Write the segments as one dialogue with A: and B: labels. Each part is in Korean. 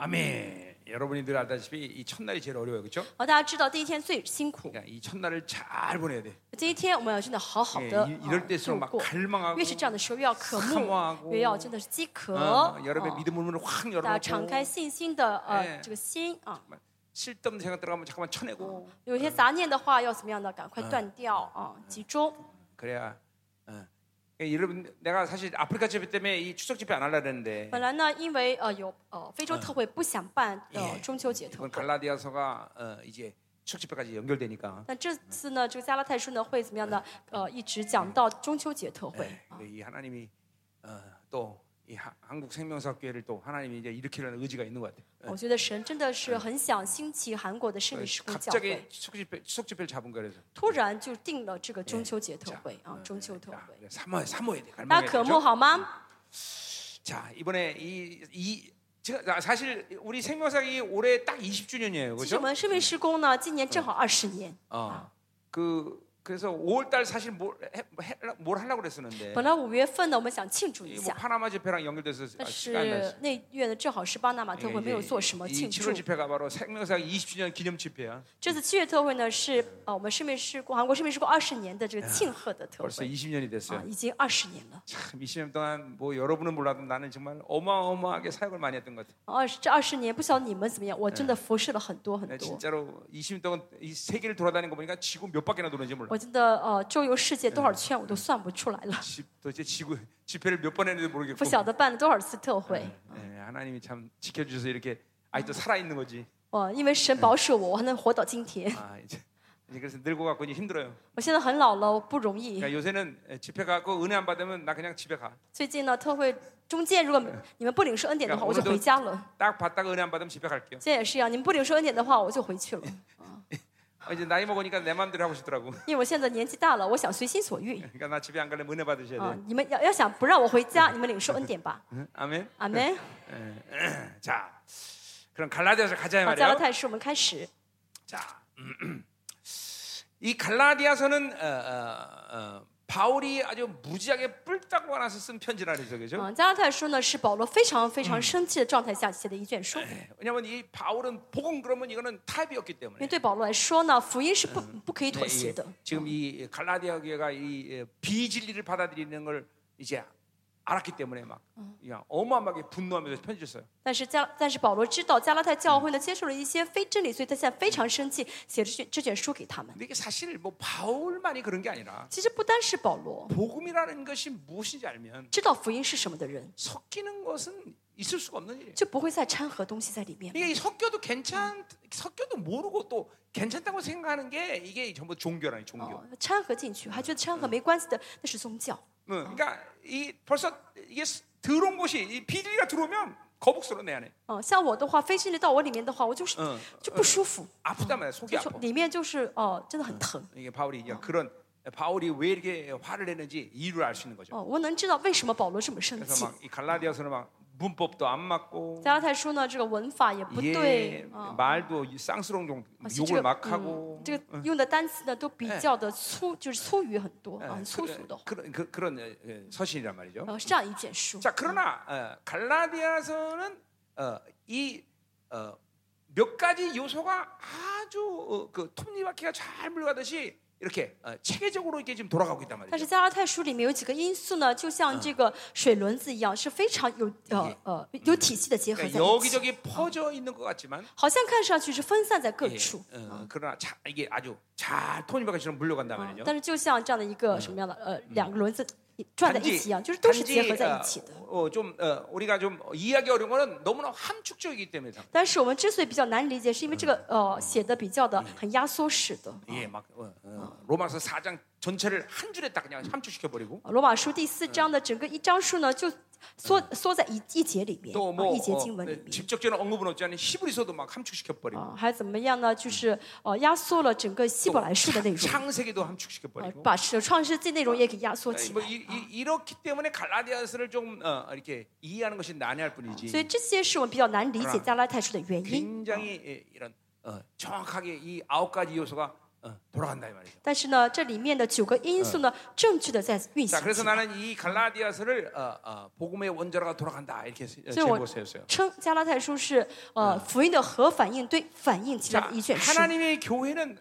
A: 아멘. 여러분이들 알다시피 이 첫날이 제일 어려워요, 그렇죠?
B: 好，大家知道第一天最辛苦，
A: 그러니까 이 첫날을 잘 보내야 돼.
B: 这一天我们要真的好好
A: 예,
B: 的
A: 이- 이럴 때일수록 막
B: 过。
A: 갈망하고
B: 越是这样的时候，越要渴
A: 渴望하고
B: 慕，越要真的是饥渴。
A: 어,
B: 啊
A: 여러분의 믿음의 문을 확
B: 大家敞
A: 열어놓고
B: 开信心的
A: 예
B: 呃这个心啊，
A: 쓸데없는 생각 들어가면 잠깐만 쳐내고
B: 有一些杂念的话要怎么样呢？赶快断掉啊，
A: 嗯
B: 集中。
A: 그래야 어. 예, 여러분 내가 사실 아프리카 집회 때문에 이 추석 집회 안 하려 했는데
B: 本来呢，因为呃有呃非洲特会不想办
A: 예
B: 呃中秋节特
A: 이번
B: 会，
A: 갈라디아서가 어, 이제 추석 집회까지 연결되니까
B: 但这次呢，这个加拉太书呢会怎么样呢？
A: 嗯
B: 呃，一直讲到中秋节特会
A: 네,
B: 啊
A: 근데 。이 하나님이 어, 또 이 한국 생명사학교회를 또 하나님이 이제 일으키려는 의지가 있는 것 같아요.
B: 我觉得神真的是很想兴起韩国的圣女施工教
A: 哎 어, 갑자기
B: 会，
A: 추석 집회, 추석 집회를 잡은 거라서
B: 突然就定了哎这个中秋节特会啊，中秋特
A: 자,
B: 会。
A: 사모 사모에 대해
B: 大
A: 갈망해야
B: 家渴慕
A: 되죠.
B: 好吗？
A: 자 이번에 이이 제가 사실 우리 생명사학이 올해 딱 20주년이에요,
B: 其实我
A: 그렇죠?
B: 们生命施工呢，今年正好二十年。
A: 어, 그 그래서 5월달 사실 뭘, 해, 해- 뭘 하려고 그랬었는데
B: 本来五月份哎呢，我们想庆祝一
A: 이뭐
B: 下，
A: 파나마 집회랑 연결돼서 아,
B: 但
A: 시간이 났어요. 예,
B: 是哎那月呢正好是巴拿马
A: 아,
B: 特会，没有做什么
A: 이
B: 庆祝
A: 7월 。 집회가 바로 생명사학 20주년 기념 집회야.
B: 这次七月特会呢是呃我们生命施工韩国生命施工二十年的这个庆贺的特
A: 벌써
B: 会
A: 20년이 됐어요. 아, 예.
B: 啊，已经二十年了。
A: 참 20년 동안 뭐 여러분은 몰라도 나는 정말 어마어마하게 사역을 많이 했던 것 같아요.
B: 二十这二十年，不晓得你们怎么样，我真的服侍了很多很
A: 내가
B: 多。
A: 네, 진짜로 20년 동안 이 세계를 돌아다닌 거 보니까 지구 몇 바퀴나 도는지 몰라.
B: 我真的呃周游世界多少圈我都算不出来了，
A: 집 도대체 지구 집회를 몇 번 했는지
B: 不嗯
A: 모르겠고.
B: 晓得办了多少次特会。
A: 예, 하나님이 참 지켜주셔서 이렇게 아직도 살아 있는 거지.
B: 哦，因为神保守我，我还能活到今天。
A: 아 이제 이제 그래서 늙어 갖고 이제 힘들어요.
B: 我现在很老了，我不容易。
A: 그러니까 요새는 집회 가고 은혜 안 받으면 나 그냥 집에 가.
B: 最近呢，特会中间如果你们不领受恩典的话，我就回家了。
A: 딱 받다가 은혜 안 받으면 집에 갈게요.
B: 现在也是一样，你们不领受恩典的话，我就回去了。
A: 아, 이제 나이 먹으니까 내 마음대로 하고 싶더라고.
B: 因为我现在年纪大了，我想随心所欲
A: 그러니까 나 집에 안 갈래 은혜 받으셔야
B: 啊
A: 돼. ！
B: 你们要要想不让我回家，你们领受恩典吧，
A: 응? 아멘.
B: 阿门。
A: 예. 자, 그럼 갈라디아서 가자 이
B: 好，加拉
A: 말이에요.
B: 太书，我们开始。
A: 자, 이 갈라디아서는 어, 어, 어, 바울이 아주 무지하게 뿔딱 와나서 쓴 편지라 그러죠, 그죠?
B: 嗯，加拉太书呢是保罗非常非常生气的状态下写的一卷书，因
A: 왜냐하면 이 바울은 복음 그러면 이거는 타협이었기
B: 为
A: 때문에.
B: 对保罗来说呢，福音是不不可以
A: 네,
B: 妥协
A: 이게
B: 的。
A: 지금 이 갈라디아 교회가 이 예, 비진리를 받아들이는 걸 이제 알았기 때문에 막 그냥 어마어마하게 분노하면서 편지를 써요.
B: 但是加，但是保罗知道加拉太教会呢接受了一些非真理，所以他现在非常生气，写这卷这卷书给他们。
A: 근데 이게 사실 뭐 바울만이 그런 게 아니라
B: 其实不单是保罗，
A: 복음이라는 것이 무엇인지 알면
B: 知道福音是什么的人，
A: 섞이는 것은 있을 수가 없는 일이에요.
B: 就不会再掺和东西在里面了。
A: 그러니까 이게 섞여도 괜찮, 섞여도 모르고 또 괜찮다고 생각하는 게 이게 전부 종교라니 종교.
B: 哦，掺和进去，还觉得掺和没关系的，那是宗教。
A: 응, 그러니까 이 벌써 이게 스- 들어온 곳이 이 비리가 들어오면 거북스러워 내 안에.
B: 哦，像我的话，非真理到我里面的话，我就是
A: 嗯
B: 就不舒服，
A: 아프단 말이야 속이
B: 就说
A: 아파.
B: 里面就是哦，真的很疼。
A: 이게 바울이 이제 그런 바울이 왜 이렇게 화를 내는지 이유를 알 수 있는 거죠.
B: 哦，我能知道为什么保罗这么生
A: 그래서
B: 气。
A: 막 이 갈라디아서는 막 문법도 안 맞고
B: 加拉太书呢，这个文法也不
A: 예,
B: 对啊，
A: 말도 쌍스러운 종-
B: 而且这
A: 욕을
B: 个
A: 막
B: 嗯
A: 하고 ，
B: 这个用的单词呢都比较的粗，就是粗语很多
A: 예,
B: 啊，很粗俗的。
A: 그런 그, 그런 예, 예, 서신이란 말이죠.
B: 呃，是这样一卷书。
A: 자 그러나 어, 갈라디아서는 어, 이몇 가지 요소가 아주 어, 그 톱니바퀴가 잘 물려가듯이 이렇게 어, 체계적으로 이렇게 지금 돌아가고 있단
B: 但是
A: 말이죠.
B: 加拉太书里面有几个因素呢，就像这个水轮子一样，是非常有呃呃有体系的结合在
A: 그러니까
B: 一起。
A: 여기저기 퍼져 있는 것 같지만
B: 好像看上去是分散在各
A: 예,
B: 处，啊
A: 어, 그러나 자, 이게 아주 잘 톱니바퀴처럼 물려간단
B: 啊
A: 말이죠.
B: 但是就像这样的一个什么样的呃两个轮子转在一起一样，就是都是
A: 단지
B: 结合在一起的。
A: 어, 어, 좀 어, 우리가 좀 이해하기 어려운 거는 너무나 함축적이기 때문에
B: 但是我们之所以比较难理解，是因为这个呃写的比较的很压缩式的。啊
A: 예, 막 어, 어, 로마서 4장 전체를 한 줄에 딱 그냥 함축시켜 버리고
B: 罗马书第四章的整个一章书呢，就缩缩在一一节里面，
A: 또
B: 啊
A: 뭐
B: 一节经文里
A: 어,
B: 面
A: 직접적인 언급은 없지 않은 히브리서도 막 함축시켜 버리고
B: 啊，还怎么样呢？就是呃压缩了整个希伯来书的内容，
A: 창세기도 함축시켜
B: 呃
A: 버리고
B: 把创世纪内容也给压缩
A: 아니,
B: 起
A: 뭐
B: 来。
A: 이, 이, 이렇기 때문에 갈라디아서를 좀 어, 이렇게 이해하는 것이 난해할
B: 所以
A: 뿐이지
B: 这些是我们比较难理解加拉太书的原因。
A: 굉장히 예, 이런 어, 정확하게 이 아홉 가지 요소가 어, 어, 돌아간다 이 말이죠.
B: 但是呢，这里面的九个因素呢，正确的在运行
A: 자,
B: 起来。
A: 그래서 나는 이 갈라디아서를 어, 어, 복음의 원조라가 돌아간다 이렇게 세-
B: 저는
A: 제목을
B: 원-
A: 세웠어요.
B: 称加拉太书是呃福音的核反应堆反应起来
A: 자,
B: 的一卷书。
A: 하나님의 교회는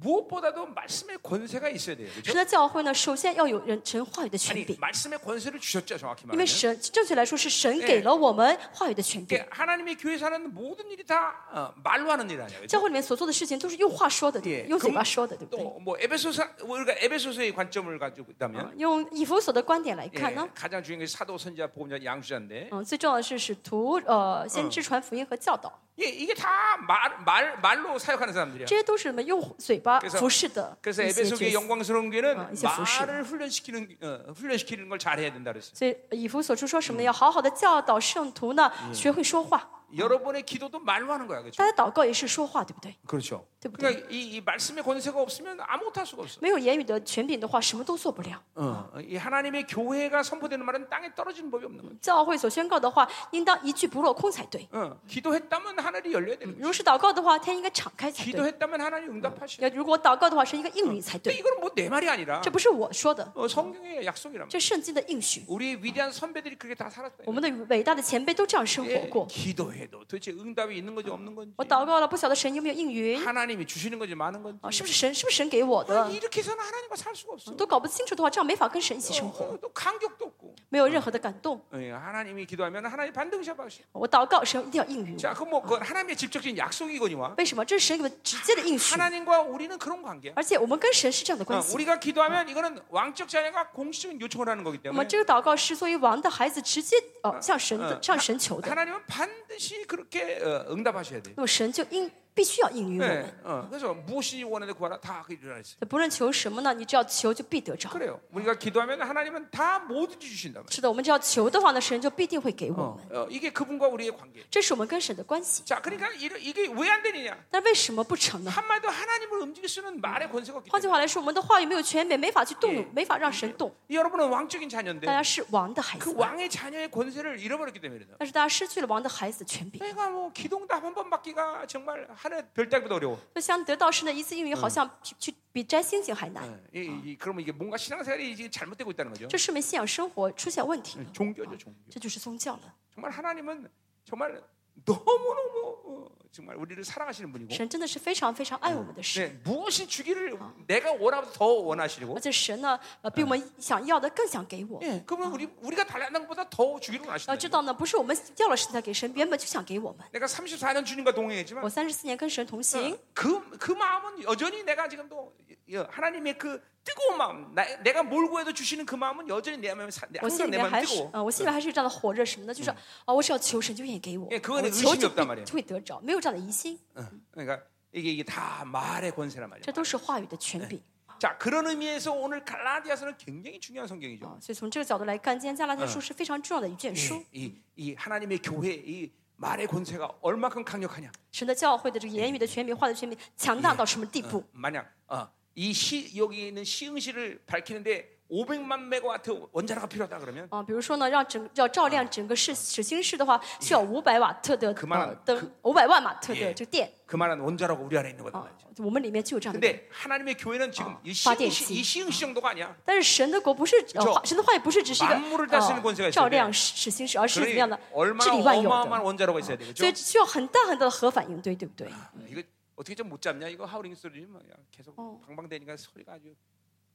A: 무엇보다도 말씀의 권세가 있어야 돼요.
B: 神
A: 그렇죠?
B: 的教会呢，首先要有人神话语的权
A: 아니,
B: 柄，
A: 말씀의 권세를 주셨죠, 정확히
B: 因为
A: 말하면.
B: 神正确来说是神给了我们话语的权
A: 이게
B: 柄。
A: 예. 하나님의 교회 사는 모든 일이 다 어, 말로 하는 일 아니에요.
B: 教
A: 그렇죠?
B: 会里面所做的事情都是用话说的，对不
A: 예,
B: 对用嘴巴说的，对不对？
A: 또뭐 에베소서 우리가 에베소서의 관점을 가지고 있다면
B: 用以弗所的观点来
A: 예,
B: 看呢，
A: 가장 중요한 게 사도 선지자 보험자 양수자인데
B: 嗯，最重要的是使徒呃先知传福音和教导，
A: 예, 이게 다 말 말, 말로 사역하는 사람들이야.
B: 这些都是我们用嘴巴
A: 그래서
B: 服侍的一
A: 그래서
B: 些角
A: 에베소의
B: 色。
A: 영광스러운 교회는
B: 어, 이제 부르시오.
A: 말을 훈련시키는 어, 훈련시키는 걸 잘해야 된다 그랬어요.
B: 所以以弗所书说什么呢？要好好的教导圣徒呢，学会说话。
A: 여러분의 기도도 말로 하는 거야, 그렇죠?
B: 大家祷告也是说话，对不对？
A: 그렇죠.
B: 때부터.
A: 그러니까 이, 이 말씀의 권세가 없으면 아무것도 할 수가 없어.
B: 没有言语的权柄的话，什么都做不了。
A: 어, 이 하나님의 교회가 선포되는 말은 땅에 떨어지는 법이 없는 거야.
B: 教会所宣告的话，应当一句不落空才对。
A: 어, 기도했다면 하늘이 열려야 되는 거야.
B: 如是祷告的话，天应该敞开才对。
A: 기도했다면 하나님 응답하시.
B: 要如果祷告的话，是一个应允才
A: 근데
B: 对。
A: 이거는 뭐 내 말이 아니라
B: 这不是我说的，
A: 어, 성경의 약속이란 말이야.
B: 这圣经的应许。
A: 우리 위대한 선배들이 그렇게 다 살았다.
B: 我们的伟大的前辈都这样生活
A: 예,
B: 过。
A: 기도해도 도대체 응답이 있는 건지 없는 건지
B: 我祷告了，不晓得神有没有应允
A: 하나님이 주시는 건지 많은 건지
B: 啊？是不是神？是不是神给我
A: 아,
B: 的？
A: 이렇게서는 하나님과 살 수가 없어.
B: 都搞不清楚的话，这样没法跟神一起生活，
A: 어, 또 감격도 없고.
B: 没有任何的感动。
A: 예, 하나님이 기도하면 하나님 반드시 받으시.
B: 我祷告，神一定要应允我。
A: 자, 그럼 뭐 그건 하나님의 직접적인 약속이거니와
B: 为什么？这是神给我们直接的应许，
A: 하나님과 우리는 그런 관계야.
B: 而且我们跟神是这样的
A: 어,
B: 关系。
A: 우리가 기도하면 이거는 왕적 자녀가 공식적인 요청을 하는 거기
B: 那么
A: 때문에
B: 这个祷告是作为王的孩子直接呃向神的
A: 嗯
B: 向神求的，
A: 하나님은 반드시 그렇게 어, 응답하셔야 돼.
B: 那么神就应必须要应允我们。
A: 네, 어, 그래서 무엇이 원하는 구하라 다 그게 일어나지.
B: 不论求什么呢，你只要求就必得着。
A: 그래요. 우리가 기도하면 하나님은 다 모든지 주신단 말이야.
B: 是的，我们只要求的话呢，神就必定会给我
A: 어,
B: 们。
A: 어, 이게 그분과 우리의 관계.
B: 这是我们跟神的关系。
A: 자, 그러니까 이러- 이게 왜 안 되느냐?
B: 但为什么不成呢？
A: 한마디로 하나님을 움직일 수는 말의 권세가 없기
B: 换句
A: 때문에
B: 话来说，我们的话语没有权柄，没法去动用，没法让神动。
A: 이 여러분은 왕적인
B: 大
A: 자녀인데
B: 家是王的孩
A: 그
B: 子，
A: 왕의 자녀의 권세를 잃어버렸기 때문에 그래요.
B: 但是大家失去了王的孩子的权柄，
A: 내가 뭐 기동답 한 번 받기가 정말 하늘 별 따기보다 어려워.
B: 就想得到神的一次应允，好像去去比摘星星还难。
A: 예, 이, 이, 그러면 이게 뭔가 신앙생활이 이제 잘못되고 있다는 거죠.
B: 这说明信仰生活出现问题
A: 예,
B: 了，
A: 종교죠, 종교.
B: 这就是宗教了。
A: 정말 하나님은 정말 너무 너무 어, 정말 우리를 사랑하시는 분이고,
B: 神真的是非常非常爱我们的神，
A: 네, 어. 무엇이 주기를 내가 원하고 더 원하시고,
B: 而且神呢，呃，比我们想要的更想给我。
A: 예, 그러면 우리 우리가 달라는 것보다 더 주기를
B: 要
A: 원하신다.
B: 知道呢，不是我们要了神才给神，原本就想给我们。
A: 내가 34년 주님과 동행했지만
B: 我三十四年跟神同行，
A: 그, 그 마음은 여전히 내가 지금도 이- 이 하나님의 그 뜨거운 마음, 나, 내가 몰고 해도 주시는 그 마음은 여전히 내 마음에 사- 내-
B: 我心
A: 항상
B: 里
A: 내 어,
B: 面
A: 마음
B: 还是啊、
A: 뜨거워.
B: 我心里面还是有这样的火热什么的，就是啊、我只要求神就愿意给我，
A: 예
B: 我
A: 그거는의심이
B: 求就
A: 없단말이에요
B: 必会得着，没有这样的疑心，
A: 응. 그러니까 이게, 이게 다 말의 권세란
B: 这
A: 말이야.
B: 都是话语的权柄。
A: 자, 그런 의미에서 오늘 갈라디아서는 굉장히 중요한 성경이죠.
B: 啊，所以从这个角度来看，今天加拉太书是非常重要的一卷
A: 어, 예,
B: 书。
A: 이, 이 하나님의 교회 이 말의 권세가 얼마큼 강력하냐.
B: 神的教会的这个言语的权柄、话语的权柄强大到什么地步？
A: 만약 어, 이 시, 여기 있는 시흥시를 밝히는데 500만 메가와트 원자로가 필요하다 그러면
B: 啊，比如说呢，让整要照亮整个市始兴市的话，需要五百瓦特的
A: 可慢了
B: 呃灯，五百万瓦特的
A: Yeah
B: 这个电
A: 그만한 원자로가 우리 안에 있는 거다
B: 啊
A: 말이죠. ，
B: 我们里面就有这样的电。
A: 근데 하나님의 교회는 지금 이
B: 파티
A: 시흥시,
B: 있지.
A: 이 시흥시 정도가 아니야.
B: 但是神的国不是呃
A: 그죠
B: 话，神的话语不是只是一个
A: 만물을다스리는권세가있어야 돼
B: 呃照亮始始兴市，而是怎么
A: 그러니
B: 样的治理
A: 얼마나
B: 万有
A: 어마어마한
B: 的，
A: 원자로가 있어야 되겠죠. 아,
B: 所以需要很大很大的核反应堆，对不对？
A: 이거 어떻게 좀 못 잡냐? 이거 하우링 소리 뭐 야, 계속 방방대니까 소리가 아주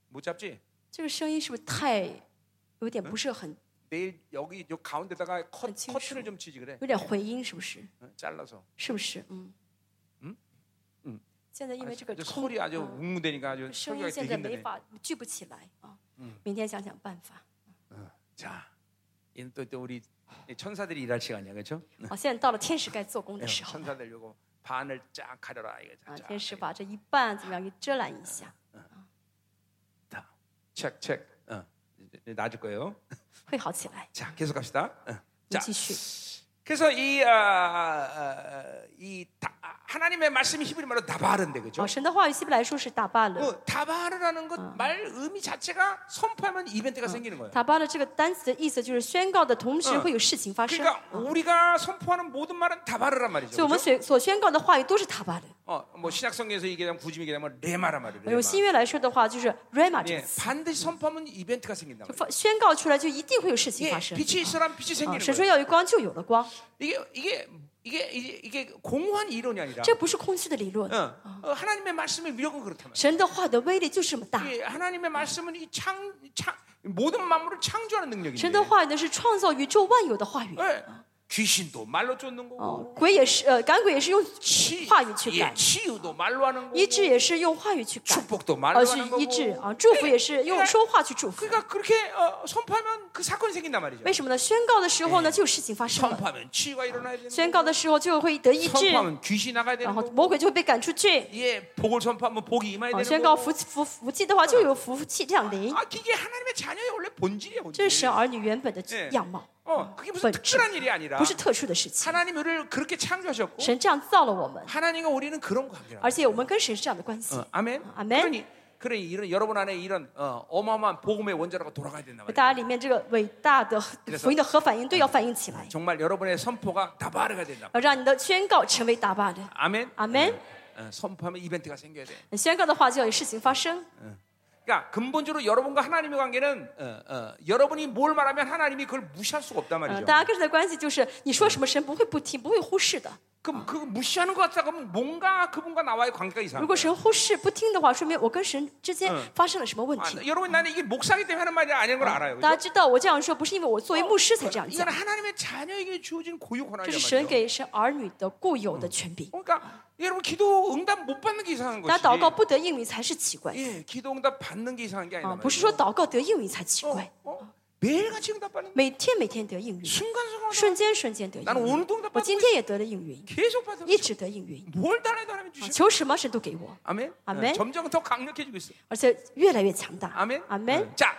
A: 못 잡지.
B: 这个声音是不是太有点不是很
A: 내일 여기 요 가운데다가 컷,
B: 아, 지금
A: 커튼을 좀 치지 그래.
B: 有点回音，是不是？
A: 어, 잘라서.
B: 是不是？嗯，
A: 嗯嗯
B: 现在因为这个
A: 아주
B: 空
A: 소리 아주
B: 嗯
A: 어. 웅웅대니까 아주
B: 声
A: 소리가 되게
B: 音现在没
A: 힘드네.
B: 法聚不起来啊
A: 嗯。
B: 明天想想办法。
A: 자, 이제 또, 또 우리 이 천사들이 일할 시간이야, 그렇죠?
B: 好，哦现在到了天使该做工
A: 哎
B: 的时候了
A: 천사들 요거 반을 쫙 가려라 이거.
B: 啊！
A: 자,
B: 天使把这一半怎么样给遮拦一下，
A: 체크 체크. 어, 이제- 이제 놔줄 거예요.
B: 会好起来。
A: 자, 계속 갑시다. 어.
B: 我们
A: 자,
B: 继续。
A: 그래서 이, 아, 아, 아, 이 다, 하나님의 말씀이 히브리 말로 다바른데
B: 啊，
A: 그죠?
B: 神的话语希伯来说是打巴勒，
A: 어, 다바르라는 것 말 의미 자체가 선포하면
B: 어,
A: 이벤트가 생기는 거예요.
B: 打巴勒这个单词的意思就是宣告的同时会有事情发生，嗯
A: 그러니까 우리가 선포하는 모든 말은 다바르란
B: 所以
A: 말이죠.
B: 我们
A: 그죠?
B: 所所宣告的话语都是打巴勒。
A: 어, 뭐 신약 성경에서 얘기하면 굳이 얘기하면 레마란 말이에요.
B: 用
A: 레마.
B: 新约来说的话，就是 rama 这
A: 예,
B: 个词，
A: 반드시 선포하면 이벤트가 생긴다.
B: 就发宣告出来就一定会有事情
A: 예,
B: 发生。
A: 빛이 있으라면 빛이
B: 啊，
A: 생기는
B: 神说
A: 거예요.
B: 要有光，就有了光，
A: 이게 이게 이게 이게, 이게 공허한 이론이 아니라
B: 这不是空虚的理论。
A: 어, 어, 하나님의 말씀의 위력은 그렇다면
B: 神的话语的威力就是这么大，
A: 예, 하나님의 말씀은 이 창 창 모든 만물을 창조하는
B: 神
A: 능력인데
B: 的话语呢是创造宇宙万有的话语。
A: 예, 귀신도 말로 쫓는 거고
B: 哦，鬼也是，呃，赶鬼也是用
A: 치,
B: 话语去
A: 예,
B: 赶，
A: 치유도 말로 하는 거고
B: 医治也是用话语去赶，
A: 축복도 말로
B: 而去
A: 하는
B: 医治
A: 거고 예,
B: 啊，祝福也是用说话去祝福。
A: 그러니까 그렇게 어, 선포하면 그 사건이 생긴단 말이죠
B: 为什么呢？宣告的时候呢，就有事情发生了；
A: 선포하면 치유가 일어나야 되는
B: 宣告的时候就会得医治，
A: 선포하면 귀신 나가야
B: 然
A: 되는
B: 后
A: 거고
B: 魔鬼就会被赶出去。
A: 예, 복을 선포하면 복이 임해야
B: 啊，
A: 되는
B: 宣告福
A: 거고
B: 福福气的话，就有福气降临。
A: 아, 그게 하나님의 자녀의 원래 본질이에요
B: 这
A: 본질.
B: 是神儿女原本的
A: 예
B: 样貌，
A: 어, 그게 무슨
B: 본질.
A: 특별한 일이 아니라
B: 不是特殊的事情。
A: 하나님 우리를 그렇게 창조하셨고
B: 神这样造了我们，
A: 하나님과 우리는 그런 관계라고
B: 而且我们跟神是这样的关系
A: 어, 。 아, 아멘.
B: 어, 아멘.
A: 그러니 그러니 이런 여러분 안에 이런 어, 어마어마한 복음의 원자로가 돌아가야 된다
B: 大
A: 말이에요.
B: 家里面这个伟大的福音的核反应队要反应起来，
A: 정말 여러분의 선포가 다바르가 된다.
B: 要让你的宣告成为打巴的。
A: 아멘.
B: 아멘.
A: 어, 어, 선포하면 이벤트가 생겨야 돼.
B: 你宣告的话，就要有事情发生。
A: 그러니까 근본적으로 여러분과 하나님의 관계는 어, 어, 여러분이 뭘 말하면 하나님이 그걸 무시할 수가 없단
B: 嗯，
A: 말이죠.
B: 大家跟神的关系就是你说什么，神不会不听，不会忽视的。
A: 그럼 그 무시하는 것 같다 그러면 뭔가 그분과 나와의 관계가
B: 如
A: 이상한 거예요.
B: 果神忽视不听的话，说明我跟神之间发生了什么问
A: 아,
B: 题。
A: 여러분 나는 이게 목사기 때문에 하는 말이 아닌 걸 알아요. 그죠?
B: 大家知道，我这样说不是因为我作为牧师才这样讲
A: 이건 ， 하나님의 자녀에게 주어진 고유
B: 这
A: 권한이란
B: 是神
A: 말이죠.
B: 给神儿女的固有的权柄。
A: 그러니까 여러분 기도 응답 못 받는 게 이상한
B: 大
A: 것이지.
B: 家祷告嗯不得应允才是奇怪
A: 예, 기도 응답 받는 게 이상한 게
B: 啊，
A: 아니란
B: 不是
A: 말이에요.
B: 说祷告得应允才奇怪，
A: 어, 어, 매일같이 응답받는
B: 每天每天得应允，
A: 순간순간
B: 瞬间瞬间得应
A: 나는
B: 允。
A: 오늘도
B: 啊我
A: 응답받고
B: 今天也得了应允，
A: 계속 받아.
B: 一直得应允，
A: 뭘 달라도 하나님
B: 啊
A: 주셔.
B: 求什么神都给我，
A: 아멘.
B: 아멘.
A: 어, 점점 더 강력해지고 있어.
B: 而且越来越强大。
A: 아멘.
B: 阿门。
A: 어, 자,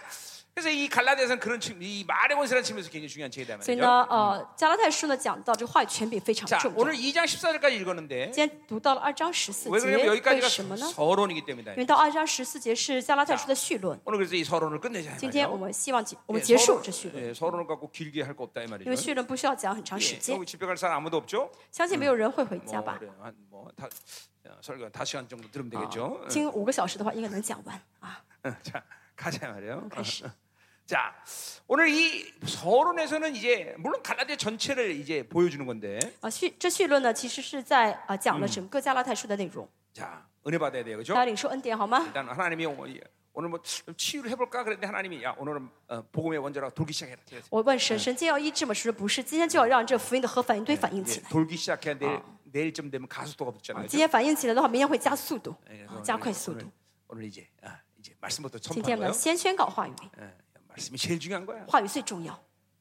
A: 그래서 이 갈라디아서는 그런 측면, 이 말의 원수라는 측면에서 굉장히 중요한 책이다
B: 所以
A: 말이죠.
B: 呢，呃，加拉太书呢讲到这个话语权柄非常
A: 자,
B: 重要。
A: 오늘 2장 14절까지 읽었는데
B: 今天读到了二章十四
A: 왜
B: 节，
A: 그러냐면
B: 为
A: 여기까지가
B: 什么呢？
A: 서론이기
B: 因
A: 때문이다.
B: 为到二章十四节是加拉太书的序论。
A: 오늘 그래서 이 서론을 끝내자. 이
B: 今天
A: 말이에요.
B: 我们希望结我们
A: 예,
B: 结束
A: 서론,
B: 这序论，
A: 예, 서론을 갖고 길게 할 거 없다 이
B: 因
A: 말이죠.
B: 为序论不需要讲很长时
A: 예,
B: 间，
A: 여기 집에 갈 사람 아무도 없죠?
B: 相信没有人会回家
A: 뭐
B: 吧。
A: 그래, 한뭐다 어, 설교 다 시간 정도 들으면 되겠죠.
B: 啊听五个小时的话，应该能讲完啊。
A: 응, 자 가자 말이에요.
B: 开始，
A: 자 오늘 이 서론에서는 이제 물론 갈라디아 전체를 이제 보여주는 건데
B: 啊，序这序论呢，其实是在啊讲了整个加拉太书的内容。
A: 자 은혜 받아야 돼요, 그죠?
B: 大家领受恩典好吗？
A: 일단 하나님이 오- 이- 오늘 뭐 치유를 해볼까 그랬는데 하나님이 야 오늘은 어, 복음의 원자로 돌기 시작해라. 예, 그래서
B: 我问神，神今天要医治吗？神说不是，今天就要让这福音的核反应堆反应
A: 이제
B: 起来。
A: 돌기 시작해야 내일 내일쯤 되면 가속도가 아. 붙잖아요.
B: 今天反应起来的话，明天会加速度，
A: 예,
B: 啊
A: 그래서
B: 加
A: 오늘-
B: 快速度
A: 오늘, 。 오늘 이제 아, 이제 말씀부터
B: 今
A: 선포한
B: 天呢，
A: 거예요.
B: 先宣告话语，
A: 예, 말씀이 제일 중요한 거야.
B: 话语最重要。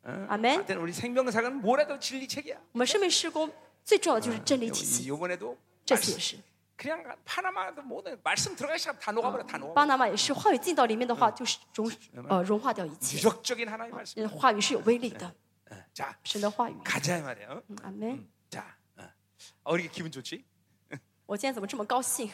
A: 어?
B: 아멘.
A: 하여튼 우리 생명사관 뭐라도 진리책이야.
B: 我们生命施工最重要的就是真理体
A: 이-
B: 系，
A: 이번에도
B: 这次也是。
A: 그냥 파나마도 모든 말씀 들어가기 시작 다 녹아버려 다 녹아.
B: 巴拿马也是，话语进到里面的话，就是融呃融化掉一切。
A: 유력적인 하나님 의 말씀.
B: 嗯，话语是有威力的，
A: 어, 자
B: 神的话语。
A: 가자 이 말이에요.
B: 嗯阿门。
A: 자, 어. 어, 이렇게 기분 좋지?
B: 我今天怎么这么高兴？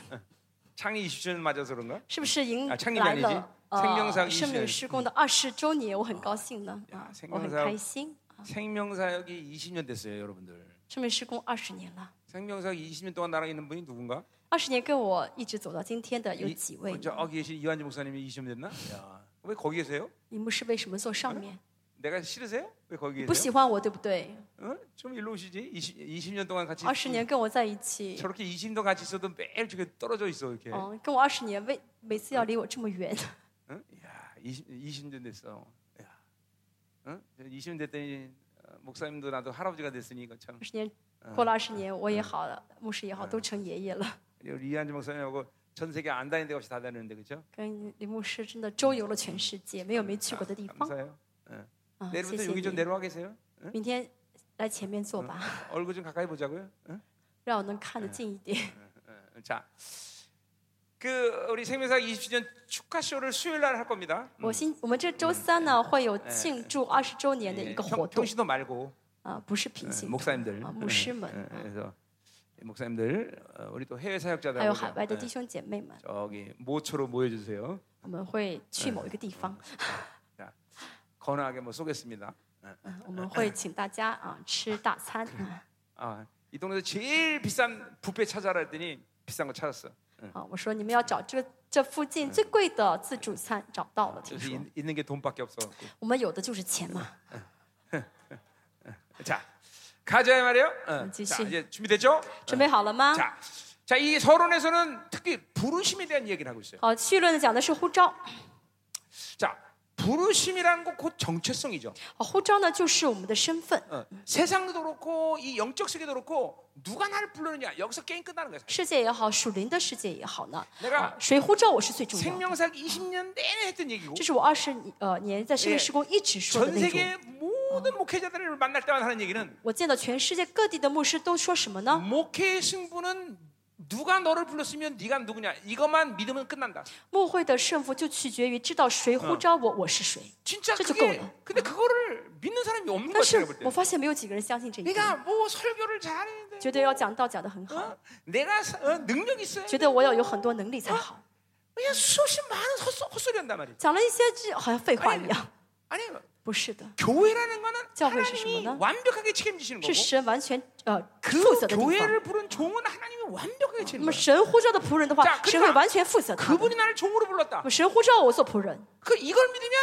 A: 창이 20주년 맞아서 그런가?
B: 是不是迎
A: 啊창립
B: 来
A: 20
B: 了
A: 年생명사역 20
B: 呃生命施工的二十周年？我很高兴呢，
A: 呀
B: 啊
A: 생명사역 ，
B: 我很开心。
A: 아. 생명사역이 20년 됐어요, 여러분들.
B: 生命施工二十年了，
A: 생명사역 20년 동안 나랑 있는 분이 누군가?
B: 二十年跟我一直走到今天的有
A: 이, 어,
B: 几位呢？
A: 저기 계신 이완주 목사님이 20년 됐나? 야, 왜 거기 계세요?
B: 你们是为什么坐上面？
A: 내가 싫으세요? 왜 거기
B: 不
A: 계세요?
B: 喜欢我，对不对？
A: 어? 좀 일로 오시지. 20, 20년 동안 같이
B: 二十年跟我在一起，
A: 저렇게 20년 동안 같이 있어도 매일 저게 떨어져 있어 이렇게.
B: 嗯，跟我二十年，为每次要离我这么远，
A: 응? 어? 야, 20, 20년 됐어. 야. 응? 20년 됐더니 어, 목사님도 나도 할아버지가 됐으니 이거 참. 어.
B: 二十年
A: 嗯
B: 过了二十年，我也好了，牧师也好，都成爷爷了。
A: 우리 이한주 목사님하고 전 세계 안 다니는 데 없이 다 다니는데 그렇죠?
B: 跟李牧师真的周游了全世界，没有没去过的地方。
A: 아, 감사해요. 응.
B: 啊，谢
A: 내일부터
B: 谢
A: 여기 좀
B: 你。
A: 내려와 아, 계세요. 응?
B: 明天来前面坐吧，
A: 얼굴 좀 가까이 보자고요. 응?
B: 让我能看得近一点。
A: 응, 자, 그 우리 생명사 20주년 축하 쇼를 수요일 날 할 겁니다.
B: 我新我们这周三呢会有庆祝二十周年的一
A: 예,
B: 个活
A: 평,
B: 动
A: 평신도 말고
B: 啊，不是
A: 응,
B: 平行，
A: 목사님들,
B: 아,
A: 응,
B: 목심은.
A: 응, 그래서 목사님들 어, 우리 또 해외 사역자들
B: 还有
A: 하고
B: 海
A: 자-
B: 外的弟兄姐妹们，
A: 저기 모처로 모여주세요.
B: 我们会去某一个地方，
A: 건하게 뭐 쏘겠습니다.
B: 嗯，我们会请大家啊吃大餐。嗯
A: 아 이 동네에서 제일 비싼 뷔페 찾아라 했더니 비싼 거 찾았어.
B: 啊，我说你们要找这这附近最贵的自助餐，找到了，听
A: 그래서
B: 说
A: 있- 있는 게 돈밖에 없어.
B: 我们有的就是钱嘛。
A: 자 가자 이 말이요. 어,
B: 음, 지시. 아.
A: 자 이제 준비됐죠?
B: 准备好了吗？
A: 자, 자 이 서론에서는 특히 부르심에 대한 얘기를 하고 있어요.
B: 好，绪论讲的是呼召，
A: 자 부르심이라는 건곧 정체성이죠.
B: 好，呼召呢就是我们的身份，
A: 어, 세상도 그렇고 이 영적 세계도 그렇고 누가 나를 부르느냐 여기서 게임 끝나는 거야. 사실.
B: 世界也好，属灵的世界也好呢，啊
A: 내가
B: 谁呼召我是最重要的。
A: 생명사역 20년 내내 했던 얘기고
B: 这是我二十呃年在圣灵施工一直说的
A: 전
B: 内容。
A: 세계 모든 목회자들을 만날 때만 하는 얘기는
B: 我见到全世界各地的牧师都说什么
A: 어?
B: 呢？
A: 목회의 승부는 누가 너를 불렀으면 네가 누구냐 이것만 믿으면 끝난다.
B: 牧会的胜负就取决于知道谁呼召我，我是谁。
A: 진짜
B: 진짜
A: 그게
B: 거예요.
A: 근데 그거를 믿는 뭐 사람이 없는
B: 但
A: 거야
B: 是
A: 볼 때.
B: 我发现没有几个人相信这一点，
A: 내가 뭐 설교를 잘해,
B: 觉得要讲道讲得很好，
A: 어? 내가 사- 어, 능력 있어야
B: 觉
A: 돼.
B: 得我要有很多能力才好，
A: 그냥 수없이 많은 헛소- 헛소리 한단 말이지.
B: 讲了一些这好像废话一样。
A: 아니
B: 不是的，
A: 교회라는 거는
B: 교회는
A: 하나님이
B: 뭐나?
A: 완벽하게 책임지시는
B: 是
A: 거고
B: 神完全呃负
A: 그
B: 责的地方。
A: 교회를 부른 종은 하나님이 완벽하게
B: 那
A: 책임지는
B: 么
A: 거야.
B: 神呼召的仆人的话
A: 자，그러니까
B: 神会完全负责他的。
A: 그분이 나를 종으로 불렀다.
B: 那么神呼召我做仆人，
A: 그 이걸 믿으면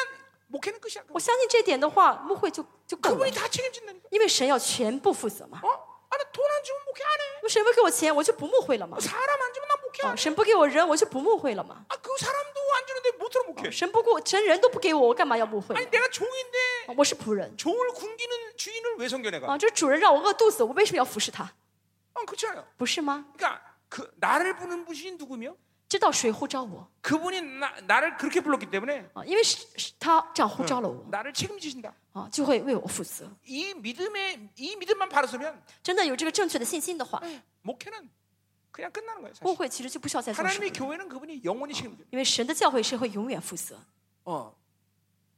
A: 목회는 끝이야.
B: 我相信这点的话，牧会就就够了
A: 그분이 ，다 책임진다니까.
B: 因为神要全部负责嘛。
A: 어? 아니 돈 안 주면 목회 안 해.
B: 那么神不给我钱，我就不牧会了嘛
A: 뭐 。 사람 안 주면 나 목회
B: 啊，
A: 안 해.
B: 神不给我人，我就不牧会了嘛。
A: 아그 사람도 안 주는데 못 들어 목회.
B: 神不给我，神人都不给我，我干嘛要牧会
A: 아니
B: 呢？
A: 내가 종인데
B: 啊我是仆人
A: 종을 굶기는 주인을 왜 섬겨 내가?
B: 啊，这主人让我饿肚子，我为什么要服侍他？
A: 어 그렇지 않아요.
B: 不是吗？
A: 그러니까 그 나를 부는 분이 누구며?
B: 知道谁呼召我
A: 그분이 나, 나를 그렇게 불렀기 때문에
B: 啊？因为是是他这样呼召了我
A: 나를 책임지신다.
B: 啊，就会为我负责。
A: 이 믿음에 이 믿음만 바로 서면
B: 真的有这个正确的信心的话，
A: 嗯 어. 목회는 그냥 끝나는 거예요.
B: 牧
A: 사실.
B: 会其实就不需要再做什么
A: 하나님의 ， 교회는 그분이 영원히 책임져.
B: 因为神的教会是会永远负责。
A: 어.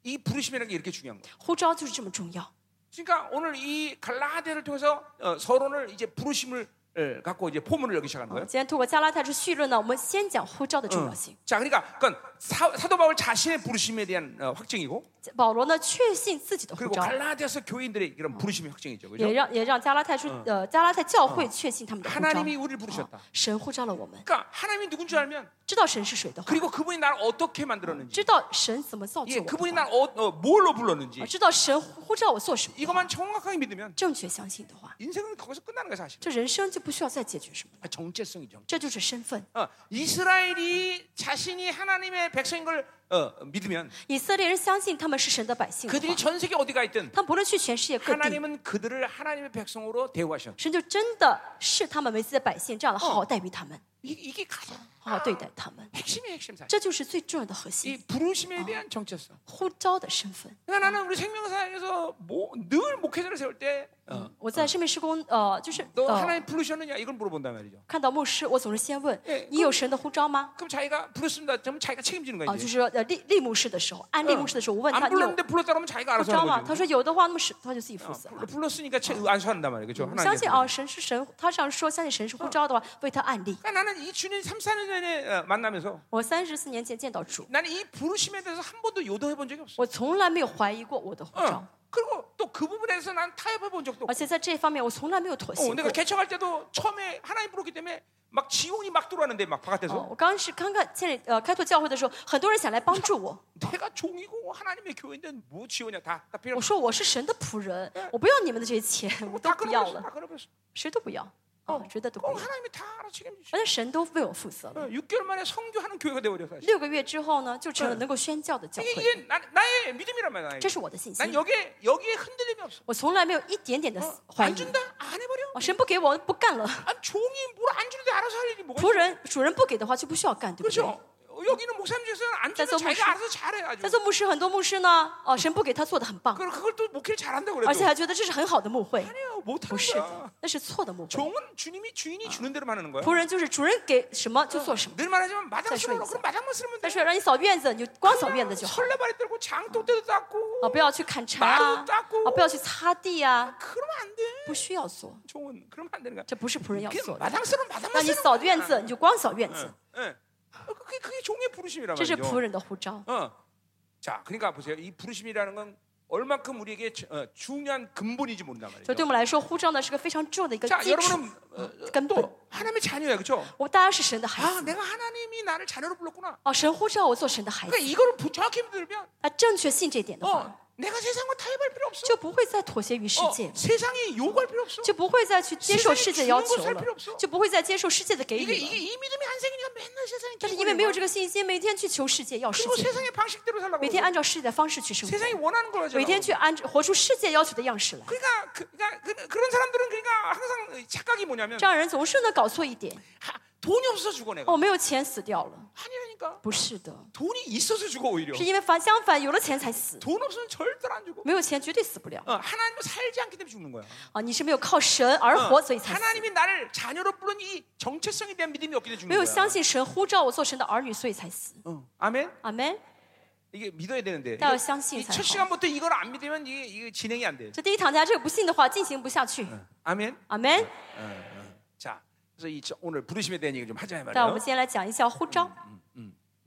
A: 이 부르심이라는 게 이렇게 중요한 거예요.
B: 呼召就是这么重要。
A: 그러니까 오늘 이 갈라디아를 통해서 어, 서론을 이제 부르심을 예, 갖고 이제 포문을 열기 시작한
B: 好
A: 거예요.
B: 今天通过加拉太书序论呢，我们先讲呼召的重要性。
A: 자, 그러니까 그건 사, 도 바울 자신의 부르심에 대한 어, 확증이고
B: 保罗呢确信自己的呼
A: 그리고
B: 召，
A: 갈라디아서 교인들의 그런 부르심의 확증이죠.
B: 也
A: 그죠?
B: 让也让加拉太书呃加拉太教会确信他们的呼召。啊
A: 하나님이 우리를 부르셨다.
B: 神呼召了我们，
A: 그러니까 하나님이 누군 줄 알면
B: 知道神是谁的话，
A: 그리고 그분이 나를 어떻게 만들었는지
B: 知道神怎么造就
A: 예,
B: 我的话
A: 그분이 나를 어, 어, 뭘로
B: 啊
A: 불렀는지
B: 知道神呼召我做什么，
A: 이것만 정확하게 믿으면
B: 正确相信的话，
A: 인생은 거기서 끝나는 거야 사실. 아,
B: 这人生就不需要再解决什么了，
A: 정체성이죠.
B: 这就是身份。
A: 어, 이스라엘이 자신이 하나님의 백성인 걸 어, 믿으면
B: 以色列人相信他们是神的百姓的
A: 그들이
B: 话，
A: 전 세계 어디가 있든
B: 他们不论去全世界各地，
A: 하나님은 그들을 하나님의 백성으로 대우하셨.
B: 神就真的视他们为自己的百姓，这样的好好待遇他们，
A: 이- 이게 가장
B: 好好对待他们，
A: 핵심의 핵심 사실.
B: 这就是最重要的核心
A: 이 부르심에 대한 정체성.
B: 呼召的身份。
A: 그러니까 나는 우리 생명사에서 뭐, 늘 목회자를 세울 때 너
B: 我在生命施工，呃，就是呃，
A: 하나님 부르셨느냐 이걸 물어본단 말이죠.
B: 看到牧师，我总是先问
A: 哎
B: 你有神的呼召吗？
A: 그럼 자기가 부르셨습니다. 그럼 자기가 책임지는
B: 啊，
A: 거야
B: 就
A: 이제.
B: 是呃立立牧师的时候，按立牧师的时候，我问他
A: 안
B: 你有
A: 불렀는데 아, 불렀다 그렇죠. 그러면 자기가
B: 呼
A: 알아서
B: 召吗？
A: 하는
B: 他
A: 거죠. 어,
B: 说有的话，那么是他就自己负责了。
A: 불렀으니까 채- 안수한단 말이에요. 그렇죠?
B: 我相信
A: 하나님께서.
B: 啊，神是神，他这样说，相信神是呼召的话，为他按立。
A: 그러니까 나는 이 주님 3, 4년 전에 어, 만나면서
B: 我三十四年前见到主，
A: 나는 이 부르심에 대해서 한 번도 요동해 본 적이 없어.
B: 我从来没有怀疑过我的呼召
A: 어. ， 그리고 또 그 부분에서 난 타협해 본 적도 없고.
B: 而且在这方面我从来没有妥协
A: 어,
B: 过
A: 내가 。 개척할 때도 처음에 하나님 부르기 때문에 막 지원이 막 들어왔는데 막
B: 哦
A: 바깥에서
B: 我刚是刚开建立呃开拓教会的时候，很多人想来帮助 我。
A: 내가 종이고 하나님의 교회인데 뭐 지원이야 다 다 필요
B: 我
A: 없어
B: 说我是神的仆人，我不要你们的这些钱，我都
A: 다
B: 不要
A: 끊어버렸어
B: 了，
A: 다 끊어버렸어
B: 谁都不要，啊，觉得都不
A: 어
B: 要。
A: 하나님이 다 알아 책임지시
B: 而且神都为我负责了。
A: 6개월 만에 성교하는 교회가 되어버려 사실
B: 六个月之后呢，就成了能够宣教的教
A: 이게,
B: 会，
A: 이게 나, 나의 믿음이란 말이야 나의.
B: 这是我的信
A: 난
B: 心。
A: 여기에 여기에 흔들림이 없어 어?
B: 我从来没有一点嗯点的怀
A: 안
B: 疑。
A: 준다 안 해버려
B: 哦，神不给我不干了，
A: 아 종이 뭘 안 주는데 알아서 할 일이 뭐가 있어?
B: 仆人主人不给的话就不需要干，对不对？
A: 그렇죠 어, 여기는 목사님 중에서는 안 주면
B: 그래서
A: 자기가 알아서 잘해 아주.
B: 但做牧师，很多牧师呢，哦，神不给他做的很棒，
A: 그걸 그걸 또 목회를 아, 잘한다 어, 고
B: 而且
A: 그래도
B: 还觉得这是很好的牧会，
A: 아니야
B: 不
A: 못하는
B: 是
A: 거야.
B: 的，那是错的牧会。
A: 종은 주님이 주인이 주는 대로만 하는 거야.
B: 仆人就是主人给什么就做什么。
A: 늘 말하지만 마당 쓸어 어.
B: 있어.
A: 그럼 마당만 쓸면 돼.
B: 但是让你扫院子，你就光扫院子就好了
A: 설레발이 떨고 장독대도 닦고
B: 啊！不要去砍柴啊，
A: 아.
B: 啊，不要去擦地啊，
A: 그러면 안 돼.
B: 不需要做，
A: 종은 그러면 안 되는 거야.
B: 这不是仆人要做
A: 그냥
B: 的。
A: 마당 쓸면 마당만
B: 让你
A: 쓰는
B: 扫院子，
A: 거야.
B: 你就光扫院子，
A: 예. 어, 그게 그게 종의 부르심이란
B: 这是仆
A: 말이죠.
B: 人的护照。
A: 어. 자, 그러니까 보세요. 이 부르심이라는 건 얼만큼 우리에게 주- 어, 중요한 근본인지 모른단
B: 所以
A: 말이죠.
B: 对我们来说，护照呢是个非常重要的一个
A: 자,
B: 基础
A: 여러분은 、 어,
B: 根本。
A: 또 하나님의 자녀야, 그렇죠?
B: 我大家是神的孩
A: 아,
B: 子
A: 내가 하나님이 나를 자녀로 불렀구나.
B: 哦，神呼召我做神的孩子
A: 그러니까 이거를 부- 정확히 들으면
B: 啊，正确信这一点的话，
A: 어, 내가 세상과 타협할 필요 없어.
B: 就不会再妥协于世
A: 어,
B: 界，
A: 세상이 요구할 필요 없어.
B: 就不会再去接受世界要求
A: 세상에주는걸살
B: 了
A: 필요없어 ，
B: 就不会再接受世界的给
A: 이게
B: 予
A: 이게
B: 了。
A: 이 믿음이 안 생기니까 맨날 세상에
B: 但是因为没有
A: 기고리만.
B: 这个信心，每天去求世界要世
A: 그리고
B: 界，
A: 세상의 방식대로 살라고.
B: 每
A: 그러고.
B: 天按照世界的方式去生活，
A: 세상이 원하는 걸 하잖아.
B: 每天去按活出世界要求的样式来，
A: 그러니까, 그, 그러니까 그, 그런 사람들은 그러니까 항상 착각이 뭐냐면
B: 这样人总是能搞错一点。
A: 하, 돈이 없어서 죽어 내가.
B: 哦，没有钱死掉了，
A: 아니라니까.
B: 不是的，
A: 돈이 있어서 죽어 오히려.
B: 是因为反相反，有了钱才死，
A: 돈 없으면 절대로 안 죽어.
B: 没有钱绝对死不了
A: 어, 하나님을 살지 않기 때문에 죽는 거야.
B: 啊！你是没有靠神而
A: 어,
B: 活，所以才死。
A: 하나님이 나를 자녀로 부른 이 정체성에 대한 믿음이 없기 때문에
B: 没
A: 죽는
B: 有
A: 거야.
B: 相信神呼召我做神的儿女，所以才死。
A: 어, 아멘.
B: 阿门。
A: 이게 믿어야 되는데.
B: 따로
A: 이거-
B: 상신
A: 이첫
B: 사고.
A: 시간부터 이걸 안 믿으면 이게, 이게 진행이 안 돼.
B: 这第一堂大家这个不信的话，进行不下去。
A: 아멘.
B: 阿门。
A: 자, 그래서 이 저- 오늘 부르심에 대한 얘기 좀 하자 이
B: 那我们
A: 말이에요.
B: 今天来讲一下呼召。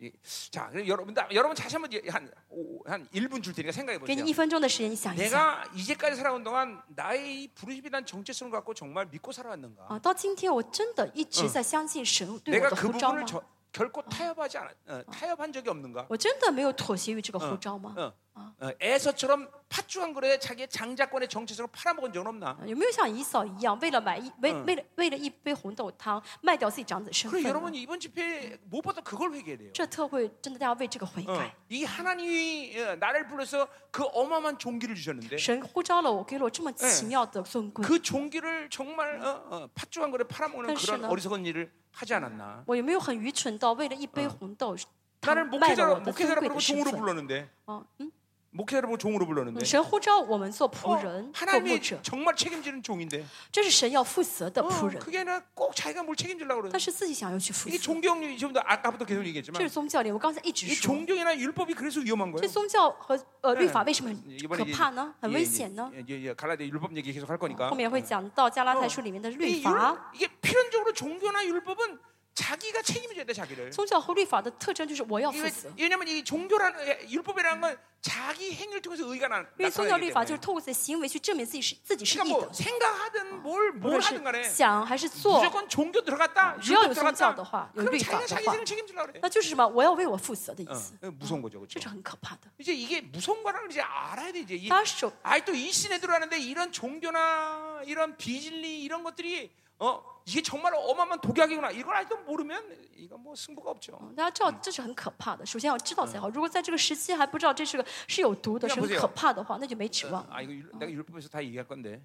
A: 이- 자, 그럼 여러분 다- 여러분 다시 한번 예- 한 오- 한 1분 줄 테니까 생각해
B: 给你
A: 보세요.
B: 一分钟的时间，你想一下
A: 내가 이제까지 살아온 동안 나의 이 부르심에 대한 정체성을 갖고 정말 믿고 살아왔는가?
B: 啊，到今天我真的一直在相信神对我
A: 내가
B: 的
A: 그
B: 呼召
A: 부분을
B: 吗？
A: 저- 결코 타협하지 않 어, 타협한 적이 없는가?
B: 我真的没有妥协于这个呼召吗？
A: 어, 어, 에서처럼 팥죽한 그릇에 자기의 장자권의 정체성을 팔아먹은 적은 없나?
B: 啊有没有像以扫一样，为了买一为为了为了一杯红豆汤卖掉自己长子身
A: 그래
B: 份
A: 여러분
B: 呢？
A: 이번 집회 무엇보다 그걸 회개해야 돼요.
B: 这特会真的大家为这个悔
A: 어,
B: 改。
A: 이 하나님이 어, 나를 불러서 그 어마어마한 종기를 주셨는데
B: 神呼召了我，给了我这么奇妙的尊贵，
A: 그 종기를 정말 어, 어, 팥죽한 그릇에 팔아먹는 그런
B: 사실은-
A: 어리석은 일을 하지 않았나?
B: 我有没有很愚蠢到为了一杯红豆汤
A: 나를 어,
B: 卖了
A: 목회자로
B: 我的尊
A: 목회자로
B: 贵
A: 부르고
B: 的身
A: 종으로
B: 份？
A: 불렀는데
B: 啊，嗯，
A: 목회자로 부르고 종으로 불렀는데
B: 神呼召我们做
A: 어,
B: 仆人、做牧
A: 하나님이
B: 者，
A: 정말 책임지는 종인데
B: 这是神要负责的
A: 어,
B: 仆人，
A: 그게 아니라 꼭 자기가 뭘 책임지려고
B: 但
A: 그러는
B: 是自己想要去负
A: 이게
B: 责。
A: 종교형이 지금도 아까부터 계속
B: 这
A: 얘기했지만
B: 是宗教里，我刚才一直
A: 이
B: 说，
A: 종교나 위법이 그래서 위험한
B: 这
A: 거예요.
B: 宗教和呃律法为什么很
A: 이번에
B: 可
A: 이제-
B: 怕呢？很
A: 예,
B: 危险呢？
A: 예, 예, 예, 갈라디아 율법 얘기 계속 할
B: 后
A: 거니까. 예.
B: 面会讲到加拉太书里面的
A: 이 율-
B: 律法，
A: 이게 필연적으로 종교나 율법은 자기가 책임져야 돼 자기를.
B: 宗教和律法的特征就是我要负
A: 이게-
B: 责，
A: 왜냐면 이 종교라는 예, 율법이라는 건 자기 행위를 통해서 의가 나,
B: 因为宗教
A: 나타나기
B: 律
A: 때문에.
B: 法就是透过自己的行为去证明自己是自己是
A: 그러니까
B: 义的
A: 뭐 ， 생각하든 뭘
B: 无
A: 뭘
B: 论
A: 하든
B: 是
A: 간에
B: 想还是做，
A: 무조건 종교 들어갔다,
B: 어,
A: 율법
B: 只要有
A: 들어갔다.
B: 宗教的话，有
A: 그럼
B: 律法
A: 자기가 자기
B: 的话。
A: 생을 책임지려 그래.
B: 那就是什么？我要为我负责的意
A: 어,
B: 思，
A: 어, 무서운 거죠,
B: 这
A: 그렇죠.
B: 是很可怕的。
A: 이제 이게 무서운 거라는 걸 이제 알아야 돼 이제. 이,
B: 大家首
A: 아이 또이 씬에 들어가는데 이런 종교나 이런 비진리 이런 것들이 어 이게 정말 어마어마한 독약이구나 이걸 아직도 모르면 이건 뭐 승부가 없죠.
B: 大家知道这是很可怕的，首先要知道才好。如果在这个时期还不知道这是个是有毒的、
A: 그냥
B: 是很
A: 보세요
B: 可怕的话，那就没指望。
A: 아 이거 율- 내가 율법에서 다 얘기할 건데.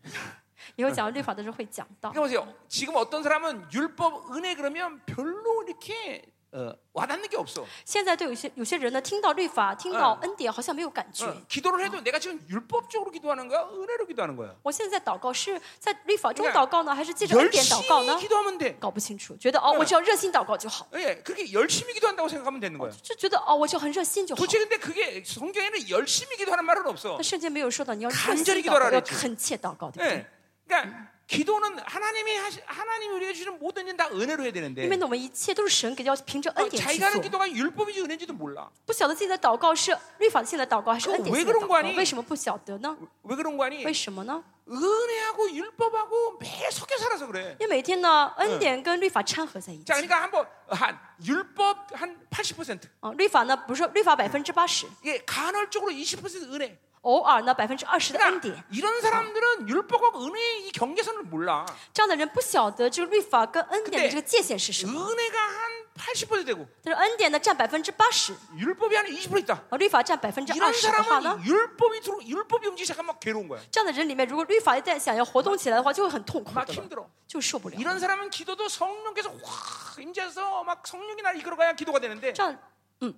B: 以后讲到律法的时候会讲到。
A: 그러니까 보세요. 지금 어떤 사람은 율법 은혜 그러면 별로 이렇게 어, 와닿는 게 없어.
B: 现在对有些有些人呢，听到律法、听到恩典，好像没有感觉。
A: 어, 기도를 해도 내가 지금 율법적으로 기도하는 거야, 은혜로 기도하는 거야.
B: 我现在在祷告是在律法中
A: 그러니까
B: 祷告呢，还是借着恩典祷告呢
A: 열심히 ？ 기도하면 돼.
B: 搞不清楚，觉得哦，我只要热心祷告就好，
A: 예, 그렇게 열심히 기도한다고 생각하면 되는 거야.
B: 就觉得哦，我就很热心就好。
A: 도대체 근데 그게 성경에는 열심히 기도하는 말은 없어.
B: 那圣经没有说到你要
A: 간절히
B: 热心
A: 기도
B: 祷
A: 하라
B: 告，要
A: 그랬지
B: 恳切祷告，对不对？
A: 예. 그러니까 기도는 하나님이 하시, 하나님이 우리에게 주신 모든 일다 은혜로 해야
B: 因为
A: 되는데
B: 呢，我们一切都是神给，要凭着
A: 어,
B: 恩典去
A: 자기가 하는
B: 做。
A: 기도가 율법인지 은혜인지도 몰라. 不
B: 不晓得自己的祷告是律法性的祷告还是恩典性的
A: 그거왜그런
B: 祷
A: 거
B: 告
A: 아니 ，
B: 为什么不晓得呢？
A: 왜 그런 거 아니?
B: 为什么呢？
A: 은혜하고 율법하고 매일 섞여 살아서 그래.
B: 因为每天呢，恩典跟律法掺合在嗯一起
A: 자 。 그러니까 한번 한 율법 한 80%
B: 啊，律法呢，不是律法百分之八十，
A: 이게 간헐적으로 20% 은혜.
B: 偶尔呢百分之二十的
A: 그러니까
B: 恩典。
A: 이런 사람들은 율법과 은혜의 이 경계선을 몰라.
B: 这样的人不晓得这个律法跟恩典
A: 근데
B: 的这个界限是什么，
A: 은혜가 한 80% 되고
B: 但是恩典呢占百分之八十，
A: 율법이 한 20% 있다.
B: 而律法占百分之二
A: 이런
B: 十的话呢
A: 사람은 ， 율법이 들어 율법이 움직이 잠깐만 괴로운 거야.
B: 这样的人里面，如果律法一旦想要活动起来的话，就会很痛苦
A: 막
B: 的了，
A: 힘들어.
B: 就受不了。
A: 이런 사람은 기도도 성령께서 확 임재해서 막 성령이 날 이끌어가야 기도가 되는데
B: 这样嗯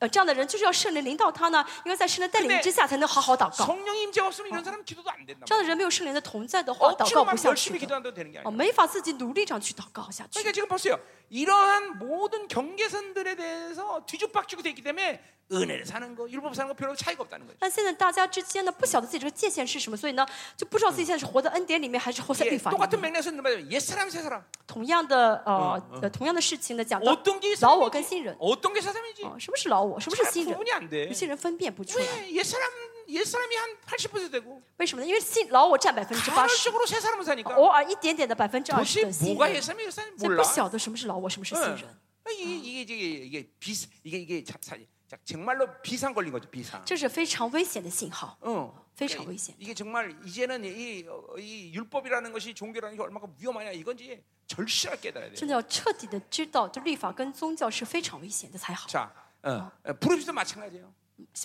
B: 呃，这样的人就是要圣灵领导他呢，因为在圣灵带领之下才能好好祷告。
A: 성령 임재 없으면 이런 사람 기도도 안 된다.
B: 这样的人没有圣灵的同在的话，祷告不
A: 억지로만
B: 下去
A: 열심히
B: 的，
A: 기도한다고 되는 게 아니야.
B: 哦，没法自己努力这样去祷告下去
A: 그러니까 。 지금 보세요. 이러한 모든 경계선들에 대해서 뒤죽박죽이 됐기 때문에 은혜를 사는 거, 율법 사는 거 별로 차이가 없다는 거예요.
B: 但现在大家之间呢，不晓得自己这个界限是什么，所以呢，就不知道自己现在是活在恩典里面，还是活在
A: 예,
B: 律法里
A: 똑같은
B: 面。
A: 맥락에서 말하면 옛 사람 새 사람
B: 同样的，呃，呃同样的事情呢，讲到
A: 어떤 게
B: 老我跟
A: 사람인지
B: 新人，
A: 어떤 게 사람인지
B: 哦，什么是老我，什么是
A: 잘
B: 新人，
A: 구분이 안 돼.
B: 有些人分辨不出来。
A: 왜옛 사람 옛 사람이 한 80% 되고
B: 为什么呢？因为新老我占百分之八十，哦
A: 간헐적으로 새 사람은 사니까
B: 偶尔一点点的百分之二
A: 도대체
B: 十的新
A: 뭐가 옛
B: 人，
A: 사람이 옛 사람이
B: 所以
A: 몰라.
B: 不晓得什么是老我，什么是新
A: 응.
B: 人。
A: 아, 이게 이게 이게 이게 비 이게 이게 자, 사, 자, 정말로 비상 걸린 거죠 비상.
B: 这是非常危险的信号。
A: 어,
B: 非常
A: 그러니까
B: 危险。
A: 이게 정말 이제는 이, 어, 이 율법이라는 것이 종교라는 게 얼마나 위험하냐 이건지 절실하게 깨달아야 돼.
B: 真的要彻底的知道，这律法跟宗教是非常危险的才好。
A: 자, 어, 어, 부르심도 마찬가지예요.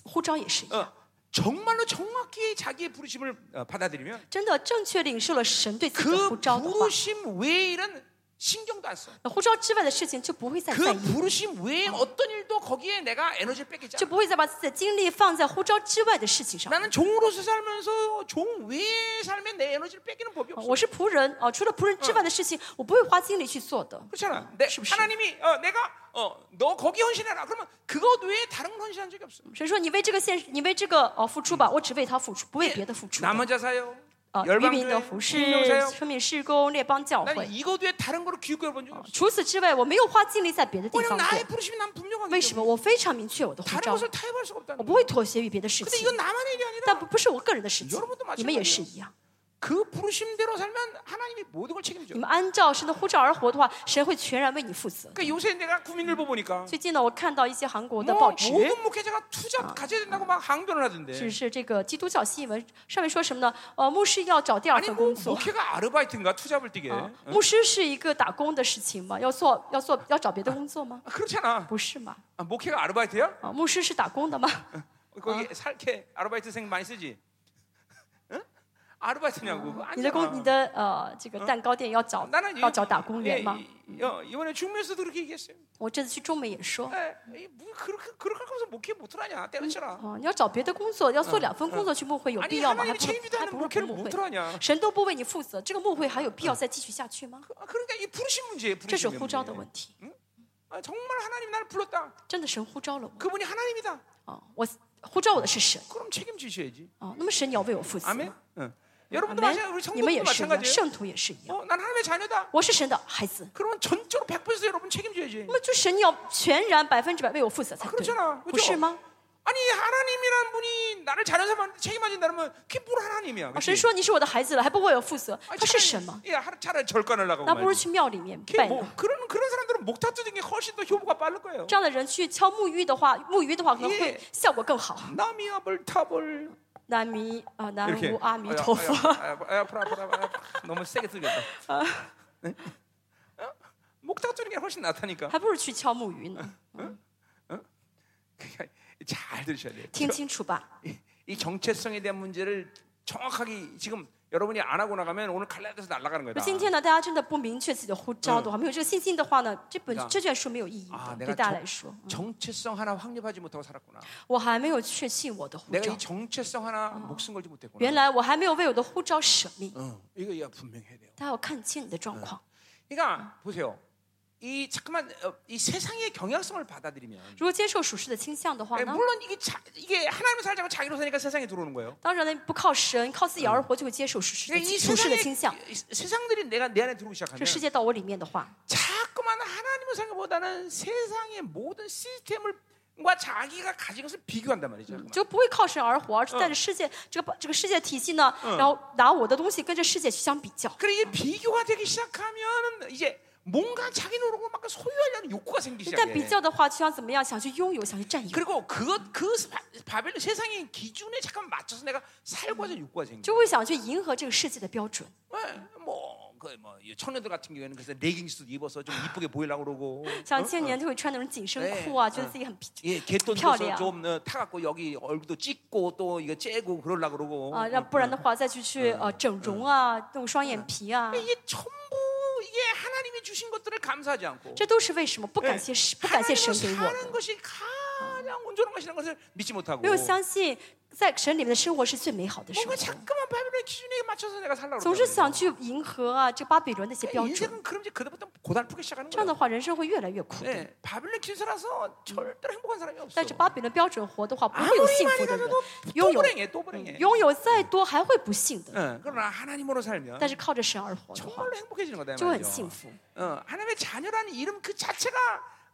B: 护照也是一样，
A: 어, 정말로 정확히 자기의 부르심을 어, 받아들이면
B: 真的正确领受了神对自己的
A: 그
B: 护照的话，
A: 부르심 외의 일은 신경도 안 써.
B: 那护照之外的事情就不会再在
A: 그
B: 意，
A: 부르심 외에 어떤 일도 거기에 내가 에너지를 뺏기지
B: 就
A: 않아.
B: 不会再把自己的精力放在护照之外的事情上。
A: 나는 종으로서 살면서 종 외에 살면 내 에너지를 뺏기는 법이
B: 啊
A: 없어.
B: 我是仆人啊，除了仆人之外的事情，我不会花精力去做的。
A: 그렇잖아. 내,
B: 是不是？
A: 하나님이 어, 내가 어, 너 거기 헌신해라. 그러면 그것 외에 다른 건 헌신한 적이 없어.
B: 神说：“你为这个现，你为这个呃付出吧，我只为他付出，不为别的付出的。
A: 남은 자사요.
B: 啊，渔民的
A: 열방교회,
B: 服侍、
A: 생명사요.
B: 生命事工、列邦教
A: 난
B: 会。
A: 이것 외에 다른 거로 기웃거려 본 적이 없어.
B: 除此之外，我没有花精力在别的地
A: 왜냐면
B: 方过
A: 나의 。 부르심이 난
B: 为
A: 분명하기
B: 什么？
A: 때문에
B: 我非常明确我的护
A: 다른
B: 照，
A: 것을 타협할 수가 없다는
B: 我
A: 거야.
B: 不会妥协于别的事
A: 근데
B: 情
A: 이건 。 나만 얘기 아니라
B: 但不不是我个人的事情
A: 여러분도마찬가지예요 ，
B: 你们也是一样。
A: 그 부르심대로 살면 하나님이 모든 걸 책임져.
B: 你们按照神的护照而活的话，神会全然为你负责。
A: 그러니까 요새 내가 구민일보 보니까
B: 最近呢，我看到一些韩国的
A: 뭐
B: 报纸，
A: 모든 목회자가 투잡 가져야 된다고 막 항변을
B: 是
A: 하던데.
B: 是这个基督教新闻上面说什么呢？呃，牧师要找第二
A: 아니
B: 份
A: 뭐
B: 工作。
A: 목회가 아르바이트인가 투잡을 뛰게.
B: 啊，牧师是一个打工的事情吗？要做要做要找别的工作吗？
A: 아, 그렇잖아.
B: 不是嘛？
A: 아, 목회가 아르바이트야?
B: 啊，牧师是打工的吗？
A: 거기 살게 아르바이트생 많이 쓰지? 응? 아르바이트냐고? 그거
B: 你的
A: 아니잖아.
B: 工，你的呃，这个蛋糕店要找
A: 나는 예,
B: 要找打工人吗？
A: 이번에 중면에서도 그렇게 얘기했어요.
B: 我这次去中美也说，
A: 에, 이뭐 그렇게 그렇게 하면서 목회 못하냐? 때려치라.
B: 哦，你要找别的工作，要做两份工作去牧会，有
A: 아니
B: 必要吗？嗯啊还
A: 음. 아, 하나님이 책임지도
B: 不如还
A: 않는
B: 不如不
A: 목회를
B: 牧会。
A: 못하냐?
B: 神都不为你负责，这个牧会还有必要再继续下去吗？
A: 그러니까 이 부르심 문제예요.
B: 这是
A: 부르심
B: 呼召的
A: 문제.
B: 问题，
A: 아, 정말 하나님 이 나를 불렀다.
B: 真的神呼召了我
A: 그분이 하나님이다.
B: 啊！我呼召我的是神
A: 그럼 책임지셔야지.
B: 啊，那么神你要为我负责。
A: 아멘. 응. 여러분도
B: 啊没
A: 마찬가지. 우리
B: 你
A: 성도도
B: 们也是一样，
A: 마찬가지예요.
B: 圣徒也是一样。
A: 어, 난 하나님의 자녀다.
B: 我是神的孩子，
A: 그러면 전적으로 100% 여러분 책임져야지.
B: 那么就神你要全然百分之百为我负责才
A: 그렇잖아
B: 对，不是吗？
A: 아니 하나님이란 분이 나를 잘하는 사람한테 책임진다면 그게 뭘 하나님이야?
B: 啊，
A: 그치?
B: 神说你是我的孩子了，还不为我负责，
A: 아니,
B: 他是
A: 차라리-
B: 神吗？
A: 예, 하루- 차라리 절간을 나가고
B: 那不如
A: 말이야.
B: 去庙里面
A: 그게
B: 拜呢。
A: 뭐 그런 그런 사람들은 목타 뜯은 게 훨씬 더 효과가 빠를 거예요.
B: 这样的人去敲木鱼的话，木鱼的话可能会
A: 예
B: 效果更好。
A: 남이야 벌타벌
B: 南无啊，南
A: 이렇게.
B: 无阿弥
A: 뭐 아야,
B: 陀佛。
A: 아야, 아야, 아야, 아프라, 아프라, 아프라, 아프라. 너무 세게 들렸다. 응? 어? 목탁 뚫는 게 훨씬 낫다니까.
B: 还不如去敲木鱼呢。
A: 그러니까 잘 들으셔야 돼요.
B: 听清楚吧，
A: 이- 이 정체성에 대한 문제를 정확하게 지금 여러분이 안 하고 나가면 오늘 갈라져서 날아가는 거예요.
B: 就
A: 다
B: 今天呢，大家真的不明确自己的呼召的话，没有这个信心的话呢，这本
A: 啊
B: 这卷书没有意义
A: 아
B: 的，
A: 내가
B: 对大家
A: 정-
B: 来说，
A: 정체성 하나 확립하지 못하고 살았구나.
B: 我还没有确信我的护
A: 내가
B: 照
A: 이 ， 정체성 하나 목숨 걸지 어. 못했구나.
B: 原来我还没有为我的护照舍命。
A: 어, 이거 야 분명해야 돼요.
B: 大家要看清你的状况。
A: 그러니까 보세요. 이 잠깐만 어, 이 세상의 경향성을 받아들이면
B: 如果接受属实的倾向的话
A: 예,
B: 呢，
A: 물론 이게 자, 이게 하나님을 살자고 자기로 사니까 세상에 들어오는 거예요.
B: 当然了，不靠神，靠自己而活就会接受属实的
A: 그러니까 이
B: 属实的倾向。
A: 세상의 이 세상들이 내가 내 안에 들어오기 시작하면
B: 这世界到我里面的话，
A: 자꾸만 하나님을 생각보다는 세상의 모든 시스템을과 자기가 가진 것을 비교한단 말이죠. 자꾸만.
B: 就不会靠神而活，而是带着世界这个这个世界体系呢，然后拿我的东西跟这世界去相比较。
A: 그래 이게 비교가 되기 시작하면 이제 뭔가 자기 노릇을 막 소유하려는 욕구가 생기기
B: 一旦比
A: 시작해.
B: 较的话，就想怎么样，想去拥有，想去占有，
A: 그리고 그것 그 바- 바벨론 세상의 기준에 잠깐 맞춰서 내가 살고 하자 욕구가 생겨. 네,
B: 就会想去迎合这个世界的标准。
A: 뭐그뭐 청년들 같은 경우에는 그래서 레깅스도 입어서 좀 이쁘게 보이려고 그러고
B: 像青年就会穿那种紧身裤
A: 哎
B: 啊，觉得自己很皮
A: 예
B: 편리야.
A: 개돈도서 좀 어, 타갖고 여기 얼굴도 찍고 또 이거 째고 그러려고 그러고
B: 啊，要不然的话再去去呃整容啊，弄双眼皮啊
A: 근데 ， 이게 전부 이게 하나님 하나님이 주신 것들을 감사하지 않고
B: 这都是为什么不感谢神，不感谢神
A: 하나님을
B: 给我
A: 사는
B: 的，
A: 것이 가장 온전한 것이라는 것을 믿지 못하고
B: 没有相信在神里面的生活是最美好的生
A: 뭔가
B: 活。
A: 자꾸만 바벨론의 기준에 맞춰서 내가 살라고
B: 总是
A: 그러거든요.
B: 想去迎合啊，这巴比伦那些
A: 그러니까
B: 标准，
A: 인생은 그럼 이제 그다음부터 고달프게 시작하는
B: 这样
A: 거예요.
B: 的话人生会越来越苦的。
A: 네, 바벨론 기준 살아서 절대로 행복한 사람이 없어.
B: 带着巴比伦标准活的话，不会有
A: 아무리
B: 幸
A: 많이
B: 福的人
A: 가져도 。또
B: 拥有
A: 불행해, 또 불행해.
B: 拥有再多还会不幸的，
A: 어, 그러나 하나님으로 살면
B: 但是靠着神而活的话，
A: 정말로 행복해지는 거다 이
B: 就会很
A: 말이죠.
B: 幸福。
A: 어, 하나님의 자녀라는 이름 그 자체가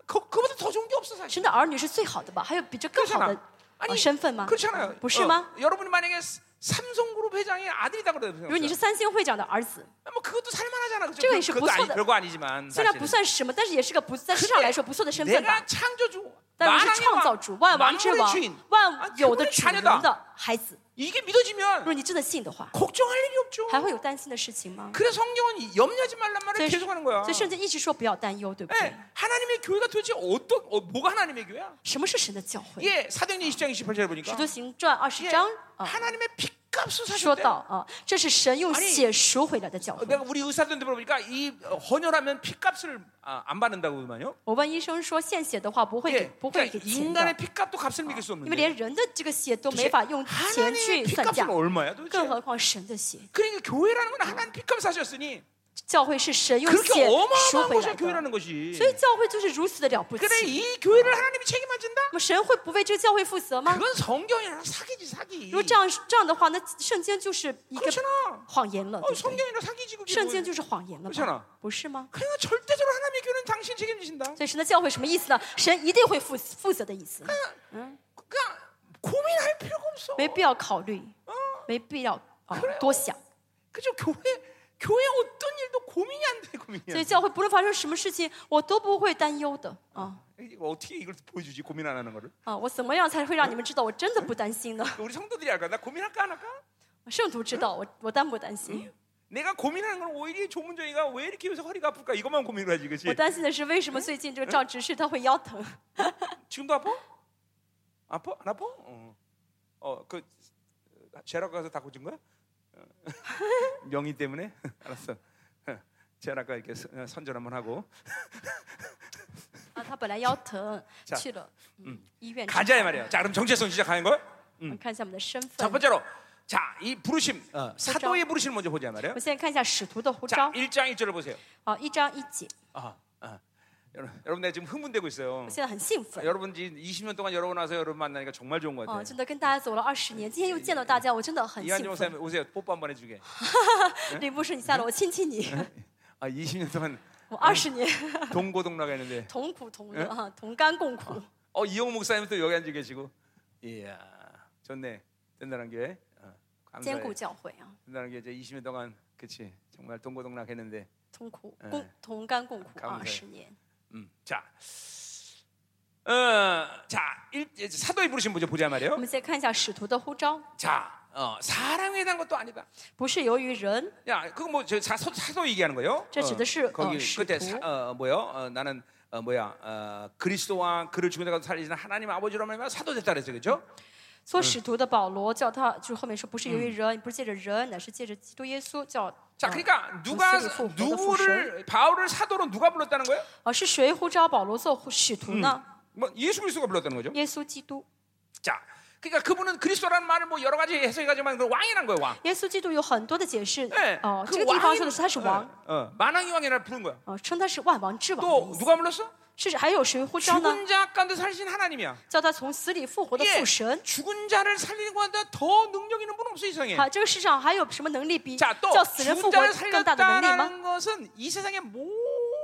A: 그, 그보다 더 좋은 게 없어
B: 神
A: 사실.
B: 的儿女是最好的吧？还有比这更好的
A: 아니
B: 呃身份吗？
A: 그렇잖아요.
B: 不是吗？
A: 어, 여러분이 만약에 스- 삼성그룹 회장의 아들이다
B: 比如你
A: 그러면
B: 是三星会长的儿子，
A: 뭐 그것도 살만하잖아. 그죠?
B: 저거
A: 그-
B: 있어,
A: 그것도 아니,
B: 무서워.
A: 별거 아니지만
B: 虽然不
A: 사실은.
B: 算什么，但是也是个不在世上来说不错的身份吧
A: 내가 。 창조주,
B: 但我是
A: 만왕의
B: 创造
A: 왕,
B: 主、万王之
A: 만물의
B: 王
A: 주인, 、
B: 万有的主人
A: 자녀다.
B: 的孩子。
A: 이게
B: 如
A: 믿어지면
B: 果你真的信的话，
A: 걱정할 일이 없죠.
B: 还会有担心的事情吗？
A: 그래서 성경은 이- 염려하지 말란 말을
B: 所以，
A: 계속하는 거야.
B: 所以圣经一直说不要担忧，对不对？
A: 예, 하나님의 교회가 도대체 어떤 어, 뭐가 하나님의 교회야?
B: 什么是神的教会？
A: 예, 사도행전 20장 28절
B: 使
A: 보니까
B: 徒行传二
A: 예,
B: 十章啊。
A: 하나님의 핏값으로
B: 说
A: 사셨대.
B: 到啊，这是神用
A: 아니
B: 血赎回来的教
A: 어,
B: 会。
A: 내가 우리 의사들한테 물어보니까 이 어, 헌혈하면 핏값을 아, 안 받는다고만요.
B: 我问医生说献血的话不会给
A: 예,
B: 不会给
A: 그러니까
B: 钱的
A: 인간의 ， 핏값도 값을 매길 수
B: 因为
A: 없는데
B: 连人的这啊个血都
A: 도대체
B: 没法用钱
A: 하나님의 어.
B: 去算价
A: 핏값은 ， 얼마야
B: 更
A: 도대체?
B: 何况神的血。
A: 그러니까 교회라는 건 하나님 핏값 사셨으니
B: 教会是神用血
A: 그렇게
B: 赎
A: 어마어마한
B: 回
A: 것이
B: 来的，
A: 교회라는 것이.
B: 所以教会就是如此的了不起。
A: 그래 이 교회를 하나님이 책임만진다?
B: 那么神会不为这个教会负责吗？
A: 그건 성경이랑 사기지 사기.
B: 如果这样这样的话，那圣经就是一个
A: 그렇잖아.
B: 谎言了，
A: 어,
B: 对不对？
A: 성경이랑 사기지 그게.
B: 哦圣经
A: 뭐야.
B: 就是谎言了
A: 그렇잖
B: 吧
A: 아 ？
B: 不是吗？
A: 그러니까 절대적으로 하나님의 교회는 당신 책임지신다.
B: 所以神的教会什么意思呢？神一定会负负责的意思，
A: 그냥 그러니까 고민할 필요가 없어.
B: 没必要考虑，没必要哦啊多想。
A: 그죠? 교회 교회 어떤 일도 고민이 안 돼, 고민이.
B: 所以
A: 안
B: 教会不论发生什么事情，我都不会担忧的啊
A: 돼. 이거 어떻게 이걸 보여주지? 고민 안 하는 거를.
B: 啊！我怎么样才会让你们知道我真的不担心呢？
A: 우리 성도들이 알까? 나 고민할까 안 할까?
B: 圣徒知道我我担不担心？
A: 내가 고민하는 건 오히려 조문정이가 왜 이렇게 요새 허리가 아플까 이것만 고민을 하지, 그렇지?
B: 我担心的是为什么最近这个赵执事他会腰疼？
A: 지금도 아파? 아파? 안 아파? 어, 어, 그 제락 가서 다 고친 거야? 어. 명의 때문에 알았어. 제락가 이렇게 어, 선- 선전 한번 하고
B: 啊，他本来腰疼
A: 자
B: 去了嗯医院查，
A: 가자 이 말이야. 자, 그럼 정체성 시작하는 걸.
B: 我们看一下我们的身
A: 첫
B: 份。
A: 번째로 자, 이 부르심 어, 사도의 부르심 먼저 보자 이 말이야.
B: 我现在看一下使徒的护
A: 자
B: 照
A: 1장 1절을 보세요.
B: 啊，一章一节，
A: 아, 아. 여러분, 여러분 내가 지금 흥분되고 있어요.
B: 我现在很兴
A: 아,
B: 奋
A: 여러분 지금 20년 동안 여러분 와서 여러분 만나니까 정말 좋은 것
B: 啊！
A: 같아요.
B: 真的跟大家走了二十年，今天又见到大家，我真的很
A: 이한정
B: 兴奋。
A: 목사님 오세요. 뽀뽀 한번 해주게.
B: 李牧师，你下来，我亲亲你。
A: 아 20년 동안
B: 我二十年
A: 동고동락가 했는데
B: 同苦同乐啊，同甘共苦。
A: 어 이영호 목사님도 여기 앉아 계시고 이야 좋네 된다는 게 어,
B: 兼
A: 감사해
B: 顾教会啊，
A: 된다는 게 이제 20년 동안 그치 정말 동고동락했는데
B: 同苦
A: 哎
B: 共同甘共苦
A: 干不
B: 二
A: 对
B: 十年。
A: 음, 음자어자 사도의 부르심 먼저 보자
B: 我
A: 말이에요
B: 们先看一下使徒的呼召，
A: 자 어, 사랑에 대한 것도 아니다
B: 不是由于人，
A: 야 그거 뭐저 사도, 사도 얘기하는 거예요
B: 저 지도시, 어,
A: 거기
B: 시도.
A: 그때 사, 어, 뭐요 어, 나는 어, 뭐야 어, 그리스도와 그를 죽은 자가 살리시는 하나님 아버지로 말미암아 사도 됐다 그랬어요 그죠
B: 做使徒的保罗叫他，就是后面说不是由于人，不是借着人，乃是借着基督耶稣叫。
A: 자
B: 呃
A: 그러니까 누가
B: 모습이 후-
A: 누구를 바울을 사도로 누가 불렀다는 거예요?
B: 啊，是谁呼召保罗做使徒呢？
A: 뭐 예수 그리스도가 불렀다는 거죠.
B: 耶稣基督。
A: 자, 그러니까 그분은 그리스도라는 말을 뭐 여러 가지 해석해가지만 그 왕이란 거예요, 왕.
B: 耶稣基督有很多的解释
A: 哎，
B: 哦、
A: 可
B: 这个地
A: 王
B: 方说的是他是王，
A: 어, 어, 만왕의 왕이라 부른 거야.
B: 哦、称他是万王之王
A: 또
B: 的意思。
A: 누가 불렀어?
B: 是还有谁呼召呢？
A: 죽은 자 가운데 살신 하나님이야.
B: 叫他从死里复活的
A: 예,
B: 父神。
A: 죽은 자를 살리는 것보다 더 능력 있는 분 없어 이 세상에.
B: 好、啊这个世上还有什么能力比
A: 자, 또
B: 叫死人复
A: 죽은
B: 活
A: 자를
B: 更大的能力吗？
A: 살렸다라는 것은 이 세상의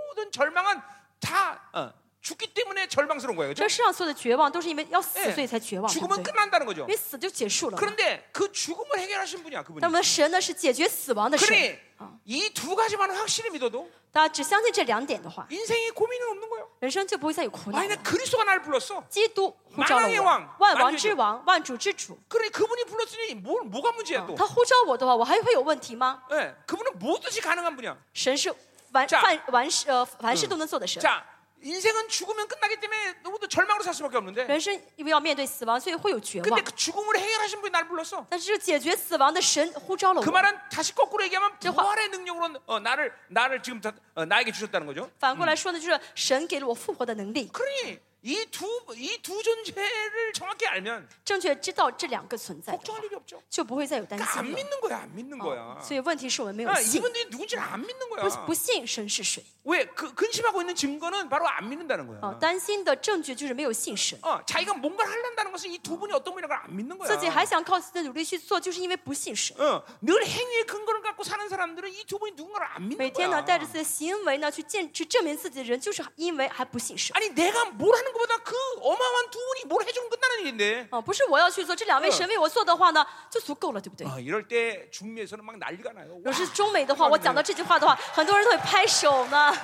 A: 모든 절망은 다 어, 죽기 때문에 절망스러운 거예요,
B: 这
A: 그
B: 世上所有的绝望都是因为要死
A: 哎
B: 所以才绝望，对不
A: 죽으면
B: 对？
A: 끝난다는 거죠.
B: 因为死就结束了嘛。
A: 그런데 그 죽음을 해결하신 분이야, 그분이.
B: 但我们的神呢是解决死亡的神，
A: 그러니 어. 이 두 가지만 확실히 믿어도
B: 大家只相信这两点的话，
A: 인생에 고민은 없는 거예요.
B: 人生就不会再有苦恼
A: 아니
B: 了。
A: 나 그리스도가 나를 불렀어.
B: 基督呼召了
A: 만왕의
B: 我
A: 왕，
B: 万王之王，万主之主。
A: 그러니 그분이 불렀으니 뭘 뭐가 문제야 또?
B: 他呼召我的话，我还会有问题吗？
A: 예, 그분은 뭐든지 가능한 분이야.
B: 神是完
A: 자
B: 凡完事呃凡事都能做的神。
A: 자, 인생은 죽으면 끝나기 때문에 누구도 절망으로 살 수밖에 없는데.
B: 人生因为要面对死亡，所以会有绝
A: 근데
B: 望。
A: 그 죽음을 해결하신 분이 날 불렀어.
B: 但是这个解决死亡的神呼召了
A: 그
B: 我。
A: 말은 다시 거꾸로 얘기하면 부활의 능력으로 어, 나를 나를 지금 다, 어, 나에게 주셨다는 거죠.
B: 反过来说呢，就是神给了我复活的能力。
A: 그러니 이 두 이 두 존재를 정확히 알면
B: 正确知道这两个存在的话
A: 걱정할 ， 일이 없죠.
B: 就不会再有担
A: 그러니까
B: 心
A: 안
B: 了。哦
A: 믿는 거야, 안
B: 어,
A: 믿는 거야.
B: 所以哎问啊题是我们没有
A: 아,
B: 信，
A: 이분들이 누군지를 안 믿는 거야.
B: 不不信神是谁
A: 왜 그 근심하고 있는 증거는 바로 안 믿는다는 거야.
B: 啊？担心的证据就是没有信神。
A: 어, 자기가 뭔가를 하려는다는 것은 이 두 분이 어떤 분이라는 걸 안 믿는 거야.
B: 自己还想靠自己的努力去做，就是因为不信神。
A: 어, 늘 행위의 근거를 갖고 사는 사람들은 이 두 분이 누군가를 안
B: 每
A: 믿는
B: 天呢，
A: 거야.
B: 带着自己的行为呢去见去证明自己的人，就是因为还不信神。
A: 아니 내가 뭘 하는 것보다 그 어마어마한 두 분이 뭘 해주면 끝나는 일인데
B: 哦，不是我要去做，这两位神为我做的话呢，就足够了，对不对？
A: 아, 이럴 때 중미에서는 막 난리가 나요.
B: 有
A: 와,
B: 时中美的话，我讲到这句话的话，很多人都会拍手呢。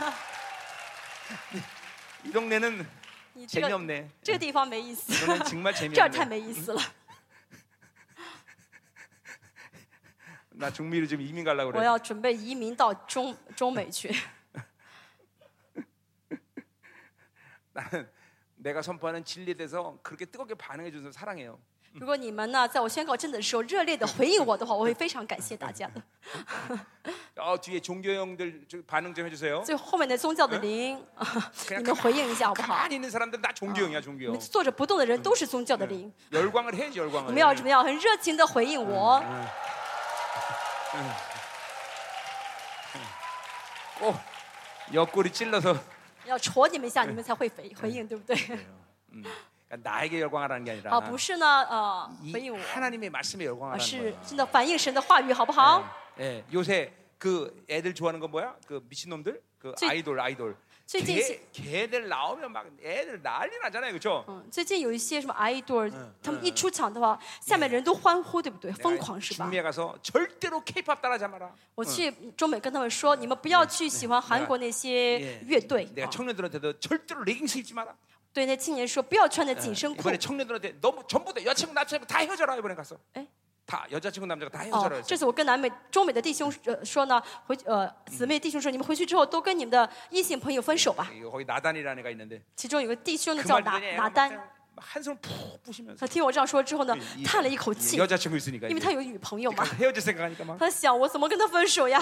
A: 이 동네는
B: 你这个
A: 재미없네.
B: 这个地方没意思，
A: 이거는 정말
B: 这儿太
A: 재미없네.
B: 没意思了。
A: 나 중미로 지금 이민 가려고
B: 我
A: 그래.
B: 要准备移民到中中美去。
A: 나는 내가 선포하는 진리에 대해서 그렇게 뜨겁게 반응해 주는 사람 사랑해요.
B: 如果你们呢，在我宣告真理的时候热烈的回应我的话，我会非常感谢大家的。
A: 어, 뒤에 종교 형들 좀 반응 좀 해주세요.
B: 最后面的宗教的灵，啊 你们回应一下好不好？
A: 가만히 있는 사람들은 다 종교 형이야 종교
B: 你
A: 형
B: 们坐着不动的人都是宗教的灵，
A: 嗯 열광을 해야지
B: 我
A: 열광을.
B: 们要怎么样？很热情的回应我，
A: 꼭 옆구리 찔러서
B: 要戳你们一下，你们才会回回应，对不对？
A: 그러니까 나에게 열광하라는 게
B: 啊，
A: 아니라
B: 不是呢，呃，
A: 이
B: 回应我，
A: 하나님의 말씀에
B: 而
A: 열광하라는
B: 是
A: 거예요.
B: 真的反映神的话语，好不好？
A: 예, 요새 그 애들 좋아하는 거 뭐야? 그 미친놈들? 그
B: 저-
A: 아이돌 아이돌.
B: 저 이제
A: 개,
B: 지-
A: 개들 나오면 막 애들 난리 나잖아요. 그렇죠?
B: 嗯，最近有一些什么 idol，他们一出场的话，下面人都欢呼，对不对？疯狂是吧？
A: 중미에 가서 절대로 케이팝 따라하지 마라.
B: 我去中美跟他们说，你们不要去喜欢韩国那些 네, 乐队，
A: 예.
B: 어.
A: 내가
B: 啊
A: 청년들한테도 절대로 레깅스 입지 마라.
B: 对那青年说嗯不要穿着紧身裤。
A: 이번에 청년들한테 너무 전부 다 여자친구 남자친구 다 헤어져라 이번에 가서.
B: 에?
A: 다 여자친구 남자가 다 헤어져라.
B: 哦，
A: 그랬어요.
B: 这次我跟南美、中美的弟兄呃说呢，回呃姊妹弟兄说，你们回去之后都跟你们的异性朋友分手吧。
A: 이거 거기 나단이라는 애가 있는데
B: 其中有个弟兄呢
A: 그
B: 叫
A: 말을
B: 拿
A: 들으니 애가
B: 拿
A: 막
B: 丹，
A: 그냥 한숨을 푹 부시면서
B: 他听我这样说之后呢
A: 이- ，
B: 叹了一口
A: 이
B: 气，
A: 예, 여자친구 있으니까
B: 因为
A: 이제
B: 他有女朋友嘛
A: 가서 ， 헤어질 생각하니까 막
B: 他想我怎么跟他分手呀？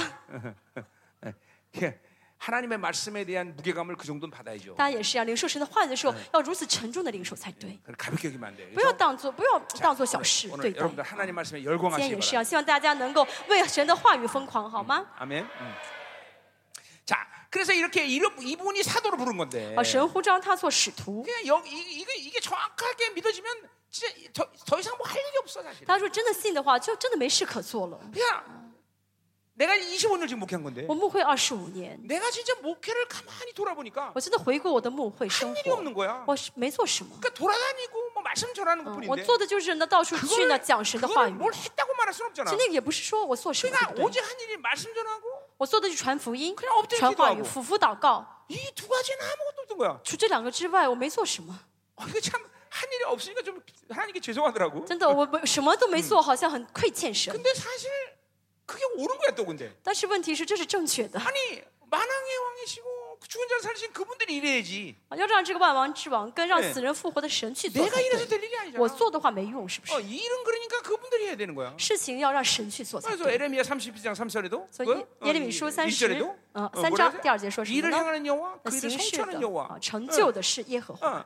A: 예, 하나님의 말씀에 대한 무게감을 그 정도는 받아야죠.
B: 大家也是啊，领受神的话语的时候，要如此沉重的领受才对，
A: 그걸 가볍게 여기면 안 돼요.
B: 不要当做不要当做小事
A: 오늘
B: 对待。
A: 여러분들 하나님 말씀에
B: 今天
A: 예, 열광하시기
B: 也是啊，
A: 바랍니다.
B: 希望大家能够为神的话语疯狂，好吗？
A: 아멘. 음. 자, 그래서 이렇게 이러- 이분이 사도로 부른 건데.
B: 啊，神呼召他做使徒。
A: 그냥 여, 이, 이게 이게 정확하게 믿어지면 진짜 이- 더, 더 이상 뭐 할 일이 없어 사실.
B: 他说真的信的话，就真的没事可做了。
A: 그냥 내가 25년 지금 목회한 건데.
B: 我牧会二十五年，
A: 내가 진짜 목회를 가만히 돌아보니까
B: 我真的回顾我的牧会生
A: 할 일이
B: 活，
A: 없는 거야.
B: 我是没做什么，
A: 그러니까 돌아다니고 뭐 말씀 전하는
B: 嗯
A: 것뿐인데.
B: 我做的就是呢到处去呢
A: 그걸,
B: 讲神的话
A: 걸
B: 语。
A: 뭘 했다고 말할 순 없잖아.
B: 其实那个也不是说我做什么，对
A: 그러니까
B: 不对
A: 오직 한 일이 말씀 전하고
B: 我做的就是传福音
A: 그냥엎드려、
B: 传话
A: 기도하고
B: 语、俯伏祷告。
A: 이 두 가지는 아무것도 없던 거야.
B: 除这两个之外，我没做什么。
A: 어, 이거 참 한 일이 없으니까 좀 하나님께 죄송하더라고.
B: 真的，我没什么都没做，好像很亏欠神。
A: 근데 사실 그게 옳은 거야 또 근데.
B: 但是问题是，这是正确的。
A: 아니 만왕의 왕이시고 그 죽은 자를 살리신 그분들이 이래야지.
B: 要让这个万王之王跟让
A: 对
B: 死人复活的神去做才
A: 내가
B: 对。
A: 이래서 될 일이 아니잖아.
B: 我做的话啊哦没用，是不是
A: 어, 이 일은 그러니까 그분들이 해야 되는 거야.
B: 事情要让神去做才
A: 그래서
B: 对。
A: 에레미야 32장 3절에도 어?
B: 所以耶利米书三十
A: 1절에도 ，
B: 呃，三章第二节说什么
A: 일을
B: 呢？
A: 어, 행하는 여호와
B: 那
A: 그 일을
B: 行事
A: 성취하는
B: 的啊
A: 여호와 ，
B: 成就的是耶和华，
A: 어,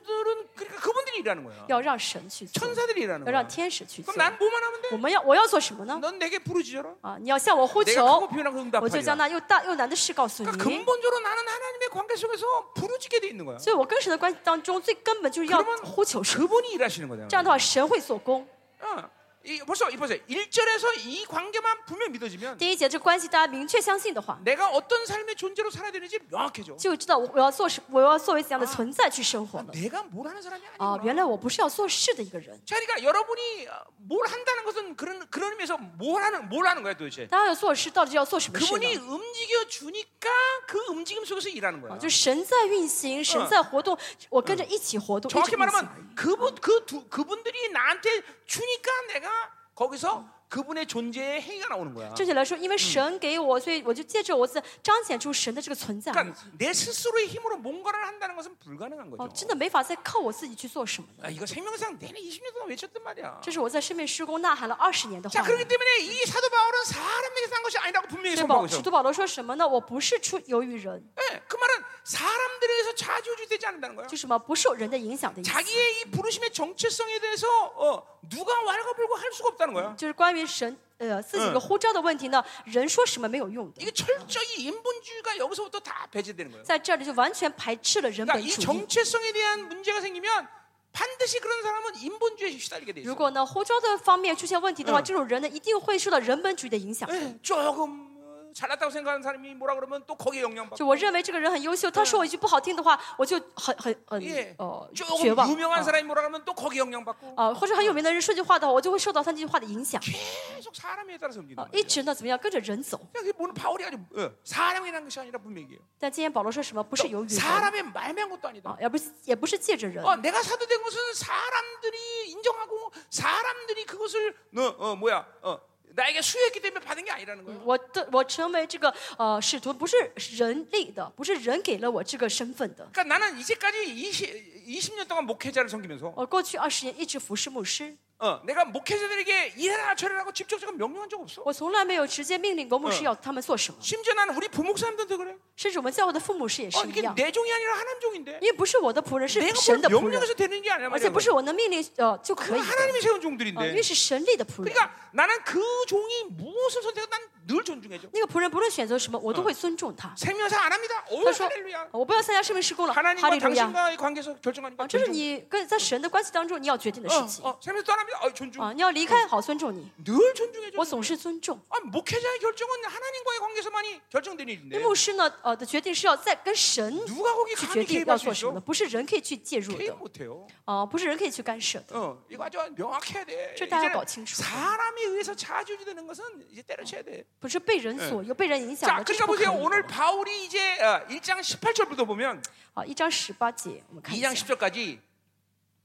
A: 그분들은 그러니까 그분들이 일하는 거야.
B: 要让神去做，
A: 천사들이 일하는
B: 要
A: 거야.
B: 让天使去做
A: 그럼 。난 뭐만 하면 돼?
B: 我们要我要做什么呢？
A: 넌 내게 부르짖어라.
B: 啊，你要向我呼
A: 내가 크고
B: 求，
A: 비밀하고
B: 我就将
A: 응답하리라.
B: 那又大又难的事告诉
A: 그러니까
B: 你。
A: 근본적으로 나는 하나님의 관계 속에서 부르짖게 돼 있는 거야.
B: 所以，我跟神的关系当中，最根本就是要
A: 그러면
B: 呼求神。
A: 그분이 일하시는 거잖아.
B: 这样的话，神会做工。
A: 어. 이, 벌써 이- 벌써 1절에서 이 관계만 분명 믿어지면
B: 第一节这关系，大家明确相信的话，
A: 내가 어떤 삶의 존재로 살아야 되는지 명확해져. 아,
B: 就知道我我要做什，我要作为怎样的存在去生活了。
A: 내가 뭘 하는 사람이
B: 啊，
A: 아니구나.
B: 原来我不是要做事的一个人。
A: 자, 그러니까 여러분이 어, 뭘 한다는 것은 그런 그런 의미에서 뭘 하는 뭘 하는 거야 도대체.
B: 大家要做事，到底要做什么事呢
A: 그분이 ？ 움직여 주니까 그 움직임 속에서 일하는 거야.
B: 啊，嗯就是神在运行，神在活动，我跟着一起活动，一
A: 정확히
B: 起运行。
A: 말하면 그분 그 두 그분들이 나한테 주니까 내가 거기서 그분의 존재에 행위가 나오는 거야.
B: 正确来说，因为神给我，所以我就借着我自彰显出神的这个存在。
A: 그러니까 내 스스로의 힘으로 뭔가를 한다는 것은 불가능한
B: 哦，
A: 거죠.
B: 真的没法再靠我自己去做什么了。
A: 아, 이거 생명상 내내 20년 동안 외쳤단 말이야.
B: 这是我在生命施工呐喊了二十年的
A: 자,
B: 话语。
A: 그렇기 때문에 이 사도 바울은 사람에게 산 것이 아니라고 분명히
B: 对保
A: 선포하고
B: 使
A: 있어.
B: 徒保罗说什么呢？我不是出由于人，
A: 예, 그 말은 사람들에 의해서 좌지우지되지 않는다는 거예요.
B: 就什么不受人的影响的意思，
A: 자기의 이 부르심의 정체성에 대해서 어, 누가 왈가불고 할 수가 없다는 거야.
B: 就是关于神呃自己的呼召的问题呢，人说什么没有用的，
A: 이게 철저히 인본주의가 여기서부터 다 배제되는 거예요.
B: 在这里就完全排斥了人
A: 그러니까
B: 本
A: 이
B: 主义。
A: 정체성에 대한 문제가 생기면 반드시 그런 사람은 인본주의에 휘달리게 돼
B: 如
A: 있어.
B: 果呢呼召的方面出现问题的话，
A: 嗯
B: 这种人呢一定会受到人本主义的影响。
A: 예, 조금 어, 잘났다고 생각하는 사람이 뭐라 그러면 또 거기에 영향받고
B: 就我认为这个人很优秀，他说我一句不好听的话，我就很很很
A: 예
B: 呃
A: 조금
B: 绝望。
A: 유명한
B: 啊
A: 사람이 뭐라 그러면 또 거기에 영향받고
B: 啊，或者很有名的人说句话的话，我就会受到他这句话的影
A: 嗯
B: 响，
A: 계속 사람에 따라서 움직이는
B: 啊，
A: 거예요.
B: 一直呢怎么样跟着人走。
A: 그게 뭐는 바울이 아주 어, 사람이라는 것이 아니라 분명해요. 그러니까
B: 但今天保罗说什么？不是由于人啊，
A: 사람의 말만 것도 아니다.
B: 也不是也不是借着人，
A: 어, 내가 사도 된 것은 사람들이 인정하고 사람들이 그것을 너 어, 뭐야 어, 나에게 수여했기 때문에 받은 게 아니라는 거예요.
B: 我的我成为这个呃使徒，不是人力的，不是人给了我这个身份的。
A: 그러니까 나는 이제까지 20, 20년 동안 목회자를 섬기면서
B: 我过去二十年一直服侍牧师，
A: 어, 내가 목회자들에게 이래라 저래라고 직접적으로 명령한 적 없어.
B: 我从来没有直接命令过牧师要他们做什么，
A: 심지어 나는 우리 부목사님들도 그래.
B: 甚至我们教会的父母师也
A: 어,
B: 是一
A: 이게
B: 样，
A: 내 종이 아니라 하나님 종인데
B: 因为不是我的仆人，是
A: 내가
B: 神的
A: 뭘
B: 仆人，
A: 명령해서 되는 게 아니란
B: 而且
A: 말이야.
B: 不是我能命令呃就可以
A: 그건
B: 的，
A: 어, 하나님이 세운
B: 呃因
A: 종들인데.
B: 为是神力的仆人。
A: 그러니까 나는 그 종이 무엇을 선택해도 난늘 존중해줘.
B: 那个仆人不论选择什么，我都会尊重他。
A: 생명사 안 합니다. 오
B: 他说
A: 할렐루야. ：“
B: 我不要参加生命施工了，啊哈
A: 하나님과
B: 利路亚。
A: 당신과의 관계에서 결정하니까
B: 啊，这是
A: 존중.
B: 你跟在神的关系当中你要决定的事情
A: 어, 어, 생명사 떠납니다. 어, 뭐- 존중.
B: 啊！你要离开，好嗯尊重你，
A: 늘 존중해줘.
B: 我总是尊重。
A: 아, 목회자의 결정은 하나님과의 관계에서만이 결정되는
B: 因
A: 일인데
B: 为牧师呢，呃的决定是要在跟神
A: 누가 거기
B: 去决
A: 감히
B: 定要
A: 개입할 수
B: 做什么
A: 있어?
B: 的，不是人可以去介入
A: 개입
B: 的，
A: 못해요.
B: 啊、不是人可以去干涉的。
A: 어, 이거 아주 명확해야 돼.
B: 저 따라
A: 이제는
B: 거清楚.
A: 사람에 의해서 좌지우지되는 것은 이제 때려쳐야 돼.
B: 不是被人左右、被人影响
A: 자,
B: 的，这是
A: 그러니까
B: 不可以
A: 보세요. 오늘
B: 的。
A: 바울이 이제 어, 1장 18절부터 보면
B: 好，一章十八节，我们看一
A: 2장
B: 下。
A: 10절까지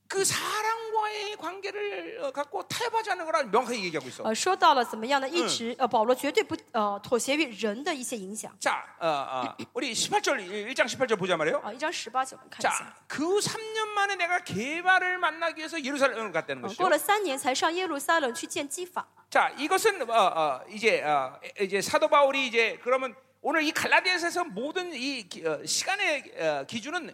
A: 그 사랑과의 관계를 어, 갖고 타협하지 않는 거라 명확히 얘기하고 있어.
B: 呃，说到了怎么样呢？一直呃，保罗绝对不呃妥协于人的一些影响。
A: 자, 어, 어, 우리 18절 1장 18절 보자 말이에요.
B: 啊，一章十八节，我们看一下。
A: 자, 그 후 3년 만에 내가 게바를 만나기 위해서 예루살렘을 갔다는
B: 嗯，
A: 것이죠.
B: 过了三年才上耶路撒冷去见基法。
A: 자, 이것은 어, 어, 이제 어, 이제 사도 바울이 이제 그러면 오늘 이 갈라디아서에서 모든 이 기- 어, 시간의 어, 기준은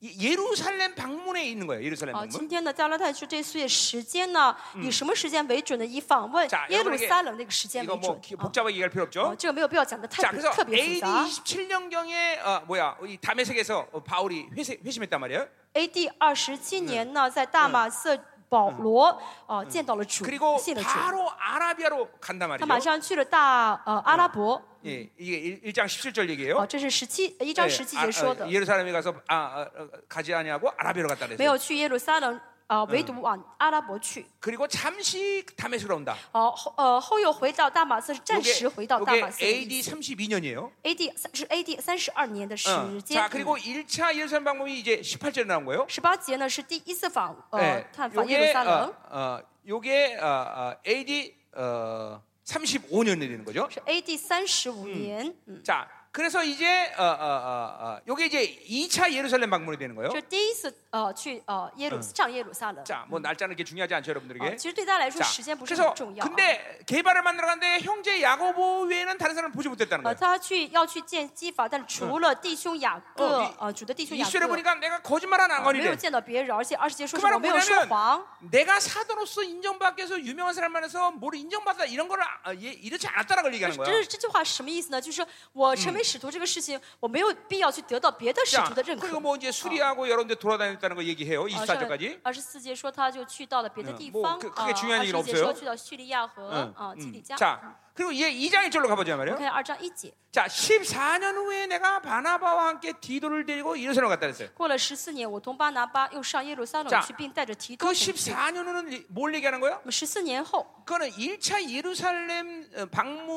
A: 이 예루살렘 방문에 있는 거예요. 예루살렘
B: 啊，今
A: 방문.
B: 天呢，加拉太书这四月时间呢，以什么时间为准呢？以访问
A: 자
B: 耶路
A: 여러분에게
B: 撒冷那个时间
A: 이거
B: 为
A: 뭐
B: 准
A: 기-
B: 啊。
A: 복잡하게 얘기할 필요
B: 啊
A: 없죠.
B: 这个没有必要讲的太
A: 자, 그래서
B: 特别复
A: AD
B: 杂。啊
A: 27년경에 어, 뭐야 이 다메섹에서 어, 바울이 회세, 회심했단 말이에요.
B: A.D. 二十七年呢，在大马色保罗啊、呃见到了主，
A: 嗯 그리고
B: 信了主，
A: 바로 嗯 아라비아로 간단
B: 他
A: 말이죠.
B: 马上去了大呃阿拉伯。
A: 예, 이게 1, 장 17절 얘기예요.
B: 啊，这是十七一章
A: 예,
B: 十七
A: 아,
B: 节
A: 어,
B: 说的，
A: 예루살렘에 가서 아, 아, 어, 가지 아니하고 아라비아로 갔다 그랬어요.
B: 没有去耶路撒冷
A: 嗯
B: 啊、呃唯独往阿拉伯去。
A: 그리고 잠시 다메섹으로 온다.
B: 哦、后呃后又回到大马色，暂时回到大马色的意思。
A: AD 32년이에요. 어.
B: A.D. 是 A.D. 三十二年的时间
A: 자 。嗯啊 그리고 1차 예루살렘 방문이 이제 18절에 나온 거예요.
B: 十八节呢是第一次访呃
A: 예,
B: 探访耶路
A: 요게
B: 撒冷
A: 어, ， 어, 요게 어, 어, AD 어, 35년이 되는 거죠.
B: 是 A.D. 三十五年，嗯，
A: 자 그래서 이제 어, 어, 어, 어, 요게 이제 2차 예루살렘 방문이 되는 거예요.
B: 这第一次呃去呃耶
A: 嗯
B: 路上耶路撒冷。
A: 자뭐 날짜는 그렇게 중요하지 않죠
B: 啊，
A: 여러분들에게.
B: 其实对大家来说，
A: 어, 자,
B: 时间不是
A: 그래서
B: 很重要、啊。
A: 근데 개발을 만들어 갔는데 형제 야고보 외에는 다른 사람 을 보지 어, 못했다는
B: 呃，
A: 거예요.
B: 他去要去见基法，但是除了弟兄雅各，
A: 哦
B: 呃，主的弟兄雅
A: 이슈를
B: 各，
A: 보니까 어, 내가 거짓말하는
B: 呃没
A: 안건이래.
B: 有见到别人，而且二十节说
A: 그
B: 什么
A: 말은
B: 没有说
A: 뭐냐면
B: 谎。
A: 내가 사도로서 인정받기 위해서 유명한 사람 안에서 뭘 인정받다 이런 걸 아, 예, 이렇지 않았다는 걸
B: 这
A: 얘기하는
B: 是
A: 거야.
B: 这是这句话是什么意思呢？就是我成为使徒这个事情，我没有必要去得到别的使
A: 자,
B: 徒的认可啊
A: 그리고 。뭐 이제 수리하고 여러 데 돌아다녔다는 걸 얘기해요. 24절까지.
B: 二十四节说他就去到了别的地方，
A: 嗯뭐그그게
B: 啊，
A: 중요한얘기는
B: 二十节
A: 없어요
B: 说去到叙利亚和啊基底加。
A: 자, 그리고 이제 2장 1절로 가보자
B: 我
A: 말이에요.
B: 们看二章一节，
A: 자, 14년 후에 내가 바나바와 함께 디도를 데리고 예루살렘 갔다 그랬어요.
B: 过了十四年，我同巴拿巴又上耶路撒
A: 자
B: 冷去，并带着提
A: 그
B: 多同去。
A: 14년 후는 이- 뭘 얘기하는 거야?
B: 我们十四年后，
A: 그거는 1차 예루살렘 어,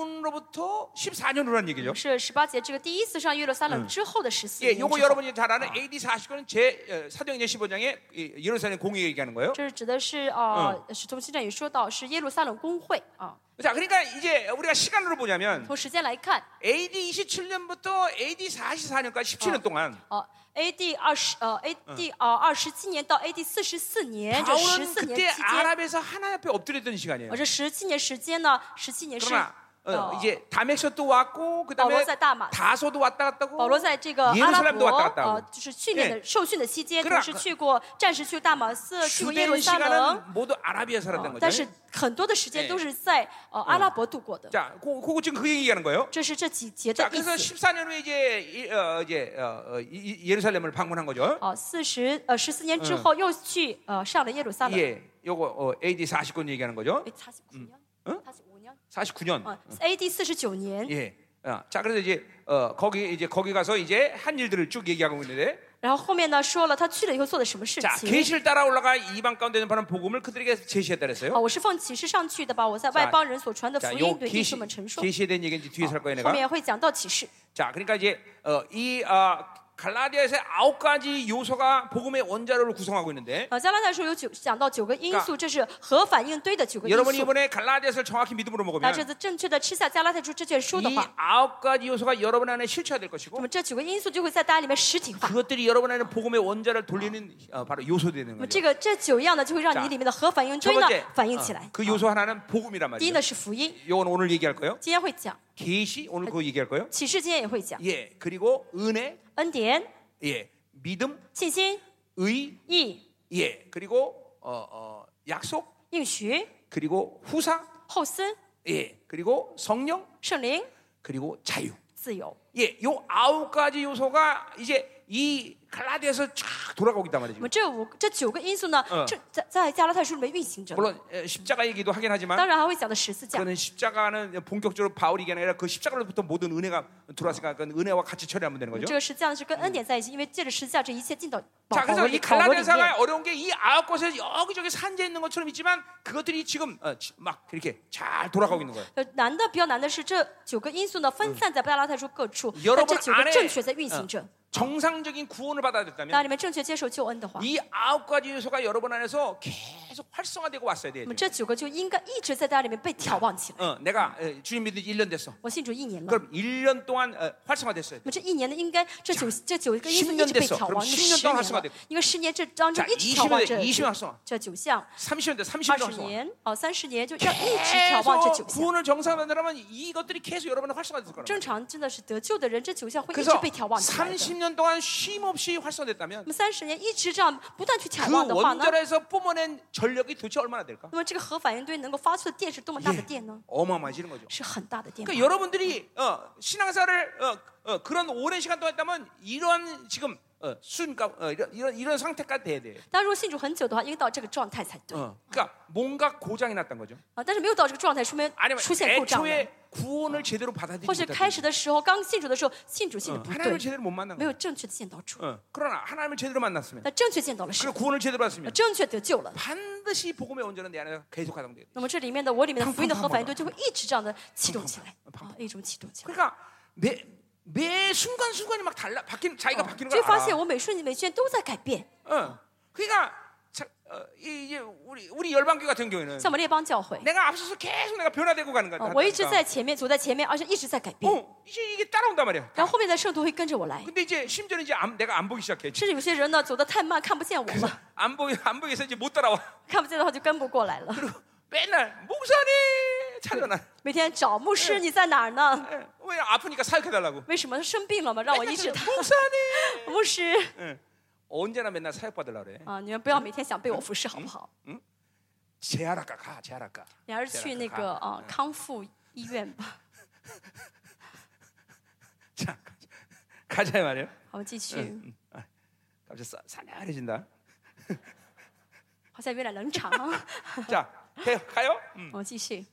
A: 방문으로부터 14년 후라는 얘기죠.
B: 是十八节这个第一次上耶路撒冷之后的十四
A: 예,
B: 年之后。
A: 요거 여러분이 잘 아는 AD 40권은 제 어, 사도행전 15장에 예루살렘 공의 얘기하는 거예요.
B: 这是指的是呃，使徒行传也说到是耶路撒冷公会啊，
A: 자, 그러니까 이제 우리가 시간으로 보자면
B: 从时间来看，
A: AD 27년부터 AD 44년까지 17년 동안
B: 呃，AD 二十呃 AD 呃二十七年到 AD 四十四
A: 네,
B: 年这十
A: 바울은
B: 四
A: 그때
B: 年期间，
A: 아랍에서 하나 옆에 엎드렸던 시간이에요.
B: 而这十七年时间呢，十七年是
A: 그러나 어,
B: 呃
A: 이제 다맥셔도 왔고 그다음에
B: 바울은 다마-
A: 다소도 왔다 갔다 하고
B: 保罗在这个阿拉
A: 예루살렘도
B: 伯
A: 왔다 갔다
B: 呃
A: 하고 ，
B: 就是训练
A: 예
B: 的受训的期间，
A: 그러나
B: 同时去过暂时去大马士，去过耶路
A: 주된
B: 撒冷，呃
A: 시간은 모두 아라비아 살았던
B: 但是
A: 거죠.
B: 很多的时间
A: 예
B: 都是在呃阿拉伯度过的。
A: 자, 고, 그거 지금 그 얘기하는 거예요.
B: 这是这几节的
A: 자,
B: 意
A: 그래서
B: 思。
A: 14년 후에 이제 이- 어, 이제 어, 어, 이- 이- 예루살렘을 방문한 거죠.
B: 哦，四十呃十四年
A: 嗯
B: 之后又去呃上了耶路撒冷。
A: 예, 요거 어, AD 49년 얘기하는 거죠.
B: 诶，他是姑娘，
A: 嗯
B: 他是姑娘。
A: 49년.
B: 啊，AD 四十九年，
A: 예. 어, 자, 그래서 이제 어, 거기 이제 거기 가서 이제 한 일들을 쭉 얘기하고 있는데
B: 然后后面呢说了他去了以后做了什么事
A: 자,
B: 情。
A: 계시를 따라 올라가 이방 가운데 있는 바람 복음을 그들에게 제시했다 그랬어요.
B: 啊，我是奉启示上去的，把我在外邦人所传的福
A: 자,
B: 音
A: 요
B: 对弟
A: 계시,
B: 兄们陈述。
A: 계시에 대한 얘기는 이제 뒤에서 할 거예요,
B: 后
A: 내가.
B: 面会讲到启示。
A: 자, 그러니까 이제 어, 이 아, 갈라디아에서 아홉 가지 요소가 복음의 원자로를 구성하고 있는데
B: 啊，加拉太书有九讲到九个因
A: 그러니
B: 素，这是核反应堆的九个因
A: 여러분이
B: 素。
A: 이번에 갈라디아서를 정확히 믿음으로
B: 那
A: 먹으면
B: 这次正确的吃下加拉太书这卷书的
A: 이
B: 话，
A: 아홉 가지 요소가 여러분 안에 실체화될
B: 那
A: 것이고
B: 么这九个因素就会在大家里面实体化。
A: 그것들이 여러분 안에 복음의 원자를 돌리는 어, 바로 요소 되는
B: 那么
A: 거죠.
B: 这个这九样呢，就会让
A: 자
B: 你里面的核反应
A: 첫
B: 堆呢
A: 번째
B: 反应起来
A: 어, 。그 요소 하나는 복음이란
B: 第一
A: 말이죠.
B: 呢是福音，
A: 요건 오늘 얘기할 거예요.
B: 今天会讲
A: 계시 오늘 그거 얘기할 거예요.
B: 启示，今天也会讲
A: 예. 그리고 은혜,
B: 恩典、
A: 예. 믿음,
B: 信心、
A: 의,
B: 义、
A: 예. 그리고 어, 어, 약속,
B: 应许、
A: 그리고 후사,
B: 后思、
A: 예. 그리고 성령,
B: 圣灵、
A: 그리고 자유.
B: 自由。
A: 예. 요 아홉 가지 요소가 이제 이 갈라디아서 쫙 돌아가고 있단
B: 那
A: 말이죠.
B: 么这五这九个因素呢
A: 嗯，
B: 这在在加拉太书里面运行着呢。
A: 물론 에, 십자가 얘기도 하긴 하지만
B: 当然还啊会讲到十字架。
A: 그는 십자가는 본격적으로 바울이 게 아니라 그 십자가로부터 모든 은혜가 들어왔으니까 그 은혜와 같이 처리하면 되는
B: 这
A: 거죠.
B: 个实际上是跟恩典在一起，因为借着实际上这一切进到保
A: 자,
B: 保
A: 그래서
B: 罗里
A: 이
B: 保罗里面
A: 갈라디아사가 。 어려운 게 이 아홉 곳에 여기저기 산재 있는 것처럼 있지만 그것들이 지금 어, 지- 막 이렇게 잘 돌아가고 있는 거예요.
B: 呃，难的比较难的是这九个因素呢分散在加拉太书各处，
A: 여러분
B: 但这九
A: 안에
B: 个正确在运行着。
A: 嗯 정상적인 구원을 받아야
B: 那
A: 됐다면
B: 你们正确接受救恩的话，
A: 이 아홉 가지 요소가 여러분 안에서 계속 활성화되고 왔어야 돼요.
B: 那么这九个就应该一直在大家里面被眺望起来。
A: 어, 내가 어, 주님 믿은 지 1년 됐어.
B: 我信主一年了，
A: 그럼 1년 동안 어, 활성화됐어야
B: 那
A: 돼.
B: 么这一年呢，应该这九这九个因素
A: 10
B: 一直被
A: 년됐어
B: 眺望，
A: 그럼
B: 那
A: 10년 동안
B: 么十年
A: 활성화됐고
B: 了，应该十年这当中
A: 자,
B: 一直眺望
A: 20년
B: 这
A: 돼. 20년 활성화.
B: 这九项，
A: 30년 돼. 30년
B: 二十
A: 활성화.
B: 年哦三十年就要一直眺望这
A: 계속
B: 九项。
A: 구원을 정상화하려면 이것들이 계속 여러분의 활성화될 거라고.
B: 正常真的是得救的人，这九项会一直
A: 그래서
B: 被眺望起来的。
A: 30년 동안 쉼 없이 활성화됐다면
B: 那么三十年一直这样不断去眺
A: 그
B: 望的话呢，
A: 원자로에서 뿜어낸 전력이 도대체 얼마나 될까? 예.
B: 那么这个核反应堆能够发出的电是多么大的电呢？
A: 어마어마해지는 거죠.
B: 是很大的电吧。
A: 그러니까 여러분들이 어, 신앙사를 어, 어, 그런 오랜 시간 동안 했다면 이런 지금 어, 순간 어, 이런, 이런 이런 상태까지 돼야 돼요.
B: 大家如果信主很久的话，应该到这个状态才对
A: 어, 그러니까 뭔가 고장이 났던 거죠.
B: 啊。但是没有到这个状态，说明
A: 아니면
B: 哎出现故障了，
A: 애초에 구원을 제대로
B: 或
A: 받아들이지
B: 是开
A: 못했던
B: 始的嗯时候刚信主的时候，信主信的
A: 거죠.
B: 不
A: 하나님을
B: 对，
A: 제대로 못 만난
B: 没
A: 거죠.
B: 有正确的见到主，
A: 어, 그러나 하나님을 제대로 만났으면
B: 那正确见到了神
A: 그리고 ， 구원을 제대로
B: 那
A: 받았으면
B: 正确得救了。
A: 반드시 복음의 원전은 내 안에서 계속 가동돼요.
B: 那么这里面的我里面的
A: 砰
B: 福音的
A: 砰
B: 核
A: 砰
B: 反应
A: 砰
B: 堆就会一直这样的启动起来啊，一种启动起来。
A: 그러니까 매, 매 순간 순간이 막 달라 바뀌는 자기가 바뀌는
B: 就
A: 걸
B: 会发现
A: 알아.
B: 我每瞬每瞬都在改变。
A: 어. 그러니까 자, 어, 이- 이제 우리 우리 열방교 같은 경우에는
B: 像我们列邦教会，
A: 내가 앞서서 계속 내가 변화되고 가는 거야. 그러니까.
B: 啊，我一直在前面，走在前面，而且一直在改变。
A: 어, 이제 이게 따라온단 말이야.
B: 然后后面的圣徒会跟着我来，
A: 근데 이제 심지어는 이제 안, 내가 안 보기 시작해.
B: 甚至有些人呢走得太慢，看不见我了，
A: 안 보기 안 보기서 이제 못 따라와.
B: 看不见的话就跟不过来了。
A: 맨날 목사님 찾아나.
B: 每天找牧师，你在哪儿呢？
A: 예, 왜 아프니까 사역해 달라고.
B: 为什么生病了吗？让我医治他。
A: 목사님.
B: 牧师
A: 예. 언제나 맨날 사역 받으려 그래.
B: 啊，你们不要每天想被我服侍，好不好？
A: 제하라까 가, 제하라까.
B: 你还是去那个啊康复医院吧。
A: 자, 가자 말이야.
B: 好，我们继续，
A: 갑자기 싸- 싸늘해진다.
B: 好像有点冷场啊。 嗯
A: 자, 돼요? 가요? 음.
B: 我们继续，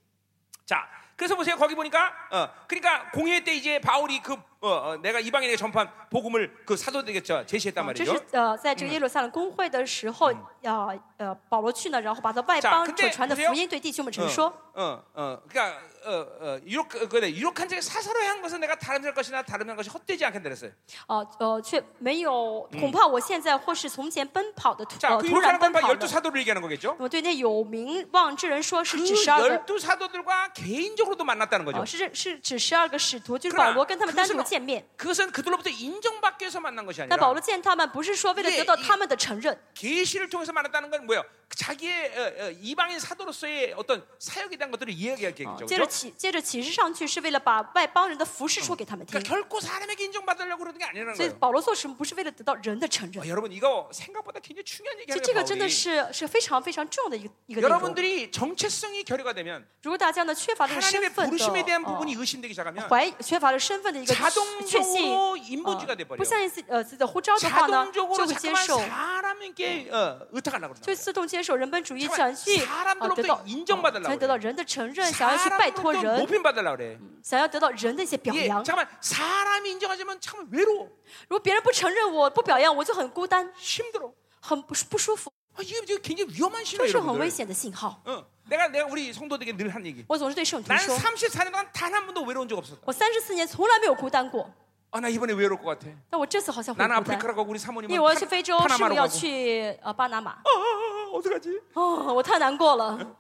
A: 자, 그래서 보세요 거기 보니까 어 그러니까 공회 때 이제 바울이 그 어, 어, 내가 이방인에게 전파한 복음을 그 사도들에게 저- 어, 제시했단
B: 这
A: 말이죠.
B: 是呃，在这个耶路撒冷公会的时候，呃呃，保罗去呢，然后把他外
A: 자
B: 邦
A: 근데
B: 所传的
A: 보세요
B: 福音对弟兄们陈
A: 어,
B: 说。
A: 어, 어, 그러니까 어, 어, 유력 그래 유력한 자의 사사로 한 것은 내가 다름질 것이나 다름질 것이 헛되지 않게 되었어요.
B: 哦呃，却没有，恐怕我现在或是从前奔跑的突
A: 자
B: 呃
A: 그
B: 突然
A: 유력한
B: 奔跑
A: 건바
B: 了。
A: 열두 사도를 얘기하는 거겠죠.
B: 那么对那有名望之人说是
A: 그
B: 指十二个，
A: 열두 사도들과 개인적으로도 만났다는 거죠.
B: 哦是这是指十二个使徒，啊就是
A: 그러나
B: 保罗跟他们单独
A: 그것은
B: 见面。
A: 그것은 그들로부터 인정받기 위해서 만난 것이
B: 但保
A: 아니라
B: 罗见他们不是说为了
A: 예
B: 得到
A: 이
B: 他们的承认，
A: 계시를 통해서 만났다는 건 뭐예요? 자기의 어, 어, 이방인 사도로서의 어떤 사역에 대한 것들을 이야기하게 된
B: 哦
A: 거죠.
B: 接着
A: 그렇죠?
B: 启接着启示上去是为了把外邦人的服饰说给他们听
A: 그러니까 。 결코 사람에게 인정받으려고 그러는 게 아니라는
B: 所以
A: 거예요.
B: 保罗做什么不是为了得到人的承
A: 어,
B: 认，
A: 여러분 이거 생각보다 굉장히 중요한
B: 所以
A: 얘기하는
B: 这个真的
A: 거예요.
B: 是是非常非常重要的一个一个内容。
A: 여러분들이 정체성이 결여가 되면
B: 如果大家呢缺乏这个身
A: 하나님의
B: 份的
A: 부르심에 대한
B: 哦
A: 부분이 의심되기 시작하면
B: 怀疑缺乏了身份的一个确信，
A: 자동적으로
B: 呃
A: 인본주의가
B: 不
A: 돼버려요.
B: 相信自呃自己的呼召的话呢，就
A: 자동적으로
B: 会接受
A: 자꾸만 ， 사람에게 어, 의탁하려고
B: 就
A: 그러는
B: 自动接受人本主义，想
A: 거예요.
B: 去呃得
A: 사람들로부터
B: 到，才
A: 인정받으려고
B: 能得
A: 그래요.
B: 到人的承认，想要去拜托
A: 사람으로부터
B: 人，
A: 높임받으려고 그래.
B: 想要得到人的一些表
A: 예,
B: 扬。
A: 잠깐만 사람이 인정하지만 참 외로워
B: 如果别人不承认我，不表扬我，就很孤单，
A: 힘들어
B: 很不不舒服，
A: 아, 이게 이게 굉장히 위험한
B: 这
A: 신호예요
B: 是很危
A: 여러분들
B: 险的信号。
A: 어, 내가 내가 우리 성도들에게 늘 한 얘기
B: 我总是对圣徒
A: 난
B: 说，
A: 34년 동안 단 한 번도 외로운 적 없었다
B: 我三十四年从来没有孤单过，
A: 아, 나 이번에 외로울 것 같아
B: 但我这次好像会
A: 나는
B: 孤单，
A: 아프리카로 가고 우리
B: 因为
A: 사모님은
B: 我要去非洲，师傅
A: 파나마로
B: 要
A: 가고
B: 去呃巴拿马，
A: 아, 아, 아, 어떡하지
B: 哦，我太难过了。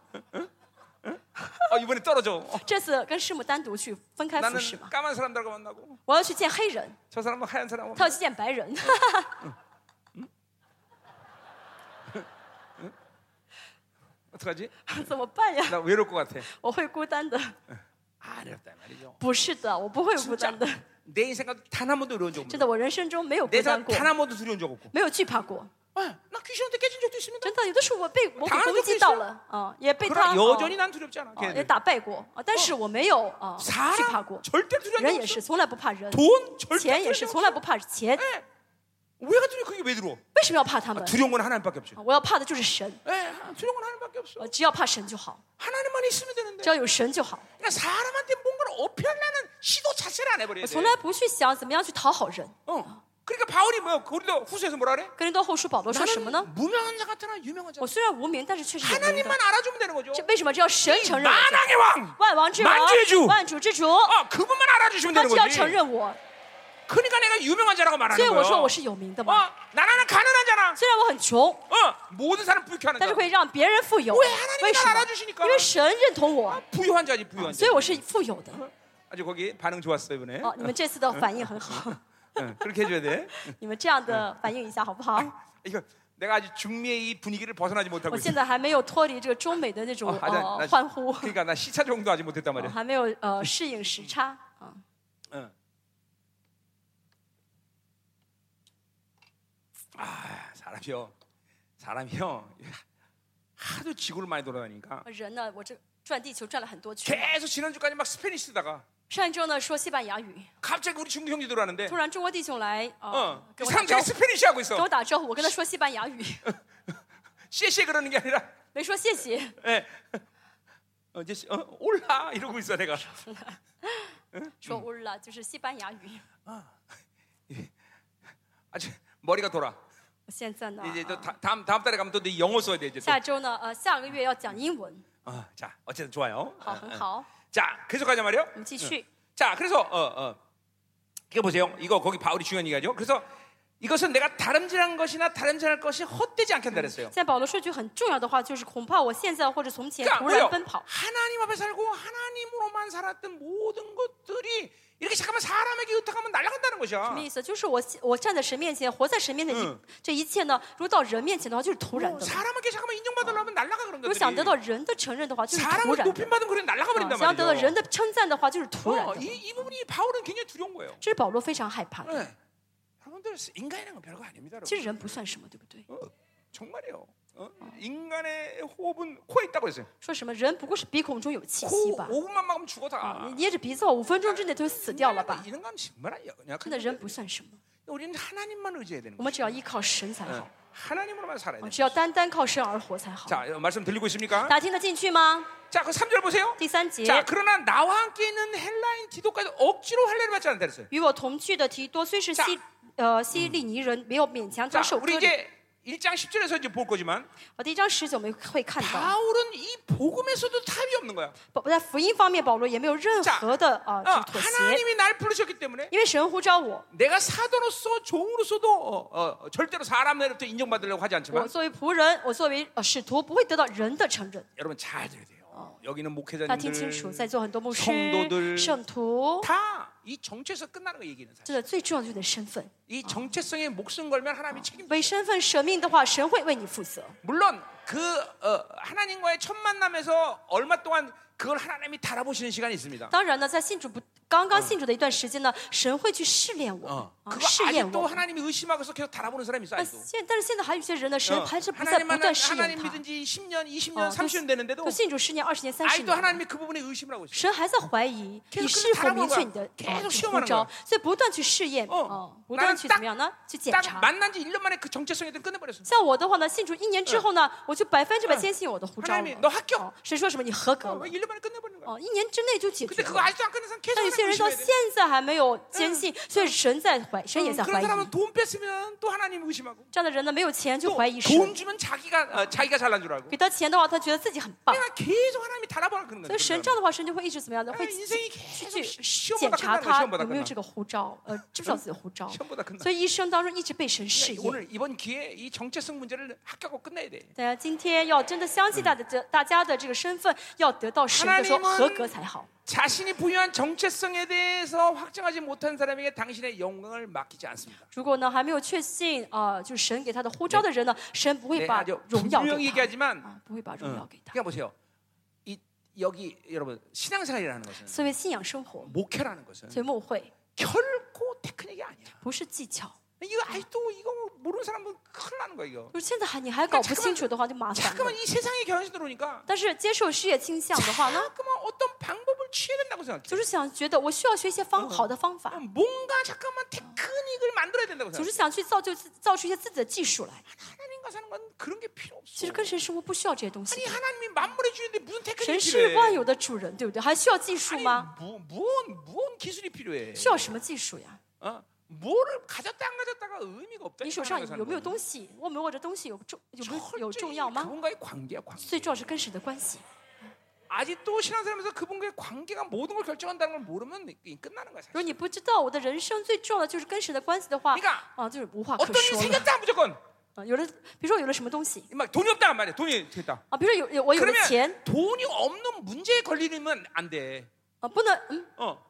A: 아, 이번에 떨어져 어,
B: 这次跟师母单独去分开
A: 나는
B: 服侍嘛，
A: 까만 사람들과 만나고
B: 我要去见黑人，
A: 저 사람은 뭐 하얀 사람
B: 他要去见白人。
A: 어떡하지
B: 怎么办呀？
A: 나 외로울 것 같아
B: 我会孤单的。
A: 아니었다 말이죠
B: 不是的，我不会孤单的。
A: 내 인생에서 단한 번도 외로운 적 없고
B: 真的，我人生中没有
A: 내
B: 孤单
A: 인생
B: 过，
A: 단한 번도 두려운 적 없고
B: 没有惧怕过。
A: 아, 나 귀신한테 깨진 적도 있습니다
B: 真的，有的时候我被魔
A: 당한
B: 鬼攻
A: 적도
B: 击
A: 있어
B: 到了，啊、也被他、
A: 그러나
B: 哦
A: 여전히 난 두렵지 않아
B: 哦
A: 걔네들.
B: 也打败过啊，但是我没有啊、惧怕过
A: 사람 。 절대 두려운
B: 人
A: 적
B: 也
A: 없어.
B: 是从来不怕人，
A: 돈 절대
B: 钱也
A: 두려운
B: 是
A: 적
B: 从
A: 없어.
B: 来不怕钱。
A: 예. 왜가 두려? 그게 왜 두려워?
B: 为什么要怕他们？
A: 두려운 건 하나님밖에 없죠.
B: 我要怕的就是神，
A: 예, 두려운 건 하나님밖에 없어.
B: 呃只要怕神就好，
A: 하나님만 있으면 되는데.
B: 只要有神就好。
A: 그러니까 사람한테 뭔가를 어필하려는 시도 자체를 안 해버려야
B: 我
A: 돼.
B: 从来不去想怎么样去讨好人。
A: 어. 그러니까 바울이 뭐 우리도 후서에서 뭐라 그래?
B: 格林多后书保
A: 어,
B: 罗说什么呢？
A: 나는 무명한 자 같으나 유명한 자.
B: 我虽然无名，但是确实有名的。
A: 하나님만 어, 알아주면 되는 거죠.
B: 这为什么只要神承认我就好
A: 만왕의 왕.
B: 万王之王
A: 만주의주 ，
B: 万主哦之主，
A: 어, 그분만 알아주시면
B: 他
A: 되는
B: 只要
A: 거지.
B: 承认我，
A: 그러니까 내가 유명한 자라고
B: 所以
A: 말하는
B: 我
A: 거예요.
B: 说我是有哦名的
A: 어,
B: 嘛。
A: 나라는 가난한 자라.
B: 虽然我很穷，
A: 어, 모든 사람 불쾌하는
B: 但是
A: 자.
B: 会让别人富有。
A: 왜 하나님이
B: 为什
A: 날
B: 么
A: 알아주시니까 ？
B: 因为神认同我，
A: 부유한 자지 부유한 자.
B: 所以我是富有的。
A: 아주 거기 반응 좋았어요 이번에.
B: 哦，你们这次的反应很好，
A: 응, 그렇게 해줘야 돼.
B: 你们这样的反应一嗯下好不好？
A: 이거 내가 아직 중미의 이 분위기를 벗어나지 못하고
B: 我
A: 있어.
B: 现在还没有脱离这个中美的那种
A: 아, 아직-
B: 呃
A: 나
B: 欢呼，
A: 그러니까 나 시차 적응도 아직 못했단
B: 哦
A: 말이야.
B: 还没有呃适应时差啊。
A: 응. 아 사람이요, 사람이요 하도 지구를 많이 돌아다니니까
B: 人呢，我这转地球转了很多圈。
A: 계속 지난 주까지 막 스페니시 쓰다가
B: 上一周呢说西班牙语，
A: 갑자기 우리 중국 형제 들어왔는데,
B: 突然中国弟兄来啊
A: 어, ，
B: 跟
A: 그
B: 我打
A: 사람들이
B: 招呼，
A: 스페니시 하고
B: 跟
A: 있어.
B: 我打招呼，我跟他说西班牙语，
A: 씨씨 그러는 게 아니라,
B: 没说谢谢。
A: 예. 어, 이제 씨- 어, 올라 이러고 있어 내가.
B: 说乌拉就是西班牙语。
A: 아주 머리가 돌아.
B: 我现在呢，
A: 이제 또
B: 啊
A: 다, 다음 다음 달에 가면 또 내 영어 써야 돼 이제 또.
B: 下周呢，呃，下个月要讲英文，
A: 어, 자, 어쨌든 좋아요.
B: 好，
A: 어,
B: 很
A: 어.
B: 好，
A: 자, 계속 하자 말이요.
B: 我们继续。
A: 자, 그래서 어, 어. 이거 보세요. 이거 거기 바울이 중요한 얘기죠. 그래서 이것은 내가 다름질한 것이나 다름질할 것이 헛되지 않겠다 그랬어요.
B: 现在保罗说一句很重要的话，就是恐怕我现在或者从前
A: 그러니까
B: 突然
A: 뭐예요?
B: 奔跑，
A: 하나님 앞에 살고 하나님으로만 살았던 모든 것들이 이렇게 잠깐만 사람에게 의탁하면 날아간다는
B: 什
A: 것이야.
B: 么意思？就是我我站在神面前，活在神面前
A: 嗯哦
B: 一这一切呢，如果到人面前的话，就是突然的；
A: 사람에게 잠깐만 인정받으려면 날아가 그런
B: 如果想得
A: 것들이.
B: 到人的承认的话，就是突
A: 사람을
B: 然的；
A: 높임받으면 그래 날아가
B: 啊
A: 버린단
B: 想要得到
A: 말이죠.
B: 人的称赞的话，就是突然
A: 어,
B: 的。
A: 이, 이 부분이 바울은 굉장히 두려운 거예요.
B: 这是保罗非常害怕的。
A: 네. 여러분들 인간이란 건 별거 아닙니다,
B: 其
A: 여러분.
B: 实人不算什么，对不对？
A: 어, 정말이에요. 어? 인간의 호흡은 코에 있다고 했어요.
B: 说什么人不过是鼻孔中有气
A: 코
B: 息吧？
A: 5분만 막으면
B: 啊
A: 죽어다. 아,
B: 你捏着鼻子，哦五分钟之内就死掉了
A: 哎
B: 吧？
A: 이런 건 정말 아니야. 그냥
B: 真的人不算什么，
A: 우리는 하나님만 의지해야 되는
B: 我
A: 거예요.
B: 们只要依靠神才好。
A: 하나님으로만 살아야 돼.
B: 只要单单靠神而活才好。
A: 자, 말씀 들리고 있습니까?
B: 大家听得进去吗？
A: 자, 그 3절 보세요.
B: 第三节，
A: 자, 그러나 나와 함께 있는 헬라인 디도까지 억지로 할례를 받지 않는다 그랬어요.
B: 与我同去的提多虽是
A: 자
B: 西呃西利尼人，没有勉强他
A: 자,
B: 受割
A: 우리
B: 礼。
A: 이제 1장 10절에서 이제 볼 거지만
B: 啊，第一章十九我们会看
A: 예.
B: 到，
A: 바울은 이 복음에서도 타협이 없는 거야.
B: 保在福音方面，保罗也没有任
A: 자
B: 何的啊
A: 어,
B: 就妥协，
A: 하나님이 날 부르셨기 때문에
B: 因为神呼召我，
A: 내가 사도로서 종으로서도 어, 어, 절대로 사람으로부터 인정받으려고 하지
B: 我
A: 않지만
B: 作为仆人，我作为呃使徒，不会得到人的承认。
A: 여러분 잘 들어야 돼요. 여기는
B: 大家听清楚，
A: 목회자님들
B: 在座很多牧师
A: 성도들 、
B: 圣徒，
A: 다 이 정체성 끝나는 거 얘기는 사실.
B: 真的最重要的就是你的身份。
A: 이 정체성에 목숨 걸면 하나님이 책임.
B: 为身份舍命的话，神会为你负责。
A: 물론 그 어, 하나님과의 첫 만남에서 얼마 동안 그걸 하나님이 달아보시는 시간이 있습니다.
B: 当然呢，在信主不刚刚信主的一段时间呢，神会去试炼我们
A: 어. ，
B: 啊
A: 그거
B: 试验
A: 아직도
B: 我。
A: 하나님이 의심하고서 계속 달아보는 사람이 있어
B: 那
A: 아직도.
B: 现但是现在还有一些人呢，神
A: 어.
B: 还是不在
A: 嗯 하나님
B: 不
A: 하나,
B: 断试
A: 하나님
B: 验他。
A: 믿은지 10년, 20년,
B: 哦，
A: 30년 되는데도
B: 就信主十年、二十年、三十
A: 아직도
B: 年，
A: 그 하나님이 그 부분에 의심을 하고 있어.
B: 神还在怀疑
A: 계속
B: 你是否
A: 그걸
B: 明
A: 바라보는거야
B: 确你的
A: 계속
B: 呃
A: 시험하는
B: 呼召
A: 거야 ，
B: 所以不断去试验，
A: 어
B: 哦，不
A: 나는
B: 断去怎么样呢？去检
A: 딱
B: 查。
A: 만난 지 1년 만에 그 정체성에 대한 끝내버렸어.
B: 像我的话呢，信主一年之后呢，我就百分之百
A: 嗯
B: 坚信我的呼召
A: 하나님이 너
B: 了。
A: 합격.
B: 哦，谁说什么你合格
A: 어,
B: 了？
A: 1년 만에 끝내버리는 거야.
B: 哦，一年之内就解
A: 근데
B: 决
A: 그거
B: 了。
A: 아직도 안 끝난 사람 계속
B: 但有些
A: 하나님
B: 人到
A: 의심해야 돼.
B: 现在还没有坚
A: 嗯
B: 信，所以神在怀，神也
A: 응,
B: 在怀
A: 어, 그런
B: 疑。
A: 사람은 돈 뺐으면 또 하나님 의심하고
B: 这样的人呢，没有钱就怀疑
A: 또 돈
B: 神，
A: 주면 자기가 어, 자기가 잘난 줄 알고
B: 给他钱的话，他觉得自己很棒。
A: 내가 계속 하나님이 달아보라 그런
B: 所
A: 거예요.
B: 以神这样的话，神就会一直怎么样呢？会
A: 哎
B: 去
A: 人生一
B: 去
A: 天
B: 去
A: 都
B: 检查
A: 希望把它看到
B: 他
A: 希望把它
B: 有没
A: 看
B: 有
A: 到
B: 这个护照，呃，知不知道自己的护照。
A: 시험보다 끝나.
B: 所以一生当中一直被神试
A: 그러니까
B: 验。
A: 오늘 이번 기회에 이 정체성 문제를 합격하고 끝내야 돼.
B: 大家今天要真的相信大家
A: 嗯
B: 的大家的这个身份，要得到神的说
A: 하나님은
B: 合格才好。
A: 자신이 부여한 정체성에 대해서 확정하지 못한 사람에게 당신의 영광을 맡기지 않습니다.
B: 如果呢还没有确信啊、呃就是神给他的呼召的人呢，神哎不会
A: 네,
B: 把
A: 아주
B: 荣耀给
A: 분명히
B: 他
A: 얘기하지만
B: 啊，不会把荣耀给他。
A: 그러니까 보세요. 이 여기 여러분 신앙생활이라는 것은
B: 所以信仰生活，
A: 목회라는 것은
B: 所以牧会
A: 결코 테크닉이 아니야.
B: 不是技巧。
A: 이거 아직도 이거 모르는 사람은 큰일 나는 거야 이거.
B: 就是现在还你还搞不清楚的话，就麻烦了
A: 잠깐만 。이 세상의 경향이 들어오니까
B: 但是接受事业倾向的话呢，
A: 잠깐만 어떤 방법을 취해야 된다고
B: 就
A: 생각해.
B: 是想觉得我需要学一些方好的方
A: 아,
B: 法，
A: 뭔가 잠깐만 테크닉을 만들어야 된다고
B: 总是
A: 생각해.
B: 想去造就自造出一些自己的技术来。
A: 하나님과 사는 건 그런 게 필요
B: 其
A: 없어.
B: 实跟神生活不需要这些东西啊
A: 아니 。 하나님이 만물을 주는데 무슨
B: 神
A: 테크닉이
B: 是
A: 필요해?
B: 万有的主人，对不对？还需要技术
A: 아니
B: 吗？
A: 무, 무언 무언 기술이 필요해.
B: 需要什么技术呀？
A: 어? 뭐를 가졌다 안 가졌다가 의미가 없다.
B: 你手上有没有东西？握没握着东西有重有没有有重要吗？
A: 그분과의 관계야 관계.
B: 最重要是跟神的关系。
A: 아직도 신앙생활에서 그분과의 관계가 모든 걸 결정한다는 걸 모르면 이- 끝나는 거야.
B: 如
A: 사실.
B: 果你不知道我的人生最重要的就是跟神的关系的话
A: 你看，
B: 啊，就是无话可
A: 어떤 일이
B: 说了。
A: 생겼다 무조건
B: 啊，有了，比如说有了什么东西
A: 막 돈이 없다 말이야. 돈이 됐다.
B: 啊，比如说有有
A: 어,
B: 我有了钱
A: 그러면 돈이 없는 문제에 걸리면 안 돼.
B: 啊，不能嗯
A: 어.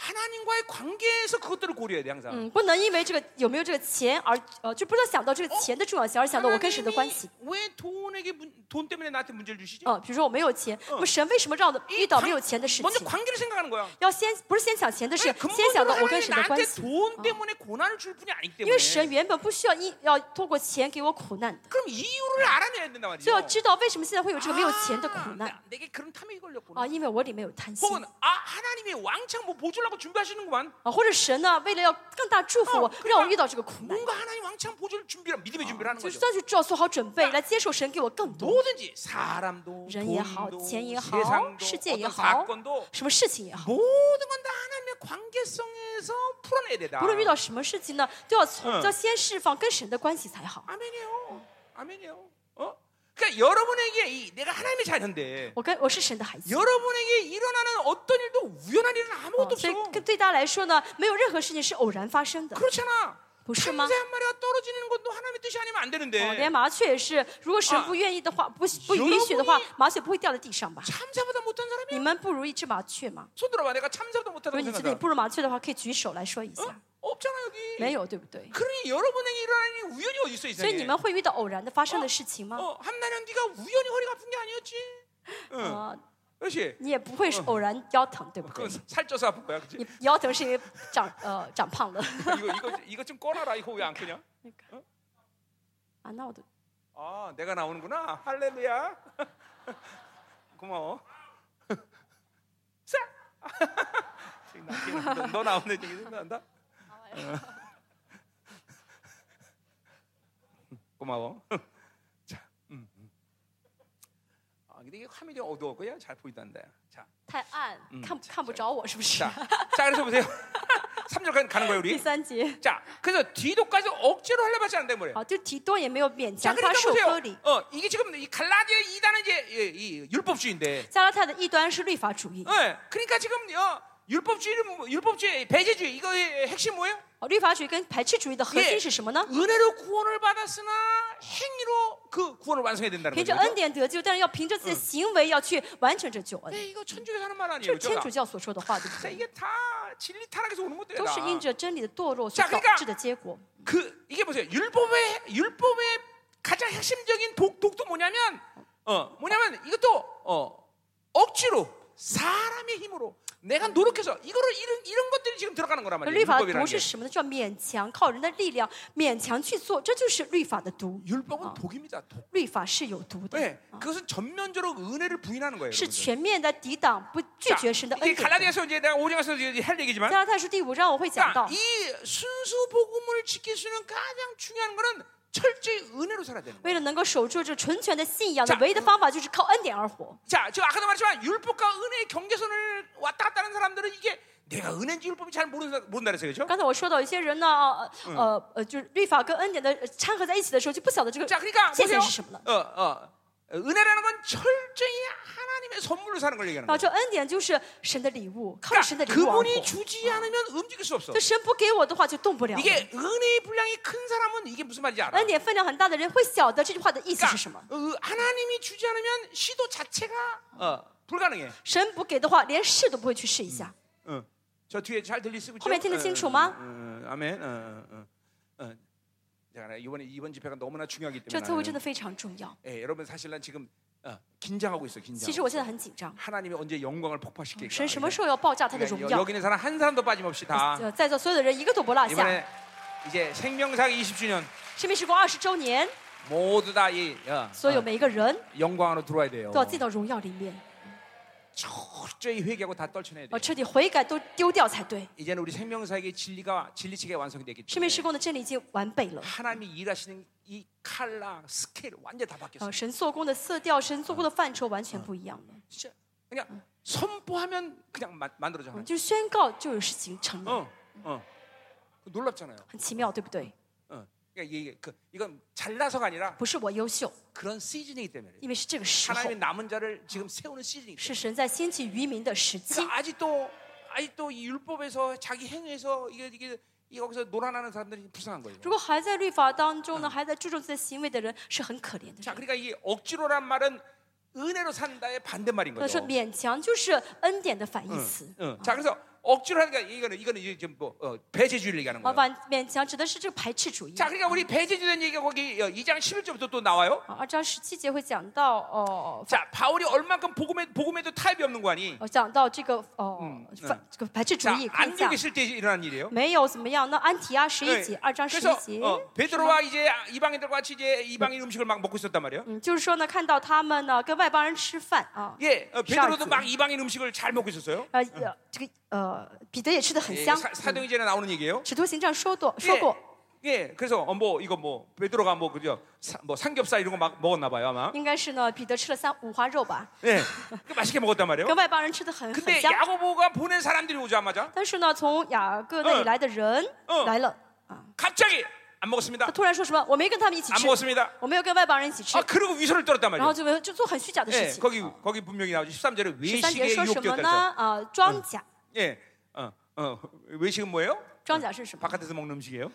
A: 하나님과의 관계에서 그것들을 고려해야 돼 항상.
B: 嗯，不能因为这个有没有这个钱而呃，就不能想到这个钱的重要性，而想到我跟神的关系。
A: 하나님이 왜 돈에게 문- 돈 때문에 나한테 문제를 주시지?
B: 啊，比如说我没有钱，那么神为什么让我的遇到没有钱的事
A: 먼저
B: 情？
A: 관계를 생각하는 거야.
B: 要先不是先想钱的事，
A: 아니,
B: 先想
A: 근본적으로
B: 到我跟
A: 하나님이
B: 神的关
A: 나한테
B: 系。
A: 돈 때문에 고난을 줄 어. 분이 아니기
B: 因
A: 때문에
B: 为神原本不需要因要通过钱给我苦难的，
A: 그럼 이유를 알아내야 된단
B: 所以要
A: 말이죠
B: 知道为什么现在会有这个没有钱的苦
A: 아,
B: 难
A: 나- 내게 그런 아, 탐욕이 걸렸구나
B: 啊，因为我里面有贪心
A: 혹은 아 하나님이 왕창 뭐 보조라고 준비하시는구만
B: 啊，或者神呢为了要更大祝福我
A: 哦，
B: 让我遇到这个苦难，
A: 뭔가 하나님 왕창 보조를 준비라 믿음의 준비를 하는
B: 就是
A: 거죠
B: 算是做做好准备来接受神给我更多，
A: 뭐든지 사람도
B: 人也好,
A: 돈도
B: 钱也好,
A: 세상도
B: 世界也好,
A: 어떤 사건도
B: 什么事情也好，
A: 모든 건 다 하나님의 관계성에서 풀어내야 되다
B: 不论遇到什么事情呢，都要从
A: 啊嗯
B: 要先释放跟神的关系才好。
A: 아멘이요 아멘이요 어? 그러니까 여러분에게 이, 내가 하나님의 자녀인데
B: 我跟我是神的孩子，
A: 여러분에게 일어나는 어떤 일도 우연한 일은
B: 哦
A: 아무것도
B: 所以
A: 없어.
B: 跟对大家来说呢，没有任何事情是偶然发生的，
A: 그렇잖아.
B: 不是吗？
A: 참새 한 마리가 떨어지는 것도 하나님의 뜻이 아니면 안
B: 哦，连
A: 되는데
B: 麻雀也是，如果神
A: 啊
B: 不愿意的话，不不
A: 有
B: 允
A: 的
B: 许
A: 不
B: 的话
A: 愿意，
B: 麻雀不会掉在地上吧？
A: 참새보다 못한 사람이
B: 你们不如一只麻雀吗？
A: 손 들어봐. 내가 참새보다
B: 如果
A: 못하다고
B: 你觉得你
A: 생각해.
B: 不如麻雀的话，可以举手来说一下
A: 어? ， 없잖아
B: 没
A: 여기.
B: 有，对不对？
A: 그러니 여러분에게 일어나는 일이 우연이 어디 있어 이
B: 所以你
A: 세상에?
B: 们会遇到偶然的发生的事情吗？
A: 어, 한나는 네가 우연히 허리가 아픈 게 아니었지. 응.
B: 啊，
A: 그렇지.
B: 你也不会是偶然腰疼，对不对
A: 그 ？ 살쪄서 아픈 거야, 그렇지?
B: 你腰疼是因为长 呃长胖了
A: 이거 이거 이거 좀 꺼놔라. 이거 왜 안 끄냐?
B: 啊，那我的
A: 아 내가 나오는구나 할렐루야 고마워 자 지금 나 지금 너, 너 나오는 어. 얘기 생각난다 고마워. 자, 음, 음. 아, 근데 이게 화면이 어두웠고 요잘 보이던데. 자,
B: 太暗，
A: 嗯
B: 看
A: 这
B: 看不着我是不是
A: 자, ？자 그래서 보세요. 3절까지 가는 거예요
B: 第
A: 우리.
B: 三节，
A: 자, 그래서 뒤도까지 억지로 하려고 하지 않는데 뭐래.
B: 好，就提多也没有勉
A: 어, 자,
B: 强他
A: 그러니까
B: 受割
A: 보세요.
B: 礼。
A: 어, 이게 지금 이 갈라디아 2단은 이제 예, 이, 이 율법주의인데.
B: 加拉太的异端是律法主义，
A: 예, 그러니까 지금 어, 율법주의는 율법주의 배제주의 이거의 핵심 뭐예요?
B: 哦律法主义跟排斥主义的核
A: 예
B: 心是什么呢？
A: 은혜로 구원을 받았으나 행위로 그 구원을 완성해야 된다는
B: 凭
A: 거죠.
B: 着
A: 그렇죠?
B: 恩典得救，但是要凭着自己的行为要去完成这救
A: 네,
B: 恩，
A: 이거 천주교에서 하는 말
B: 这哎
A: 아니에요.
B: 是天
A: 그렇죠?
B: 主教所说的话，对不
A: 자,
B: 对？
A: 이게 다 진리 타락에서 오는 것들이다.
B: 都是因着真理的堕落所
A: 자그러니
B: 导
A: 까
B: 致的结果。
A: 그 이게 보세요. 율법의 율법의 가장 핵심적인 독, 독도 뭐냐면 어, 뭐냐면 이것도 어, 억지로 사람의 힘으로 내가 노력해서 이거를 이런 이런 것들이 지금 들어가는 거란
B: 而
A: 말이에요.
B: 律法的
A: 율법이라는
B: 毒
A: 게
B: 是什么呢？叫勉强靠人的力量勉强去做，这就是律法的毒。
A: 율법은 독입니다. 독.
B: 律法是有毒的，
A: 네, 그것은 전면적으로 은혜를 부인하는 거예요.
B: 是
A: 여러분들.
B: 全面的抵挡不拒
A: 자,
B: 绝神的
A: 이게
B: 恩典的。
A: 갈라디아서 이제 내가 오장에서 할 얘기지만
B: 加拉太书第五章我会讲
A: 그러니까
B: 到
A: 이 ， 순수 복음을 지킬 수 있는 가장 중요한 거는 철저히 은혜로 살아야 되는 거예요.
B: 为了能够守住这纯全的信仰的
A: 자
B: 唯一的方法就是靠恩典而活。
A: 자, 지금 아까도 말했지만 율법과 은혜의 경계선을 왔다 갔다 하는 사람들은 이게 내가 은혜인지 율법이 잘 모른다, 모른다 그랬어요. 그죠?
B: 刚才我说到有些人呢，呃呃呃，就是律法跟恩典的呃掺合在一起的时候，就不晓得这个
A: 자, 그러니까
B: 界限
A: 보세요.
B: 是什么了。
A: 어, 어. 은혜라는 건 철저히 하나님의 선물로 사는 걸 얘기하는
B: 然后
A: 거예요.
B: 这恩典就是神的礼物，靠着神的
A: 그러니까
B: 礼物而活。
A: 그분이 주지 않으면 움직일 수 없어.
B: 就神不给我的话，就动不了了。
A: 이게 은혜의 분량이 큰 사람은 이게 무슨 말인지 알아.
B: 恩典分量很大的人会晓得这句话的意思是什
A: 그러니까
B: 么。
A: 어, 하나님이 주지 않으면 시도 자체가 어, 불가능해.
B: 神不给的话，连试都不会去试一下。
A: 어. 저 뒤에 잘 들리시고 있죠?
B: 后面听得
A: 어,
B: 清楚吗?
A: 어, 어, 아멘. 어, 어, 어. 어. 자, 그래, 이번에 이번 집회가 너무나 중요하기
B: 这
A: 때문에
B: 特会真
A: 나는,
B: 的非常重要。
A: 예, 여러분 사실 난 지금 어, 긴장하고 있어.
B: 其
A: 긴장.
B: 实我现在很紧张，
A: 하나님이 언제 영광을 폭파시킬까?
B: 神什么时候要爆炸他的
A: 그러니까
B: 荣
A: 여-
B: 耀
A: 여기 ？ 있는 사람 한 사람도 빠짐없이 다
B: 呃，在座所有的人一个都不落下。
A: 이번에 이제 생명사 20주년
B: 生命时光二十周年，
A: 모두 다이 어,
B: 所有
A: 어,
B: 每一个人
A: 영광으로 들어와야 돼요.
B: 都要进到荣耀里面，
A: 어, 철저히 회개하고 다 떨쳐내야 돼.
B: 要彻底悔改，都丢掉才对。
A: 이제는 우리 생명사에게 진리가 진리체계 완성되기
B: 生
A: 때문에
B: 命时光的真理已经完备了。
A: 하나님이 일하시는 이 칼라 스케일 완전 히다
B: 呃，
A: 바뀌었어요.
B: 神做工的色调，神做工的范畴完全不一样了。
A: 진짜 그냥 선포하면 그냥 마, 만들어져.
B: 嗯，
A: 하나님.
B: 就是宣告就有事情成了，
A: 어, 어. 그 놀랍잖아요.
B: 很奇妙，对不对？
A: 어. 그러니까 이게 그 이건 잘나서가 아니라
B: 不是我优秀，
A: 그런 시즌이기 때문에. 그래요.
B: 因为是这个时候
A: 하나님의 ， 남은 자를 지금 세우는 시즌이기
B: 是
A: 때문에.
B: 神在兴起渔民的时期。
A: 그러니까 아직도 아직도 이 율법에서 자기 행위에서 이게 이게 이 거기서 놀아나는 사람들이 불쌍한 거예요.
B: 如果还在律法当中呢，还在注重自己的行为的人，是很可怜的
A: 자,
B: 人。
A: 그러니까 이 억지로란 말은 은혜로 산다의 반대말인
B: 或者说
A: 거죠.
B: 勉强就是恩典的反
A: 嗯
B: 义词。
A: 응. 자, 그래서 억지로 하니까 이거는 이거는 이제 지금 뭐 어, 배제주의를 얘기하는
B: 老
A: 거예요.
B: 板，勉强指的是这个排斥主义。
A: 자, 그러니까 우리 배제주의는 얘기가 거기 어, 2장 11절부터 또 나와요.
B: 啊，二章十七节会讲到哦，
A: 자, 바울이 얼만큼 복음에 복음에도 타협이 없는 거 아니?
B: 呃讲到这个哦，反这个排斥主
A: 자, 음,
B: 义框架
A: 안 있을 때 일어난 일이에요.
B: 没有怎么样。那安提阿十一节，
A: 네.
B: 二章十一
A: 그래서
B: 节，
A: 어, 베드로와 이제 이방인들과 같이 이제 이방인 음식을 막 먹고 있었단 말이에요.
B: 嗯，就是说呢，看到他们呢跟外邦人吃饭啊，
A: 예, 어, 베드로도
B: 샤르트.
A: 막 이방인 음식을 잘 먹고 있었어요.
B: 呃呃，这个呃彼得也吃的很
A: 예,
B: 香。
A: 사- 사도행전에 나오는 얘기예요.
B: 使徒行传说过说过，
A: 예, 예, 그래서 어, 뭐 이거 뭐 베드로가 뭐 그죠? 사- 뭐 삼겹살 이런 거 막 먹었나 봐요 아마.
B: 应该是呢彼得吃了三五花肉吧，
A: 예, 그 맛있게 먹었단 말이에요.
B: 跟外邦人吃的很很
A: 근데
B: 香。
A: 야고보가 보낸 사람들이 오자마자
B: 但是呢，从雅各那里来的人
A: 嗯
B: 来了啊，
A: 갑자기 안 먹었습니다.
B: 他突然说什么？我没跟他们一起
A: 안
B: 吃，
A: 먹었습니다.
B: 我没有跟外邦人一起吃
A: 아 ， 그리고 위선을 떨었단
B: 然后
A: 말이에요.
B: 就哎就做很虚假的事
A: 예,
B: 情。啊
A: 거기 거기 분명히 나오죠. 13절에
B: 十三节
A: 외식에
B: 说什么呢？
A: 유혹되었다.
B: 啊，庄稼，
A: 예, 어, 어, 외식은 뭐예요?
B: 庄稼是什么？
A: 바깥에서 먹는 음식이에요?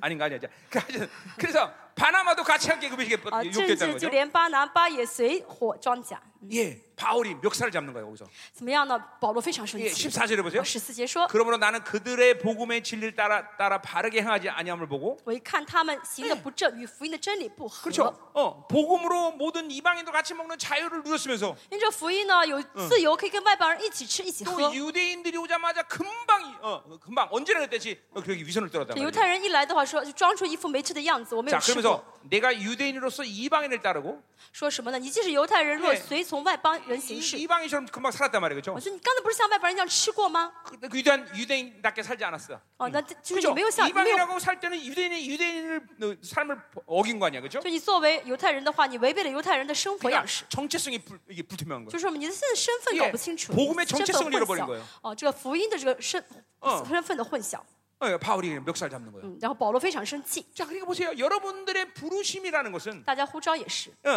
A: 아닌가 아니야. 아니야. 그, 하여튼 그래서 바나마도 같이 함께 그 외식에
B: 啊，甚
A: 유혹됐다는
B: 至就
A: 거죠.
B: 连巴拿巴也随火庄稼，
A: 예, 바울이 멱살을 잡는 거예요 거기서.
B: 怎么样呢？保罗非常生
A: 예,
B: 气。啊
A: 14절에 보세요.
B: 十四节说
A: 그러므로 나는 그들의 복음의 진리를 따라 따라 바르게 행하지 아니함을 보고 ：“
B: 我一看他们行的不正，与福音的真理不合。
A: 그렇죠. 어, 복음으로 모든 이방인도 같이 먹는 자유를 누렸으면서
B: 因着福音呢，有自由可以跟外邦人一起吃、嗯一起喝
A: 또 。 유대인들이 오자마자 금방 이- 어, 어, 금방 언제나 그랬듯이 어, 그렇게 위선을 떨었다
B: 这犹
A: 말이에요.
B: 太人一来的话说，就装出一副没吃的样子，我没有
A: 자,
B: 吃过。
A: 그러면서 내가 유대인으로서 이방인을 따르고
B: 说什么呢？你既是犹太人，若
A: 对
B: 随从外邦人行事。
A: 이방인처럼 금방 살았단 말이에요, 그렇죠?
B: 我说你刚才不是像外邦人一样吃过吗？
A: 그- 그 유대한 유대인답게 살지 않았어.
B: 哦，那这就是你
A: 그죠?
B: 没有像没有，
A: 이방인하고 살 때는 유대인의 유대인을 어, 삶을 어긴 거 아니야, 그렇죠? 그러니까
B: 就你作为犹太人的话，你违背了犹太人的生活样 式。
A: 정체성이 불, 이게 불투명한 어, 거예요.
B: 就是我们你的现在身份搞不清楚，
A: 예
B: 你
A: 복음의정
B: 身
A: 체성을
B: 份混
A: 잃어버린거예
B: 淆
A: 요 。嗯
B: 哦，这个福音的这个身
A: 어
B: 身份的混淆。
A: 어, 바울이 그냥 멱살 잡는 거예요.
B: 嗯，然后保罗非常生气，
A: 자, 그러니까 보세요. 여러분들의 부르심이라는 것은
B: 大家呼召也是。
A: 어,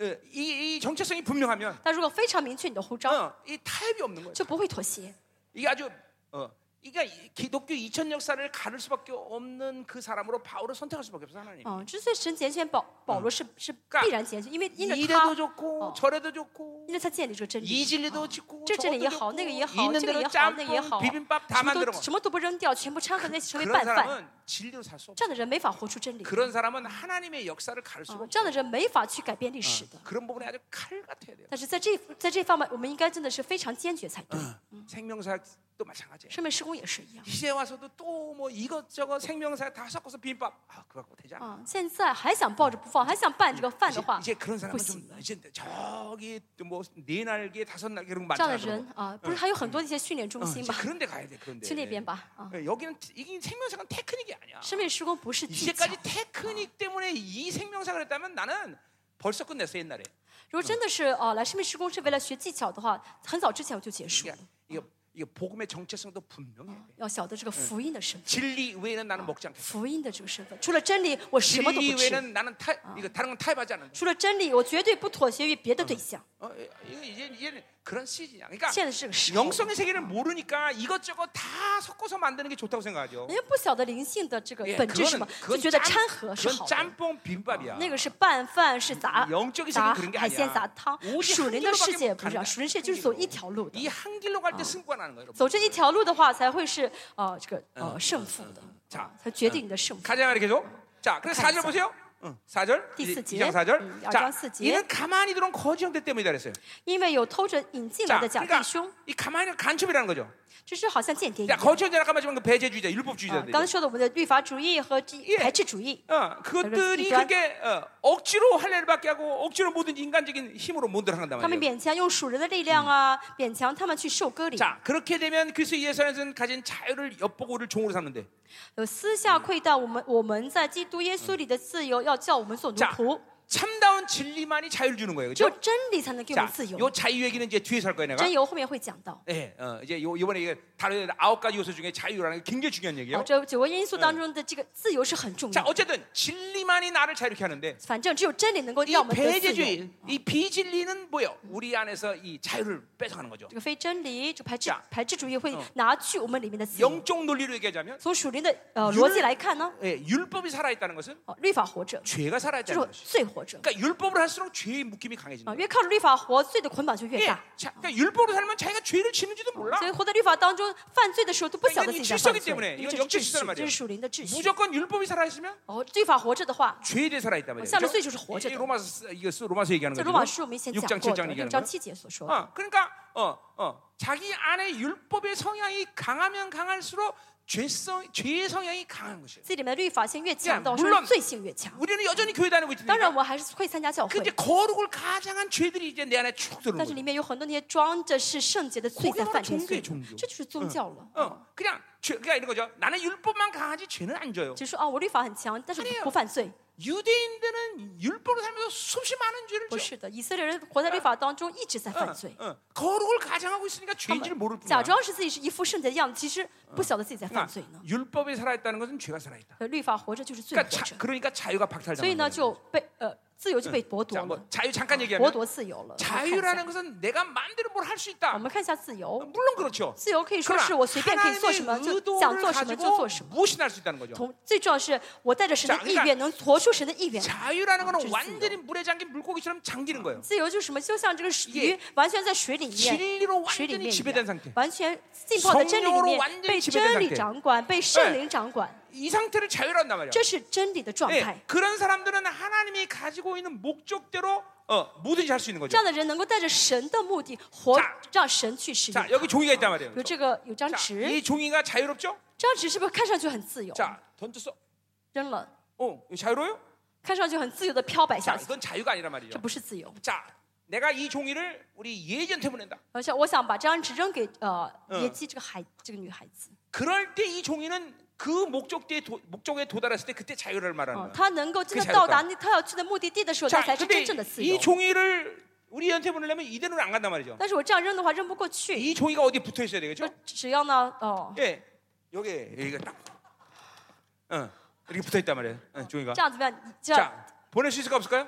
A: 어, 이, 이 정체성이 분명하면
B: 但如果非常明确你的呼召，
A: 어, 이 타협이 없는 거예요.
B: 就不会妥协。
A: 이게 아주 어, 그러니까 이 기독교 2000 역사를 가를 수밖에 없는 그 사람으로 바울을 선택할 수밖에 없어 하나님.
B: 嗯，之所以神拣选保保罗是是
A: 嗯干
B: 必然拣选，因为因着他
A: 이래도 ， 좋고
B: 어.
A: 저래도 좋고
B: 因着他建立这个真
A: 이
B: 理，
A: 진리도 짓고
B: 这这里
A: 저것도
B: 也好，
A: 짓고
B: 那个也好，
A: 있는
B: 这个
A: 대로
B: 也好，那个也好，
A: 짬뽕
B: 什
A: 비빔밥 다
B: 么
A: 만들어
B: 都
A: 먹어.
B: 什么都不扔掉，全部掺合在一起成为
A: 그런
B: 拌饭。
A: 사람은 진리로 살 수 없어.
B: 这样的人没法活出真理，
A: 그런 사람은 하나님의 역사를 가를 수가
B: 啊，
A: 없어.
B: 这样的人没法去改变历史的。
A: 그런 부분에 아주 칼 같아야 돼요.
B: 但是在这在这方面，我们应该真的是非常坚决才对。
A: 음. 생명사도 마찬가지예요.
B: 生命施工也是一样
A: 이제 와서도 또 뭐 이것저것 생명사 다 섞어서 비빔밥 아 그거 갖고 되지 않아.
B: 啊！现在还想抱着不放，还想拌这个饭
A: 이제,
B: 的话，
A: 이제 그런 사람은 좀
B: 不行了。
A: 이제 저기 뭐네 날개 다섯 날개 이런 거
B: 这样的嗯
A: 많잖아.
B: 人
A: 그런
B: 啊，不是还有很多的一些训练中
A: 거. 어,
B: 心
A: 이제
B: 吗？
A: 그런데 가야 돼 그런데.
B: 去那边吧啊！
A: 예, 여기는 이게 생명사가 테크닉이 아니야.
B: 生命施工不是技巧。
A: 이제까지 테크닉 때문에 이 생명사를 했다면 나는 벌써 끝냈어 옛날에.
B: 如果真的是哦、来生命施工是为了学技巧的话，很早之前我就结束了
A: 이게 。 이게, 이게 복음의 정체성도 분명해야 돼.
B: 要晓得这个福音的身份，
A: 진리 외에는 나는 먹지 않겠어.
B: 福音的这个身份，除了真嗯理，我什么都
A: 진리
B: 不吃。
A: 외에는 나는 타 이거 다른 건 타협하지 않는다.
B: 除了真理，我绝对不妥协于别的对象。
A: 어, 이거 이제 이제는 그런 시즌이야. 그러니까
B: 现在是个时候，
A: 영성의 세계를 모르니까 이것저것 다 섞어서 만드는 게 좋다고 생각하죠.
B: 人家不晓得灵性的这个
A: 예,
B: 本质是什么
A: 그거는 ，
B: 就
A: 그건
B: 觉得
A: 짬-
B: 掺和是
A: 그건
B: 好的。
A: 짬뽕 비빔밥이야.
B: 那个是拌饭，是杂
A: 영적인 세계는
B: 杂
A: 그런게
B: 海鲜
A: 아니야
B: 杂汤
A: 오직。
B: 属灵的世界不
A: 한 길로밖에못간다
B: 是这样，属灵世界就是走一条路的。
A: 이 한 길로
B: 어。
A: 갈 때 승부가 나는 거예요. 여러분.
B: 走这一条路的话，才会是呃这个呃胜负的，
A: 자
B: 才决定你的胜负。
A: 가자 말이 계속. 자, 그래서 4절 보세요. 응, 4절.
B: 디
A: 이제
B: 스지.
A: 이장 4절.
B: 음, 야,
A: 자,
B: 장 스지.
A: 이는 가만히 들어온 거지 형제 때문이다 그랬어요.
B: 因为有偷着引进
A: 자,
B: 来的假弟
A: 그러니까
B: 兄，
A: 이 가만히 간첩이라는 거죠.
B: 就是好像间谍一
A: 자,
B: 样。
A: 거지 형제는 아까 말씀한 그 배제주의자,
B: 啊，刚才
A: 율법주의자들.
B: 说的哎我们的律法主义和这
A: 예
B: 排斥主义，
A: 어, 그것들이
B: 그래서
A: 그렇게 어, 억지로 할례를 받게 하고 억지로 모든 인간적인 힘으로 몬드를 한단
B: 他们
A: 말이에요.
B: 勉强用属人的力量啊，勉强他们去受割礼，
A: 자, 그렇게 되면 그리스도 예수에서는 가진 자유를 엿보고 우리를 종으로 삼는데.
B: 有私下窥探我们我们在基督耶稣里的自由，要叫我们做奴
A: 자
B: 仆。
A: 참다운 진리만이 자유를 주는 거예요.
B: 只有
A: 그렇죠?
B: 真理才能给我
A: 자,
B: 们自由
A: 요 。 자유 얘기는 이제 뒤에서 할 거예요, 내가.
B: 真由后面会讲到。
A: 예, 어, 이제 요 이번에 이게 다른 아홉 가지 요소 중에 자유라는 게 굉장히 중요한
B: 哦
A: 얘기예요. ，
B: 这九个因素当中的这个自由是很重
A: 자,
B: 要。
A: 어쨌든 진리만이 나를 자유롭게 하는데
B: 反正只有真理能够
A: 이
B: 让我们得自由。
A: 배제주의, 이 비진리는 뭐예요? 우리 안에서 이 자유를 뺏어가는 거죠.
B: 这个非真理，这排斥
A: 자
B: 排斥主义会拿去我们里面的自由。
A: 영적 논리로 얘기하자면
B: 从属灵的呃
A: 율
B: 逻辑来看呢，
A: 예, 율법이 살아있다는 것은
B: 哦，律法活着
A: 죄가
B: 就
A: 살아있다는
B: 是
A: 것이.
B: 罪活着
A: 그러니까 율법을 할수록 죄의 묶임이 강해지는
B: 啊，
A: 거예요.
B: 越靠着律法活，罪的捆绑就越
A: 예,
B: 大。
A: 자, 그러니까 아, 율법으로 살면 자기가 죄를 지는지도 몰라.
B: 所以活在律法当中，犯罪的时候都不晓得自己在犯
A: 이건이질서이기때문에
B: 罪，因为
A: 이건 영
B: 这是
A: 적
B: 秩
A: 질서란말이야
B: 序，这是属灵的秩序。
A: 무조건 율법이 살아있으면
B: 哦，律法活着的话，
A: 죄에 대해 살아있단 말이에요.
B: 살아있는
A: 그죠?
B: 소유주의를
A: 이게
B: 호재다.
A: 로마서 이거 쓰- 로마서 얘기하는
B: 在
A: 거죠.
B: 罗马书我们以前讲啊
A: 6장
B: 过
A: 7장
B: 的，
A: 얘기하는
B: 六章
A: 거.
B: 七节所说的。
A: 어, 그러니까 어, 어, 자기 안에 율법의 성향이 강하면 강할수록 죄성 죄의 성향이 강한 것이에요.
B: 自己里面的律法性越强到，
A: 야
B: 说
A: 물론
B: 明罪性越强。
A: 우리는 여전히 교회 다니고
B: 当然，
A: 있으니까
B: 我还是会参加教会
A: 근데 ， 뭐 거룩을 가장한 죄들이 이제 내 안에 쭉 들어오는
B: 但是
A: 거예요.
B: 里面有很多那些装着是圣洁的罪在犯成罪
A: 그거바로종교예요종교 ，
B: 这就是宗教了。
A: 어, 그냥 죄, 그러니까 이런 거죠. 나는 율법만 강하지 죄는 안 져요.
B: 只是说啊，我律法很强，但是
A: 아니에요
B: 不犯罪。
A: 유대인들은 율법으로 살면서 수없이 많은 죄를
B: 不
A: 져.
B: 是嗯的，以色列人活在律法当中一直在犯罪，
A: 어, 어. 거룩을 가장하고 있으니까
B: 他
A: 죄인지를 모를
B: 们
A: 뿐이야.
B: 假装是自嗯己是一副圣洁的样子，其实不晓得自己在犯
A: 그러니까
B: 罪呢。
A: 율법이 살아있다는 것은 죄가 살아있다.
B: 呃律法活着就是罪活
A: 그러니까, 자,
B: 着，
A: 그러니까 자유가
B: 所以
A: 박탈당하는
B: 呢
A: 거예요.
B: 就被呃自由就被剥夺
A: 자,
B: 了
A: 뭐 ， 자유 잠깐
B: 剥
A: 얘기하면
B: 夺自由了。我们看一下
A: 자유라는 것은 내가 마음대로 뭘 할 수
B: 我
A: 있다.
B: 们看一下自由，
A: 물론 그렇죠.
B: 自由可以说
A: 그러나
B: 是我随便可以做什么
A: 하나님의
B: 就想
A: 의도를
B: 做什么就
A: 가지고
B: 做什么。
A: 무엇이나 할 수 있다는 거죠.
B: 同最重要的是，我带着神
A: 자
B: 的
A: 그러니
B: 意
A: 까
B: 愿，能活出神的意愿。
A: 자유라는 거는
B: 줄
A: 완전히 물에 잠긴 물고기처럼 잠기는 거예요.
B: 自由就是什么？就像这个
A: 예
B: 鱼完全在水里面，
A: 진리로
B: 水里
A: 완전히
B: 面一
A: 지배된
B: 样
A: 상태.
B: 完全浸泡在真理里
A: 성령으로완
B: 面
A: 전히，
B: 被
A: 지배된
B: 真
A: 상태
B: 理掌管，被圣
A: 哎
B: 灵掌管，
A: 이 상태를 자유란단 말이야.
B: 这是真理的状
A: 예,
B: 态。
A: 그런 사람들은 하나님이 가지고 있는 목적대로 어, 뭐든지 할 수 있는 거죠.
B: 这样的人能够带着神的目的活
A: 자 ，
B: 让神去使用
A: 자, 。 여기 종이가 있단 말이에요.
B: 有这个有张
A: 자,
B: 纸，
A: 이 종이가 자유롭죠?
B: 张纸是不是看上去很自由？
A: 자, 던졌어.
B: 扔了，
A: 어, 이거 자유로워요?
B: 看上去很自由的飘摆
A: 자,
B: 下去，
A: 이건 자유가 뭐- 아니란
B: 这
A: 말이죠.
B: 不是自由。
A: 자, 내가 이 종이를 우리 예전테 보낸다.
B: 我想我想把这张纸扔给呃
A: 嗯
B: 野鸡这个孩这个女孩子，
A: 그럴 때 이 종이는 그 목적지에 도, 목적에 도달했을 때 그때 자유를
B: 嗯、
A: 말하는 거야.
B: 她能够真
A: 可
B: 的
A: 以下
B: 到
A: 得到
B: 达那她要去的目的地的时候，她才是真正的自由
A: 이 。 종이를 우리 한테 보내려면 이대로는 안 간단 말이죠.
B: 但是我这样扔的话扔不过去，
A: 이 종이가 어디 붙어 있어야
B: 就
A: 되겠죠?
B: 只要呢，哦，
A: 예, 여기 여기가 딱, 어, 이렇게 붙어 있단 말이에요. 어, 종이가.
B: 这样怎么样？这样
A: 자, 보낼 수 있을까 없을까요?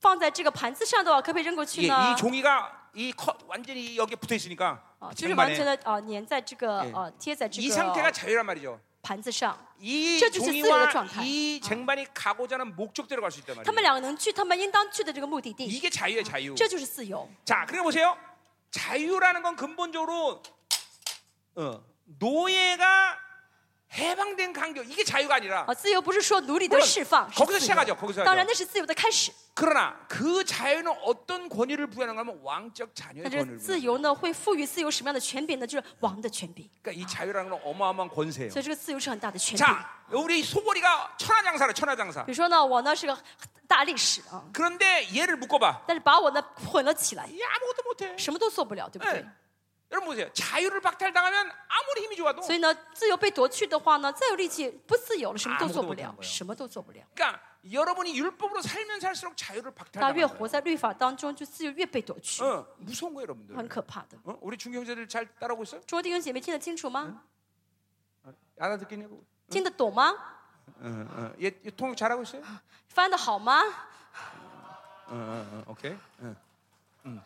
B: 放在这个盘子上的话，可不可以扔过
A: 예,
B: 去呢
A: 이 ？ 종이가 이 컷, 완전히 여기에 붙어 있으니까
B: 啊，就是完
A: 장만에
B: 全的啊粘在这个
A: 예
B: 呃贴在这
A: 이 상태가
B: 个
A: 자유란 말이죠.
B: 盘子上。
A: 이
B: 저 주스 쓰는
A: 종이와
B: 状态.
A: 이 쟁반이 가고자 하는 목적대로 갈 수 있단
B: 他
A: 말이에요.
B: 们两个能去他们应当去的这个目的地，
A: 이게 자유예요, 자유.
B: 这就是自由。
A: 자, 그래 보세요. 자유라는 건 근본적으로 어, 노예가 해방된 강경 이게 자유가 아니라
B: 啊，自由不是说奴隶的
A: 물론
B: 释放，是
A: 거기서
B: 自由
A: 시작하죠. 거기서
B: 当然
A: 하죠.
B: 那是自由的开始。
A: 그러나 그 자유는 어떤 권위를 부여하는가 하면 왕적 자녀의
B: 那这个
A: 권위를
B: 自
A: 부여하는
B: 由呢，会赋予自由什么样的权柄呢？就是王的权柄。
A: 그러니까 이 자유라는 건 어마어마한 권세예요.
B: 所以这个自由是很大的权柄。
A: 자, 우리 소골이가 천하장사래 천하장사.
B: 比如说呢，我呢是个大力士啊，
A: 그런데 얘를 묶어봐.
B: 但是把我呢混了起来，
A: 얘 아무것도 못해.
B: 什么都做不了，对不对
A: 예. ？ 여러분 보세요. 자유를 박탈당하면 아무리 힘이 좋아도
B: 所以呢，自由被夺去的话呢，再有力气不自由了，什么都做不
A: 아무것도못하는
B: 了
A: 거예요 ，
B: 什么都做不了。
A: 그러니까 여러분이 율법으로 살면 살수록 자유를
B: 大家越
A: 박탈당하는
B: 活
A: 거예요.
B: 在律法当中，就自由越被夺去，
A: 어, 무서운 거예요, 여러분들.
B: 很可怕的。
A: 어? 우리 중경제들 잘 따라오고 있어요? 어,
B: 诸位弟兄姐妹听得清楚吗？
A: 알아듣겠냐고?
B: 听得懂吗？
A: 어, 어. 얘, 얘 통역 잘하고 있어요?
B: 翻得好吗？
A: 어, 어, 어, 오케이. 응. 응.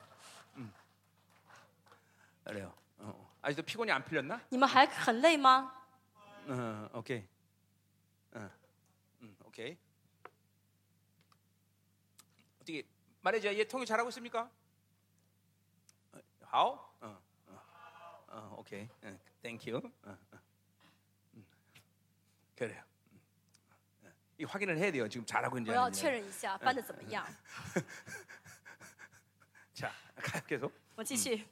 A: 응. 그래요. 어. 아직도 피곤이 안 풀렸나?
B: 你们还很累吗？
A: 어, 오케이. 어. 음, 오케이. 어떻게 말해줘. 얘 통역 잘하고 있습니까? 어, how? 어, 어. 어, 오케이. 어, thank you. 어, 어. 음. 그래요. 음. 어, 이 확인을 해야 돼요. 지금 잘하고
B: 我
A: 있는지
B: 要
A: 아닌지.
B: 确认一下翻得怎么样。
A: 자, 가요, 계속.
B: 我继续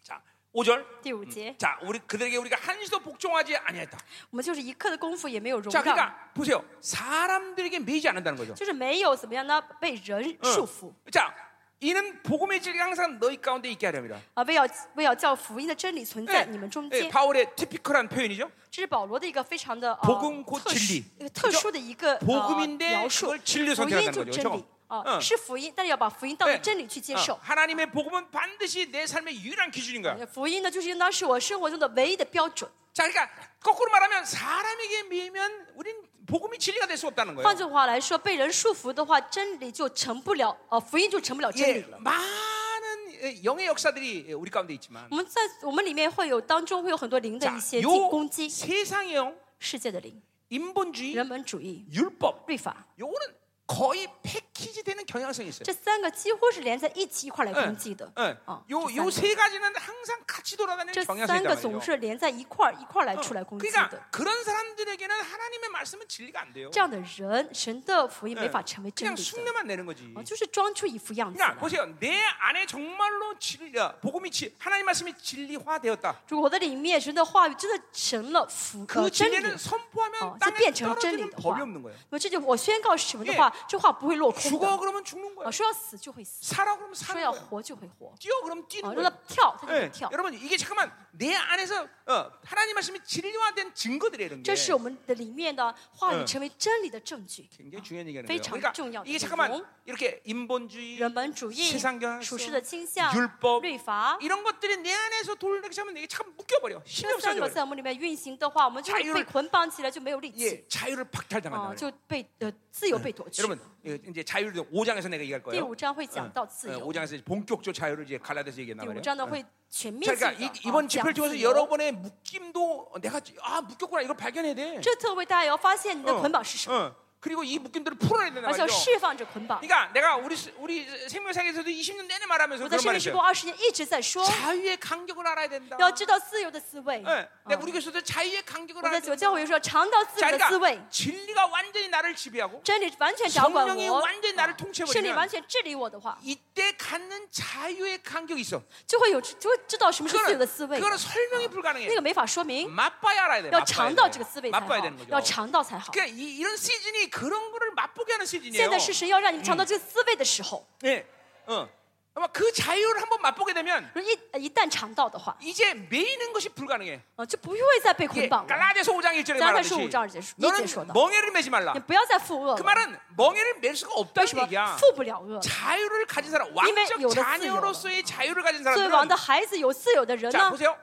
A: 자, 5절.
B: 第五节，
A: 자, 우리 그들에게 우리가 한시도 복종하지 아니했다.
B: 我们就是一刻的功夫也没有容
A: 자,
B: 让，
A: 그러니까 보세요. 사람들에게 매이지 않는다는 거죠.
B: 就是没有怎么样呢被人束缚
A: 자, 이는 복음의 진리가 항상 너희 가운데 있게 하렵니다.
B: 啊，为要为要叫福音的真理存在你们中
A: 예,
B: 间。
A: 바울의 티피컬한 표현이죠.
B: 这是保罗的一个非常的
A: 복음곧
B: 呃特
A: 진리
B: 殊一个特殊的一个呃
A: 복음인데
B: 描述
A: 그걸 ， 진리로
B: 福音
A: 선택한다는
B: 就是
A: 거죠. 嗯
B: 真理
A: 그렇죠?
B: 啊，
A: 응.
B: 是福音，但是要把福音当
A: 예
B: 成真理去接
A: 어,
B: 受。
A: 하나님의 복음은 반드시 내 삶의 유일한 기준인 거야.
B: 福音呢，就是应当是我生活中的唯一的标准。
A: 자, 그러니까 거꾸로 말하면 사람에게 매이면 우린 복음이 진리가 될 수 없다는
B: 换
A: 거예요.
B: 句话来说，被人束缚的话，真理就成不了，呃，福音就成不了真
A: 예,
B: 理了。
A: 많은 예, 영의 역사들이 우리 가운데 있지만
B: 我们在我们里面会有当中会有很多灵的
A: 자,
B: 一些进攻
A: 요
B: 击，
A: 세상의 영,
B: 世界的灵、
A: 인본주의,
B: 人本主义、
A: 율법
B: 律法，
A: 요거는 거의 패키지 되는 경향성이 있어요.
B: 这三个几乎是连在一起一块
A: 嗯
B: 来攻击的。哦
A: 예.
B: 어,
A: 요, 요
B: 그
A: 세 가지는 항상 같이 돌아다니는
B: 这
A: 경향성이
B: 三
A: 있단
B: 个
A: 말이죠.
B: 总是连在一块儿一块儿来
A: 어,
B: 出来攻击
A: 그러니까
B: 的。
A: 그런 사람들에게는 하나님의 말씀은 진리가 안 돼요.
B: 这样的人，神的福音
A: 예.
B: 没法成为真
A: 그냥
B: 理的，
A: 숭례만 내는 거지.
B: 啊，就是装出一副样子
A: 그러니까
B: 来。
A: 보세요. 내 안에 정말로 진리, 야, 복음이 진- 하나님 말씀이 진리화되었다.
B: 如果我的里面神的话语真的成了福
A: 그
B: 呃真理
A: 진리를 ， 선포하면
B: 어,
A: 땅에
B: 这变成真理的话
A: 떨어지는 법이 없는 거예요.
B: 那这就我宣告什么的
A: 예
B: 话，这话不会落空
A: 죽어
B: 的。
A: 그러면 죽는
B: 啊，
A: 거예요.
B: 说要死就会死，
A: 살아 그러면
B: 说
A: 사는
B: 要
A: 거예요.
B: 活就会活，
A: 뛰어 그러면
B: 啊，
A: 뛰는
B: 让他
A: 거예요.
B: 跳他就
A: 예,
B: 会跳。
A: 여러분 이게 잠깐만 내 안에서 어, 하나님 말씀이 진리화된 증거들이에요. 이런 게.
B: 这是我们的里面的话
A: 예
B: 语成为真理的证据。
A: 굉장히 중요한 얘기하는 거예요.
B: 非常
A: 그러니까
B: 重要的
A: 이게
B: 内容。
A: 잠깐만 이렇게 인본주의,
B: 人本主义
A: 세상경향성 、
B: 属世的倾向、
A: 율법
B: 律法，
A: 이런 것들이 내 안에서 돌리기 시작하면 이게 참 묶여버려. 힘이
B: 这三个
A: 없어져.
B: 在我们里面运行的话，我们就
A: 자유
B: 是
A: 를
B: 被捆绑起来，就没有力气
A: 예, 자유를
B: 啊、
A: 박탈당한다.
B: 就被呃自由被夺去。
A: 여러분 예, 이제 자유를 5장에서 내가 얘기할
B: 第
A: 거예요. 어,
B: 五章会嗯讲到自由，
A: 5장에서 본격적 자유를 이제 갈라디아서
B: 第
A: 얘기했나
B: 五
A: 말이에요.
B: 章呢
A: 어.
B: 会全面
A: 자,
B: 性的
A: 그러니까
B: 啊
A: 이, 이번
B: 讲
A: 집회를
B: 自
A: 통해서
B: 由。
A: 여러분의 묶임도 내가 아 묶였구나 이걸 발견해야 돼.
B: 这特为大家要发现你的
A: 어,
B: 捆绑是什么，
A: 어. 그리고 이 묶임들을 풀어내야 된다
B: 而且要
A: 말이죠.
B: 释放这捆绑。
A: 그러니까 내가 우리 스- 우리 생명상에서도 20년 내내 말하면서
B: 我在
A: 그런
B: 圣
A: 말
B: 灵时
A: 했어요.
B: 光二十年一直在说，
A: 자유의 간격을 알아야 된다.
B: 要知道自由的滋味。
A: 예, 내가
B: 啊
A: 우리 교수들 자유의 간격을
B: 我在
A: 알아야
B: 九
A: 된다.
B: 教会说尝到自由的滋味
A: 그러니까 ， 진리가 완전히 나를 지배하고
B: 真理完全掌管
A: 성령이
B: 我，啊
A: 완전히 나를 통치해버리면
B: 圣灵完全治理我的话，
A: 이때 갖는 자유의 간격이 있어.
B: 就会有就会知道什么是自由
A: 그거는,
B: 的滋味。
A: 그거는 설명이
B: 那嗯
A: 불가능해.
B: 个没法说明，
A: 맛봐야 그러니까 알아야 돼.
B: 要
A: 맛봐야
B: 尝到
A: 돼.
B: 这个滋味才好
A: 맛봐야 되는 ， 거죠.
B: 要尝到才好。
A: 그러니까 이, 이런
B: 哦
A: 시즌이 그런 거를 맛보게 하는 시즌이에요.
B: 嗯现在是神要让你们尝到这个滋味的时候，
A: 네. 어. 아마 그 자유를 한번 맛보게 되면
B: 如果一一旦尝到的话，
A: 이제 매이는 것이 불가능해.
B: 啊，就不会再被
A: 이게
B: 捆绑了。
A: 갈라디아서 5장 1절에
B: 加拉太书
A: 말하듯이
B: 五章二节说，一节说
A: 너는
B: 的，
A: 멍에를 매지 말라.
B: 你不要再负恶
A: 그
B: 了。
A: 말은 멍에를 맬 수가
B: 为什
A: 없다는
B: 么
A: 얘기야.
B: 负不了恶？
A: 자유를 가진 사람,
B: 이미
A: 왕적
B: 요로
A: 자녀로서의 자유를 가진
B: 作为王
A: 사람들은
B: 的孩子，有自有的人
A: 자
B: 呢？
A: 보세요.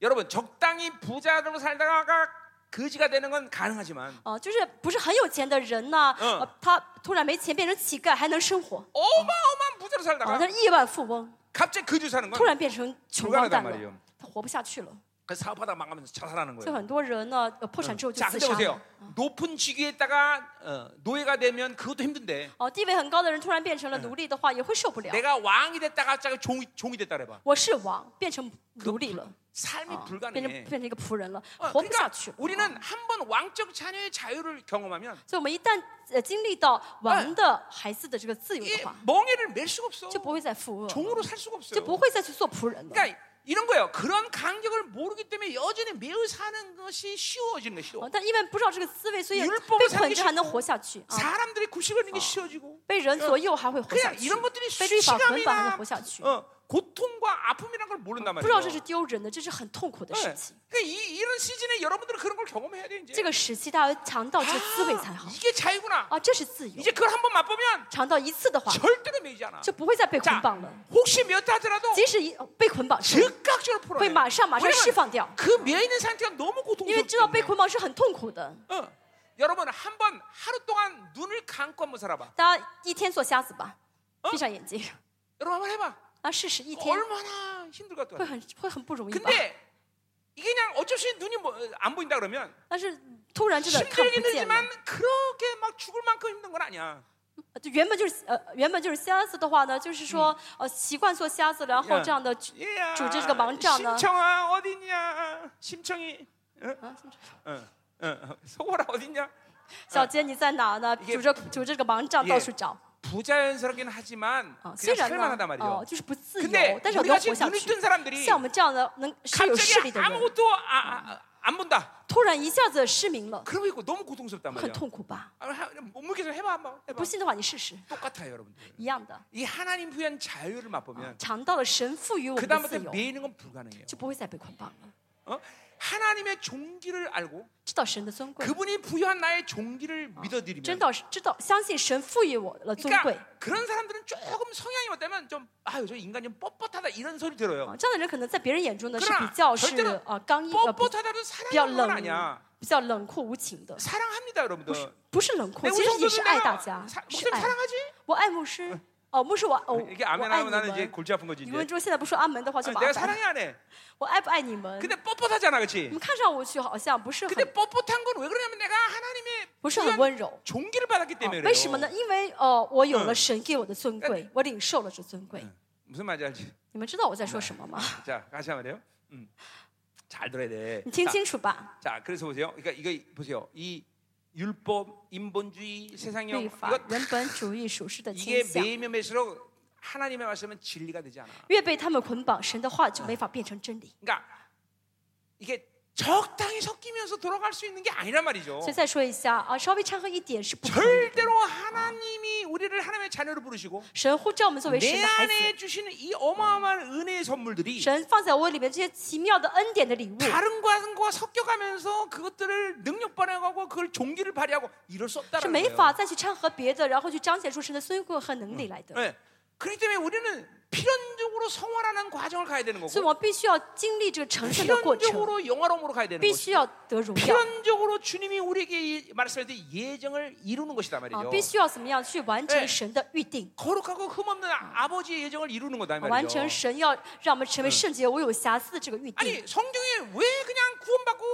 A: 여러분 적당히 부자로 살다가 거지가 되는 건 가능하지만
B: 啊，就是不是很有钱的人呢？
A: 嗯
B: 呃他突然没钱变成乞丐还能生活
A: 어마어마한 부자로
B: 啊，
A: 살다가
B: 但是亿万富翁
A: 갑자기 거지 사는
B: 突
A: 건
B: 然变成穷光蛋
A: 불가능한말이에요
B: 了，他活不下去了。
A: 그래서 사업하다 망하면서 자살하는
B: 所以
A: 거예요.
B: 很多人呢，呃破产之后就
A: 자
B: 自
A: 근데
B: 杀了
A: 보세요. 。 높은 직위에 있다가 어, 노예가 되면 그것도 힘든데
B: 哦，地位很高的人突然变成了奴隶的话，也会受不了。
A: 내가 왕이 됐다가 갑자기 종이, 종이 됐다 해봐.
B: 我是王，变成奴隶了，
A: 삶이
B: 啊变成
A: 불가능해.
B: 变成一个仆人了，
A: 어,
B: 活不下
A: 그러니까
B: 去。
A: 우리는 한 번 왕적 자녀의 자유를 경험하면
B: 所以我们一旦呃经历到王的孩子的这个自由
A: 이
B: 的话，
A: 멍에를 맬 수가 없어.
B: 就不会再负恶，
A: 종으로 살 수가
B: 就
A: 없어요.
B: 不会再去做仆人了。
A: 그러니까 이런 거예요. 그런 간격을 모르기 때문에 여전히 매우 사는 것이 쉬워지는 것이 쉬워.
B: 哦但因为不知道这个滋味，所以
A: 율법을
B: 被
A: 삼기
B: 捆
A: 싫고
B: 着还能活下去
A: 어.
B: 啊，
A: 사람들이 구실거리는 게 쉬워지고
B: 被人左右还会活下
A: 그냥
B: 去
A: 이런 ， 것들이
B: 被律法捆绑
A: 수치감이나
B: 还能活下去。
A: 어, 고통과 아픔이란 걸 모른단
B: 不
A: 말이에요.
B: 知道这是丢人的，这是很痛苦的
A: 네.
B: 事情。
A: 그러니까 이, 이런 시즌에 여러분들은 그런 걸 경험해야 돼
B: 这
A: 이제.
B: 个时期大家要尝到这个滋味才
A: 아,
B: 好
A: 이게 자유구나.
B: 啊，这是自由。
A: 이제 그걸 한번 맛보면
B: 尝到一次的话，
A: 절대로 매이지 않아.
B: 就不会再被捆绑了。
A: 혹시 몇 하더라도
B: 即使一被捆绑是
A: 즉각적으로 풀어.
B: 会马上马上释放掉，
A: 그 매이는 상태가 너무
B: 因为知道被
A: 고통스럽고.
B: 捆绑是很痛苦的。
A: 어. 여러분 한 번 하루 동안 눈을 감고 한번 살아봐.
B: 大家一天做瞎子吧
A: 嗯，
B: 闭上眼睛，
A: 여러분 한번 해봐.
B: 啊，试试一天
A: 얼마나 힘들 것 같아.
B: 会很会很不容易吧？
A: 근데 이게 그냥 어쩔 수 없이 눈이 뭐- 안 보인다 그러면
B: 但是突然真的看
A: 힘들긴
B: 不见了，
A: 들지만 그렇게 막 죽을 만큼 힘든 건 아니야.
B: 就原本就是呃原本就是瞎子的话呢，就是说呃习惯做瞎子，然后
A: 嗯
B: 这样的
A: 얘야.
B: 조제지가 망자나.
A: 심청아 어디냐? 심청이. 어? 응? 응. 응. 소월아 어디냐?
B: 小杰你在哪呢？
A: 也
B: 拄着拄着个盲杖到处找
A: 부자연스럽긴 하지만
B: 啊，
A: 그냥
B: 虽然呢
A: 살만하다
B: 哦
A: 말이죠.
B: 就是不自由
A: 근데 ，
B: 但是
A: 우리
B: 能
A: 같이
B: 活下
A: 눈을
B: 去。
A: 뜬 사람들이
B: 像我们这样的能是有视力
A: 갑자기
B: 的人，
A: 아무것도 아, 아, 아, 안 본다.
B: 突然一下子失明了，
A: 그러고 있고 너무 고통스럽단
B: 很
A: 말이야.
B: 痛苦吧？
A: 아, 하- 몸무 계속 해봐 한번. 해봐.
B: 不信的话你试试，
A: 똑같아요 여러분들.
B: 一样的。
A: 이 하나님 부여한 자유를 맛보면
B: 尝到了神赋嗯予我
A: 그
B: 们的自
A: 다음부터
B: 由，
A: 매이는 건 불가능해요.
B: 就不会再被捆绑了。
A: 어? 하나님의 종기를 알고
B: 知道神的尊贵，
A: 그분이 부여한 나의 종기를
B: 真
A: 믿어드리면
B: 道知道相信神赋予我了尊贵
A: 그러니까 그런 사람들은 조금 성향이 어때면 좀 아유 저 인간 좀 뻣뻣하다 이런 소리 들어요.
B: 啊。这样的人可能在别人眼中呢
A: 그러나
B: 是比较
A: 절대로
B: 是呃刚硬、呃不
A: 뻣뻣하다는
B: 比较
A: 사랑하는 건
B: 冷
A: 아니야. 、
B: 比较冷酷无情的，
A: 사랑합니다
B: 不是
A: 여러분들.
B: 不是冷酷，
A: 내
B: 其实也
A: 우선도
B: 是爱大
A: 내가
B: 家
A: 사- ，
B: 是
A: 목사님
B: 爱。
A: 사랑하지?
B: 我爱牧师，哦，牧师我哦，
A: 이게
B: 我
A: 아, 어, 아멘
B: 爱
A: 하면
B: 你
A: 나는
B: 们
A: 이제 。 골치 아픈 거지
B: 你们啊
A: 이제.
B: 如果现在不说阿门的话，就
A: 아니,
B: 麻
A: 내가
B: 烦了。
A: 사랑이 안 해.
B: 我爱不爱你们？
A: 근데 뻣뻣하잖아,
B: 你们
A: 그렇지?
B: 看上我去好像不是
A: 근데
B: 很
A: 뻣뻣한 건 왜 그러냐면 내가 하나님의
B: 不是很温柔。
A: 종기를 받았기
B: 啊
A: 때문에
B: 为什么
A: 그래요.
B: 呢？因为呃，我有
A: 嗯
B: 了神给我的尊贵，我领受了这尊贵。
A: 무슨 말인지 알지?
B: 你们知道我在说什么吗？
A: 자, 다시 한번 해요. 음. 잘 들어야 돼.
B: 你听
A: 자,
B: 清楚吧。
A: 자, 그래서 보세요. 그러니까 이거 보세요. 이 율법, 인본주의, 세상형
B: 律
A: 이거
B: 法、
A: 다-
B: 人本主义、属实的
A: 이게
B: 倾向，
A: 매이면 매일수록 하나님의 말씀은 진리가 되지 않아.
B: 越被他们捆绑，神的话就没法变成真理。
A: 그러니까 이게 적당히 섞이면서 돌아갈 수 있는 게 아니란 말이죠.
B: 所以再说一下啊，稍微掺和一点是不可以的。
A: 절대로 하나님이 우리를 하나님의 자녀로 부르시고
B: 神呼召我们作为神
A: 내
B: 的孩子，
A: 안에 주시는 이 어마어마한 은혜의 선물들이
B: 神放在我里面这些奇妙的恩典的礼物，
A: 다른 과정과 섞여가면서 그것들을 능력 발휘하고 그걸 종기를 발휘하고 이럴 수
B: 是
A: 없다는
B: 没
A: 거예요.
B: 法再去掺和别的，然后去彰显出神的尊贵和能力来的。
A: 네. 그렇기 때문에 우리는 필연적으로 성화라는 과정을 가야 되는
B: 所以
A: 거고
B: 我们必须要经历这个成圣的过程，
A: 필연적으로 영화로움으로 가야 되는
B: 必
A: 거고
B: 须要得荣耀
A: 필연적으로 주님이 우리에게 이- 말씀할 때 예정을 이루는 것이다
B: 啊
A: 말이죠. ，
B: 必须要怎么样去完
A: 哎
B: 成神的预定。
A: 거룩하고 흠없는 아- 아버지의 예정을 이루는 거다
B: 完成
A: 말이죠.
B: 神要让我们成为圣洁、无有瑕疵的这个预定。
A: 아니 성경에 왜 그냥 구원받고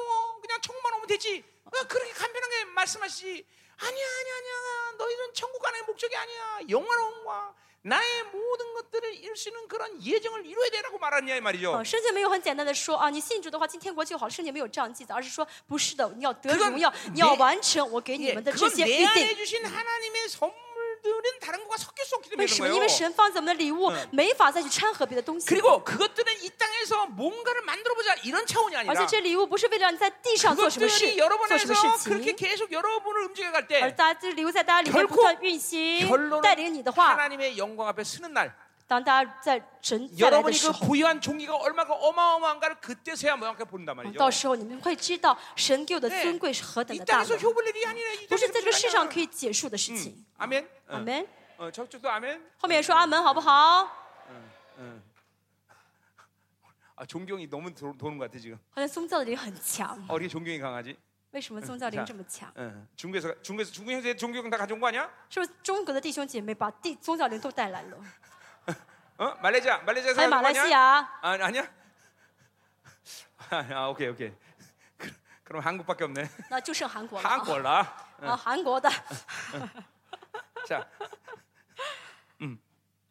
A: 그냥 천국만 오면 되지? 왜 그렇게 간편하게 말씀하시지? 아니야 아니야 아니야 너희는 천국 가는 게 목적이 아니야 영화로움과 나의 모든 것들을 이룰 수 있는 그런 예정을 이루어야 되라고 말하냐 이
B: 啊，
A: 말이죠.
B: 圣经没有很简单的说啊，你信主的话进天国就好。圣经没有这样记载，而是说不是的，你要得
A: 그건
B: 荣耀，
A: 내
B: 你要完成我给你
A: 예,
B: 们的这
A: 그건
B: 些
A: 내
B: 预
A: 안에
B: 定。
A: 주신 하나님의 선물들은 다른 것과 섞일 수 없기
B: 为
A: 때문에
B: 什么？
A: 그런
B: 因
A: 거예요.
B: 为神放在我们的礼物
A: 嗯
B: 没法再去掺和别的东西，
A: 그리고 그것들은 이 땅에서 뭔가를 만들어 보자 이런 차원이
B: 而且
A: 아니라
B: 这礼物不哎是为了让你在地上做什么事
A: 그것들이 、여러분
B: 做什么事啊
A: 안에서
B: 情
A: 그렇게 ， 계속 여러분을 움직여 갈
B: 而
A: 때
B: 大家这礼物在大家里面
A: 결코
B: 不断运行，带领你
A: 결론은
B: 的话，
A: 하나님의 영광 앞에 서는 날
B: 当大家在神再来的
A: 여러분이
B: 时
A: 그
B: 候，
A: 부유한 종기가 얼마나 어마어마한가를 그때서야 명확하게 본단
B: 嗯
A: 말이죠.
B: 到时候你们会知道神给我的
A: 네
B: 尊贵是何等
A: 이
B: 的大
A: 땅에서
B: 的，
A: 효불 일이 아니라 이
B: 不是在这个世
A: 땅에서
B: 上嗯
A: 아니라.
B: 可以解述的事情
A: 음, 。 아멘. 어,
B: 阿门。
A: 어, 저쪽도 아멘.
B: 后面也说阿门好不好？
A: 어. 아, 존경이 너무 도, 도는 것 같아 지금. 아,
B: 好像宗教的灵很强，
A: 어리 존경이 강하지.
B: 为什么宗教灵这么嗯强？
A: 어, 중국에서 중국에서 중국 형제 존경 다 가져온 거 아니야?
B: 是不是中国的弟兄姐妹把地宗教灵都带来了？
A: 어? 말레이시아 말레이시아에서
B: 还有
A: 가져온
B: 马
A: 거
B: 来西
A: 아니야?
B: 亚，
A: 아, 아니야? 아, 오케이 오케이. 그- 그럼 한국밖에 없네.
B: 那就剩韩国了。啊
A: 한국라.
B: 啊，韩国的
A: 자, 음,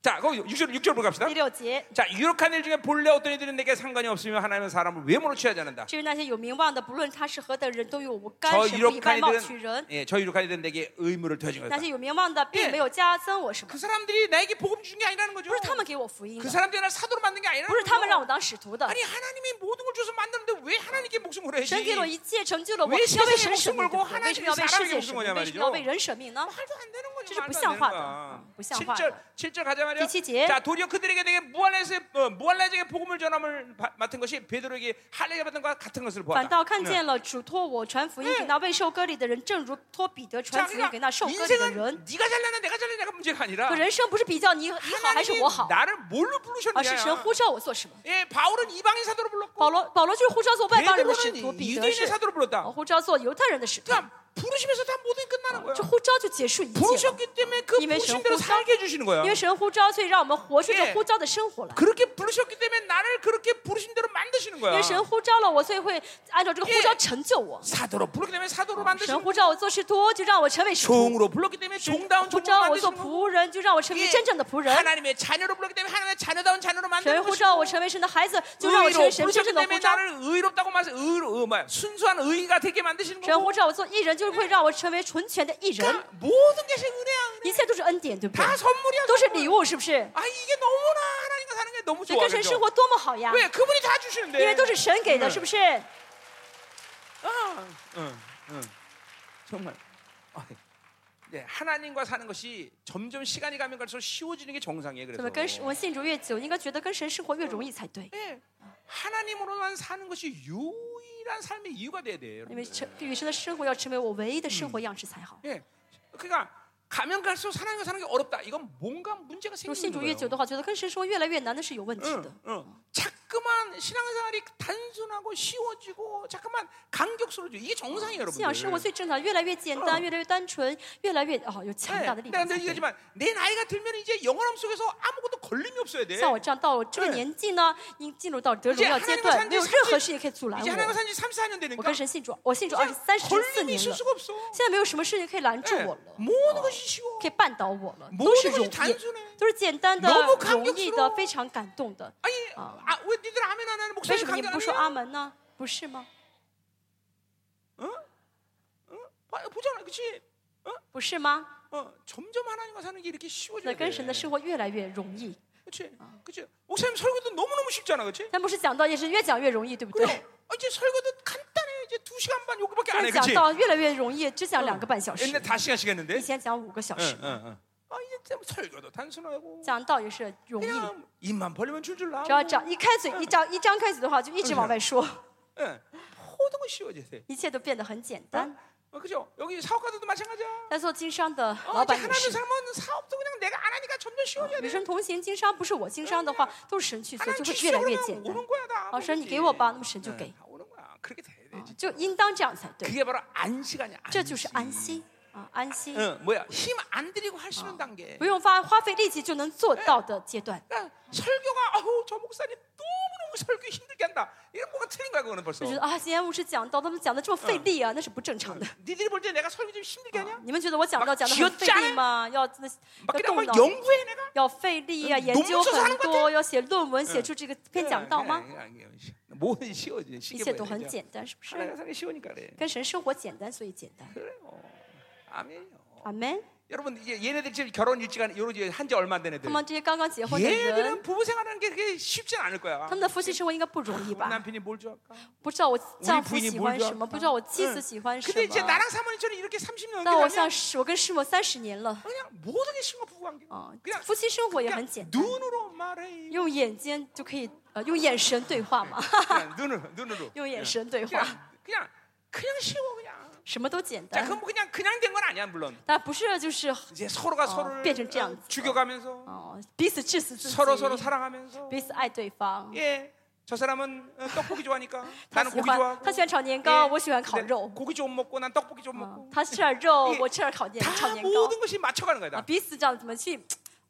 A: 자, 그럼 6절 6절로 갑시다.
B: 第六节，
A: 자, 유력한 일 중에 본래 어떤 이들은 내게 상관이 없으면 하나님은 사람을 외모로 취하지 않는다.
B: 至于那些有名望的，不论他是何等人，都与我无干
A: 저
B: 涉，不以
A: 유력한
B: 外貌取
A: 이들은
B: 人。
A: 예, 저 유력한 이들은 내게 의무를 더해준
B: 那
A: 거다.
B: 些有名望的，并没有加增我什么
A: 그 ， 사람들이 나에게 복음 준 게 아니라는 거죠.
B: 不是哎他们给我福音
A: 그
B: 的，
A: 사람들이 나를 사도로 만든 게 아니라는
B: 不是他们让
A: 거죠.
B: 我当使徒的。
A: 아니 하나님이 모든 걸 줘서 만드는데 왜 하나님께 목숨
B: 神给了我
A: 걸어야지?
B: 一切，成就了我，
A: 왜
B: 要为神
A: 세상에목숨
B: 舍命，
A: 걸고
B: 对不对
A: 하나님
B: 为什么要为
A: 사랑에
B: 世界
A: 목숨
B: 舍
A: 거냐
B: 命？为什
A: 말이죠
B: 么要为人舍命呢？
A: 말도 안 되는 거죠. 말도
B: 진짜
A: 안 되는
B: 불쌍하다.
A: 거야.
B: 어, 불쌍하다.
A: 7절, 7절 가자 말이야.
B: 지치지.
A: 자, 도리어 그들에게 내게 무한해서 어, 무한해에게 복음을 전함을 바- 맡은 것이 베드로에게 할례를 받은 것과 같은 것을
B: 反
A: 보았다.
B: 倒看见了主托我传福音给那未受割礼的人，正如托彼得
A: 자,
B: 传福音给那
A: 그러니까
B: 受割礼的
A: 인생은
B: 人。
A: 네가 잘났나 내가 잘났냐가 문제가 아니라
B: 可人生不是比较你你好还是
A: 하나님이 아,
B: 我好，
A: 나를 뭘로
B: 而是神
A: 부르셨느냐.
B: 呼召我做什么。
A: 예, 바울은 이방인 사도로 불렀고
B: 保罗保罗就是呼召做外邦人的使
A: 베드로는
B: 徒，彼得
A: 유대인의
B: 是啊
A: 사도로 불렀다.
B: 呼召做犹太人的使徒，
A: 그러니까 부르심에서 다 모든 게 끝나는 거야.
B: 这呼召就结束一切了。
A: 부르셨기 때문에 그
B: 이메
A: 부르심대로
B: 전-
A: 살게 해주시는 거야.
B: 因为神呼召，所以让我们活出
A: 예
B: 这呼召的生活来。
A: 그렇게 부르셨기 때문에 나를 그렇게 부르심대로 만드시는
B: 因
A: 거야.
B: 为神呼召了我，所以会按照这个呼召成就我。
A: 사도로 부르기 때문에 사도로
B: 神
A: 만드시는
B: 呼召我做使徒，就让我成为使徒；
A: 종으로 불렀기 때문에 종다운 종으로
B: 呼召我做
A: 만드시는 거고
B: 仆人，就让我成为
A: 예.
B: 真正的仆人。
A: 하나님의 자녀로 불렀기 때문에 하나님의 자녀다운 자녀로
B: 神
A: 만드는
B: 呼
A: 것이
B: 召我成为神的孩子，就让我成
A: 의로
B: 为神真
A: 부르셨기
B: 正的呼
A: 때문에
B: 召。
A: 나를 의롭다고 말해서 의로, 어, 뭐야, 순수한 의가 되게 만드시는
B: 神呼
A: 거고
B: 召我做艺人，就是会让我成为纯全的艺人。
A: 그러니까 모든 것이 은혜야 은혜.
B: 一切都是恩典，对不对
A: 다 ？ 선물이야
B: 都是
A: 선물.
B: 礼物，是不是？
A: 아 이게 너무나 하나님과 사는 게 너무
B: 所以
A: 좋아
B: 跟神生
A: 그죠?
B: 活多么好呀！
A: 왜 그분이 다
B: 因为
A: 주시는데
B: 都是神给的，
A: 嗯
B: 是不是？
A: 아, 응, 응. 정말 아, 네, 하나님과 사는 것이 점점 시간이 가면 갈수록 쉬워지는 게 정상이에요
B: 怎么跟
A: 그래서
B: 神我们信主越久，应该觉得跟神生活越容易才对？
A: 예, 하나님으로만 사는 것이 유일한 삶의 이유가 돼야 돼요.
B: 因
A: 여러분.
B: 为成与神的生活要成为我唯一的生活样式才好。
A: 예, 그러니까 가면 갈수록 하나님과 사는 게 어렵다. 이건 뭔가 문제가
B: 如果
A: 생기는
B: 信主越
A: 거예요.
B: 久的话，觉得跟神说越来越难，那是有问题的
A: 응, 。 응. 자꾸만 신앙생활이 단순하고 쉬워지고 자꾸만 강격스러워져. 이게 정상이에요,
B: 信仰生活
A: 여러분들.
B: 最正常，越来越简单，
A: 嗯哎
B: 越来越单纯，越来越哦有强
A: 예,
B: 大的力量
A: 내가 늘
B: 才对。
A: 얘기하지만 내 나이가 들면 이제 영원함 속에서 아무것도 걸림이 없어야 돼.
B: 像我这样到了这个
A: 对
B: 年纪呢，已经进入到得荣耀阶段，没有任何事情可以阻拦
A: 이제 하나님과
B: 我。
A: 산지 34년
B: 我
A: 되니까
B: 跟神信主，我信主二十三十四
A: 걸림이
B: 年
A: 있을
B: 了，
A: 수가 없어.
B: 现在没有什么事情可以拦住
A: 예,
B: 我了，
A: 모든 것이 쉬워.
B: 可以绊倒我了，
A: 모든
B: 都哎是
A: 것이
B: 容易，
A: 단순해.
B: 都是简单的
A: 너무감
B: 容
A: 격스러워
B: 易的，非常感动的。
A: 아니,
B: 어.
A: 아, 왜 니들 아멘 안 하는
B: 为
A: 목사님
B: 什么
A: 관계
B: 你们不说
A: 아니에요?
B: 阿门呢？不是吗？
A: 봐- 보잖아, 그렇지?
B: 不是吗？
A: 어, 점점 하나님과 사는 게 이렇게
B: 那
A: 쉬워져야 아.
B: 跟
A: 돼.
B: 神的生活越来越容易。
A: 그렇지? 그렇지? 목사님 설교도 너무너무 쉽잖아, 그렇지?
B: 但牧师讲到也是越讲越容易，对不对？
A: 그래. 어, 이제 설교도 간단해. 이제 두 시간 반 요거밖에 안 해,
B: 现在
A: 그렇지?
B: 讲到越来越容易，只讲两个半小时，
A: 옛날 다 시간씩
B: 以
A: 했는데.
B: 前讲五个小
A: 응,
B: 时，
A: 응, 응. 아, 이제 참 설교도 단순하고
B: 讲到也是容易的。
A: 그냥 입만 벌리면 줄줄
B: 只要
A: 나오고.
B: 张一开嘴一张一张开嘴的话，就一直往外说，
A: 예. 모든 거 쉬워져야 돼.
B: 一切都变得很简单。
A: 어, 그죠? 여기 사업가들도 마찬가지야.
B: 在做经商的
A: 어,
B: 老
A: 이제
B: 板也
A: 하나님
B: 是，
A: 삶은 사업도 그냥 내가 안 하니까 점점 쉬워져야
B: 与
A: 돼.
B: 神同行经商不是我经商的话，都是神去做，
A: 하나님
B: 就会越来越
A: 주시오면
B: 简单。
A: 오는 거야 다.
B: 老师，你
A: 오겠지.
B: 给我吧，那么神就
A: 응,
B: 给，
A: 다 오는 거야. 그렇게 돼야
B: 啊
A: 되지.
B: 就应当这样才对。
A: 그게 바로 안식 아니야.
B: 这就是安
A: 네. 안식. 아.
B: 息啊，安息，
A: 응, 뭐야? 힘 안 들이고 할 수 있는 단계.
B: 不用花花费力气就能做到的阶段。
A: 그러니까 설교가 아우 저 목사님 너무 너무 설교 힘들게 한다. 이런 뭐가 틀린 거야 그거는 벌써.
B: 就觉得啊，今天牧师讲到他们讲的这么费力啊，那是不正常的。
A: 니들이 볼 때 내가 설교 좀 힘들게 하냐?
B: 你们觉得我讲到讲的很费力吗？要那
A: 막 어.
B: 要
A: 그냥
B: 动
A: 막
B: 脑，
A: 연구해 내가.
B: 要费力啊，
A: 嗯
B: 研
A: 浓
B: 究
A: 缩出来
B: 很
A: 了
B: 多，要写论文，写出这个篇
A: 어,
B: 讲道
A: 哎
B: 吗？
A: 뭐든 쉬워지.
B: 一
A: 쉽게
B: 切
A: 보여.
B: 都很
A: 그냥.
B: 简单，是不
A: 하나님
B: 是？
A: 사는 게 쉬우니까 그래.
B: 跟神生活简单，所以简单。
A: 그래요. 아멘요.
B: 阿门。
A: 여러분 이제 얘네들 지금 결혼 일지가 요런 한지 얼마 안 된
B: 那
A: 애들.
B: 么这些刚刚结婚的人，
A: 얘들은 부부 생활하는 게 그게 쉽지 않을 거야.
B: 他们的夫妻生活应该不容易
A: 우리
B: 吧？
A: 남편이 뭘 좋아할까?
B: 不知道我丈夫
A: 부인이
B: 喜
A: 뭘
B: 欢什么，
A: 좋아할까
B: 不知道我嗯妻子喜欢什
A: 근데 이제
B: 么。
A: 나랑 사모님처럼 이렇게 30년
B: 但我
A: 넘게
B: 像
A: 그냥,
B: 是我跟师母三十年了，
A: 그냥 모든 게 신과 어, 부부 뭐 관계.
B: 啊
A: 그냥 ，
B: 夫妻生活也
A: 그냥
B: 很简单，
A: 눈으로 말해.
B: 用眼睛就可以，呃，用眼神对话嘛，
A: 그냥 눈으로 눈으로. 예.
B: 用眼
A: 그냥,
B: 神对啊话，
A: 그냥 그냥 그냥 쉬워 그냥.
B: 什么都简
A: 자,
B: 单。
A: 그건 뭐 그냥 그냥 된 건 아니야 물론.
B: 但不是就是，
A: 이제 서로가 서로를
B: 뼈좀 짱.
A: 어, 죽여가면서
B: 哦，彼此致死自
A: 서로 서로
B: 己，
A: 사랑하면서
B: 彼此爱对方。
A: 예. 저 사람은 어, 떡볶이 좋아하니까
B: 他
A: 나는
B: 喜
A: 고기
B: 欢
A: 좋아하고
B: 他喜欢炒年
A: 예.
B: 糕，我喜欢烤
A: 근데
B: 肉。
A: 고기 어, 좀 먹고 난 떡볶이 좀
B: 啊
A: 먹고
B: 他吃点肉
A: 예 ，
B: 我吃点烤年炒
A: 다
B: 年糕
A: 모든 ， 것이 맞춰가는 거야
B: 啊，
A: 다.
B: 彼此这样怎么去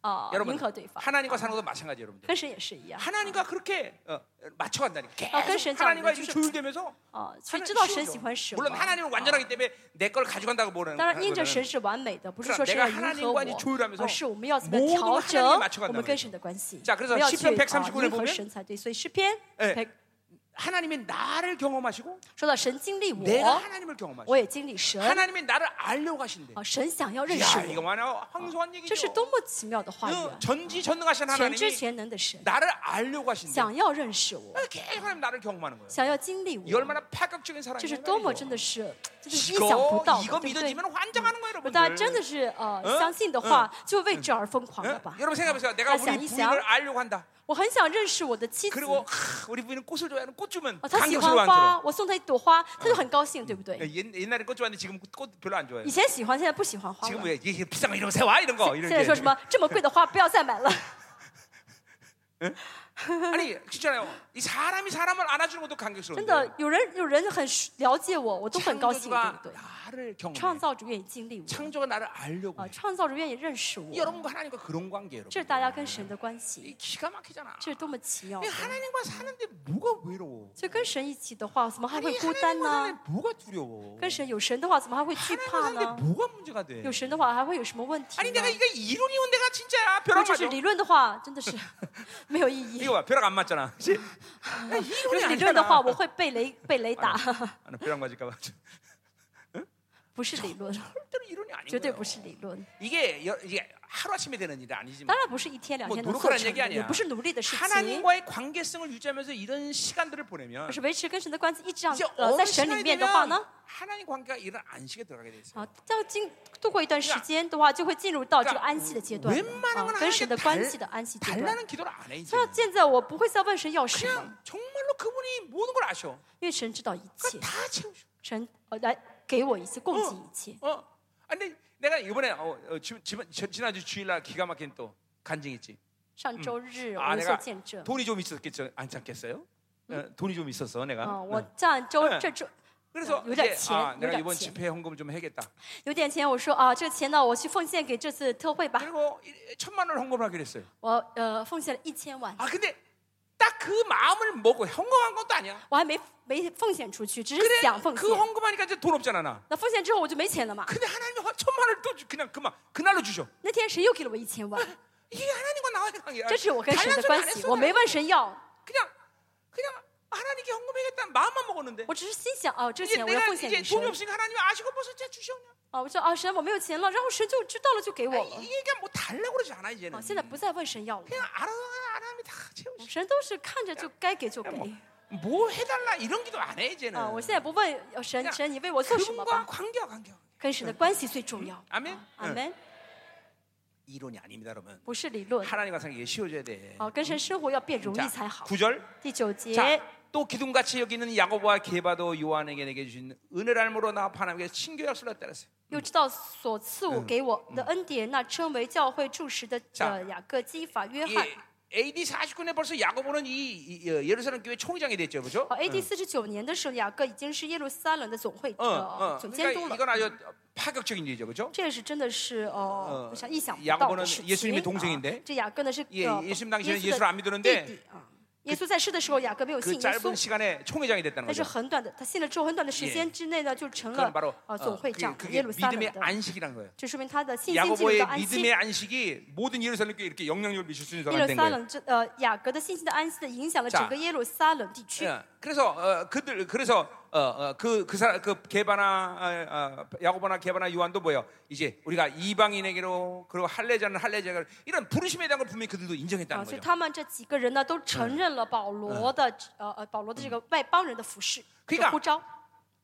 B: 啊
A: 여러분
B: 迎合对方？
A: 하나님과 사는 것도 마찬가지 여러분들
B: 跟神也是一样
A: 하나님과 그렇게 어, 맞춰간다니까
B: 아, 그건
A: 계속
B: 진짜
A: 하나님과
B: 안 돼.
A: 이렇게 조율되면서
B: 啊，去
A: 하나님
B: 知道神
A: 쉬워져.
B: 喜欢什么
A: 물론 。 하나님은 완전하기 때문에 내 걸 가져간다고 뭐라는
B: 当然，因着
A: 거는
B: 神是完美的，不是
A: 그러나
B: 说神
A: 내가
B: 要迎合
A: 하나님과이제조율하면서
B: 我，而是我们要怎么
A: 모든걸
B: 调
A: 하나님에맞춰
B: 整
A: 간다는
B: 我们跟
A: 거죠
B: 神的关系，
A: 자, 그래서
B: 不要去
A: 시편
B: 啊
A: 139에
B: 迎合
A: 보면
B: 神才对。所以诗篇
A: 예
B: 100
A: 하나님이 나를 경험하시고
B: 说到神经历
A: 내가
B: 我，
A: 하나님을
B: 我
A: 경험하시고
B: 也经历神
A: 하나님이 나를 알려고 하신대
B: 啊，神想要认识
A: 이야 이거
B: 我，
A: 뭐냐 황소한
B: 这是
A: 얘기죠 그
B: 多么奇妙的话语！
A: 뭐
B: 啊
A: 전지전능하신
B: 全知
A: 하나님이
B: 全能的神
A: 나를 알려고 하신대 아,
B: 想要认识我，
A: 계속 하나님 나를 경험하는 거예요
B: 想要经历
A: 이
B: 我，
A: 얼마나 파격적인
B: 这
A: 사랑이에요
B: 是多么
A: 이거.
B: 真的是真的是意想不
A: 이거
B: 到
A: 이거
B: 的，对不对？
A: 믿어지면 환장하는 거예요
B: 如果大家
A: 여러분들
B: 真的是呃
A: 嗯
B: 相信的话，就为之而疯狂了
A: 예?
B: 吧？
A: 여러분 생각해보세요. 내가
B: 자,
A: 우리
B: 자,
A: 부인을 알려고 한다.
B: 我很想认识我的妻子。
A: 그리고 하, 우리 부인은 꽃을 좋아하는 꽃 주면
B: 哦，他喜
A: 감격스러워
B: 欢
A: 안 들어.
B: 花，我送他一朵花，他就很高兴，对不对？
A: 옛날에 꽃 좋아하는데 지금 꽃 별로 안 좋아해.
B: 以前喜欢，现在不喜欢花
A: 지금
B: 了。
A: 왜 이게 비싼 거 이런 거 세와 이런 거
B: 现
A: 이런
B: 在
A: 게
B: 说什么这么贵的花不要再买 了，
A: 아니 진짜요. 이 사람이 사람을 안아주는 것도 감격스러워.
B: 真的有人有人很了解我，我都很高兴，对
A: 창조주가
B: 不对？
A: 나를
B: 创
A: 경험해.
B: 造主愿意经历我，
A: 창조가 나를 알려고.
B: 啊，
A: 해.
B: 创造主愿意认识
A: 이
B: 我，
A: 여러분과 하나님과 그런 관계예요.
B: 这是
A: 여러분.
B: 大家跟神的关系，
A: 이 기가 막히잖아.
B: 这是多么奇妙
A: 근데
B: 的！
A: 하나님과 사는데 뭐가 외로워?
B: 所以跟神一起的话，怎么还
A: 아니
B: 会孤单
A: 하나님과
B: 呢？
A: 사는데 뭐가 두려워?
B: 跟神有神的话，怎么还会惧
A: 하나님과
B: 怕呢
A: 사는데 ？ 뭐가 문제가 돼?
B: 有神的话还会有什么问题
A: 아니
B: 呢
A: 내가 ？ 이거 이론이면 내가 진짜야
B: 如果
A: 벼락
B: 只是
A: 맞아.
B: 理论的话，真的 是没有意义。
A: 이거 봐 벼락 안 맞잖아. 그치? 야,
B: 如果
A: 이론이
B: 是哎理论的话，
A: 아니잖아.
B: 我会被雷被 雷打，
A: 아, 나 벼락 맞을까 봐.
B: 不是理论，
A: 절대로 이론이 아닌
B: 绝对
A: 거예요.
B: 不是理论。
A: 이게 여- 이게 하루 아침에 되는 일이 아니지만
B: 当然不是一天两
A: 뭐
B: 天能
A: 노력하라는
B: 做成
A: 얘기아니야
B: 的，也不是努力的事情，
A: 하나님과의 관계성을 유지하면서 이런 시간들을
B: 而
A: 보내면
B: 是维持跟神的关系，一直这样
A: 이제
B: 呃，在
A: 어느
B: 神里
A: 시간이
B: 面的话
A: 되면
B: 呢，
A: 하나님 아, 관계가 이런 안식에 들어가게 돼 있어요.
B: 啊，这样经度过一段时间的话，就会进入到这个安息的阶段了，
A: 웬만한
B: 啊
A: 건 ，
B: 跟神的
A: 하나님께
B: 关系的安息阶段。
A: 달라는 기도를 안 해. 이제.
B: 所以现在我不会再问神要什么，
A: 그냥 정말로 그분이 모든 걸 아셔.
B: 因为神知道一切，
A: 다 채우셔.
B: 神呃来给我一切，供
A: 嗯
B: 给一切。
A: 어. 아, 근데 내가 이번에 어, 어, 지, 지, 지, 지난주 주일날 기가 막힌 또 간증했지.
B: 上周日
A: 啊
B: 我有
A: 那
B: 所
A: 个
B: 见证，
A: 돈이 좀 있었겠죠. 안 참겠어요? 어, 돈이 좀 있었어 내가.
B: 啊，我
A: 어.
B: 上周
A: 嗯
B: 这周
A: 그래서
B: 요리
A: 이제
B: 치-
A: 아,
B: 요리
A: 내가 이번
B: 치.
A: 집회 헌금 좀 해야겠다.
B: 有点钱，我说啊，这个钱呢，我去奉献给这次特惠吧。
A: 그리고 이- 천만 원 헌금하기로 했어요.
B: 我呃奉献了一千万，
A: 아 근데 딱 그 마음을 먹고 헌금한 것도 아니야.
B: 我还没没奉献出去，只是
A: 그래
B: 想奉献
A: 그 。 헌금하니까 이제 돈 없잖아 나.
B: 那奉献之后我就没钱了嘛。
A: 근데 하나님이 헌- 천만 원을 또 주- 그냥 그만 그날로 주셔.
B: 那天谁又给了我一千万？
A: 이게 하나님과 나와의 관계야.
B: 这是我跟神
A: 달란
B: 的
A: 소리
B: 关
A: 안
B: 系，
A: 했어.
B: 我没问神要，
A: 그냥 그냥 하나님께 헌금해야겠다는 마음만 먹었는데
B: 我只是心想哦，这
A: 이제
B: 钱我要
A: 내가
B: 奉献给
A: 이제 돈이
B: 神
A: 없으니까 하나님이 아시고 벌써 제 주셔 그냥.
B: 啊。我说啊，神我没有钱了，然后神就知道了就给我
A: 아니,
B: 了
A: 이게 그냥 뭐 달라고 그러지 않아 이제는.
B: 啊。现在不再问神要了，哦
A: 그냥 알아서 하나님이 다 채우시.
B: 神都是看
A: 哎
B: 着就该给就给
A: 뭐 해달라 이런 기도 안 해 이제는.
B: 啊。我现在不问呃神，神你为我嗯做什么
A: 그분과 ？
B: 吧
A: 관계와 관계.
B: 跟神的关系最重要。
A: 阿门
B: 啊阿门。
A: 이론이 아닙니다, 여러분.
B: 不是理论。
A: 하나님과 관계 쉬워져야 돼.
B: 好，跟神生活要变容易才好。
A: 구절.
B: 第九节，
A: 자, 또 기둥같이 여기는 야고보와 게바도 요한에게 내게 주신 은혜를 알므로 나 하나님께 신교 약속을 따랐어요.
B: 又知道所赐我给我的恩典，那称为教会柱石的
A: 자
B: 呃雅各基法约
A: 이
B: 翰。
A: AD 49년에 벌써 야고보는 이, 이- 어, 예루살렘 교회 총장이 됐죠, 그죠?
B: 好，AD 哦四十九年的时候，雅各已经是耶路撒冷的总会
A: 어,
B: 呃
A: 어.
B: 总监
A: 그러니까
B: 督
A: 이건
B: 了。
A: 아주 파격적인 일이죠, 그죠?
B: 这也是真的是呃，我想意想不
A: 雅各
B: 到
A: 는
B: 的事
A: 예수님의
B: 情。
A: 동생인
B: 啊
A: 데
B: 这雅各呢是
A: 예,
B: 呃
A: 예수님 당시에는
B: 耶
A: 예수를 안
B: 稣的弟
A: 믿었는데
B: 弟啊。耶稣在世的时候，雅各没有信
A: 그
B: 耶
A: 짧은
B: 稣，
A: 시간에 총회장이 됐다는
B: 但是
A: 거죠.
B: 很短的，他信了之后很短的时间之内呢，就成
A: 그건
B: 了
A: 바로
B: 呃
A: 어,
B: 总会
A: 그게,
B: 长
A: 그게
B: 耶路撒冷
A: 믿음의
B: 的。
A: 안식이라는 거예요.
B: 就说明他的信心进入到
A: 야고보의
B: 安息
A: 믿음의 。 안식이 모든 예루살렘 교회에 이렇게 영향력을 미칠 수 있는
B: 耶
A: 사람이
B: 路
A: 된
B: 撒
A: 거예요.
B: 冷这呃雅各的信心的安息的影响了
A: 자
B: 整个耶路撒冷地区。啊
A: 예, 그래서 어, 그들 그래서 어그그 사람 그 개바나 아, 아, 야고보나 개바나 요한도 뭐예요? 이제 우리가 이방인에게로 그리고 할례자는 할례자가 이런 부르심에 대한 걸 분명히 그들도
B: 啊，
A: 인정했다는
B: 所以
A: 거죠.
B: 他们这几个人呢，都承认了保罗的呃呃保罗的这个外邦人的服饰
A: 可以
B: 这个
A: 干
B: 呼召。
A: 그러니까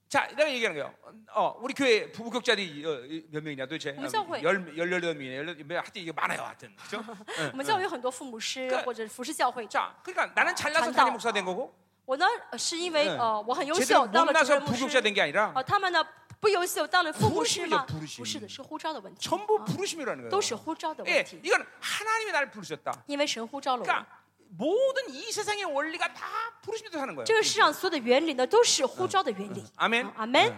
A: 자, 내가 얘기하는 거예요. 어, 우리 교회 부부격자들이 어, 몇 명이냐 도대체?
B: 엄청
A: 어,
B: 회.
A: 열 열여덟 명이에요. 열여덟 명. 하여튼 이게 많아요, 하여튼. 그죠?
B: 我们教会有很多父母师
A: 干
B: 或者服饰教会，
A: 자, 그러니까 나는 잘나서
B: 잔다.
A: 단임 목사 된 거고
B: 我呢呃是因为
A: 嗯
B: 呃我很优
A: 제대로
B: 秀当了主
A: 못나서
B: 任牧
A: 부격자
B: 师，
A: 된 게 아니라
B: 哦他们呢不优秀当了副牧师吗
A: 부르심이죠？부르심
B: 不是的，是呼召的问题，
A: 전부
B: 啊
A: 부르심이라는
B: 都是
A: 거예요.
B: 呼召的
A: 예,
B: 问题，
A: 이건 하나님이 나를 부르셨다.
B: 因为神呼召了我们。
A: 그러니까 모든 이 세상의 원리가 다 부르심에서 사는 거예요.
B: 这个世上所有的原理呢，都是呼召的原理。
A: 아멘.
B: 啊阿门。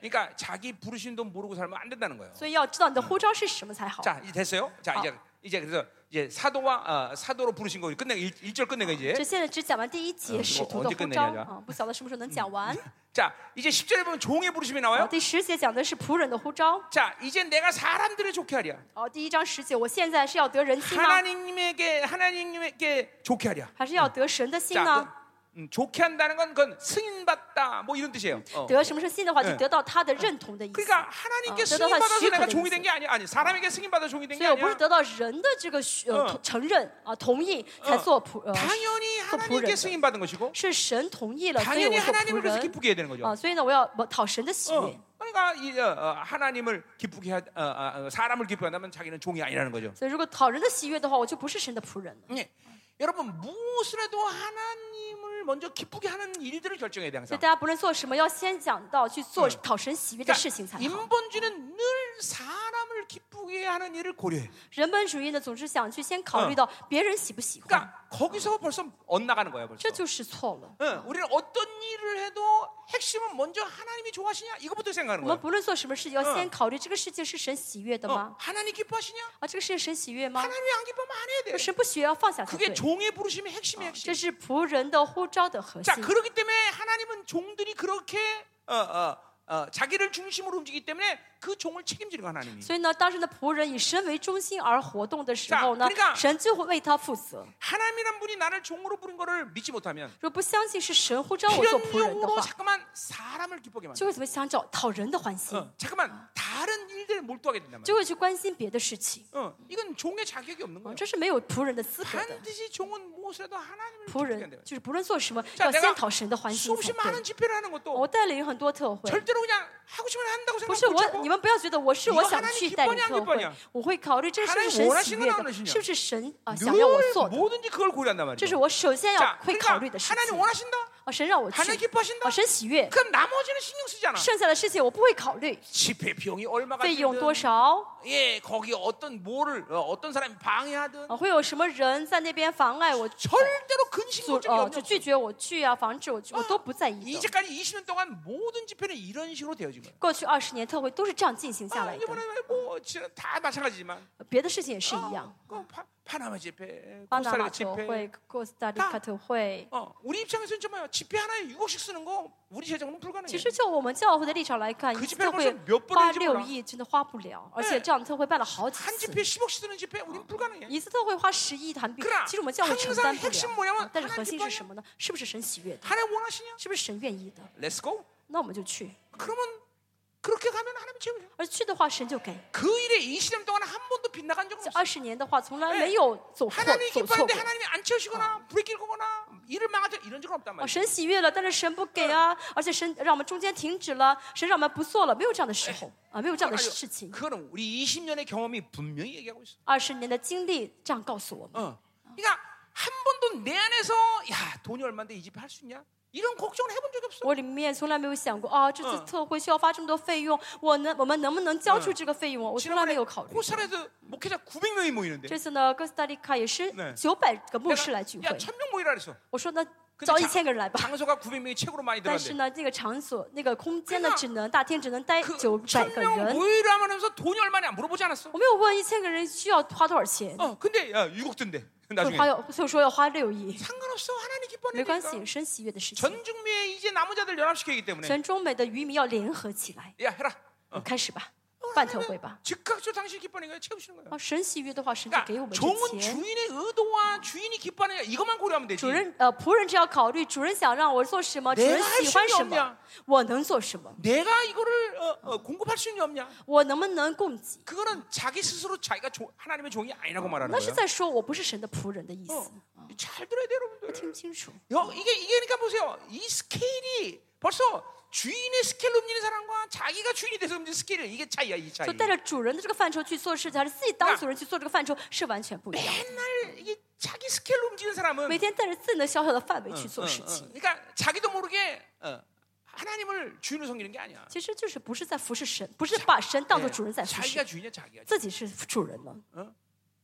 A: 그러니까 자기 부르심도 모르고 살면 안 된다는 거예요.
B: 所以要知道你的呼召是什么才好。
A: 자, 이제 됐어요. 자, 이제 이제 그래서 이제 사도와 어, 사도로 부르신 거 끝내 일일절 끝내고 이제.
B: 这现在只讲完第一节使徒的
A: 嗯我我
B: 呼召
A: 就跟人家讲嗯
B: 啊，不晓得什么时候能讲完。
A: 자, 이제 10절에 보면 종의 부르심이
B: 啊，
A: 나와요.
B: 第十节讲的是仆人的呼召。
A: 자, 이제 내가 사람들을 좋게 하랴.
B: 哦，第一章十节，我现在是要得人心吗？
A: 하나님에게 하나님에게 좋게 하랴.
B: 还是要得神的心
A: 자,
B: 呢？
A: 그, 음, 좋게 한다는 건 그건 승인 받다 뭐 이런 뜻이에요. 어.
B: 得什么是心的话，就
A: 嗯
B: 得到他的认同的意思。
A: 그러니까 하나님께
B: 어,
A: 승인 받아서
B: 내가
A: 내가
B: 다
A: 종이 된 게 아니야. 아니, 사람에게 승인 받아 종이 된
B: 所
A: 게
B: 以我不是
A: 아니야.
B: 得到人的这个许呃
A: 啊嗯
B: 同承认啊同意才做仆呃，
A: 당연히 하나님께
B: 부르는
A: 승인 받은 것이고
B: 是神同意了，所以
A: 당연히
B: 我做仆
A: 하나님을 그래서
B: 人
A: 기쁘게 해야 되는 거죠.
B: 啊。所以呢，我要讨神的喜悦
A: 어. 。 그러니까 이, 어, 어, 하나님을 기쁘게 하, 어, 어, 어, 사람을 기쁘게 한다면 자기는 종이 아니라는 거죠.
B: 所以如果讨人的喜悦的话，我就不是神的仆人了。
A: 예. 여러분 무엇을 해도 하나님을 먼저 기쁘게 하는 일들을 결정해야 돼요
B: 所以
A: 항상.
B: 大家不论做什么，要先讲到去做
A: 啊嗯
B: 讨神喜悦的事情才
A: 그러니까
B: 好。
A: 인본주의는 늘 사람을 기쁘게 하는 일을 고려해.
B: 人本主义呢，总是想去先考虑到别人喜不喜欢，
A: 그러니까 거기서 벌써 엇나가는 거야 벌써.
B: 这就是错了。
A: 응, 우리는 어떤 일을 해도 핵심은 먼저 하나님이 좋아하시냐 이거부터 생각하는
B: 我们
A: 거야.
B: 不论做什么事情，要
A: 嗯
B: 先考虑这个事情是神喜悦的
A: 어,
B: 吗？
A: 하나님 기뻐하시냐?
B: 啊，这个事情神喜悦吗？
A: 하나님이 안 기뻐하면 안 해야 돼.
B: 神不喜悦要放下
A: 뭐.
B: 才
A: 그게
B: 对。
A: 종의 부르심의 핵심의
B: 这
A: 핵심.
B: 是仆人的呼召的核心
A: 자, 。 그렇기 때문에 하나님은 종들이 그렇게 어, 어, 어, 자기를 중심으로 움직이기 때문에 그 종을 책임지는 거 하나님이.
B: 所以呢，当时的仆人以神为中心而活动的时候呢
A: 자그러니까 ，
B: 神就会为他负责。
A: 하나님이란 분이 나를 종으로 부른 거를 믿지 못하면
B: 如果不相信是神呼召我做仆人的
A: 필연적으로
B: 话，
A: 자꾸만 사람을 기쁘게 만들어.
B: 就会怎么想找讨人的欢心，
A: 어, 잠깐만 다른 일들에 몰두하게 된단
B: 就
A: 말이야.
B: 会去关心别的事情。
A: 어, 이건 종의 자격이 없는
B: 啊
A: 거야.
B: 这是没有仆人的资格的。
A: 반드시 종은 무엇이라도 하나님을
B: 仆
A: 기쁘게
B: 人
A: 한다.
B: 就是不论做什么，
A: 자
B: 要
A: 내가
B: 先讨神的欢心
A: 수없이
B: 才对
A: 많은 집회를 하는
B: 我
A: 것도
B: 带领很多特会，
A: 절대로 그냥 하고 싶으면 한다고
B: 不是
A: 생각하고
B: 我，你们不要觉得我是我
A: 이거
B: 想
A: 하나님
B: 去带领
A: 기뻐하냐안
B: 特
A: 기뻐하냐
B: 会，我会考虑这是不是
A: 하나님
B: 神喜悦
A: 원하시는 안
B: 的，是
A: 하시냐?
B: 不是神
A: 아,
B: 啊想要我做
A: 늘
B: 的，
A: 뭐든지 그걸 고려한단
B: 这是
A: 말이야.
B: 我首先要
A: 자,
B: 会考虑
A: 그러니까
B: 的事
A: 하나님
B: 情
A: 원하신다.
B: 啊，神让我去
A: 하나님 ， 기뻐하신다.
B: 啊，神喜悦，
A: 그럼 나머지는 신경 쓰지 않아.
B: 剩下的事情我不会考虑，
A: 집회 비용이 얼마가
B: 费用
A: 들든
B: 多少
A: 예, 거기 어떤 뭐를 어, 어떤 사람이 방해하든
B: 啊，会有什么人在那边妨碍我去
A: 절대로 근심
B: 阻
A: 걱정이
B: 呃
A: 없냐.
B: 就拒绝我去啊，防止我去，我都不在意的。
A: 이제까지 20년 동안 모든 집회는 이런 식으로 되어진 거예요.
B: 过去二十年特会都是这样进行下
A: 아,
B: 来的，
A: 이번에 뭐다 마찬가지지만
B: 别的事情也是一样
A: 아, 。그 파, 파나마 집회,
B: 巴拿
A: 코스타리카
B: 马特
A: 집회
B: 会、哥斯达黎卡特会。
A: 어, 우리 입장에서는 정말 집회 하나에 6억씩 쓰는 거 우리 재정은
B: 其
A: 불가능해요.
B: 实就我们教会的立场来看，
A: 그
B: 一次
A: 집회를
B: 特会
A: 벌써 몇
B: 花
A: 번인지
B: 六
A: 몰라.
B: 亿真的花不了，而且
A: 네
B: 这样特会办了好几
A: 한
B: 次，
A: 집회 10억씩 쓰는 집회 우리는 불가능해.
B: 一次特会花十亿韩币
A: 그러나，
B: 其实我们教会承担不
A: 항상핵심뭐냐면
B: 了。啊但是
A: 하나님
B: 核心
A: 기뻐하
B: 是
A: 냐
B: 什么呢？是不是神喜悦的？
A: 하나님 원하시냐?
B: 是不是神愿意的？
A: Let's go.
B: 那我们就去，
A: 그러면 그렇게 가면 하나님 채우죠.
B: 而去的话神就给。
A: 그 일에 20년 동안 한 번도 빗나간 적은
B: 这
A: 없어.
B: 二十年的话，从来没有走错
A: 하나님이
B: 走错
A: 기뻐하는데
B: 过。
A: 하나님이 안 채우시거나 불이 끼거나 일을 망하죠 이런 적은 없단
B: 哦，
A: 말이야.
B: 神喜悦了，但是神不给啊，而且神让我们中间停止了，神让我们不做了，没有这样的时候啊，没有这样的
A: 아니요.
B: 事情。
A: 그거는 우리 20년의 경험이 분명히 얘기하고 있어.
B: 二十年的经历这样告诉我们，
A: 어. 그러니까 한 번도 내 안에서 야 돈이 얼마인데 이 집회 할 수 있냐 이런 걱정을 해본 적이 없어.
B: 我里面从来没有想过啊，这次
A: 嗯
B: 特会需要花这么多费用，我能我们能不能交出这个费用啊？我从来没
A: 지난번에
B: 有考虑。
A: 코스타에서 목회자 900명이 모이는데
B: 这次呢，哥斯达黎卡也是
A: 네
B: 九百个牧师来聚
A: 내가
B: 会
A: 야 ， 1000명 모이라 그랬어.
B: 我说那
A: 데
B: 招
A: 장
B: 一千个人来吧。
A: 장소가 900명이 최고로 많이
B: 但是
A: 들어간대.
B: 呢，那个场所、那个空间呢
A: 그러나 ，
B: 只能大厅只能待
A: 그
B: 九百个
A: 1000명
B: 人。
A: 모이라 하면서 돈이 얼마냐 물어보지 않았어.
B: 我没有问一千个人需要花多少钱，
A: 어, 근데 야 6억 든대.
B: 所
A: 나중에
B: 以花要，所以说要花六亿，
A: 상관없어 하나님
B: 没关
A: 기뻐하니까.
B: 系，生喜悦的事情。
A: 전 중미에 이제 남은 자들 연합시키기 때문에
B: 全中美的渔民要联合起来，
A: 야 해라.
B: 我们开始吧。
A: 어,
B: 半条会吧。
A: 즉각적으로 당신 기뻐하는 거예요. 채우시는 거예요.
B: 啊，神喜悦的话，神就给
A: 그러니까
B: 我们这
A: 종은
B: 钱。
A: 주인의 의도와 주인이 기뻐하는 이것만 고려하면 되지.
B: 主人呃，仆人只要考虑主人想让我做什么，主
A: 내가
B: 人
A: 할
B: 喜欢
A: 수는없
B: 什
A: 냐
B: 么，我能做什么，
A: 내가 이거를 어, 어, 공급할 수 있냐 없냐?
B: 我能不能供给？
A: 그거는 자기 스스로 자기가 종- 하나님의 종이 아니라고 말하는
B: 那是
A: 거예요.
B: 在说我不是神的仆人的意思，
A: 어, 잘 들어야 돼요, 여러분들.
B: 听不清楚。
A: 여, 이게 이게 그러니까 보세요. 이 스케일이 벌써 주인의 스케일로 움직이는 사람과 자기가 주인이 돼서 움직이는 스케일 이게 차이야, 이 차이.
B: 就带着主人的这个范畴去做事情，还是自己当
A: 那
B: 主人去做这个范畴，是完全不一样。
A: 맨날 이게 자기 스케일로 움직이는 사람은
B: 每天带着自己的小小的范围去
A: 어,
B: 做
A: 어,
B: 事
A: 어.
B: 情，
A: 그러니까 자기도 모르게 어, 하나님을 주인으로 섬기는 게 아니야.
B: 其实就是不是在服侍神，不是把神当做
A: 예,
B: 主人在服
A: 자기가
B: 侍，
A: 주인이야, 자기가.
B: 自己是主人了。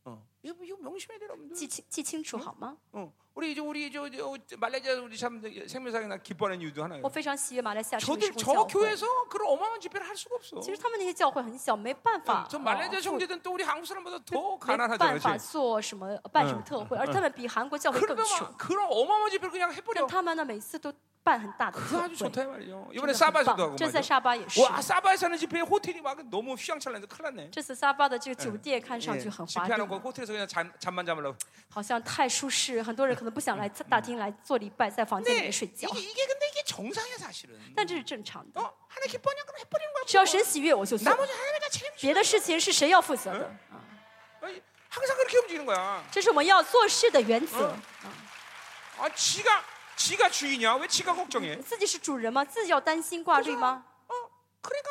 A: 어. 이거, 이거 명심해야 돼요, 여러분들.
B: 记清记清楚
A: 嗯
B: 好吗？
A: 어, 우리 이제 우리 저, 저 말레이시아 우리 참 생명상에 나 기뻐하는 이유도 하나예요.
B: 我非常喜悦马来西亚这个
A: 저
B: 事
A: 들
B: 工
A: 저
B: 教会。
A: 교회에서 그런 어마어마한 집회를 할 수가 없어.
B: 其实他们那些教会很小，没办法。
A: 저
B: 哦
A: 말레이시아 형제들은 또 우리 한국 사람보다 더
B: 没办
A: 가난하잖아요.
B: 法
A: 그렇지?
B: 做什么办什么
A: 嗯
B: 特会，而他们比韩国教会更
A: 아, 그러면
B: 穷
A: 막 。 그런 어마어마한 집회를 그러니까 그냥
B: 但
A: 해버려.
B: 他们呢，每次都办很大的特
A: 그거
B: 会
A: 아주 ， 좋다 이 말이죠.
B: 真
A: 이번에
B: 的很
A: 사바에서도
B: 棒。
A: 하고
B: 这次在
A: 말이죠.
B: 沙巴也是，
A: 와 사바에서 하는 집회 호텔이 막 너무 휘황찬란해서 큰일 났네.
B: 这次沙巴的这
A: 嗯
B: 个酒店看
A: 예,
B: 上去很华丽，
A: 집회하는 거 호텔에서 그냥 잠, 잠만 자려고.
B: 好像太舒适，很多人可能不
A: 嗯
B: 想来大厅来做礼拜，在房间里
A: 근데
B: 面睡
A: 이게,
B: 觉。
A: 이게 근데 이게 정상이야 사실은.
B: 但这是正常
A: 어
B: 的，
A: 하나 기뻐하냐 그럼 해버리는 거야.
B: 只要神喜悦我就做，
A: 나머지 하나님이 다 책임져.
B: 别的事情是谁要负责的
A: 嗯
B: 啊？
A: 아니, 어, 항상 그렇게 움직이는 거야.
B: 这是我们要做事的原则
A: 嗯
B: 啊！
A: 아 지가 지가 주인이야. 왜 지가 걱정해?
B: 自己是主人吗？自己要担心挂虑吗？
A: 어, 그러니까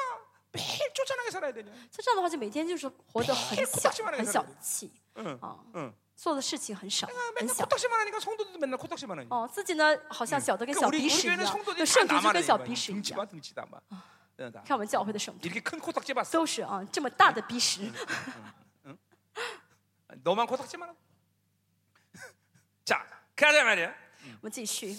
A: 매일 쫓아나게 살아야 되냐?
B: 像这样的话，就每天就是活得很小，很小气
A: 응,
B: 啊，
A: 응.
B: 做的事情很少，
A: 아,
B: 很
A: 맨날
B: 小。
A: 코딱지만 하니까 성도들도 맨날 코딱지만 하니.
B: 哦，自己呢好像小的跟
A: 그러니까
B: 小
A: 우리
B: 鼻
A: 우리
B: 屎一
A: 교회는
B: 样，
A: 성도들이
B: 对
A: 다
B: 圣徒就
A: 나만
B: 跟
A: 하는
B: 小
A: 거야. 어.
B: 鼻屎一
A: 등치봐
B: 样。
A: 등치다 막. 응, 나.
B: 看我们教会的圣徒
A: 이렇게 큰 코딱지 봤어.
B: 都是啊这么大的鼻屎，
A: 너만 코딱지만 하고. 자, 그러자 말이야.
B: 我们继续。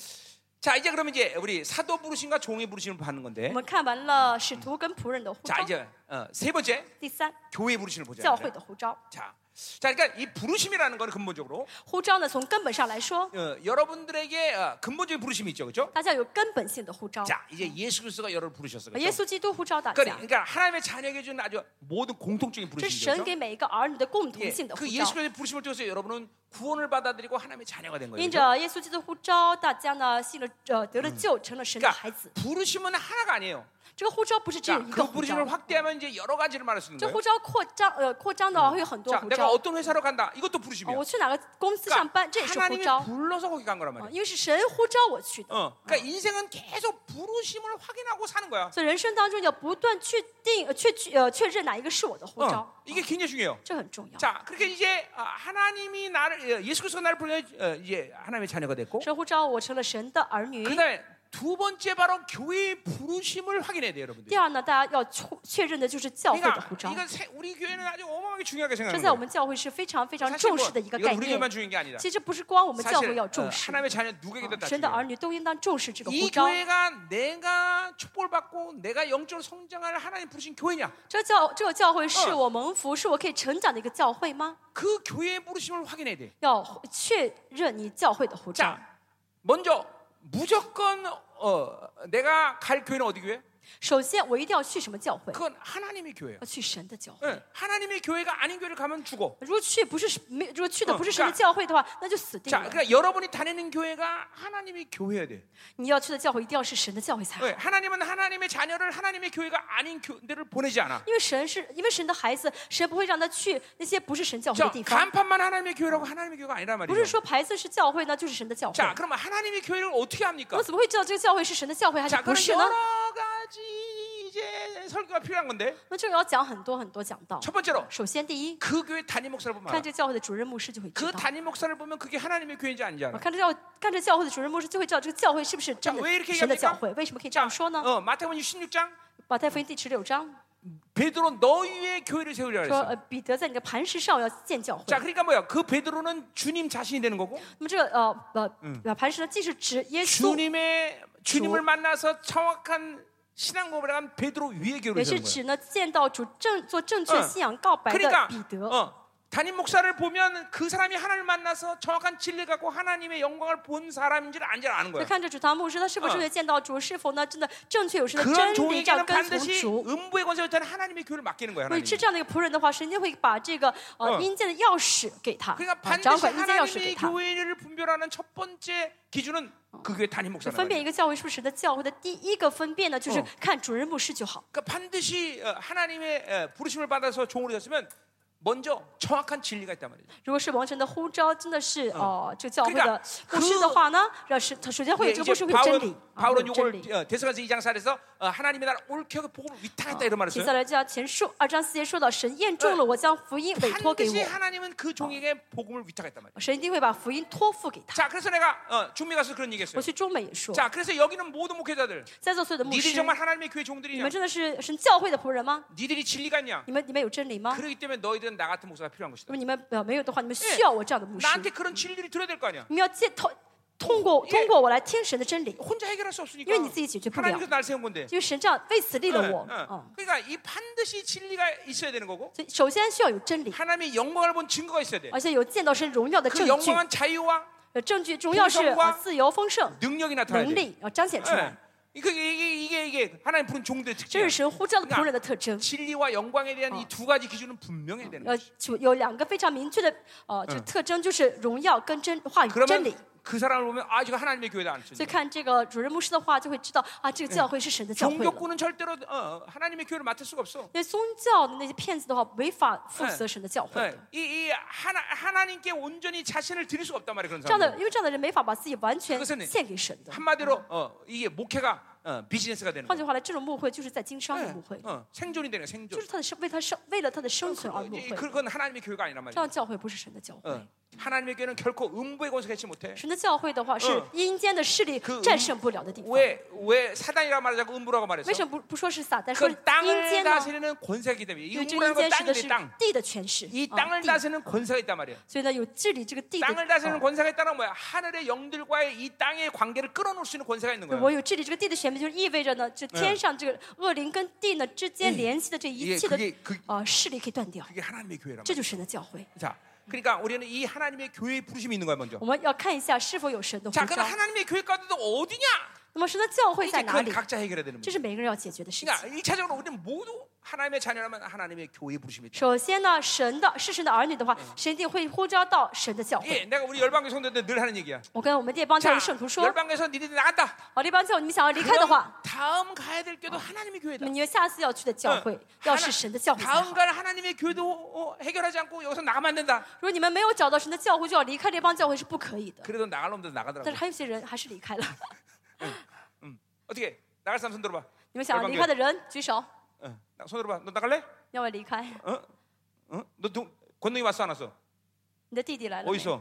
A: 자, 이제 그러면 이제 우리 사도 부르심과 종의 부르심을 받는
B: 我
A: 건데.
B: 们看完了使徒跟仆人的护
A: 자,
B: 照，
A: 이제 어, 세 번째
B: 第三
A: 교회 부르심을 보자.
B: 教会的护照。
A: 자, 자, 그러니까 이 부르심이라는 거는 근본적으로
B: 护照呢，从根本上来说，
A: 어, 여러분들에게 어, 근본적인 부르심이 있죠, 그렇죠?
B: 大家有根本性的护照。
A: 자, 이제 예수 그리스도가 여러분 을 부르셨어요.
B: 耶
A: 그렇죠?
B: 稣基督护照大家，
A: 그러니까 하나님의 자녀에게 준 아주 모든 공통적인
B: 这是神
A: 부르심이죠.
B: 给每一个儿女的共
A: 예,
B: 同性的护
A: 그
B: 照。
A: 예수의 부르심을 통해서 여러분은 구원을 받아들이고 하나님의 자녀가 된 거예요.
B: 因
A: 그렇죠?
B: 着耶稣基督护照，大家呢信了呃得了救，成了神的
A: 그러니까
B: 孩子。
A: 부르심은 하나가 아니에요.
B: 这个护照不是只有
A: 자,
B: 一个
A: 그
B: 护
A: 부르심을
B: 照，
A: 확대하면 이제 여러 가지를 말할 수 있는
B: 这
A: 거예요.
B: 护照扩张呃扩张的话会有很多
A: 자,
B: 护
A: 내가
B: 照。
A: 어떤 회사로 간다. 이것도 부르심이야.
B: 哦我去哪个公司上
A: 그러니까
B: 班，这也是护
A: 하나님이
B: 照。
A: 불러서 거기 간 거란
B: 啊
A: 말이에요.
B: 因为是神呼召我去的，
A: 어, 그러니까 인생은 계속 부르심을 확인하고 사는 거야.
B: 所以人生当中要不断确定、呃确确呃确认哪一个是我的护
A: 어,
B: 照，
A: 이게 굉장히 중요해요.
B: 这很重要。
A: 자, 그렇게 이제 아, 하나님이 나를 어, 예수 그리스도가 나를 부르면 어, 이제 하나님의 자녀가 됐고
B: 神呼召我成了神的儿女。
A: 그다음에 두 번째 바로 교회의 부르심을 확인해야 돼요,
B: 第
A: 여러분들.
B: 二呢，大家要确确认的就是教会的
A: 그러니까
B: 护照，
A: 이건 세- 우리 교회는 아주 어마어마하게 중요하게
B: 这
A: 생각하는
B: 在我
A: 거예요.
B: 们教会是非常非常
A: 사실
B: 重视
A: 뭐
B: 的一个
A: 이건
B: 概
A: 우리
B: 念
A: 교회만 。 주는 게 아니라
B: 其实不是光我们教会
A: 사실
B: 要
A: 어,
B: 重视，
A: 하나님의 자녀
B: 啊
A: 누구에게든 다
B: 神的儿
A: 중요해요.
B: 女都应当重视这个护
A: 이
B: 照。
A: 교회가 내가 축복받고 을 내가 영적으로 성장할 하나님 부르신 교회냐?
B: 这教这个教会是
A: 嗯
B: 我蒙福，是我可以成长的一个教会吗？
A: 그 교회의 부르심을 확인해야 돼. 요
B: 要确认你教会的护照。
A: 자, 먼저 무조건 어, 내가 갈 교회는 어디 교회?
B: 首先，我一定要去什么教会？
A: 그건 하나님의 교회예요.
B: 要去神的教会。
A: 예, 하나님의 교회가 아닌 교회를 가면 죽어.
B: 如果去不是神没，如果去的
A: 嗯
B: 不是神的
A: 그러니까
B: 教会的话，那就死定
A: 자,
B: 了。
A: 그러니까 여러분이 다니는 교회가 하나님의 교회여야 돼.
B: 你要去的教会一定要是神的教会才好
A: 예, ， 하나님은 하나님의 자녀를 하나님의 교회가 아닌 교회를 보내지 않아.
B: 因为神是因为神的孩子，神不会让他去那些不是神教会的
A: 자,
B: 地方。
A: 간판만 하나님의 교회라고 하나님의 교회가 아니란
B: 不是
A: 말이죠.
B: 说牌子是教会呢，就是神的教会。
A: 자, 그러면 하나님의 교회를 어떻게
B: 我
A: 합니까?
B: 们怎么会知道这个教会是神的教会还是
A: 자,
B: 不
A: 그런
B: 是呢？
A: 여러 가지 이제 설교가 필요한 건데
B: 那这个要讲很多很多讲道。
A: 첫 번째로
B: 首先，第一，
A: 그 교회 담임 목사를 보면
B: 看
A: 알아.
B: 这教会的主任牧师就会知
A: 그
B: 道。
A: 담임 목사를 보면 그게 하나님의 교회인지 아닌지
B: 我
A: 알아.
B: 看这教看这教会的主任牧师就会知道这个教会是不是真
A: 자为이렇게
B: 的神的
A: 얘기합니까
B: 教会。为什么可以这
A: 자,
B: 样说呢？
A: 어, 마태복음 16장
B: 马太福音第十六章
A: 베드로 너희의 교회를 세우라
B: 说，
A: 그랬어.
B: 呃，彼得在你的磐石上要建教会。
A: 자, 그러니까 뭐야? 그 베드로는 주님 자신이 되는 거고
B: 那么这个呃
A: 嗯
B: 呃磐石呢，既是指耶稣，
A: 주님의 주님을 만나서 정확한 신앙 고백을 한 베드로 위의
B: 也
A: 교회를
B: 是
A: 세우는 거야.
B: 指呢见到主正做正确
A: 嗯
B: 信仰告白的
A: 그러니까
B: 彼得。
A: 어, 담임 목사를 보면 그 사람이 하나님을 만나서 정확한 진리 갖고 하나님의 영광을 본 사람인지를 안지 아는
B: 就
A: 거야.
B: 看着主堂牧师，他是不是
A: 嗯
B: 会见到主？是否呢？真的正确有神的
A: 그런
B: 真理，这
A: 종에게는
B: 样跟从
A: 반드시
B: 主。
A: 음부의 권세를 따른 하나님의 교회를 맡기는 거야.
B: 所以
A: 하나님.
B: 是这样的一个仆人的话，神就会把这个
A: 嗯
B: 呃阴间的钥匙给他，
A: 그러니까
B: 啊掌
A: 반드시
B: 管阴间钥匙
A: 하나님의
B: 给他。
A: 교회를 분별하는 첫 번째 기준은 그 교회 담임
B: 就
A: 목사라는
B: 分
A: 거야.
B: 辨一个教会是不是神的教会的第一个分辨呢，就是
A: 嗯
B: 看主任牧师就好。
A: 그러니까 반드시 어, 하나님의 어, 부르심을 받아서 종으로 됐으면 먼저 정확한 진리가 있단 말이죠.
B: 如果是王晨的呼召真的是哦，这个教会
A: 그러니까
B: 的牧师的话呢，让是他首先会
A: 예,
B: 有这个牧师
A: 이제
B: 会有真理
A: 바울은 ，
B: 啊会
A: 바울은
B: 有真
A: 요걸
B: 理。
A: 어, 데스가스 2장 4에서 어, 하나님의 나라 옳게 복음을 위탁했다 이런 말을
B: 提
A: 써요.
B: 下来就要前述二章四节说到，神验证了我将福音委托给
A: 반드시
B: 我，
A: 하나님은 그 종에게 복음을 위탁했단 말이에요.
B: 神一定会把福音托付给他。
A: 자, 그래서 내가 어, 중미 가서 그런
B: 我
A: 얘기했어요.
B: 去中美也说，
A: 자, 그래서 여기는 모든 목회자들,
B: 在座所有的牧
A: 니들이
B: 师，
A: 정말 하나님의 교회
B: 你
A: 종들이냐?
B: 们真的是神教会的仆人吗？
A: 니들이 진리가 있냐?
B: 你们你们有真理吗？
A: 그러기 때문에 너희들은 나 같은 목사가 필요한
B: 那
A: 것이다.
B: 么你们呃没有的话，你们需要我这样的牧师，
A: 나한테 그런 진리를 들어야 될 거 아니야.
B: 你们要借通通过通过我来听神的真理，
A: 혼자 해결할 수 없으니까.
B: 因为你自己解决不了，
A: 하나님께서 날 세운 건데.
B: 因为神这样为此立了
A: 응,
B: 我，
A: 응.
B: 嗯，
A: 그러니까 이 반드시 진리가 있어야 되는 거고
B: 所以首先需要有真理，
A: 하나님의 영광을 본 증거가 있어야 돼.
B: 而且有见到神荣耀的
A: 그
B: 证据，
A: 영광은 자유와
B: 呃，证据荣耀是
A: 荣光
B: 呃自由丰盛
A: 능력이 나타나야 돼.
B: 能力要呃彰显出来
A: 예. ， 이게 이게 이게, 이게 하나님 부른 종들의
B: 这
A: 특징.
B: 是神呼召的仆人的特征。
A: 진리와 영광에 대한
B: 어.
A: 이 두 가지 기준은 분명해야 되는
B: 呃
A: 거지. ，
B: 就有两个非常明确的呃，就特征就是荣耀跟真话语真理。
A: 그러면 그 사람을 보면 아 이거 하나님의 교회다 안
B: 所以
A: 쓰니.
B: 看这个主任牧师的话，就会知道啊，这个教会是神的教会了。
A: 종교꾼은 절대로 어, 어, 하나님의 교회를 맡을 수가 없어.
B: 那宗教的那些骗子的话，没法负责神的教会的。
A: 예. 이이 하나 하나님께 온전히 자신을 드릴 수가 없단 말이야 그런
B: 这
A: 사람.
B: 样的，因为这样的人没法把自己完全
A: 그것은
B: 献给神的。
A: 한마디로 어, 이게 목회가 어, 비즈니스가 되는
B: 换
A: 거야.
B: 句话来，这种牧会就是在经商的
A: 예.
B: 牧会，
A: 어, 생존이 되는 거야,
B: 就
A: 생존.
B: 是他的生为他生为了他的生存而
A: 어,
B: 牧
A: 이제
B: 会。
A: 그건 하나님의 교회가 아니란
B: 这
A: 말이야.
B: 样教会不是神的教会。
A: 어, 하나님의 교회는 결코 음부의 권세가 있지 못해.
B: 神的教会的话，是
A: 嗯
B: 阴间的势力战胜不了的地方。
A: 왜 왜 사단이라 말하자고 음부라고 말했어?
B: 为什么不不说是撒旦，说
A: 그
B: 阴
A: 땅을
B: 间呢？
A: 다스리는 권세이기 때문에 이
B: 因为这
A: 음부라는
B: 阴
A: 건
B: 间
A: 땅인데
B: 指的是
A: 땅.
B: 地的权势，
A: 이
B: 啊
A: 땅을
B: 地
A: 다스리는 권세가 있단 말이야.
B: 所以呢，有治理这个地的。
A: 땅을 다스리는
B: 啊
A: 권세가 있다는 뭐야? 하늘의 영들과의 이 땅의 관계를 끌어놓을 수 있는 권세가 있는
B: 对
A: 거야.
B: 我有治理这个地的权柄，就是意味着呢，这天上这个恶灵跟地呢之间联系的这
A: 예
B: 一切的
A: 그게 그,
B: 啊势力可以断掉，
A: 그게 하나님의 교회란
B: 这
A: 말이야.
B: 就是神的教诲。
A: 자, 그러니까 우리는 이 하나님의 교회의 부르심이 있는 거야 먼저.
B: 我们要看一下是否有神的呼
A: 자, 어, 그럼
B: 召。
A: 하나님의 교회 가운데도 어디냐?
B: 那么神的教
A: 그렇죠.
B: 会
A: 이제
B: 在哪
A: 그건
B: 里？
A: 각자 해결해야 되는
B: 这
A: 거야.
B: 是每个人要解决的事情。
A: 그러니까 일차적으로 우리는 모두 하나님의 자녀라면 하나님의 교회의 부르심이 있다.
B: 首先呢，神的是神的儿女的话，神一定会呼召到神的教会。
A: 예, 내가 우리 열방교 성도들 늘 하는 얘기야.
B: 我跟我们列邦教
A: 자
B: 会圣徒说，
A: 열방교에서 니네들 나간다.
B: 哦，列邦教会你们想要离开的
A: 그럼
B: 话，
A: 다음 가야 될 교도 하나님의 교회다.
B: 那么你们下次要去的教会要是神的教会才好
A: 다음 。갈 하나님의 교회도 어, 해결하지 않고 여기서 나가면 안 된다.
B: 如果你们没有找到神的教会，就要离开这帮教会是不可以的。
A: 그래도 나갈 놈들
B: 但
A: 나가더라고.
B: 是还有些人还是离开了。
A: 어떻게? 나갈 사람 손 들어봐.
B: 你们想要离开的人举手，
A: 어, 나- 손 들어봐. 너 나갈래?
B: 要不要离开？
A: 어? 어? 너 동, 권능이 왔어 안 왔어?
B: 你的弟弟来了
A: 어디
B: 没？
A: 있어?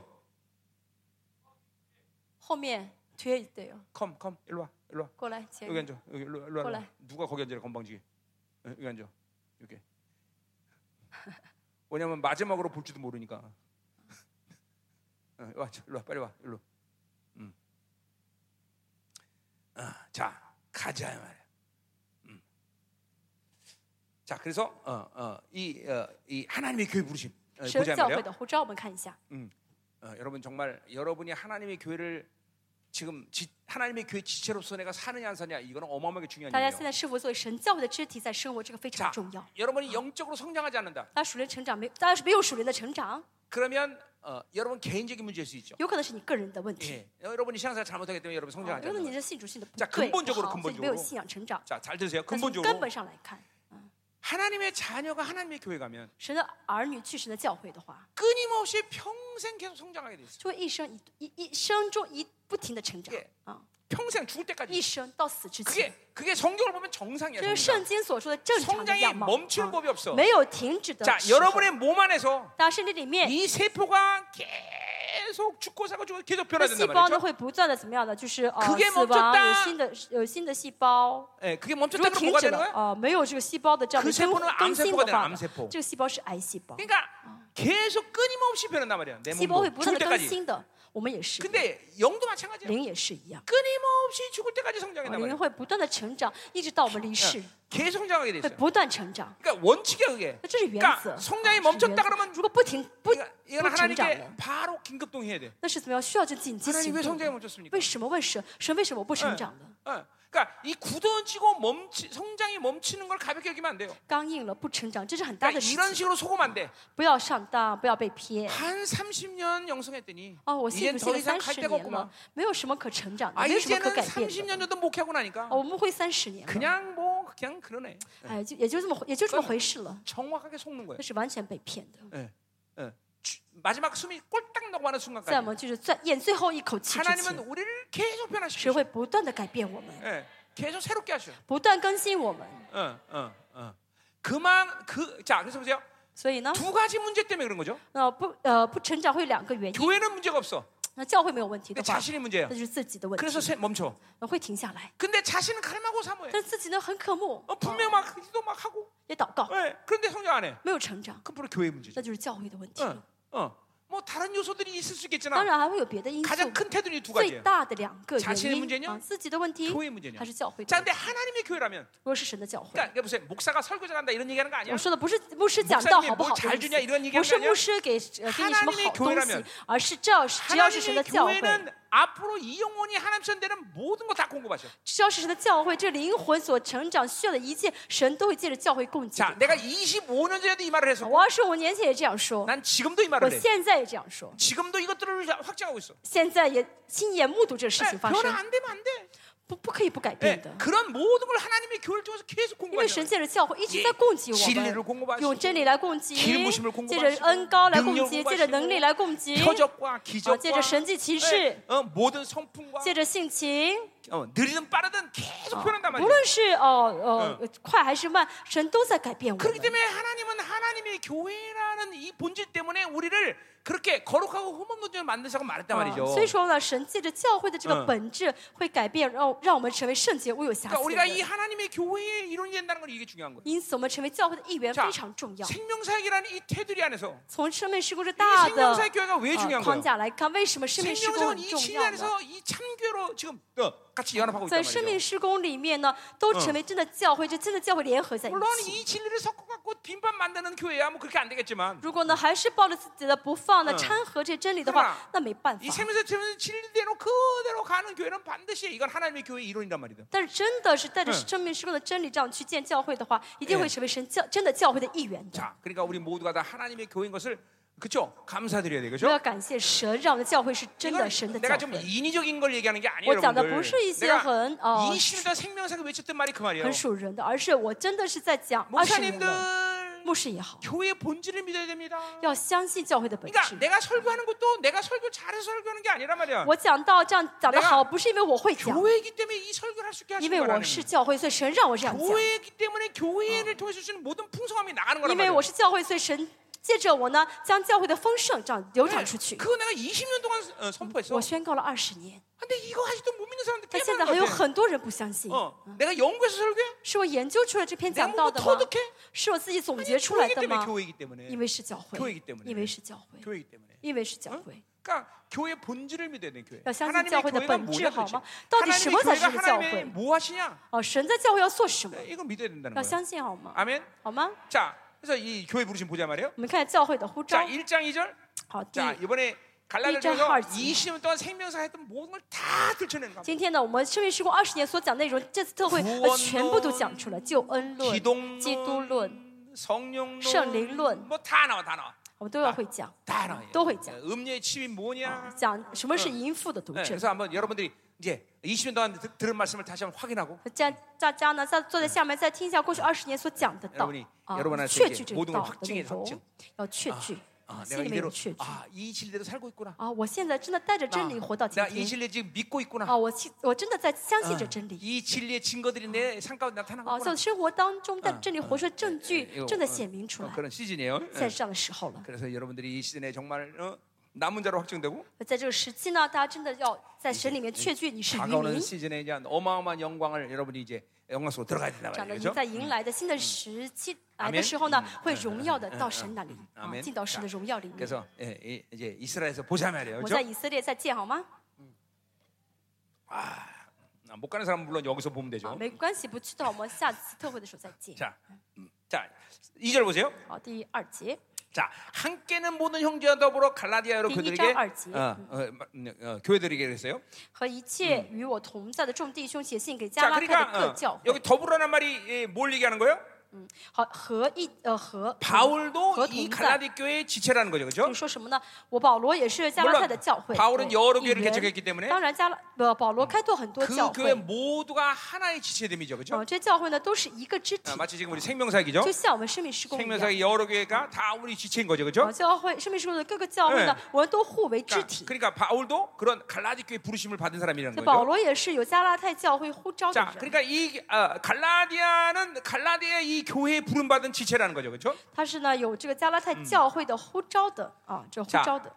B: 后面推对哦，
A: 컴, 컴. 일로 와. 일로 와.
B: 过来前
A: 여기
B: 面。
A: 앉아. 여기 일로, 와, 일로 와, 일로 와.
B: 꼴라.
A: 누가 거기 앉으래 건방지게. 어, 여기 앉아. 이렇게. 왜냐면 마지막으로 볼지도 모르니까. 어, 와, 자, 일로 와, 빨리 와, 일로. 음. 아, 자, 가자 말이야. 음. 자, 그래서 어, 어, 이, 어, 이 하나님의 교회 부르심 어,
B: 神
A: 보자
B: 教会
A: 말이야.
B: 的护照，我们看一下。
A: 어, 여러분 정말 여러분이 하나님의 교회를 지금 지, 하나님의 교회 지체로서 내가 사느냐 안 사느냐 이거는 어마어마하게 중요한
B: 大家
A: 일이에요.
B: 现在是否作为神教会的肢体在生活，这个非常
A: 자,
B: 重要。
A: 여러분이 영적으로 어. 성장하지 않는다.
B: 大家属灵成长没？大家是没有属灵的成长，
A: 그러면 어, 여러분 개인적인 문제일 수 있죠.
B: 有可能是你个人的问题。
A: 예. 여러분이 신앙생활 잘못하기 때문에 여러분
B: 有
A: 성장하지
B: 可能啊你
A: 않는다.
B: 的信主信的不
A: 자
B: 对，
A: 근본적으로
B: 不好，所以你没有
A: 근본적으로
B: 信仰成长。
A: 자, 잘 들으세요.
B: 但从根
A: 근본적으로
B: 本上来看，
A: 하나님의 자녀가 하나님의 교회 가면
B: 神的儿女去神的教会的话，
A: 끊임없이 평생 계속 성장하게 돼 있어요.
B: 就会一生一一一生中一不停的成长
A: 예
B: 啊，
A: 평생 죽을 때까지.
B: 一生到死之前，
A: 그게 그게 성경을 보면 정상이야.
B: 这是
A: 정상.
B: 圣经所说的正常的
A: 성장이
B: 样貌，
A: 멈추는
B: 啊
A: 법이 없어.
B: 没有停止的
A: 자,
B: 时候。
A: 여러분의 몸 안에서
B: 大家身体里面，
A: 이 세포가 계속 죽고 사고 죽고 계속
B: 这
A: 변화된단
B: 细胞呢
A: 말이죠.
B: 会不断的怎么样呢？就是呃
A: 그게
B: 死
A: 멈췄
B: 亡，
A: 다
B: 有新的有新的细胞。
A: 예, 그게
B: 如果
A: 멈췄다면
B: 停
A: 뭐가
B: 止
A: 되는
B: 了
A: 거야? 어.
B: 啊、没有这个细胞的这样的
A: 그
B: 更
A: 세포는암
B: 更新
A: 세포가
B: 的
A: 되는
B: 话
A: 암세포
B: 这个细胞是癌细胞，
A: 그러니까 계속 끊임없이 변한단 말이야. 내
B: 细胞会
A: 몸도
B: 不断
A: 죽을
B: 的更
A: 때까지.
B: 新的。我们也是，
A: 근데 영도 마찬가지야.
B: 灵也是一样，
A: 끊임없이 죽을 때까지 성장한단
B: 灵
A: 말이야.
B: 会不断的成长，一直到我们离世，
A: 계속 성장하게 돼
B: 会
A: 있어.
B: 不断成长。
A: 그 그러니까 원칙이야 그게.
B: 那这是原则啊
A: 그러니까 。 성장이 멈췄다
B: 是原则
A: 그러면
B: 如果不停不长了
A: 그때 。 그러니까 바로 긴급 동의해야 돼.
B: 那是怎么样？需要这紧急
A: 하나님
B: 行
A: 왜
B: 动
A: 성장이
B: 的。
A: 멈췄습니까?
B: 为什么问神？神为什么不成长呢？
A: 어, 그러니까 이 굳어지고 멈치, 성장이 멈추는 걸 가볍게 여기면 안 돼요.
B: 刚硬了不成长，这是很大
A: 그러니까
B: 的事
A: 이런
B: 情。
A: 식으로 속으면 안 돼.
B: 不要上当，不要被骗。
A: 한 30년 영성했더니
B: 哦，我信
A: 아, 어, 이젠
B: 主
A: 더
B: 信了
A: 이상
B: 三
A: 갈
B: 十
A: 데가
B: 年
A: 없구만.
B: 了，没有什么可成长的，
A: 어, 아
B: 没有什么可
A: 이제는
B: 改变的。
A: 30년 전도 목회하고 나니까
B: 哦，我们会三十年了，
A: 그냥 뭐 그냥 그러네.
B: 哎，就也就这么回，也就这么回事了。
A: 정확하게 속는 거예요.
B: 那是完全被骗的。
A: 예, 예. 주- 마지막 숨이 꼴딱 넘어가는
B: 在我
A: 순간까지
B: 们就是在咽最后一口气之
A: 하나님은
B: 前，
A: 우리를 계속
B: 神
A: 변화시키셔.
B: 会不断的改变我们，
A: 예, 계속 새롭게 하셔.
B: 不断更新我们。
A: 어, 어, 어. 그만 그자 그래서 보세요.
B: 所以呢，
A: 두 가지 문제 때문에 그런 거죠.
B: 那不呃不成长会有两个原因。
A: 교회는 문제가 없어.
B: 那教会没有问题
A: 근데
B: 的话，
A: 자신이 문제예요.
B: 那就是自己的问
A: 그래서
B: 题，
A: 새- 멈춰.
B: 那会停下来。
A: 근데 자신은 갈망하고 사모해.
B: 但自己呢很渴慕，
A: 어, 분명 막 기도 막 하고.
B: 也祷告，
A: 예, 그런데 성령 안 해.
B: 没有成长，
A: 그럼 바로 교회 문제죠.
B: 那就是教会的问题了。
A: 어, 어. 뭐 다른 요소들이 있을 수
B: 当
A: 있겠지만
B: 然还会有别的因素
A: 가장 ，큰 태도는 이두
B: 最
A: 가지예요.
B: 大的两个
A: 자신의문
B: 原
A: 제냐
B: 因啊，自己的问题
A: 교회의문제냐
B: 还是教会的
A: 자
B: 问题。
A: 근데 하나님의 교회라면
B: 如果是神的教会，
A: 그러니까 이게 보세요. 목사가 설교자 한다 이런 얘기하는 거 아니야.
B: 我说的不是牧师讲道好不好
A: 목사님이뭐잘
B: 的意
A: 주냐 이런 얘기
B: 思，不是
A: 하는거아니야
B: 牧师给呃给你什么好东
A: 하나님의교회라면
B: 西，而是只要只要是神的
A: 하나님의
B: 教会，
A: 교회는 앞으로 이 영혼이 하나님 전되는 모든 거 다 공급하셔.
B: 只要是神的教会，这灵魂所成长需要的一切，神都会借着教会供给
A: 자,
B: 给
A: 내가
B: 他。
A: 25년 전에도 이 말을 했었고,
B: 我二十五年前也这样说，
A: 난 지금도 이
B: 我
A: 말을 해.
B: 现在也这样说，
A: 지금도 이것들을 확증하고 있어.
B: 现在也亲眼目睹这个事
A: 네,
B: 情发生
A: 변화 ，안 되면 안 돼.
B: 不不可以不改
A: 네,
B: 变的。
A: 그런 모든 걸 하나님의 교회를 통해서 계속
B: 因为
A: 공부하는
B: 神
A: 거예요.
B: 借着教会一直在供给
A: 진리를
B: 我们，
A: 공급하시고
B: 用真理来供给，
A: 기름부심을
B: 借着恩高来供给，借着能力来供给，
A: 표적과
B: 啊，
A: 기적과
B: 借着神迹奇
A: 네,
B: 事，
A: 어, 모든 성품과
B: 借着性情，
A: 어, 느리든 빠르든 계속 변한단
B: 无
A: 말이에요.
B: 论是哦呃快还是慢，神都在改变我
A: 그렇기
B: 们。
A: 때문에 하나님은 하나님의 교회라는 이 본질 때문에 우리를 그렇게 거룩하고 흠없는 존재로 만드시고 말했단
B: 啊
A: 말이죠.
B: 所以说呢，神借着教会的这
A: 哦嗯
B: 个本质，会改变，让让我们成为圣洁、无有瑕
A: 그러니까
B: 疵的
A: 우리가 이
B: 人。
A: 하나님의 교회의 이론이 된다는 건 이게 중요한 거예요.
B: 因此，我们成为教会的一员
A: 자
B: 非常重要。
A: 생명사역이라는 이 테두리 안에서
B: 从生命事故这
A: 이
B: 大的
A: 생명사역 교회가 왜
B: 呃
A: 중요한
B: 框
A: 거예요?
B: 架来看，为什么生命事故
A: 생명사역은
B: 很
A: 이
B: 重
A: 진리
B: 要呢？
A: 안에서 이 참교로 지금 어, 같이 연합하고
B: 在
A: 있단
B: 生命
A: 말이죠.
B: 施工里面呢，都
A: 嗯
B: 成为真的教会，这真的教会联合在一
A: 물론
B: 起。
A: 이 진리를 섞어갖고 빈밥 만드는 교회야 뭐 그렇게 안 되겠지만
B: 如果呢还是抱着自己的不放呢，
A: 嗯
B: 掺和这真理的
A: 是
B: 话
A: 吧，
B: 那没办法
A: 이 。 생명사역 때문에 진리대로 그대로 가는 교회는 반드시 이건 하나님의 교회의 이론이란 말이다.
B: 但是真的是带着
A: 嗯
B: 生命施工的真理这样去建教会的话，一定会成为神教真的教会的一员的。
A: 자, 그러니까 우리 모두가 다 하나님의 교회인 것을 그쵸? 감사드려야 되겠죠?
B: 我要感谢神，让我们的教会是真的
A: 이건
B: 神的教
A: 내가 좀
B: 会。
A: 인위적인 걸 얘기하는 게 아니에요,
B: 我讲的
A: 여러분들.
B: 不是一些
A: 내가
B: 很呃
A: 20년 동안 생명사역 외쳤던 말이 그 말이에요.
B: 很属人的，而是我真的是在讲二十年了，
A: 목사님들
B: 牧师也好，
A: 교회의 본질을 믿어야 됩니다.
B: 要相信教会的本
A: 그러니까
B: 质。
A: 내가 설교하는 것도 내가 설교 잘해서 설교하는 게 아니란 말이야.
B: 我讲到这样讲的
A: 내가
B: 好，不是因为我会讲，
A: 교회이기 때문에 이 설교를 할 수 있게
B: 因
A: 하신
B: 为
A: 거라는
B: 我是教会，所以神让我这样讲。
A: 교회이기 때문에 교회를 통해서 주는 모든 풍성함이 나가는
B: 因
A: 거란
B: 为
A: 어. 말이야.
B: 我是教会，所以神借着我呢，将教会的丰盛这样流传出
A: 네,
B: 去。
A: 그거 내가 20년 동안 어, 선포했어.
B: 我宣告了二十年，
A: 근데 이거 아직도 못 믿는 사람들
B: 但
A: 꽤
B: 现在还
A: 많은
B: 有哦
A: 것 같아.
B: 很多人不相信。
A: 어, 내가 연구해서 설교해?
B: 是我研究出来这篇
A: 내가
B: 讲
A: 뭐
B: 道的吗？
A: 터득해?
B: 是我自己总
A: 아니,
B: 结出来
A: 교회이기
B: 的
A: 때문에
B: 吗？
A: 교회이기 때문에
B: 因为是教会
A: 교회이기때문에 ，
B: 因为是教会，
A: 교회이기 때문에
B: 因为是教会，
A: 그러니까 교회 본질을 믿어야 돼 교회
B: 要相信
A: 하나님의
B: 教会的
A: 교회가
B: 本
A: 뭐냐
B: 质，好
A: 도대체
B: 吗？到底什
A: 하나님의
B: 么
A: 교회가
B: 才是个教
A: 하나님의
B: 会？
A: 뭐 하시냐
B: 哦，神在教会要做什么？
A: 이거 믿어야 된다는
B: 要
A: 거예요
B: 相信好吗？
A: 아멘
B: 好吗？
A: 자 그래서 이 교회 부르심 보자 말이에요
B: 我们看教会的呼
A: 자
B: 召。
A: 1장 2절
B: 好，第
A: 자
B: 一，
A: 이번에 갈라디아
B: 이 장,
A: 통해서
B: 하얼지.
A: 20년 동안 생명사 했던 모든 걸 다 들춰낸 거야
B: 今天呢，我们生命事故二十年所讲内容，这次特会
A: 구원
B: 呃全部都讲出来，救恩论、基督论，
A: 기독론 성령론
B: 성령론.
A: 뭐 다 나와 다 나와
B: 我们都要会讲，
A: 다 나와 예,
B: 都会讲，
A: 음녀의 침이 뭐냐
B: 讲什么是淫妇的毒
A: 네,
B: 症。
A: 아, 그래서 한번 여러분들이 이제 20년 동안 드- 들은 말씀을 다시 한번 확인하고
B: 这样大家呢，再坐在下面再听一下过去二十年所讲的道
A: 여러분이
B: 啊
A: 여러분한테，
B: 确
A: 이제
B: 据这
A: 모든 걸
B: 个道
A: 확
B: 的
A: 증해
B: 内
A: 확
B: 容
A: 증 ，
B: 要确据
A: 아, ，
B: 心
A: 내가
B: 里面
A: 이대로
B: 有确据
A: 아, 이 진리대로 살고 있구나.
B: 啊！我现在真的带着
A: 나,
B: 真理活到今
A: 내가 이
B: 天
A: 아, 진리 아, 지금 믿고 있구나.
B: 啊！我信，我真的在相
A: 어,
B: 信着真理
A: 이 진리의 증거들이 내 삶 가운데
B: 啊！
A: 나타나고
B: 在
A: 있구나.
B: 生活当中的
A: 嗯
B: 真理活出来证据
A: 이거,
B: 正在
A: 어,
B: 显明出
A: 어,
B: 来，
A: 그런 시즌이에요.
B: 现在
A: 예.
B: 是这样的时候了。
A: 그래서 여러분들이 이 시즌에 정말 어, 남은 자로 확증되고
B: 在这个时期呢，大家真的要在神里面确据你是渔民
A: 다가오는 ， 시즌에 이제 어마어마한 영광을 여러분이 이제 영광 속으로 들어가야 된다
B: 讲的
A: 말이죠.
B: 您在迎来的新的
A: 嗯
B: 时期来的时候呢，会荣耀的到神那里啊，进到
A: 嗯
B: 神的荣耀里面。
A: 그래서 예, 이- 이제 이스라엘에서 보자 말이에요.
B: 我在
A: 그렇죠?
B: 以色列再见好吗？
A: 아, 못 가는 사람은 물론 여기서 보면
B: 啊，
A: 되죠.
B: 没关系，不去的话，我们下次特会的时候再见。
A: 자, 자, 음, 2절 보세요.
B: 好，第二节，
A: 자, 함께는 모든 형제와 더불어 갈라디아로
B: 비니까
A: 그들에게
B: 알지.
A: 어, 어, 음, 어, 교회들에게 그랬어요.
B: 和一切
A: 嗯
B: 与我同在的众弟兄写信给加
A: 자,
B: 拉太的
A: 그러니까
B: 各
A: 어,
B: 教会。
A: 여기 더불어란 말이 예, 뭘 얘기하는 거예요?
B: 好，和一呃和
A: 바울도
B: 和
A: 이
B: 同在。
A: 갈라디 교회의 지체라는 거죠, 그렇죠?
B: 就是说什么呢？我保罗也哦是加拉太的教会，
A: 물론바울은
B: 对
A: 여러교회를
B: 一
A: 개
B: 员
A: 척했기때문에
B: 当然加拉呃保罗开拓很多教
A: 그 교회
B: 会，
A: 모두가 하나의 지체됨이죠, 그렇죠?
B: 嗯，这教会呢都是一个肢体
A: 아, ， 마치 지금 우리 생명사역이죠.
B: 就像我们生命施工一样。
A: 생명사역 여러 교회가 다 우리 지체인 거죠,
B: 啊，
A: 그렇죠?
B: 教会生命施工的各个教会呢，我们都互为肢
A: 그러니까,
B: 体。
A: 그러니까 바울도 그런 갈라디 교회 부르심을 받은 사람이라는
B: 这保
A: 거죠.
B: 罗也是有加拉太教会呼召的
A: 자,
B: 人，
A: 그러니까 이 어, 갈라디아는 갈라디아 이 교회에 부름 받은 지체라는 거죠, 그렇죠?
B: 他是呢有这个加拉太教会的呼召的啊，这呼
A: 자
B: 召的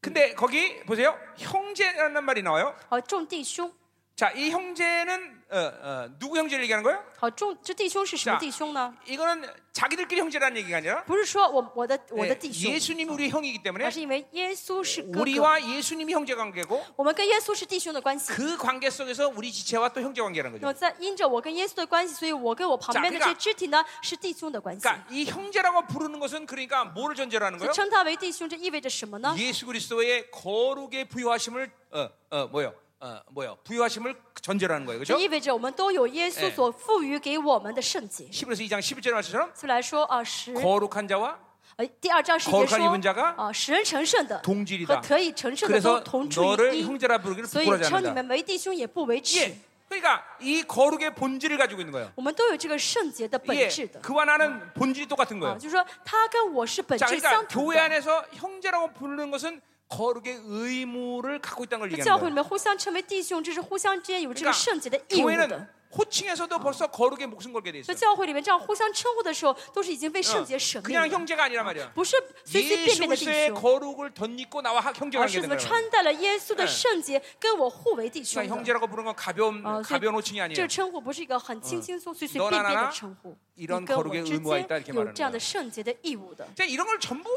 A: 근데 거기 보세요, 형제라는 말이 나와요.
B: 好众弟兄，
A: 자, 이 형제는 어, 어, 누구 형제를 얘기하는 거예요?
B: 好众这弟兄是什么
A: 자
B: 弟兄呢？
A: 이거는 자기들끼리 형제라는 얘기가 아니라
B: 不是说我我的我的
A: 예,
B: 弟兄，
A: 예수님이 우리 형이기 때문에
B: 而是因为耶稣
A: 그
B: 是哥哥，
A: 우리와 예수님이 형제 관계고
B: 我们跟耶稣是弟兄的关系。
A: 그 관계 속에서 우리 지체와 또 형제 관계라는
B: 那么
A: 거죠.
B: 在因着我跟耶稣的关系，所以我跟我旁边的
A: 자
B: 这
A: 그러니까
B: 些肢体呢是弟兄的关系。
A: 그러니까 이 형제라고 부르는 것은 그러니까 뭐를 전제로 하는
B: 所以
A: 거예요?
B: 称他为弟兄，这意味着什么呢？
A: 예수 그리스도의 거룩의 부여하심을 어, 어, 뭐요? 어, 뭐요? 부여하심을 전제로 하는 거예요.
B: 这
A: 그렇죠?
B: 意味着我们都有耶稣
A: 예
B: 所赋予给我们的圣洁。
A: 히브리서 2장 11절 말씀처럼
B: 所以来说啊，十
A: 거룩한 자와
B: 呃第二章十节
A: 거룩한입은
B: 说
A: 자가
B: 啊，使人成圣的
A: 동질이다
B: 和可以成圣的都
A: 그래서
B: 同处于
A: 너를
B: 一，
A: 형제라 부르기를
B: 所以
A: 부끄러워하지
B: 称你
A: 않는다.
B: 们为弟兄也不为耻
A: 예. 。 그러니까 이 거룩의 본질을 가지고 있는 거예요.
B: 我们都有这个圣洁的本
A: 예.
B: 质的
A: 그와 나는 본질이 똑같은
B: 啊，
A: 거예요.
B: 就是说他跟我是本
A: 자,
B: 质相
A: 그러니까
B: 同
A: 교회
B: 的。
A: 안에서 형제라고 부르는 것은 거룩의 의무를 갖고 있다는 걸
B: 在教
A: 얘기하는
B: 会里
A: 거예요.
B: 面互相称为弟兄，这是互相之间有这个
A: 그러니까
B: 圣洁的义务的
A: 교회는 。 호칭에서도 벌써 거룩의 목숨 걸게 돼 있어요.
B: 所以教会里面这样互相称呼的时候，都是已经被圣洁
A: 어,
B: 舍灭
A: 그냥
B: 了，
A: 형제가 아니란 말이야.
B: 不是随随便
A: 예수
B: 便的弟
A: 그리스도의
B: 兄，
A: 거룩을 덧입고 나와 형제가
B: 而
A: 되는
B: 是
A: 아, 거예요.
B: 穿戴了耶稣的圣洁，跟我互为弟兄
A: 그러니까
B: 的。
A: 형제라고 부르는 건 가벼운
B: 어, 그-
A: 가벼운 호칭이
B: 这
A: 아니에요.
B: 个称呼不是一个很轻轻松随随便
A: 너나
B: 便
A: 나나
B: 的称呼，
A: 이
B: 嗯你
A: 런
B: 跟我
A: 거룩의
B: 之
A: 의무가있다이렇게
B: 间
A: 말하는 거야
B: 有这样的圣洁的义务的。
A: 자, 이런 걸 전부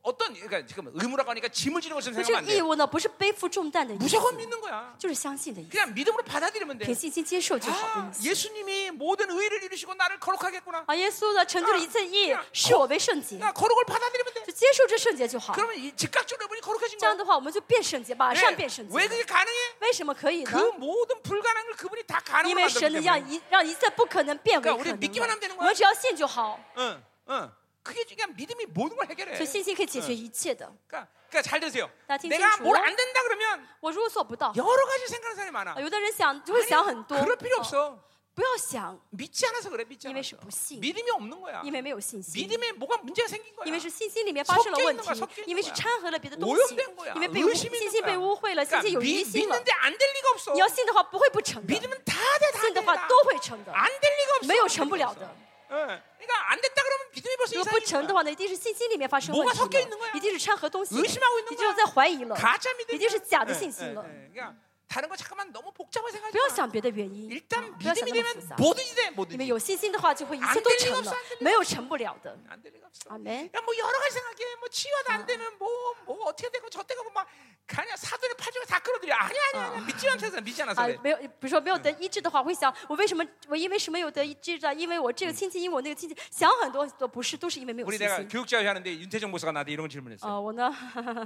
A: 어떤 그러니까 지금 의무라고 하니까 짐을 지는 것은
B: 那这
A: 생각 안
B: 个义
A: 돼.
B: 务呢，不是背负重担的意思，
A: 무조건 믿는 거야.
B: 就是相信的意思，
A: 그냥 믿음으로 받아들이면 돼.
B: 凭信心接受就好的
A: 아,
B: 意思。
A: 예수님이 모든 의를 이루시고 나를 거룩하겠구나.
B: 啊，耶稣呢成就了一切义
A: 啊，
B: 视我为圣洁，
A: 나 거룩을 받아들이면 돼.
B: 就接受这圣洁就好。
A: 그러면 이 즉각적으로 여러분이 거룩해진
B: 这样
A: 거야.
B: 的话，我们就变圣洁，马
A: 예,
B: 上变圣洁
A: 왜 。 그게 가능해?
B: 为什么可以
A: 그
B: 呢？
A: 모든 불가능을 그분이 다
B: 因
A: 가능으로
B: 为神
A: 만들기
B: 能让
A: 때문에.
B: 一让一切不可能变为可
A: 그러니까우리믿기만하면되는
B: 能
A: 거야
B: 的，我们只要信就好，
A: 응, 응. 그게 그냥 믿음이 모든 걸 해결해.
B: 所以信心可以解决一切的。
A: 그러니까, 그러니까 잘 드세요.
B: 나 칭칭
A: 내가
B: 주어?
A: 뭘 안 된다 그러면
B: 我如果做不到，
A: 여러 가지 생각하는 사람이 아. 많아.
B: 啊有的人想就会想很多，
A: 그럴 필요
B: 哦
A: 없어.
B: 不要想，
A: 믿지 않아서 그래. 믿지
B: 因为
A: 않아서.
B: 是不信，
A: 믿음이 없는 거야.
B: 因为啊没有信心，
A: 믿음에 뭐가 문제가 생긴 거야.
B: 因为是信心里面发生了问
A: 섞여있는거야섞여있는
B: 题
A: 거야，
B: 因为是掺和了别的东
A: 오염
B: 西
A: 된거야，
B: 因为
A: 의심
B: 被污
A: 있는거야
B: 信心被污秽了，信
A: 그러니까
B: 心有
A: 미-
B: 疑心了。
A: 믿는데 안 될 리가 없어.
B: 你要信的话，不会不成的；
A: 믿으면 다 돼, 다
B: 信
A: 돼.
B: 的话
A: 다
B: 都会成的，
A: 안될 리가 없어.
B: 没有成不了的。
A: 예. 그러니까 안 됐다 그러면 믿음이 벌써
B: 如果不成
A: 이상해진
B: 的
A: 거야.
B: 话，那一定是信心里面发生
A: 뭐가
B: 问题
A: 섞여있는거야
B: 了，一定是掺和啊东西了，
A: 의심하고있는거야
B: 你只有在怀疑了，
A: 가짜 믿음이
B: 一定是假的信心了。
A: 그러니까 다른 거 잠깐만 너무 복잡하게
B: 不
A: 생각하지
B: 要
A: 마.
B: 想别的原因，
A: 일단
B: 不要想
A: 믿음이
B: 那么复
A: 되면
B: 杂。
A: 뭐든지 돼,
B: 你们
A: 뭐든지.
B: 有信心的话，就会一切都成了，没有成不了的。
A: 안 될 리가 없어.
B: 阿门。
A: 그러니까 뭐 여러 가지 생각해. 뭐 치와도 안 되면 뭐 뭐 어떻게 되고 저때 가고 뭐 막 그냥 사돈의 파죽을 다 끌어들여. 아니야, 아니야, 아니야. 믿지 않아서 믿지 않아서 네,
B: 啊
A: 그래. ，
B: 没有，比如说没有得医治的话，会想我为什么我因为什么有得医治的？因为我这个亲戚，因为我那个亲戚，想很多都不是，都是因为没有
A: 우리
B: 信
A: 내가
B: 心。
A: 교육자회 하는데 윤태정 목사가 나한테 이런 질문했어.
B: 啊，我呢，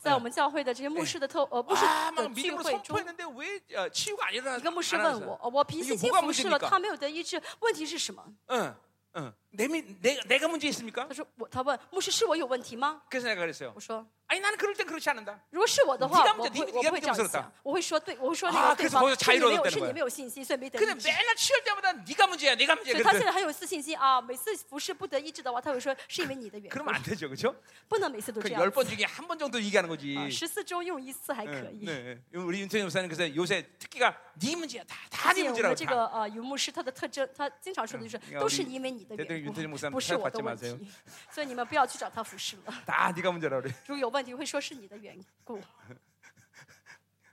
B: 在我们教会的这些牧师的特呃牧师
A: 아,
B: 的
A: 막
B: 聚
A: 믿음으로
B: 会中，
A: 선포했는데 왜 어, 치유가 안 일어나서
B: 一个牧师
A: 안
B: 问
A: 하면서.
B: 我，哦我凭信心
A: 이게뭐가
B: 服侍了，
A: 문제입니까
B: 他没有得医治，问题是什么？
A: 응, 응. 어, 내, 미- 내, 내가 문제 있습니까?
B: 他说我，他问牧师是我有问题吗？
A: 그래서 내가 그랬어요.
B: 我说。
A: 아니 나는 그럴 땐 그렇지 않는다.
B: 如果是我的话，
A: 你刚
B: 我
A: 才
B: 不会
A: 你
B: 我
A: 刚才
B: 不会这
A: 你
B: 样
A: 刚才
B: 想，我会说对，我会说那
A: 아,
B: 个对
A: 그래서
B: 方
A: 거기서
B: 啊是你没
A: 자유로워졌다는 거예요.
B: 有是你没有信心，所以没得医
A: 근데
B: 治。
A: 맨날 치유할 때마다 네가 문제야, 네가 문제야.
B: 所以他现
A: 그래서
B: 在很有自信心啊，每次服侍不得医治的话，他会说是因为你的缘
A: 그러면
B: 故，
A: 안 되죠, 그렇죠?
B: 不能每次都这
A: 그
B: 样。啊
A: 10번 중에 한 번 정도 얘기하는 거지.
B: 十四周用一次还
A: 네,
B: 可以。
A: 네. 우리 윤태정 목사님 그래서 요새 특기가 네 문제야, 다다
B: 而
A: 네
B: 且我们
A: 문제라고
B: 这
A: 다.
B: 个呃尤牧师他的特征，他经常说的就是
A: 嗯要
B: 都是因为你的
A: 대통령
B: 缘
A: 윤태정
B: 故，
A: 목사님
B: 不是我的
A: 받지
B: 问
A: 마세요.
B: 题。所以你们不要去找他服侍了，
A: 다 네가 문제라고 그래.
B: 如果有问题会说是你的缘故，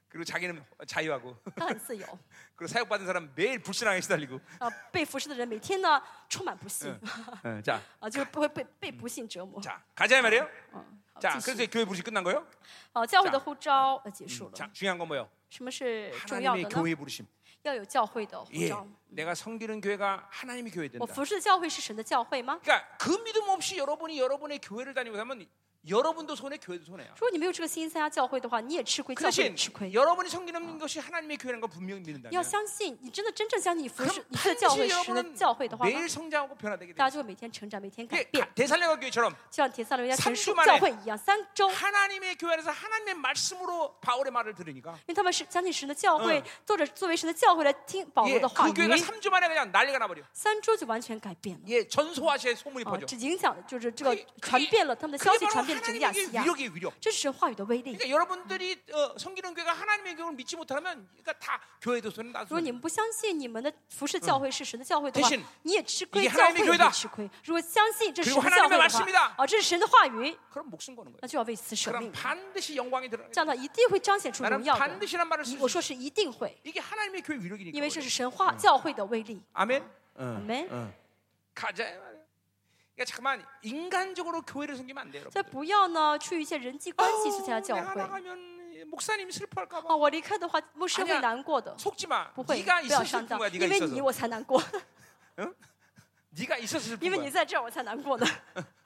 A: 그리고 자기는 자유하고
B: 他很自由啊、
A: 그리고 사역 받은 사람 매일 불신앙에 시달리고.
B: 被服侍的人每天呢充满不幸啊、啊
A: 네, 자,
B: 就是不会被被不幸折磨。
A: 자 가자 이 말이에요.
B: 嗯，好，
A: 자,
B: 继续
A: 그래서 。 교회 부르시 끝난 거예요?
B: 好，教会
A: 자
B: 的呼召呃结束了。
A: 자 중요한 건 뭐예요?
B: 什么是重要的
A: 하나님의
B: 呢？
A: 교회 부르심.
B: 要有教会的护
A: 예,
B: 照。
A: 내가 섬기는 교회가 하나님의 교회
B: 我
A: 된다.
B: 服侍的教会是神的教会吗？
A: 그러니까 그 믿음 없이 여러분이 여러분의 교회를 다니고 하면 여러분도 손해, 교회도 손해야.
B: 如果你没有这个心参加教会的话，你也吃亏，
A: 그
B: 教会也
A: 대신
B: 吃亏。
A: 여러분이 섬기는 것이 하나님의 교회라는 걸 분명히
B: 你
A: 믿는다면
B: 要相信，你真的真正相信你服侍
A: 그럼
B: 你的教会
A: 반드시
B: 是神的
A: 여러분은
B: 教会的话呢，
A: 매일 성장하고 변화되게
B: 大
A: 돼.
B: 家就会每天成长，每天改
A: 이게
B: 变，
A: 예, 대살레가 교회처럼
B: 就像铁萨罗尼迦
A: 삼
B: 神
A: 주
B: 树
A: 만에
B: 教会一样，三周。
A: 하나님의 교회 안에서 하나님의 말씀으로 바울의 말을 들으니까
B: 因为他们是相信神的教会
A: 嗯，
B: 作者作为神的教会来听保
A: 예,
B: 罗的话
A: 그
B: 语，
A: 교회가 3주 만에 그냥 난리가 나버려.
B: 三周就完全改变了。
A: 예, 전소아시아에 소문이
B: 啊，
A: 퍼져.
B: 这影响的就是这个
A: 可以可以
B: 传遍了，他们的消
A: 그게
B: 息
A: 바로
B: 传遍了整个亚细
A: 하나님의
B: 亚，
A: 위력이 위력.
B: 这是神话语的威力。
A: 그러니까 여러분들이 어, 섬기는 교회가 하나님의 교회를 믿지 못하면 그러니까 다 교회도 손해 나
B: 如果你们不相信你们的服侍教会嗯是神的教会的话
A: 대신，
B: 你也吃
A: 이게
B: 亏，
A: 하나님의
B: 教会也
A: 교회다
B: 会吃亏。如果相信这是神的
A: 그리고
B: 教会
A: 하나님의말
B: 的
A: 씀이다
B: 话，啊，这是神的话语，
A: 그럼 목숨 거는 거예요.
B: 那就要为此舍
A: 그럼
B: 命，
A: 반드시 영광이 드러나.
B: 这样呢一定会彰显出
A: 나는
B: 荣耀的。
A: 반드시란 말을
B: 一
A: 쓸수
B: 我
A: 있어.
B: 说是一定会，
A: 이게 하나님의 교회 위력이니까.
B: 因为这
A: 원래.
B: 是神话教会的威力。
A: 아멘. 응.
B: 아멘.
A: 응. 가자. 이 말이야. 그러니까 잠깐만 인간적으로 교회를 섬기면 안 돼요,
B: 所以
A: 여러분.
B: 不要呢去一些人际关系去参加教
A: 내가
B: 会。
A: 나가면 목사님 슬퍼할까 봐.
B: 啊，我离开的话，牧师
A: 아니야
B: 会难过的，
A: 속지 마.
B: 不会，
A: 네가
B: 不要
A: 있어
B: 上
A: 슬픈
B: 当
A: 거야. ， 네가
B: 因为你
A: 있어서.
B: 我才难过，
A: 네가 있어 슬픈
B: 因为你
A: 거야.
B: 在这儿我才难 过的，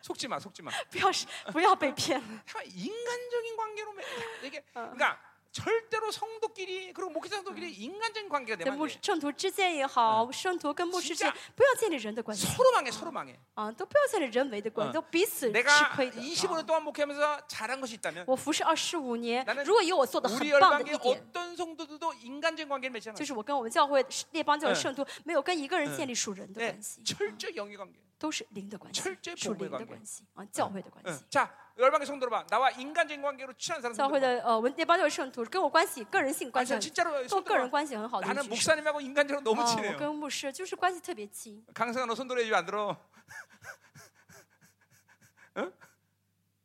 A: 속지 마. 속지 마.
B: 不要是不要被骗了。
A: 참 인간적인 관계로 매- 이게 그러니까 절대로 성도끼리 그리고 목회자 성도끼리 인간적인 관계가
B: 跟
A: 되면
B: 牧
A: 안
B: 师
A: 돼.
B: 圣徒之间也好，圣徒跟牧师之间
A: 진짜
B: 不要建立人的关系
A: 서로 망해. 서로 망해.
B: 啊，都不要建立人为的
A: 嗯
B: 关系，都彼
A: 네,
B: 此吃
A: 내가
B: 亏的。啊
A: 25년 동안 목회하면서 잘한 것이 있다면
B: 我服侍二十五年
A: 어, 나는 ，
B: 如果有我嗯做的很
A: 우리
B: 棒的
A: 열방의
B: 一点，
A: 어떤 성도들도 인간적인 관계를 맺지 않아.
B: 就是我跟我们教会列邦教会
A: 嗯
B: 圣徒没有跟一个人建立属人的关系，
A: 네, 철저 영의 관계. 어.
B: 都是灵的关系
A: 철저히，
B: 属
A: 복음의
B: 灵的
A: 관계
B: 关系啊，教会的关
A: 응.
B: 系。
A: 자, 열방의 성도로 봐. 나와 인간적인 관계로 친한 사람.
B: 教会的呃文列邦教会圣徒跟我关系个人性关
A: 관계
B: 系很
A: 진짜로
B: 跟我个
A: 성도로
B: 人
A: 봐.
B: 关系很好的一
A: 나는
B: 群
A: 목사님하고 인간적으로
B: 哦
A: 너무
B: 我
A: 친해요.
B: 跟牧师就是关系特别亲。
A: 강성아 너 손들어 왜안 들어? 응?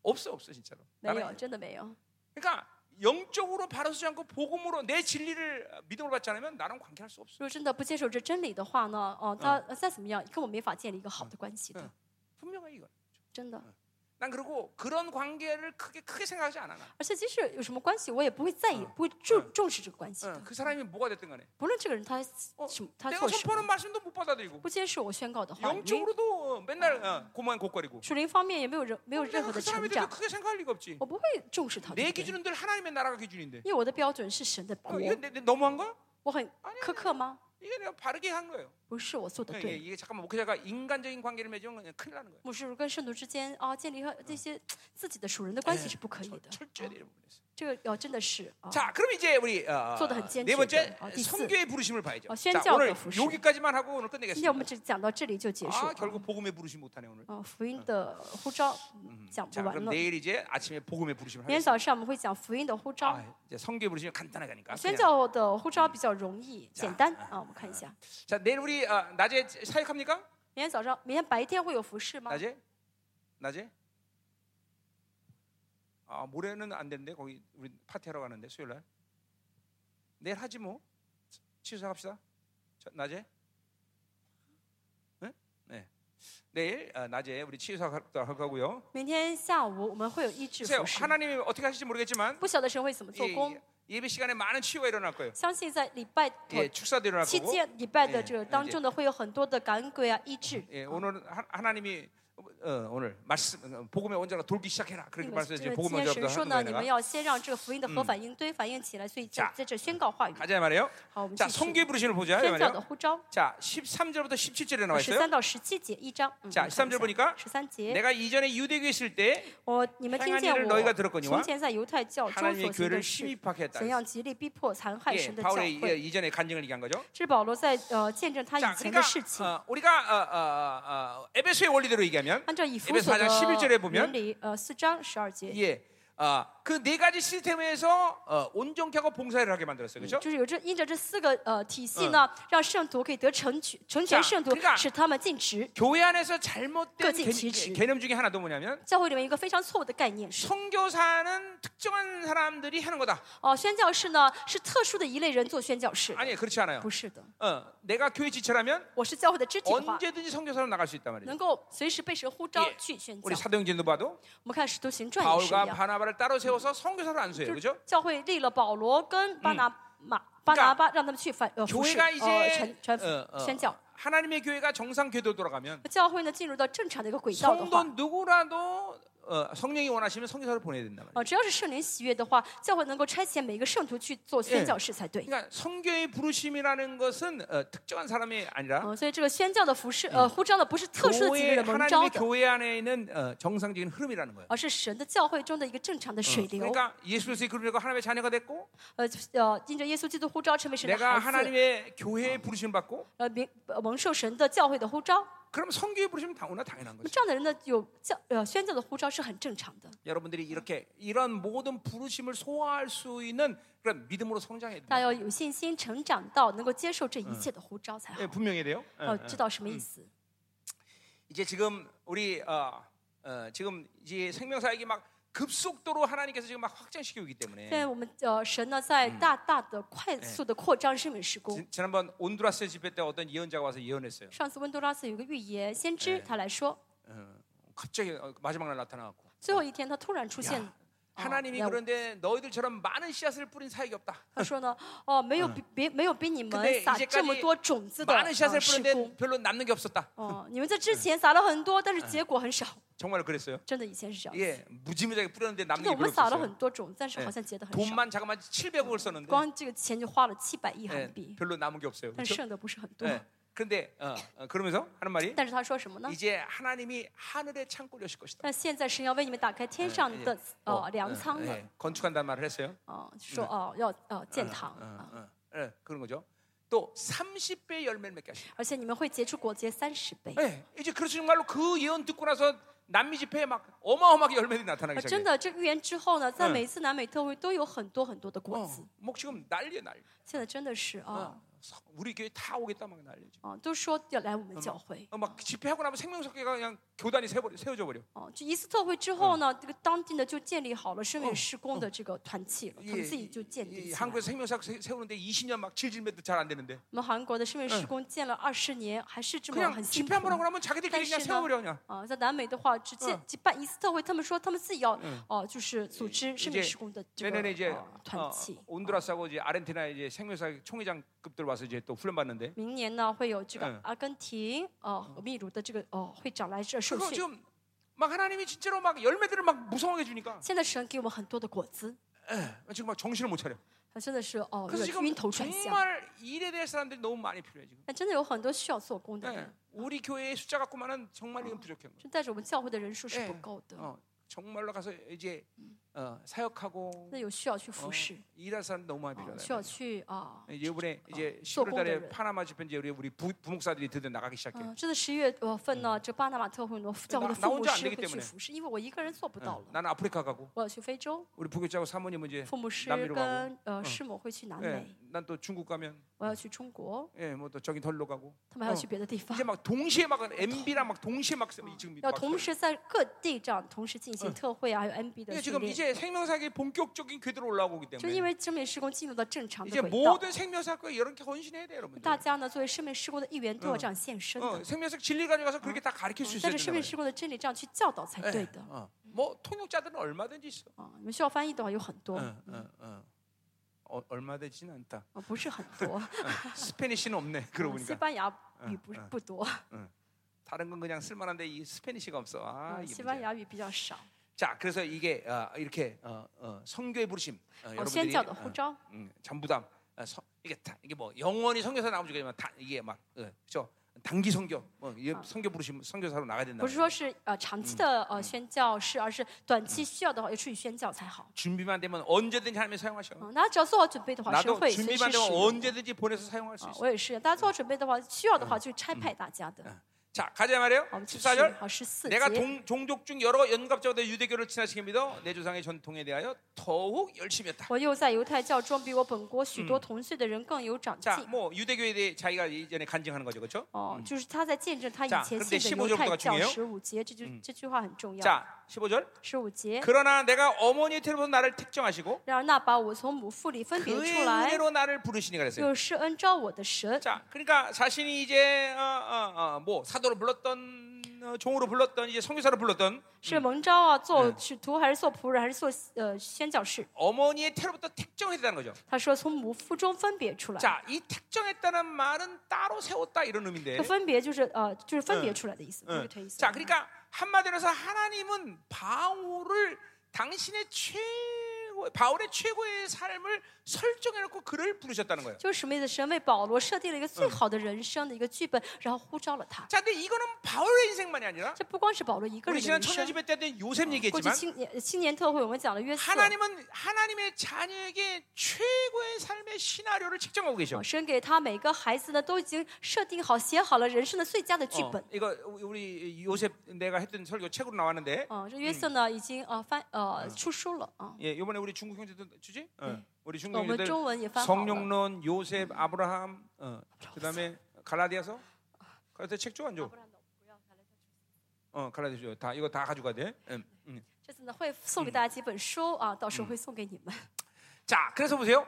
A: 없어 없어 진짜로.
B: 没
A: 나는
B: 有，真的没有。
A: 그러니까 영적으로 바로 쓰지 않고 복음으로 내 진리를 믿음으로 받지 않으면 나랑 관계할 수 없어.
B: 如果真的不接受这真理的话呢，哦、他呃再怎么样，跟我没法建立一个好的关系
A: 嗯
B: 的，
A: 분명히 이건.
B: 真的。
A: 난 그리고 그런 관계를 크게 크게 생각하지 않아. 나.
B: 而且即使有什么关系，我也不会在意
A: 嗯，
B: 不会注重视这个关系
A: 응,
B: 的。
A: 그 사람이 뭐가 됐든 간에
B: 不论这个人他
A: 哦
B: 什么，他
A: 내가
B: 做什么
A: 선포하는 ， 말씀도 못 받아들이고
B: 不接受我宣告的话语，
A: 영적으로도 어, 맨날 어, 고만 곡거리고
B: 属灵方面也没有人没有
A: 내가
B: 任何的
A: 그
B: 成
A: 사람에 대해서 ，
B: 长
A: 크게 생각할 리가 없지.
B: 我不会重视他的
A: 내
B: 一点，
A: 기준은 늘 하나님의 나라가 기준인데.
B: 因为我的标准是神的国
A: 어, ， 이건 내, 내 너무한 거야?
B: 我很
A: 아니,
B: 苛刻吗？
A: 이게 내가 바르게 한 거예요.
B: 不是我做的
A: 예, 예,
B: 对。
A: 이게 잠깐만 목회자가 인간적인 관계를 맺으면 그냥 큰일 나는 거예요.
B: 牧师跟圣徒之间啊，建立和这些自己的属人的关系是不可以的。
A: 철저히
B: 어?
A: 이런 부분에서.
B: 这个要真的是啊，
A: 자, 그럼 이제 우리 어,
B: 소도 한 젠,
A: 네 번째
B: 젠, 어, 디스.
A: 선교의 부르심을 봐야죠.
B: 어,
A: 자,
B: 宣教的
A: 오늘
B: 服饰。
A: 여기까지만 하고 오늘
B: 今天
A: 끝내겠습니다.
B: 我们只讲到这里就结束
A: 아,
B: 了。
A: 결국 복음의 부르심 못하네 오늘. 음.
B: 啊，福音的呼召嗯讲不
A: 자,
B: 完
A: 그럼
B: 了。明
A: 내일 이제 아침에 복음의 부르심을
B: 天
A: 하겠습니다.
B: 早上我们会讲福音的呼召，
A: 아, 이제 선교의 부르심이 간단하게 하니까.
B: 宣
A: 그냥.
B: 教的呼召比较容易简单啊。我们看一下，
A: 자, 내일 우리 어, 낮에 사역합니까?
B: 明天早上，明天白天会有服饰吗？
A: 낮에? 낮에? 아, 모레는 안 되는데 거기 우리 파티하러 가는데 수요일 날. 내일 하지 뭐. 취소합시다. 저, 낮에? 네? 네. 내일 어, 낮에 우리 취소할 거고요.
B: 明天下午我们会有医治
A: 글쎄요,
B: 服饰，
A: 하나님이 어떻게 하실지 모르겠지만
B: 不晓得神会怎么
A: 예,
B: 做工
A: 예, 。 예배 시간에 많은 치유가 일어날 거예요.
B: 相信在礼拜
A: 예, 축사도 일어날
B: 期
A: 거고.
B: 间，礼拜
A: 예
B: 的这个
A: 예
B: 当中呢，会有很多的感鬼啊、医治。
A: 예, 오늘 하, 하나님이 어, 오늘 말씀 어, 복음의 원자가 돌기 시작해라.
B: 因
A: 그렇게
B: 为这
A: 말씀해
B: 个嗯
A: 주세요.
B: 纪
A: 복음의
B: 念神
A: 원자부터
B: 说
A: 하는 거예요.
B: 呢，你
A: 내가.
B: 们要先让这个福音的核反应堆反应起来，所以在
A: 자
B: 在这宣告话语。
A: 가자 말이에요.
B: 好，我们继
A: 자
B: 续
A: 성계 부르심을 보자
B: 宣教
A: 말이에요.
B: 的呼召，
A: 자 13절부터 17절에 나와
B: 十
A: 있어요.
B: 三到十七节一章。嗯
A: 자 13절 보니까
B: 十三节，
A: 내가 이전에 유대교에 있을 때
B: 我你们听见
A: 행한일을너희가들었거니와
B: 我从前在犹太教中所
A: 하나님의
B: 行
A: 교회를
B: 的事，
A: 심입하겠다.
B: 怎样极力逼迫残害
A: 예,
B: 神的教
A: 바울의
B: 会。
A: 이- 이전의 간증을 얘기한 거죠.
B: 这是保罗在呃见证他
A: 자,
B: 以前的
A: 그러니까
B: 事情。
A: 어, 우리가 어, 어, 어, 에베소의 원리대로 얘기하면
B: 按照以弗所
A: 에베소4장11절에보
B: 的呃
A: 면
B: 原理，呃，四章十二节，
A: 예, 그 네 가지 시스템에서 어, 온전케 하고 봉사를 하게 만들었어요. 그렇죠?
B: 就是有这因着这四个呃体系呢，让圣徒可以得成全成
A: 자
B: 全圣徒
A: 그러니까 ，
B: 使他们尽职。
A: 교회 안에서 잘못된
B: 끄지, 지지.
A: 개, 념 중에 하나도 뭐냐면
B: 教会里面一个非常错误的概念是，
A: 선교사는 특정한 사람들이 하는 거다.
B: 哦、宣教士呢是特殊的一类人做宣教士，
A: 아니 그렇지 않아요.
B: 不是的，
A: 어, 내가 교회 지체라면
B: 我是教会的肢体的话，
A: 언제든지 선교사로 나갈 수 있단 말이에요.
B: 能够随时被神呼召
A: 예
B: 去宣教
A: 우리 。 사도행전도 봐도
B: 我们看《使徒行传》也是一
A: 바울과
B: 样，
A: 바나바를 따로 세워서 선교사로 안수해요.
B: 就
A: 그렇죠?
B: 是教会立了保罗跟巴拿马巴拿巴，让他们去反呃服侍
A: 교회가
B: 呃
A: 이제 그
B: 传传
A: 어, 어,
B: 宣教。
A: 하나님의 교회가 정상 궤도 돌아가면
B: 教会呢进入到正常的一个轨道的
A: 성도
B: 话，
A: 누구라도 어, 성령이 원하시면 성교사를 보내야 된다 말이에요.
B: 呃，只要是圣灵喜悦的话，教会能够差遣每一个圣徒去做宣教士才对。
A: 그러니까 성교의 부르심이라는 것은 어, 특정한 사람이 아니라
B: 嗯，所以这个宣教的服饰，呃，呼召呢不是特殊的
A: 교회
B: 几个人蒙召
A: 하나님의
B: 的，
A: 교회 안에 있는 어, 정상적인 흐름이라는 거예요.
B: 而是神的教会中嗯的一个正常的水流。
A: 그러니까 예수 그리스도의 그룹이고 하나님의 자녀가 됐고
B: 呃呃，因着耶稣基督呼召成为神的
A: 내가
B: 孩子，
A: 어, 하나님의 교회의 부르심 받고
B: 呃，明呃蒙受神的教会的呼召，
A: 그럼 성교의 부르심 당연하 당연한
B: 那么
A: 거죠.
B: 这样的人呢，有教呃宣教的呼召是很正常的。
A: 여러분들이 이렇게 이런 모든 부르심을 소화할 수 있는 그런 믿음으로 성장해야
B: 大家
A: 돼요.
B: 要有信心成长到能够接受这一切的呼召才好
A: 예, 。 분명해야 돼요. 예,
B: 要
A: 예.
B: 知道什么意思？
A: 이제 지금 우리 어, 어, 지금 이제 생명사역이 막 급속도로 하나님께서 지금 막 확장시키고 있기
B: 现在
A: 때문에
B: 我们呃神呢在大大的快速的扩张生命施工。
A: 지, 지난번 온두라스 집회 때 어떤 예언자가 와서 예언했어요.
B: 上次温多拉斯有个预言先知，他来说，
A: 어, 갑자기 어, 마지막 날 나타나갖고
B: 最后一天他突然出现，
A: 아, 야, 하나님이
B: 야,
A: 그런데 너희들처럼 많은 씨앗을 뿌린 사역이 없다.
B: 他说呢，哦，没有比别没有比你
A: 근데
B: 们撒
A: 이제까지
B: 这么多种子的
A: 많은
B: 呃
A: 씨앗을
B: 施工
A: 뿌렸는데 별로 남는 게 없었다.
B: 哦，你们在之前撒了很多，但是结果很少，
A: 정말 그랬어요.
B: 真的以前是这样子。
A: 예, 무지무지하게 뿌렸는데
B: 真
A: 남는
B: 的，
A: 게
B: 我们
A: 별로
B: 撒了
A: 없었어요.
B: 很多种，但是好像结
A: 아,
B: 的很少，
A: 돈만 잠깐만 700억을 썼는데
B: 光这个钱就花了七百亿
A: 예,
B: 韩币，
A: 별로 남은 게 없어요.
B: 但
A: 그렇죠?
B: 剩的不是很多。
A: 예, 그런데 어, 어, 그러면서 하는 말이
B: 但是他说什么呢？
A: 이제 하나님이 하늘의 창고를 여실 것이다.
B: 但现在神要为你们打开天上的
A: 哎 어, 哦
B: 呃粮仓了，
A: 예, 건축한다는 말을 했어요.
B: 哦，就说哦要呃建堂
A: 어,
B: 啊，
A: 어, 예, 그런 거죠. 또 30배 열매를 맺게 하시다.
B: 而且你们会结出果结三十倍。
A: 예, 이제 그렇죠 정말로 그 예언 듣고 나서 남미 집회에 막 어마어마하게 열매들이 나타나기
B: 啊，真
A: 시작해요.
B: 的，这预言之后呢，在
A: 嗯
B: 每一次南美特会都有很多很多的果
A: 어,
B: 子。
A: 뭐 지금 난리야 난리.
B: 现在真的是啊
A: 어, 서- 우리 교회 다 오겠다 막 난리.
B: 啊，都说要来我们教会
A: 어, 막 집회하고 나면 생명석회가 그냥 교단이 세워버려, 세워져 버려.
B: 哦。就一次特会之后呢，这个当地的就建立好了生命施工的这个团契
A: 哦
B: 了，他们自己就建立
A: 이-
B: 起
A: 이-
B: 来。
A: 한국에서 생명석 세- 세우는데 20년 막 질질매도 잘 안 되는데
B: 我们韩国的生命施工建了二十年，还是这么
A: 그냥
B: 很辛
A: 집회
B: 苦
A: 한 번 。 하고 나면 자기들끼리 그냥
B: 당신은-
A: 세워버려 그냥.
B: 啊，在南美的话，直接
A: 嗯
B: 举办一次特会，他们说他们自己要
A: 예.
B: 哦，就是组织生命施工的这
A: 내년에
B: 个
A: 이제
B: 呃团
A: 어,
B: 契。
A: 온두라스하고 이제 아르헨티나 이제 생명사 총회장급들 와서 이제 또 훈련 받는데
B: 明年呢会有这
A: 嗯
B: 个阿根廷呃和秘鲁的这个哦会长来这受
A: 그거
B: 训。
A: 지금 막 하나님이 진짜로 막 열매들을 막 무성하게 주니까
B: 现在神给我们很多的果子，
A: 에, 지금 막 정신을 못 차려.
B: 他真的是哦
A: 그래서
B: 有
A: 지금
B: 点晕头转向。
A: 정말 일에 대한 사람들이 너무 많이 필요해 지금.
B: 那真的有很多需要做工的
A: 예,
B: 人，
A: 우리 교회의 숫자 갖고만은 정말 이건 부족한 거예요.
B: 就带着我们教会的人数是不
A: 哎
B: 够的，
A: 어, 정말로 가서 이제 어, 사역하고
B: 那有需要去服
A: 어,
B: 侍，
A: 일할 사람 너무 많이
B: 啊需
A: 필요하다.
B: 要去啊，
A: 이번에 이제
B: 수업
A: 11월달에
B: 공부를.
A: 파나마 집회 이제 우리 우리 부, 부목사들이 드디어 나가기 시작해.
B: 嗯，真的十一月呃份呢，这巴拿马特会呢，教会的
A: 나나
B: 父
A: 혼자
B: 母
A: 안
B: 师
A: 되기
B: 会
A: 때문
B: 去
A: 에
B: 服侍，因为我一个人做不到了，
A: 나는 아프리카 가고
B: 我要去非洲，
A: 우리 부교자고 사모님은 이제
B: 父母师
A: 남미로
B: 跟
A: 가고.
B: 呃师母会去南
A: 예,
B: 美，
A: 난또 중국 가면
B: 我要去中国，
A: 예, 뭐또 저기 덜로 가고.
B: 他们还要去别的地方
A: 이제 ，막 동시에 막 MB랑 막 아. 동시에 막 지금
B: 要
A: 막
B: 同时在各地这样同时进行特会啊，还有 NB 的
A: 그러니까
B: 训
A: 지금
B: 练，
A: 이제 생명사역이 본격적인 궤도로 올라오기
B: 就因
A: 때문에
B: 为生命施工进入到正常
A: 이제
B: 的轨道。
A: 모든 생명사역과 여러분께 헌신해야 돼요, 여러분들.
B: 大家呢，作为生命施工的一员，都要这样献身的。嗯
A: 어, 생명사역 진리 가지고 가서 그렇게 다 가르칠 수
B: 但
A: 있어야
B: 哦是生命
A: 돼요.
B: 施工的哎真理这样去教导才对的。
A: 어, 뭐 통역자들은 얼마든지 있어.
B: 啊，你们需要翻译的话有很多，
A: 어, 어, 어. 어, 얼마든지는 않다.
B: 啊，不是很 多。
A: 스페니쉬는 없네. 그러고
B: 啊西
A: 보니까
B: 班牙语不是不多，
A: 아, 다른 건 그냥 쓸만한데 이 스페니쉬가 없어. 아,
B: 啊，
A: 이게
B: 西班
A: 문제야.
B: 牙语比较少。
A: 자, 그래서 이게 어, 이렇게 어, 어, 성교의 부르심 어,
B: 哦，
A: 여러분들이
B: 宣教的
A: 어,
B: 护照，
A: 음, 전부 다 어, 서, 이게 다 이게 뭐 영원히 성교사 나오면 좋겠지만 다 이게 막저 어, 단기 성교 뭐 이게
B: 아.
A: 성교 부르심 성교사로 나가야 된다.
B: 不是说是呃长期的呃宣教士，而是短期需要的话要出去宣教才好。
A: 준비만 되면 언제든지 하나님이 사용하셔.
B: 啊，大家只要做好准备的话，神
A: 나도
B: 会随时
A: 준비만
B: 使
A: 되면
B: 用的。
A: 언제든지 보내서 사용할 수
B: 啊，
A: 있어.
B: 我也是，大家做好准备的话，需要的
A: 嗯
B: 话就差派大家的。
A: 자, 가자 말이에요.
B: 好，我们继续
A: 14절. 。
B: 好，十四节
A: 내가 。 동, 종족 중 여러 연갑자보다 유대교를 지나치게 믿어 내 조상의 전통에 대하여 더욱 열심히 했다.
B: 我又在犹太教中比我本国许
A: 嗯
B: 多同岁的人更有长进。
A: 자, 뭐 유대교에 대해 자기가 이전에 간증하는 거죠, 그렇죠?
B: 哦，就是他在见证他以
A: 자
B: 前
A: 그런데
B: 信的犹
A: 15절부터
B: 太
A: 가
B: 教
A: 중요해요
B: 十五节，这
A: 嗯
B: 句这句话很重要。
A: 자, 15절.
B: 十五节，
A: 그러나 내가 어머니의 태로부터 나를 택정하시고
B: 然而那把我从母腹里分别
A: 그의
B: 出来，
A: 은혜로 나를 부르시니 그랬어요.
B: 又施恩召我的神。
A: 자, 그러니까 자신이 이제 어, 어, 어, 뭐 사도로 불렀던 어, 종으로 불렀던 이제 선교사로 불렀던
B: 是蒙召啊，
A: 嗯
B: 做使徒还是做仆人，还是做呃宣教士？
A: 어머니의 태로부터 택정했다는 거죠.
B: 他说从母腹中分别出来。
A: 자, 이 택정했다는 말은 따로 세웠다 이런 의미인데.
B: 这分别就是呃，就是分别
A: 嗯
B: 出来的意思，
A: 응.
B: 分别的意思。
A: 자, 그러니까 한마디로 해서 하나님은 바울을 당신의 최고 바울의 최고의 삶을 설정해 놓고 그를 부르셨다는 거예요.
B: 就是什么意思？神为保罗设定了一个最好的人生的一个剧本，然后呼召了他。
A: 자, 근데 이거는 바울의 인생만이 아니라
B: 这不光是保罗一个
A: 우리
B: 人
A: 지난
B: 的人生。
A: 청년집회 때 했던 요셉
B: 过去
A: 얘기했지만
B: 青年呃青年特会我们讲了约瑟，
A: 하나님은 하나님의 자녀에게 최고의 삶의 시나리오를 책정하고 계셔.
B: 啊神给他每个孩子呢都已经设定好、写好了人生的最佳的剧
A: 어,
B: 本。
A: 이거 우리 요셉 내가 했던 설교 책으로 나왔는데
B: 啊，这约瑟呢已经啊翻呃出书了啊，
A: 예, 이번에 우리 중국 형제들 주지? 어, 우리
B: 我
A: 중국
B: 们
A: 형제들
B: 中文也翻好了。
A: 성령론, 요셉, 아브라함, 어, 그다음에 갈라디아서. 갈라디아 책줘 안 줘? 어, 갈라디아 줘. 다 이거 다 가져가야 돼. 음, 음.
B: 这次呢会送给大家几本书啊，到时候会送给你们。
A: 자, 그래서 보세요.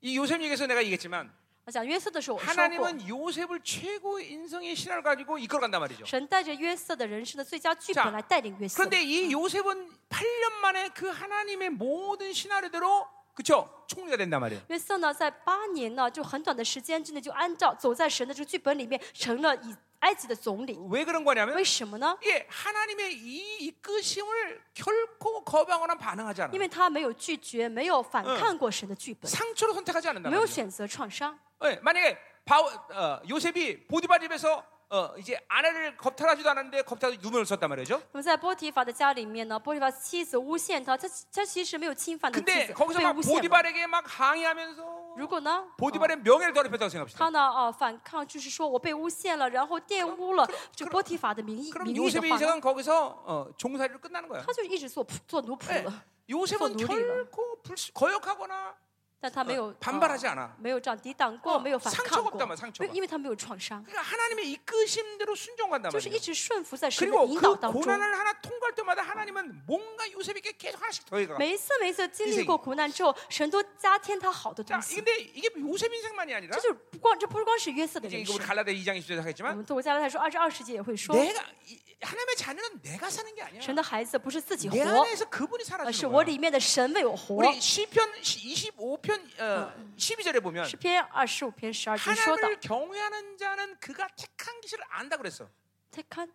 A: 이 요셉 얘기에서 내가 얘기했지만
B: 我讲约瑟的时候我说过，
A: 하나님은 요셉을 최고의 인성의 신화를 가지고 이끌어 간단 말이죠.
B: 神带着约瑟的人生的最佳剧本来带领约瑟。
A: 그런데 이 요셉은 8년 만에 그 하나님의 모든 시나리오대로 그쵸? 총리가 된단 말이에요.
B: 约瑟呢，在八年呢，就很短的时间之内，就按照走在神的这个剧本里面，成了以埃及的总理。
A: 왜 그런 거냐면
B: 为什么呢？
A: 예, 하나님의 이 이끄심을 결코 거부하거나 반항하지 않아요.
B: 因为他没有拒绝，没有反抗过神的剧本，
A: 상처로 선택하지 않는다.
B: 没有
A: 말이죠.
B: 选择创伤。
A: 예, 만약에 바울, 어, 요셉이 보디바 집에서 어, 이제 아내를 겁탈하지도 않았는데 겁탈하고 누명을 썼단 말이죠.
B: 那么在波提法的家里面呢，波提法妻子诬陷他，他他其实没有侵犯他妻
A: 근데
B: 子，
A: 거기서
B: 被
A: 막
B: 诬陷了。
A: 보디발에게 막 항의하면서
B: 如果呢，
A: 보디발의 명예를 더럽혔다고 생각합시다.
B: 他呢，哦、反抗就是说我被诬陷了，然后玷污了这波提法的名义
A: 그럼
B: 名誉的
A: 요셉의
B: 话呢，
A: 인생은 거기서 어, 종살이로 끝나는 거야.
B: 他就一直做仆做奴仆
A: 예,
B: 了，
A: 요셉은
B: 손 놀이가.
A: 결코 불시, 거역하거나
B: 但他没有、
A: 어,
B: 哦
A: 반발하지 않아.
B: 没有这样抵挡过，
A: 哦
B: 没有反
A: 상처가
B: 抗过
A: 없단말이야상처가 ，
B: 因为因为他没有创伤，
A: 그러니까 하나님의 이끄심대로 순종한단
B: 就是一
A: 말이에요.
B: 直顺服在神的
A: 그리고
B: 引导
A: 그
B: 当中。
A: 고난을 하나 통과할 때마다 하나님은 뭔가 요셉에게 계속 하나씩 더해가.
B: 每一次每一次经
A: 이
B: 历
A: 생
B: 过苦难之后，神都加添他好的
A: 자,
B: 东西。
A: 근데 이게 요셉 인생만이 아니라
B: 这就是不光这不光是约瑟的
A: 이제
B: 人
A: 이거
B: 生
A: 우리 ， 갈라데 2장 20절에서
B: 我
A: 하겠지만
B: 们读加拉太书二十二世纪也会说，
A: 내가 이- 하나님의 자녀는 내가 사는 게 아니야.
B: 神的孩子不是自己活
A: 내 ， 안에서 그분이
B: 而是
A: 살아주는
B: 我
A: 거야.
B: 里面的神为我活。
A: 우리 시편 시- 25편 어, 12절에 보면
B: 诗篇二十五篇十二节说到
A: 하나님을 ， 경외하는 자는 그가 택한 길을 안다 그랬어.
B: 再看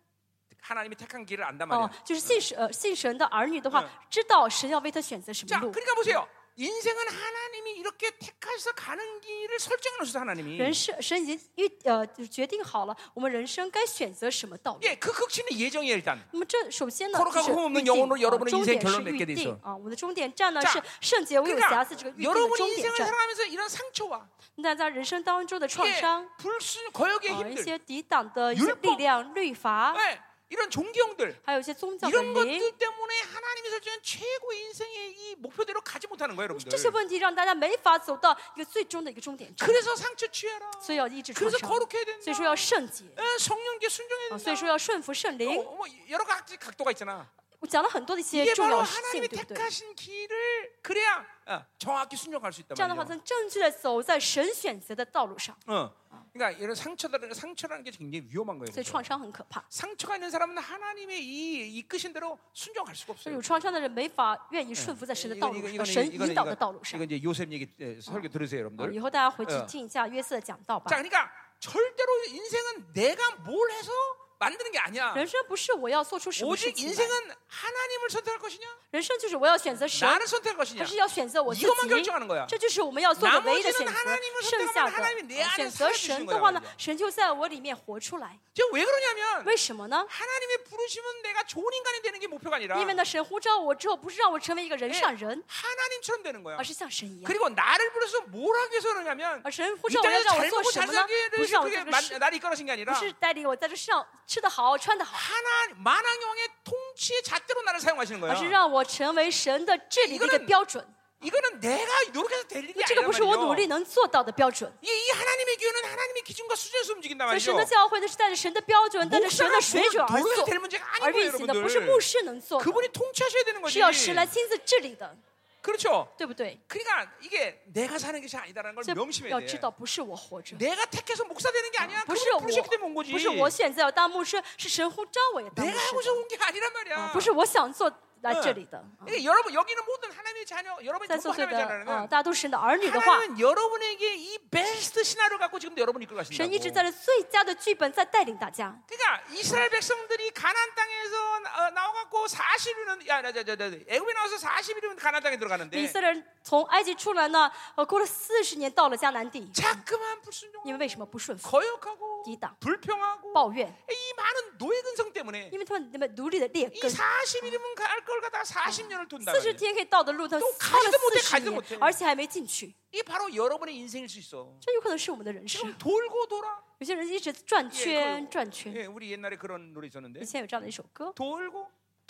A: 하나님이 택한 길을 안단
B: 哦
A: 말이야. ，
B: 就是信神呃信神的儿女的话
A: 嗯，
B: 知道神要为他选择什么
A: 자,
B: 路。
A: 그러니까 보세요. 인생은 하나님이 이렇게 택하셔서 가는 길을 설정해 놓으셨어 하나님이.
B: 人生神已经预呃就是决定好了，我们人生该选择什么道路。
A: 예, 그 극치는 예정이에요 일단.
B: 那么这首先呢，
A: 거룩하고
B: 就是
A: 흠없는
B: 预定
A: 영혼으로여러분의
B: 啊终
A: 인생의
B: 点是
A: 결론을맺게
B: 预
A: 돼있어
B: 定啊，我们的终点站呢
A: 자
B: 是圣洁、无有瑕
A: 그러니까
B: 疵这个预定的
A: 여러분이
B: 终点
A: 인생을
B: 站。
A: 살아가면서 이런 상처와
B: 那在人生当中的创
A: 예,
B: 伤，
A: 불순 거역의
B: 啊，一
A: 힘들,
B: 些抵挡的一些
A: 율법
B: 力量、律法，
A: 예, 이런 존경들
B: 还有一些宗教的
A: 이런
B: 灵，
A: 것들 때문에 하나님이 설정한 최고 인생의 이 목표대로 가지 못하는 거예요,
B: 这些
A: 여러분들.
B: 问题让大家没法走到一个最终的一个终点站，
A: 그래서 상처 취해라.
B: 所以要抑制创
A: 그래서
B: 伤，
A: 거룩해야
B: 所
A: 된다.
B: 以说要圣洁，
A: 예, 성령께
B: 啊，
A: 순종해야
B: 所以说
A: 된다.
B: 要顺服圣灵
A: 어, 。뭐 여러 가지 각도가 있잖아.
B: 我讲了很多的一些
A: 이게
B: 重
A: 바로
B: 要事情，
A: 하나님이
B: 对不对？
A: 택하신 길을 그래야 어, 정확히 순종할 수 있단
B: 这样的话
A: 말이에요.
B: 才能正确的走在神选择的道路上。
A: 어. 그러니까 이런 상처라는 상처라는 게 굉장히 위험한 거예요.
B: 所以
A: 그죠?
B: 创伤很可怕，
A: 상처가 있는 사람은 하나님의 이 이끄신 대로 순종할 수가
B: 所
A: 없어요.
B: 以有创伤的人没法愿意顺服在神的道
A: 이건-
B: 路
A: 이건-
B: 上，
A: 이건-
B: 神
A: 이건-
B: 引导的
A: 이건-
B: 道路上。
A: 이건 이제 요셉 얘기 예, 설교 들으세요,
B: 啊
A: 여러분들.
B: 以后大家回去
A: 嗯
B: 听一下约瑟的讲道吧
A: 자, 。 그러니까 절대로 인생은 내가 뭘 해서 만드는 게 아니야.
B: 人生不是我要做出什么事
A: 오직
B: 情来，
A: 인생은 하나님을 선택할 것이냐,
B: 人生就是我要选择神，
A: 나를 선택할
B: 还
A: 것이냐.
B: 是要选择我自己
A: 이것만 ？ 결정하는 거야.
B: 这就是我们要做的唯一的选择
A: 나머지는하나님을。
B: 剩下
A: 선택하면하나님이내 안에
B: 的啊选择
A: 살아주시는
B: 神
A: 거야
B: 的话呢
A: 말이야 ，
B: 神就在我里面活出 来。
A: 이게 왜 그러냐면
B: 为什么呢？
A: 하나님의 부르심은 내가 좋은 인간이 되는 게 목표가 아니라
B: 因为呢，神呼召我之后，不是让我成为一个人上人，
A: 하나님처럼 되는 거야.
B: 而是像神一样。
A: 그리고 나를 불러서 뭘 하기 위해서 그러냐면
B: 而神呼
A: 이
B: 召我要
A: 땅에서
B: 让
A: 잘
B: 我做
A: 먹고
B: 什
A: 잘
B: 么呢
A: 살게 ？
B: 不是让我做
A: 그게
B: 这个
A: 만-
B: 事
A: 나를 이끌어 신게
B: 不
A: 아니라
B: 是带领我在这世上吃得好、穿得好，
A: 하나 만왕 영의 통치의 잣대로 나를 사용하시는
B: 而是
A: 거예요.
B: 让我成为神的治理的一个
A: 이거는
B: 标准。
A: 이거는 내가 노력해서 될 일이
B: 这个
A: 아니란
B: 不是我努力
A: 말이죠.
B: 能做到的标准。
A: 이게 이 하나님의 교회는 하나님의 기준과 수준에서 움직인단
B: 所以神
A: 말이죠.
B: 的教会呢是带着神的标准，带着神的
A: 목사가
B: 水
A: 그걸
B: 准而
A: 노력해서
B: 做
A: 될 문제가
B: 而
A: 아니고요,
B: 啊运行的，不是牧
A: 여러분들.
B: 师能做的，
A: 그분이 통치하셔야 되는
B: 是
A: 거지.
B: 要神来亲自治理的。
A: 그렇죠.
B: 对不对？
A: 그러니까 이게 내가 사는 것이 아니다라는 걸
B: 所以
A: 명심해야
B: 要
A: 돼.
B: 知道，不是我活着，
A: 내가 택해서 목사 되는 게 아니야.
B: 啊不是
A: 그분이
B: 我
A: 부르셨기 때문에 온 ， 거지.
B: 不是我现在要当牧师，是神呼召啊我也当牧
A: 내가
B: 师
A: 하고서
B: 的，
A: 온 게 아니란 말이야.
B: 啊不是我想做来这里的。啊
A: 그러니까 여러분 여기는 모든 하나님의 자녀, 어, 여러분이
B: 在
A: 전부
B: 座所有
A: 하나님의
B: 的啊，
A: 자녀라면
B: 大家都是神的儿女的话，
A: 하나님은 여러분에게 이 베스트 시나리오 갖고 지금도 여러분이 이끌어
B: 神
A: 가신다고.
B: 一直在这最佳的剧本在带领大家。
A: 그러니까 이스라엘 백성들이 가나안 땅에서 어, 나와갖고 40일은 야, 야, 야, 야, 야, 애굽에 나와서 40일은 가나안 땅에
B: 以
A: 들어가는데
B: 色列人从埃及出来呢，呃，过了四十年到了迦南地，
A: 자꾸만
B: 你
A: 불순종,
B: 们为什么不顺服、
A: 거역하고
B: 이다.
A: 불평하고
B: 抱怨？
A: 이 많은 노예 근성 때문에
B: 因为他们那么奴隶的劣
A: 이
B: 根，
A: 40일이면 갈 걸 갖다가 40년을 돈다.
B: 四十天可以到的路，他们
A: 都
B: 花了
A: 가지도못해
B: 四
A: 가지
B: 十
A: 도못해
B: 年，而且还没进去，
A: 이게 바로 여러분의 인생일 수 있어.
B: 这有可能是我们的人生。
A: 지금 돌고 돌아.
B: 有些人一直转
A: 예,
B: 圈转圈。
A: 예, 우리 옛날에 그런 노래 있었는데
B: 以前有这样的一首歌，
A: 돌고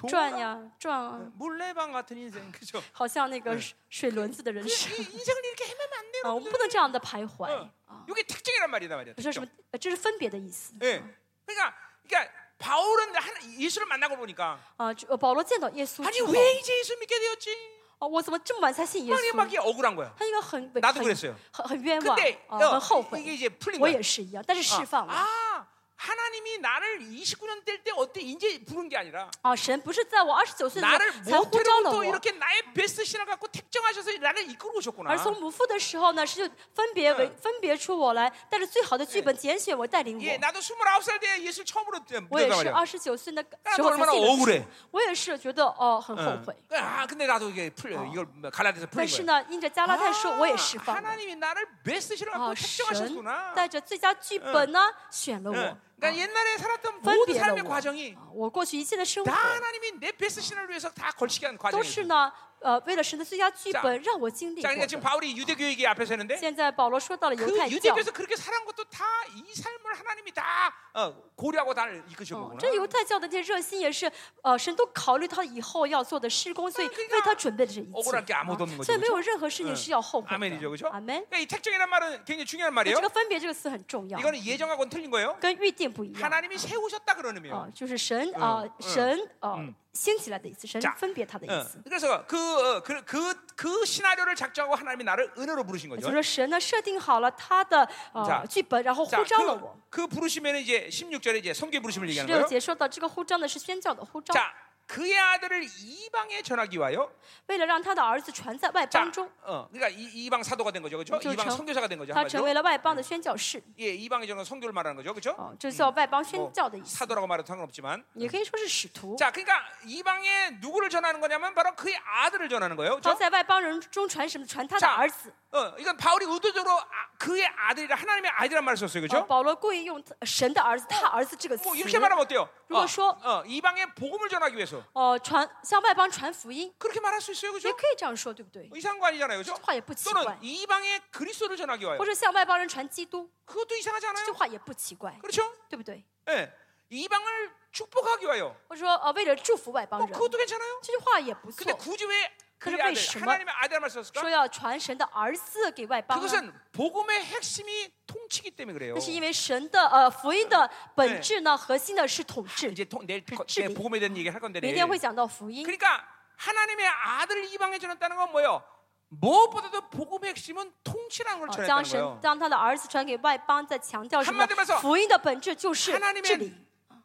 B: 转
A: 돌아 예,
B: 呀转啊，
A: 물레방 같은 인생 그죠?
B: 好像那个水水轮子的人
A: 아, 그
B: 生
A: 이- 인생을 이렇게 헤매면 안 돼요.
B: 啊，我们不能这样的徘徊
A: 어.
B: 啊。
A: 이게 특징이란 말이다 말이야.
B: 不是
A: 특징.
B: 什么，呃这是分别的意思
A: 예. 그러니까 그러니까 바울은 하나- 예수를 만나고 보니까
B: 啊。就呃保罗见到耶稣
A: 아니
B: 之后，
A: 왜 이제 예수 믿게 되었지?
B: 啊，我怎么这么晚才信耶
A: 막, 이게
B: 稣
A: 막 ？ 이게 억울한 거야.
B: 他应该很
A: 나도그랬
B: 很
A: 어요
B: 很很冤枉
A: 근데 ，
B: 啊，
A: 어,
B: 很后
A: 이- 이게
B: 悔。
A: 이제 풀린
B: 我
A: 거야.
B: 也是一样，但是释
A: 아,
B: 放了
A: 아, 하나님이 나를 29년 될 때 어때 이제 부른 게 아니라
B: 啊！神不是在我二十九岁的时
A: 나를
B: 候才呼召了
A: 모태로부터
B: 我，
A: 이렇게 나의 베스트 신을 갖고 택정하셔서 나를 이끌어
B: 而
A: 오셨구나.
B: 从母腹的时候呢，是就分别为
A: 啊嗯
B: 分别出我来，带着最好的剧本拣选我，带领
A: 예,
B: 我。
A: 나도 29살 때 예수 처음으로
B: 我也
A: 믿었단
B: 是
A: 말이야.
B: 二十九岁的
A: 那
B: 时候
A: 얼마나
B: 才信
A: 억울해
B: 的主，我也是觉得哦很后
A: 응.
B: 悔，
A: 아, 근데 나도 이게 풀려요. 이걸 뭐 갈라디아서
B: 但
A: 풀린
B: 是
A: 거야.
B: 呢，因着加拉太
A: 啊
B: 书，我也释放了。
A: 하나님이 나를 베스트 신을 갖고
B: 啊，神
A: 택정하셨구나.
B: 带着最佳剧
A: 嗯
B: 本呢选了
A: 응.
B: 我，
A: 그러니까 옛날에 살았던
B: 分
A: 모든
B: 别了
A: 삶의
B: 我。
A: 과정이
B: 啊我过去一切的生活
A: 다 。 하나님이 내 베스트 신을 위해서 다 걸치게 한
B: 都
A: 과정이에요.
B: 是呢，呃，为了神的最佳剧
A: 자
B: 本让我经历
A: 자,
B: 过
A: 그러니까 지금
B: 的。
A: 바울이 유대교 얘기 앞에서 했는데
B: 现在保罗说到了哎犹太
A: 그
B: 教，嗯
A: 유대교에서 그렇게 살아온 것도 다 이 삶을 하나님이 다 어, 고려하고 다 이끄신
B: 哦
A: 거구나.
B: 这犹太教的这些热心也是，呃，神都考虑他以后要做的施工，所以为他准备了这一
A: 억울할게
B: 切。嗯
A: 아무도없는거죠
B: 所以没有任何事情是要后悔
A: 아멘이죠
B: 的。
A: 그렇죠?
B: 嗯阿门。
A: 그러니까 이 택정이란 말은 굉장히 중요한 말이에요.
B: 这个分别这个词很重要，
A: 이거는 예정하고는 틀린 거예요.
B: 跟预定不一样。
A: 하나님이 세우셨다 그런
B: 啊
A: 의미예요. ，
B: 就是神啊
A: 嗯，嗯
B: 神啊兴起来的意思，神
A: 자
B: 分别他的
A: 어,
B: 意思。
A: 그래서 그그그 그, 그- 그 시나리오를 작정하고 하나님이 나를 은혜로 부르신
B: 也
A: 거죠.
B: 就是说神呢设定好了他的
A: 자
B: 呃剧本，然后呼
A: 자,
B: 召了我
A: 그 。그 부르시면 이제 16절에 이제 성계 부르심을
B: 十
A: 얘기하는
B: 六
A: 거예요.
B: 节说到这个呼召呢是宣教的呼召。
A: 자, 그의 아들을 이방에 전하기 위하여
B: 为了让他的儿子传在外
A: 자,
B: 邦中，
A: 어, 그러니까 이, 이방 사도가 된 거죠, 그렇죠?
B: 그렇죠.
A: 이방 선교사가 된 거죠,
B: 他成
A: 한마디로.
B: 为了外邦的宣教士。
A: 예, 이방에 저는 선교를 말하는 거죠, 그렇죠?
B: 哦，这叫外邦宣
A: 뭐
B: 教的意思，
A: 사도라고 말해도 상관없지만,
B: 也可以说是使徒。
A: 자, 그러니까 이방에 누구를 전하는 거냐면 바로 그의 아들을 전하는 거예요,
B: 他
A: 그렇죠?
B: 在外邦人中传什么？传他的
A: 자
B: 儿子。
A: 어, 이건 바울이 의도적으로 아, 그의 아들이라 하나님의 아들이란 말을 썼어요,
B: 哦
A: 그렇죠?
B: 保罗故意用他神的儿子、他儿子这个词
A: 뭐 ， 이렇게 말하면 어때요? 어,
B: 누구쇼?
A: 어, 이방에 복음을 전하기 위해서
B: 哦，传向外邦传福音，
A: 그렇게 말할 수 있어요,
B: 也
A: 그렇죠?
B: 可以这样说，对不对？
A: 이상한 거 아니잖아요, 그렇죠?
B: 话也不奇
A: 또는
B: 怪，
A: 이방에 그리스도를 전하기 위하여
B: 或者向外邦人传基督，
A: 그것도 이상하지
B: 这句
A: 않아요?
B: 话也不奇怪，
A: 그렇죠?
B: 对不对？
A: 예. 이방을 축복하기 위하여.
B: 或者说，呃，为了祝福外邦
A: 뭐
B: 人，
A: 그것도 괜찮아요.
B: 这句话也不错
A: 근데 。 굳이 왜 그의
B: 그럼 왜
A: 아들,
B: 심어?
A: 하나님의 아들 말
B: 说
A: 썼을까?
B: 要传神的儿子给外邦人。
A: 그것은 복음의 핵심이 통치기 때문에 그래요.
B: 那是因为神的呃福音的本质呢，核心呢是统治。
A: 이제 통, 내, 거- 내
B: 진리.
A: 복음에 대한 얘기를 할 건데
B: 明
A: 내일.
B: 天会讲到福音，
A: 그러니까 하나님의 아들을 이방에 전했다는 건 뭐예요? 무엇보다도 복음의 핵심은 통치라는 걸
B: 啊，
A: 전했다는
B: 将神
A: 거예요.
B: 将他的儿子传给外邦，再强调什么
A: 한마디로해서 ？
B: 福音的本质就是治理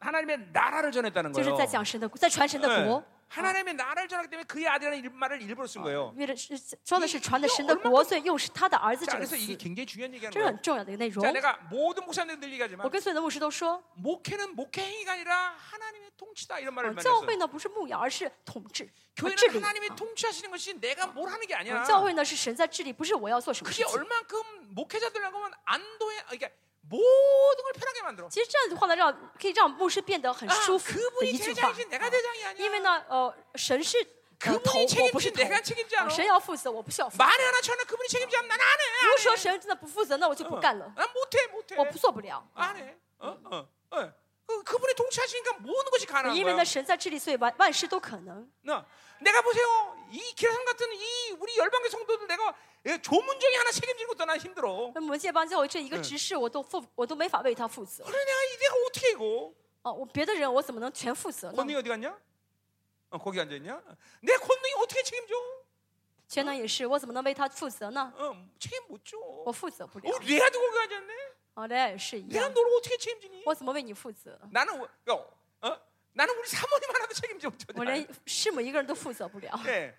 A: 하나님의 ， 하나님의 나라를 전했다는
B: 就是在
A: 거예요.
B: 讲神的，在传神
A: 예.
B: 的国。哦
A: 하나님의 나라를 전하기 때문에 그의 아들이라는 일- 말을 일부러 쓴 거예요.
B: 为了是说的是
A: 이
B: 传的
A: 이거
B: 神的
A: 얼마
B: 国，
A: 큼
B: 所以用是他的儿子
A: 자,
B: 这个
A: 그래서
B: 词，
A: 이게 굉장히 중요한
B: 这
A: 얘기하는
B: 是
A: 거예요.
B: 很重要的一个内容
A: 자 。 내가 모든 목사님들 얘기하지만
B: 我跟所有的牧师都说，
A: 목회는 목회 행위가 아니라 하나님의 통치다 이런 말을
B: 呃
A: 많이
B: 教
A: 했어요.
B: 会呢不是牧养，而是统治、呃治
A: 교회는
B: 理。
A: 하나님이 통치하시는 것이 내가 뭘 하는 게 아니야.
B: 呃教会呢是神在治理，不是我要做什么事
A: 그게
B: 情。
A: 얼만큼 목회자들이라고 하면 안도해 그러니까 모든 걸 편하게 만들어.
B: 其实这样的话呢，让可以让牧师变得很
A: 아,
B: 舒服的
A: 그분이
B: 啊一句话。啊
A: 대장이신 내가 대장이
B: 因为
A: 아니야.
B: 呢，呃，神是呃头，
A: 그분이
B: 我不是
A: 책임지지
B: 头，
A: 내가 책임지
B: 啊
A: 않아.
B: 神要负责，我不需要负责。
A: 말에 하나 쳐는 그분이 책임지 않으면 난안 해. 어.
B: 如果说神真的不负责，那我就不干了，
A: 난 못해 못해.
B: 我不做不了。
A: 안 해. 어? 어. 어. 그, 그분이 통치하시니까 모든 것이 가능한
B: 因为呢，
A: 거야.
B: 神在治理，所以万万事都可能。
A: 나, 내가 보세요. 이 기라성 같은 이 우리 열방의 성도들 내가 예, 조문정이 하나 책임지는 것도 난 힘들어.
B: 那魔界帮教会这一个执事，我都负，我都没法为他负责。
A: 그래 내가 이 내가 어떻게 이거?
B: 哦，我别的人我怎么能全负责呢？
A: 권능이 어디 갔냐? 어, 거기 앉아 있냐? 내 권능이 어떻게 책임져?
B: 全能也是，我怎么能为他负责呢？
A: 어, 책임 못 줘.
B: 我
A: 어,
B: 负责不了。
A: 내가 누굴 가졌네?
B: 啊，大家也是一
A: 내가
B: 样，
A: 너를 어떻게 책임지니?
B: 我怎么为你负责？
A: 나는 어, 그러니까, 어? 나는 우리 사모님 하나도 책임져 못
B: 我
A: 줘.
B: 连师母一个人都负责不了。
A: 네.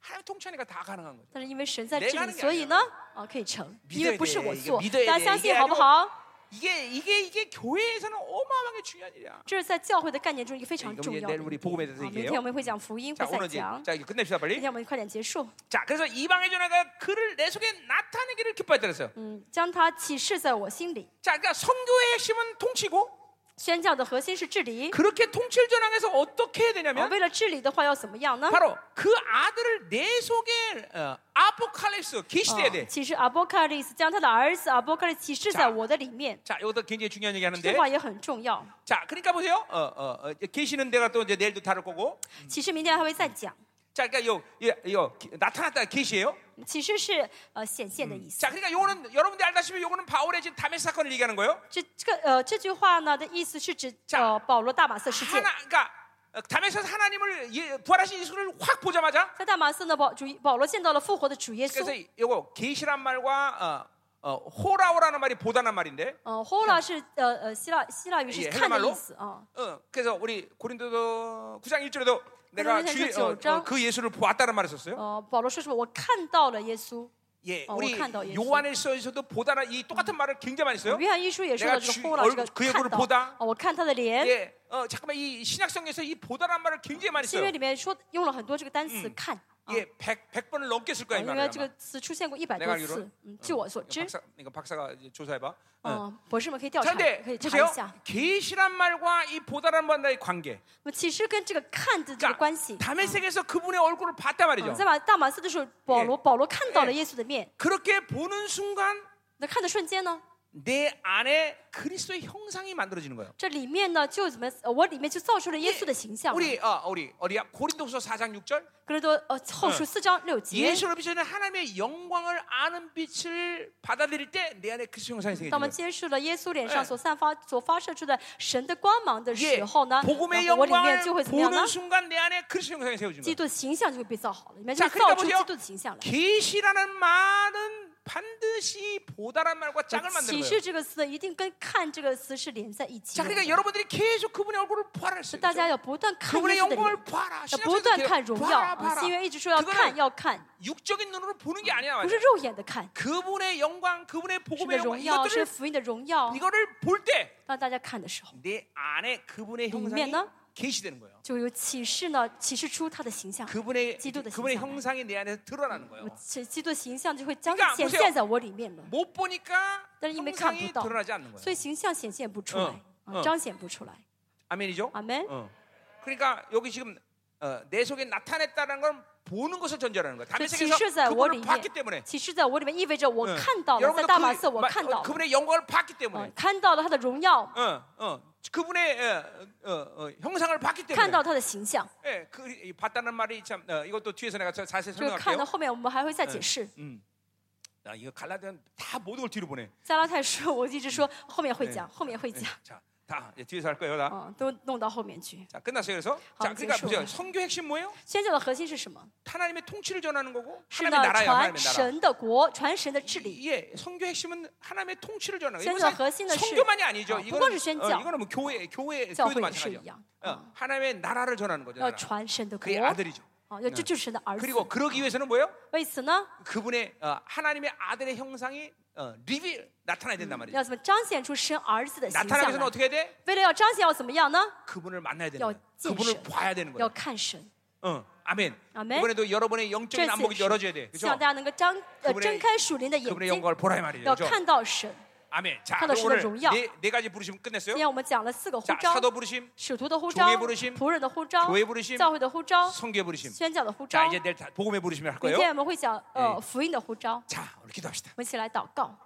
A: 하나님 통치하니까 다 가능한 거죠.
B: 但是因为神在
A: 내가
B: 这
A: 하는
B: 里，
A: 게
B: 所以呢
A: 아니야 ，
B: 啊，可以成，
A: 믿어야
B: 因为不是我
A: 돼. 이게
B: 做。
A: 믿어야
B: 大家
A: 돼.
B: 相
A: 이게
B: 信好不
A: 아니고
B: 好？
A: 이게 이게 이게 교회에서는 어마어마하게 중요한 일이야.
B: 这是在教会的概念中一个非常
A: 이거
B: 重
A: 이제
B: 要的
A: 내일 。 우리 복음에 대해서
B: 啊，明天我
A: 얘기해요.
B: 们会讲福音，
A: 자
B: 会
A: 오늘
B: 再
A: 이제
B: 讲。
A: 자 이제 끝냅시다
B: 明
A: 빨리.
B: 天我们快点结束。
A: 자 그래서 이방의 전화가 그를 내 속에 나타내기를 기뻐했더랬어요.
B: 嗯，将它启示在我心里。
A: 자 그러니까 선교의 핵심은 통치고
B: 宣教的核心是治理。
A: 그렇게 통치를 전환해서 어떻게 해야
B: 啊，
A: 되냐면
B: 为了治理的话要怎么样呢？
A: 바로 그 아들을 내 속에 어, 아포칼립스 기시돼야 돼.
B: 其实阿波卡利斯将他的儿子阿波卡利斯启示在我的里面，
A: 자 이것도 굉장히 중요한 얘기하는데
B: 这句话也很重要。
A: 자 그러니까 보세요. 어, 어, 어, 계시는 데가 또 이제 내일도 다룰 거고.
B: 启示明天还会再讲。
A: 자 그러니까 요, 요, 요 기- 나타났다 계시예요.
B: 启示是呃显现的意思
A: 자 。 그러니까 요거는 여러분들 이 알다시피 요거는 바울의 지금 담의 사건을 얘기하는 거예요.
B: 这这个呃这句话呢的意思是指
A: 자
B: 呃保罗大马色事件。
A: 하나 그러니까 담에서 하나님을 예, 부활하신 예수를 확 보자마자
B: 在大马色呢，保主保罗见到了复活的主耶
A: 그래서
B: 稣。
A: 요거 계시란 말과 어, 어, 호라오라는 말이 보다는 말인데
B: 呃，호라是呃呃希腊希腊语是
A: 예
B: 看的
A: 헬라말로
B: 意思啊。
A: 어, 그래서 우리 고린도도 9장 1절에도 내가
B: 고린도전서
A: 주, 어, 어,
B: 9장.
A: 그 예수를 보았다는 말을 썼어요.
B: 呃，保罗说什么？我看到了耶稣。
A: 예,
B: 어,
A: 우리
B: 오칸도 예수.
A: 요한일서에서도 보다는 이 똑같은 말을 굉장히 많이 써요.
B: 约翰一书也说到这
A: 내가
B: 个
A: 주
B: 호라这个
A: 얼그얼굴을
B: 看到
A: 보다
B: 啊，我看他的脸。
A: 예, 어, 잠깐만 이 신약성에서 이 보다란 말을 굉장히 많이
B: 新
A: 써요.
B: 约里面说用了很多这个单词看。啊
A: 예, 100, 100번을 넘게 쓸 거야 이
B: 啊因
A: 말을.
B: 为这
A: 아마.
B: 个词出现过一百
A: 내가
B: 多
A: 알기로
B: 次。嗯，据我所
A: 이거
B: 知，
A: 박사, 이거 박사가 이제 조사해봐. 어.
B: 嗯，博士们可以调
A: 자그
B: 查，
A: 근데
B: 可以查
A: 보세요.
B: 一下。
A: 계시란 말과 이 보다란 말의 관계.
B: 那么启示跟这个看的这个
A: 그러니까
B: 关系。
A: 다메섹에서 그분의 얼굴을 봤단
B: 啊
A: 말이죠.
B: 在马大马士的时候，保罗保罗看到了耶稣的面，
A: 그렇게 보는 순간
B: 那看的瞬间呢，
A: 내 안에 그리스도의 형상이 만들어지는 거예요.
B: 这里面呢就怎么，呃我里面就造出了耶稣的形象。
A: 우리 어, 우리 어디야? 고린도후서 4장 6절.
B: 格林多呃后书四章六节，
A: 예수를 비춰는 하나님의 영광을 아는 빛을 받아들일 때 내 안에 그리스도 형상이
B: 当我们
A: 생겨요.
B: 接受了耶稣脸上
A: 哎
B: 所散发、所发射出的神的光芒的
A: 예,
B: 时候呢，然
A: 복음의
B: 后我里面
A: 영광을
B: 就会怎么样呢
A: 보는 ？ 순간 내 안에 그리스도 형상이 세워지는
B: 基
A: 거예요.
B: 督的形象就会被造好了，里面就
A: 자
B: 会造
A: 그러니까
B: 出
A: 보
B: 基
A: 세요
B: 督的形象来。
A: 계시라는 말은 반드시 보다란 말과 짝을
B: 启
A: 만드는
B: 示
A: 거예요.
B: 这个词一定跟看这个词是连在一起
A: 자,
B: 的。
A: 그러니까 여러분들이 계속 그분의 얼굴을 보아라 했어요.
B: 大家要不断看
A: 그분의
B: 耶稣的脸，
A: 영광을 보아라.
B: 要不
A: 신약서에도
B: 断
A: 이렇게
B: 看荣耀。
A: 보아라,
B: 啊，新约
A: 보아라.
B: 一直说要看，
A: 그거는
B: 要看，
A: 육적인 눈으로 보는 게 아니야.
B: 不
A: 말이야.
B: 是肉眼的看，
A: 그분의 영광, 그분의
B: 是
A: 복음의
B: 的
A: 영광
B: 荣耀，是
A: 이것들을
B: 福音的荣耀。
A: 이거를 볼 때 내
B: 当大家看的时候，
A: 안에 그분의 형상이
B: 면은?
A: 계시되는 거예요.
B: 就有启示呢，启示出他的形象。
A: 그분의
B: 기도도
A: 그분의
B: 신선해.
A: 형상이 내 안에서 드러나는 거예요.
B: 这基督的形象就会将
A: 그러니까보세요
B: 显现在我里面了，
A: 못 보니까
B: 但是因为看不
A: 형상이
B: 到，
A: 드러나지 않는
B: 所
A: 거예요.
B: 以形象显现不出来，
A: 嗯
B: 啊彰显不出来。
A: 아멘이죠?
B: 아멘.
A: 어. 그러니까 여기 지금 어, 내 속에 나타냈다는 건 보는 것을 전제하는 거예요.
B: 这
A: 담의
B: 启
A: 세계에서
B: 示在我里
A: 그분을
B: 面
A: 봤기 ， 때문에
B: 启示在我里面意味着我
A: 응.
B: 看到了，在
A: 여러분도
B: 大马色
A: 그
B: 我
A: 마-
B: 看到了，
A: 그분의 영광을 봤기
B: 啊
A: 때문에
B: 看到了他的荣耀，
A: 어, 어, 그분의 어, 어, 어, 형상을 봤기
B: 看
A: 때문에
B: 到他的形象。
A: 예, 그, 이 봤다는 말이 참 어, 이것도 뒤에서 내가 자- 자세히
B: 这个看
A: 설명할게요
B: 到后面我们还会再解释。
A: 음. 야, 이거 갈라디아는 다 모든 걸 뒤로 보내
B: 加拉太书 我一直说后面会讲，后面会
A: 예,
B: 讲，
A: 자, 다 이제 뒤에서 할 거예요 다.
B: 啊，都弄到后面去。
A: 자, 끝났어요 그래서 자,
B: 아,
A: 그러니까
B: 재밌어.
A: 보세요 성교 핵심 뭐예요?
B: 宣教的核心是什么？
A: 하나님의 통치를 전하는 거고
B: 是呢
A: 하나님의 ， 나라예요
B: 传
A: 하나님의 나라
B: 神的国，传神的治理。
A: 예, 성교 핵심은 하나님의 통치를 전하는
B: 선교
A: 거예요. 이건 사실
B: 핵심은
A: 성교만이 아니죠.
B: 어,
A: 이거는
B: 그건 선교.
A: 어, 이거는 뭐 교회, 교회,
B: 教
A: 교회도
B: 会也是一
A: 마찬가지죠.
B: 样，
A: 어, 하나님의 나라를 전하는 거죠.
B: 要
A: 나라.
B: 传神的国，
A: 그의 아들이죠.
B: 啊，要这就是神的儿子。
A: 그리고 그러기 위해서는 뭐예요?
B: 为此呢，
A: 그분의 어, 하나님의 아들의 형상이 어, 리빌 나타나야 된단 말이죠.
B: 要怎么彰显出神儿子的形
A: 나타나기
B: 象
A: 위해서는
B: 来？
A: 어떻게 해야 돼?
B: 为了要彰显，要怎么样呢？
A: 그분을 만나야 되는
B: 야,
A: 거예요. 그분을
B: 진실.
A: 봐야 되는 거예요.
B: 要看神。
A: 어, 아멘.
B: 아멘.
A: 이번에도 여러분의
B: 这
A: 영적인
B: 次
A: 안목이
B: 也
A: 열어줘야 돼.
B: 是希
A: 그렇죠?
B: 望大家能够张呃
A: 그분의
B: 睁开属灵的眼
A: 그분의
B: 睛，
A: 영광을 보라 이 말이죠.
B: 要
A: 그렇죠?
B: 看到神。
A: 아멘. 자,
B: 하나도
A: 그럼 오늘
B: 신의荣耀.
A: 네, 네 가지 부르심 끝냈어요.
B: 今天我们讲了四个呼
A: 자,
B: 召：
A: 사도 부르심,
B: 使徒的呼
A: 종의
B: 召、
A: 부르심,
B: 仆人的呼召
A: 교회부르심 、
B: 教会的呼召、
A: 성교 부르심.
B: 宣教的呼召
A: 자 。 이제 내일 다 복음의 부르심을 할
B: 明天
A: 거예요.
B: 我们会讲
A: 예
B: 呃福音的呼召，我
A: 자, 우리 기도합시다.
B: 们一起来祷告。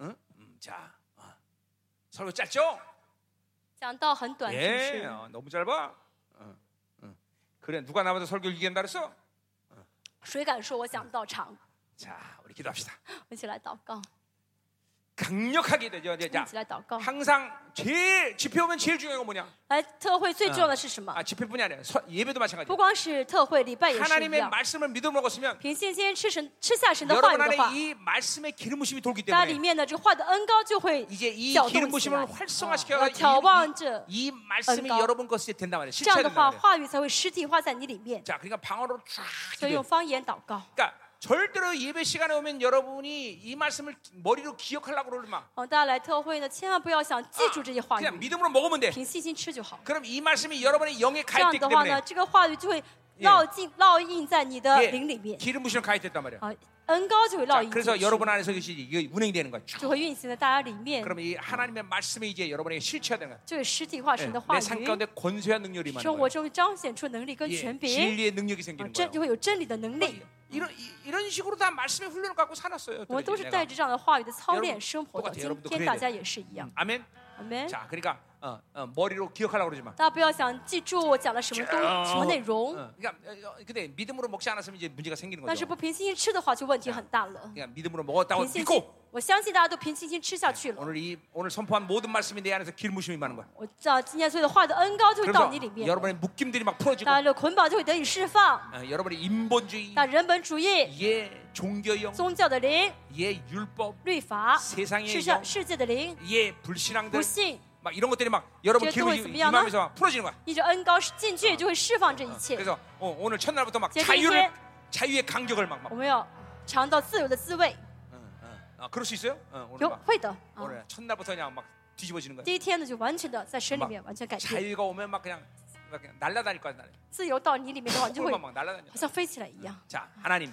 A: 응? 음, 자, 어. 설교 짧죠?
B: 讲到很短，是不
A: 예,
B: 是？
A: 어, 너무 짧아. 어, 어. 그래, 누가 나보다 설교 이긴다 그랬어?
B: 谁敢说我讲不到长？
A: 자, 우리 기도합시다.
B: 我们一起来祷告。
A: 강력하게 되죠. 이제
B: 一
A: 자
B: 起来祷告。
A: 항상 제일 집회 오면 제일 중요한 건 뭐냐?
B: 来，特会最重要的是什么
A: 아 ？ 집회뿐이 아니라 서- 예배도 마찬가지.
B: 不光是特会，礼拜也是一
A: 하나님의
B: 样。
A: 말씀을 믿음으로 먹었으면
B: 凭信心吃神吃下神的话语
A: 여러분
B: 的话
A: 안에 ，이 말씀의 기름 부심이 돌기
B: 那里
A: 때문에
B: 面的这个话的恩高就会
A: 이제 이
B: 搅
A: 기름
B: 动起来
A: 부심을 。 활성화시켜서
B: 要眺望这
A: 이 말씀이
B: 은가.
A: 여러분 것이 된단 말이에요.
B: 这样
A: 실체가
B: 的
A: 된단
B: 话，
A: 말이에요.
B: 话语才会实体化在你里面。
A: 자, 그러니까 방언으로 쫙
B: 所以
A: 기도해요.
B: 用方言祷告。
A: 그러니까 절대로 예배 시간에 오면 여러분이 이 말씀을 기- 머리로 기억하려고 그러지 마.
B: 哦，大家来特会呢，千万不要想记住这些话
A: 그냥
B: 语，
A: 믿음으로 먹으면 돼.
B: 凭信心吃就好。
A: 그럼 이 말씀이 여러분의 영에
B: 这样
A: 가입되기
B: 的话呢，
A: 때문에
B: 这个话语就会烙进烙印在你的
A: 예, 아,
B: 灵里面
A: 기름 부심을 가입됐단 말이야.
B: 啊，恩高就会烙
A: 자,
B: 印进
A: 그래서 여러분
B: 去，
A: 안에서 이것이 이게 운행되는 거야. 쭉.
B: 就会运行在大家里面，
A: 그럼 이 하나님의 말씀이 이제 여러분에게 실체화되는 거야.
B: 就会实体化
A: 예,
B: 神的话
A: 내 삶 가운데
B: 语，
A: 권세한 능력이 많은
B: 生活
A: 거예요.
B: 中彰显出能力跟
A: 예,
B: 权柄，
A: 진리의 능력이
B: 啊
A: 생기는
B: 真
A: 거예요.
B: 就会有真理的能
A: 뭐,
B: 力。
A: 이런 이- 이런 식으로 다 말씀의 훈련을 갖고 살았어요.
B: 我们都
A: 도대체
B: 是
A: 내가.
B: 带着这样的话语的操
A: 여러분
B: 练生活的，
A: 똑같아요
B: 今
A: 여러분도그래야
B: 天
A: 돼
B: 大家也是一样，
A: 아멘.
B: 阿门。
A: 자, 그러니까 어, 어, 머리로 기억하려고 그러지 마.
B: 大家不要想记住我讲了嗯什么东什么内
A: 어,
B: 容，
A: 그러니까 어, 어, 근데 믿음으로 먹지 않았으면 이제 문제가 생기는
B: 但是
A: 거죠.
B: 不凭信心吃的话，就问题很大了。
A: 그러니까 믿음으로 먹었다고
B: 凭信心
A: 믿고 ，
B: 我相信大家都凭信心吃下去了。
A: 오늘 이 오늘 선포한 모든 말씀이 내 안에서 길무심이 많은 거야.
B: 我知道今天所有的话的恩高就会到
A: 그래서
B: 你里面，
A: 여러분의 묶임들이 막 풀어지고
B: 大家的捆绑就会得以释放。
A: 어, 여러분의 인본주의,
B: 那人本主义、
A: 예 종교형,
B: 宗教的灵、
A: 예 율법,
B: 律法、
A: 세상의
B: 世
A: 영
B: 上世界的灵、
A: 예 불신앙들
B: 不信，
A: 막 이런 것들이 막 여러분
B: 이제 또
A: 길무심
B: 있으면
A: 임하면서 막 풀어지는 거야.
B: 依着恩高进去就会释放啊这一切。
A: 그래서 어, 오늘 첫날부터 막
B: 예. 제가
A: 자유를
B: 이제- 어.
A: 자유의 간격을 막, 막
B: 我们要尝到自由的滋味，
A: 응, 응. 아, 그럴 수 있어요? 응, 오늘
B: 有
A: 막
B: 会的啊。
A: 오늘 첫날부터 그냥 막 뒤집어지는 거야.
B: 第一天呢，就完全的在神里面
A: 막
B: 完全改变，
A: 자유가 오면 막 그냥 막 그냥 날라다닐 거야, 나는.
B: 自由到你里面的话，你就会
A: 아, 꿀만
B: 好
A: 막 날라다녀.
B: 像飞起来一样。
A: 자, 하나님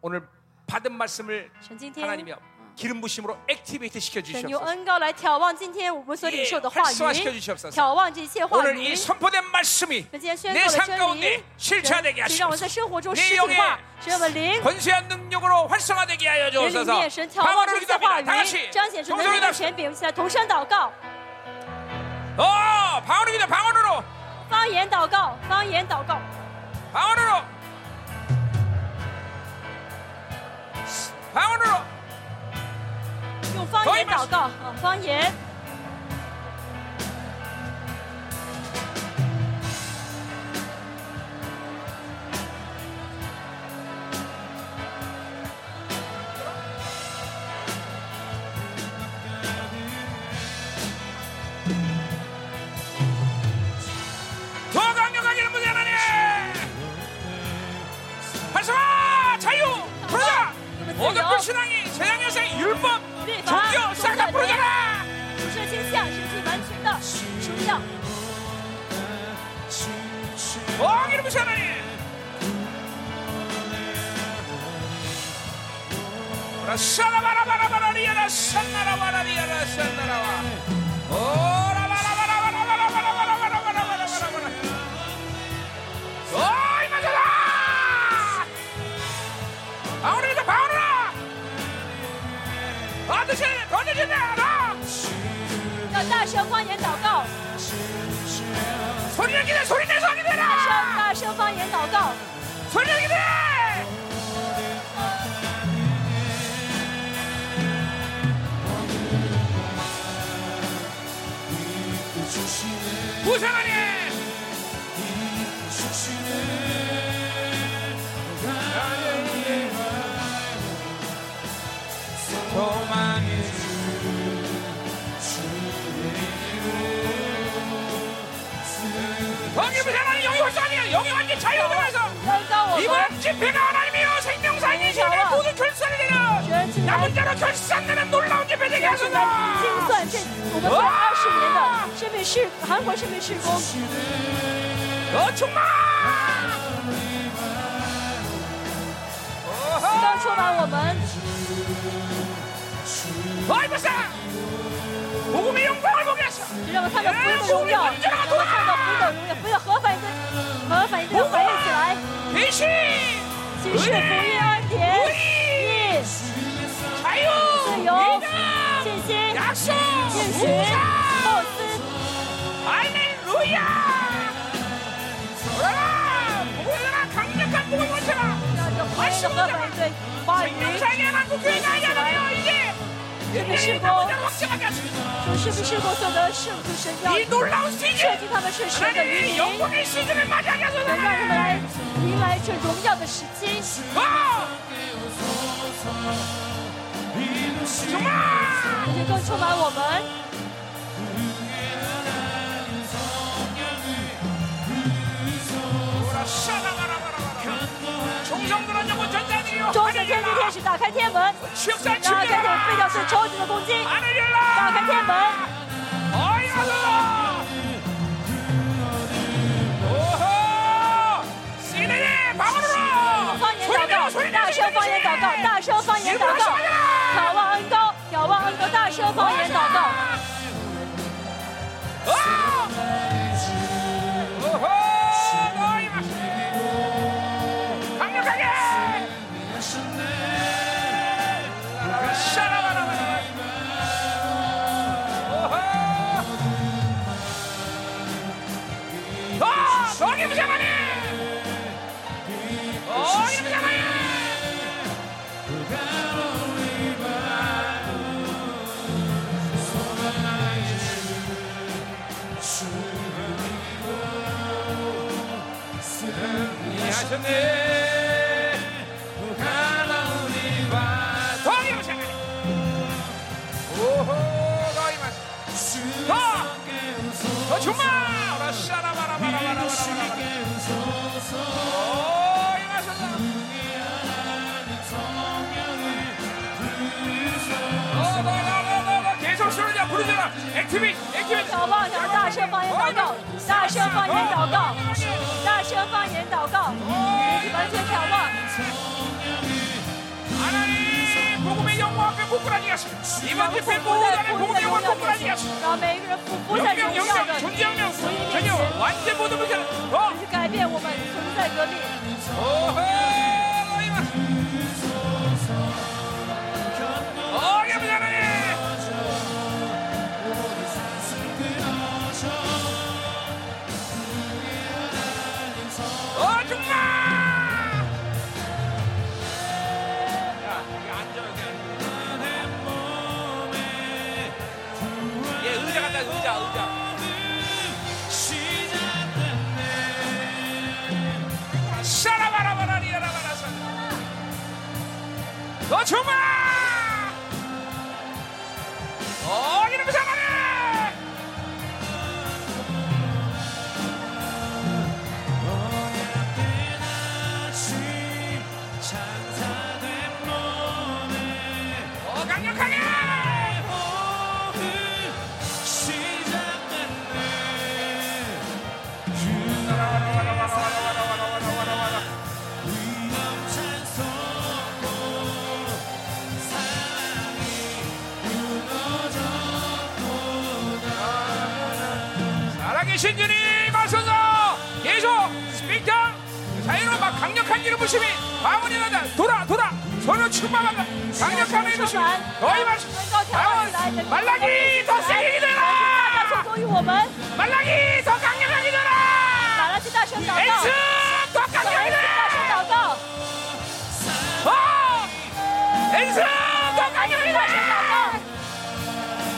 A: 오늘 받은 말씀을
B: 神今天
A: 하나님이 ， 기름 부심으로 액티베이트 시켜
B: 神用
A: 주시옵소서.
B: 恩高来眺望今天我们所领受的话语，
A: 활성화시켜 주시옵소서.
B: 眺望这些话
A: 오늘
B: 语
A: 이 。 선포된 말씀이
B: 那今天宣告
A: 내
B: 了
A: 삶
B: 真理
A: 가운데 ，실체화되게
B: 请让我
A: 하시옵소서.
B: 在生活中实
A: 내
B: 体
A: 영의
B: 化，使我们灵
A: 권세한 능력으로 활성화되게 하여
B: 灵里
A: 주옵소서.
B: 面神眺望这
A: 방언으로
B: 些话
A: 기도합니다.
B: 语
A: 다 ， 같이
B: 彰显出能
A: 동성으로
B: 力的
A: 기도합시다.
B: 权柄，我们一起来同声祷告，
A: 어, 방언으로 기도, 방언으로,
B: 方言祷告，方言祷告，
A: 방언으로, 방언으로.
B: 用方言祷告，啊，方言。
A: 더 강력하게 무대 하나님 활성화 자유 부르자 모든 불신앙이 세상 현상 율법 종교 싹 다 부르잖아
B: 辐射倾向是最完全的除掉，
A: 어 이름 부시 하나님 라샤라바라바라바라리야라 산나라바라리야라 산나라와 오라바라바라바라바라바라바라바라바라바라바라바라 어이 맞아라 바울이다 바울아 아드시 던져진다 라
B: 要大声方言祷告，
A: 소리를 기대 소리 내서 하게
B: 大声
A: 되라
B: 大声方言祷告，
A: 소리를 기대 부상하니 소망의 거기 무슨 하나님 영이 활성하니 영이 완전 자유로워서
B: 恩高我们，
A: 이번 집회가 하나님이여 생명사이니 시대 모든 결산이 되는 남은 자로 결산되는 놀라운 집회 되게
B: 要是
A: 하소서
B: 来清算这我
A: 啊
B: 们这二十年的生命事韩国生命事工，
A: 어 충만
B: 刚充满我们，
A: 어이 벌써 복음의 영광을 보게 예, 하소서
B: 就让他们福音的荣耀，让他们看到福音的荣耀，不要合反应的合反应的反应起来，
A: 대신
B: 启示福音恩典，义、
A: 자유
B: 自由、
A: 믿음
B: 信心、
A: 약속
B: 应许、
A: 우상
B: 构思，
A: 할렐루야! 오라! 오라! 강력한 복을 원쳐라!
B: 让这福音的合反应对话语
A: 생명상의 한국교회가 야나요 이제!
B: 这个不是我，主是不是我所得圣徒神要
A: 이 놀라운 세계
B: 设计他们是神的渔
A: 하나님의
B: 民，
A: 영광의 시즌을 맞이하게
B: 能让他
A: 하소서
B: 们来迎来这荣耀的时间。
A: 어! 정말
B: 能够充满我们，
A: 샤나바라바라바라. 정성들은 영혼 전자들이여
B: 中神天地
A: 하늘이라
B: 天使打开天门，
A: 취업자
B: 然后开始
A: 취업자
B: 废掉对仇敌的攻击，
A: 하늘이라
B: 打开天门，
A: 哎 어이라서 哦 오호 시내의 방으로
B: 方言祷告，大声方言祷告，大声方言祷告，仰望恩高，仰望恩高，大声方言祷告。
A: 오호 너희 막- 강력하게 샤라바라바라. 오호 어, 너희 부자만이 어이 부자만이 하셨네 누가 우리 와 더하게 오셔 오호 너희 마더 더, 주마 라샤라바라바라바라바라 오이 마셨다 어너너너너 계속 소리냐 부르잖아 액티빗 액티빗
B: 小望小大声方言祷告，大声方言祷告，大声方言祷告，完全眺望，
A: 하나님 복음의 영광 앞에 고꾸라니 가시 이번
B: 让父
A: 집회
B: 母在
A: 모두의
B: 福音
A: 복음의
B: 的荣
A: 영광 고꾸라니
B: 耀面前
A: 가시 ，
B: 让每一个人俯伏在荣
A: 영명
B: 耀
A: 영명
B: 的福音
A: 존재혁명
B: 面
A: 전혀
B: 前，
A: 완전 모든 것을 어
B: 去改变我们存在革命。
A: 오호 어게 부자네 어 정말 야 여기 앉아 여기 앉아. 얘 의자 갖다 의자 의자 샤라바라바라리라바라사 너 정말 어 이놈의 사람아 어 강력하게 살아계신 주님 마소서 계속 스피커 자유로 막 강력한 기름 부심이 방언이 나다 돌아 돌아 서로 충만한다 강력한 기름 부심 너희 마시 방언 말라기 더 세게
B: 大
A: 기도라
B: 家从于我们，
A: 말라기 더 강력하게 기도라
B: 马拉去大声祷告
A: 엔스 ，더
B: 马拉
A: 강력하게
B: 去大
A: 기도라
B: 声祷
A: 어! 엔스 더 강력하게
B: 告，
A: 기도라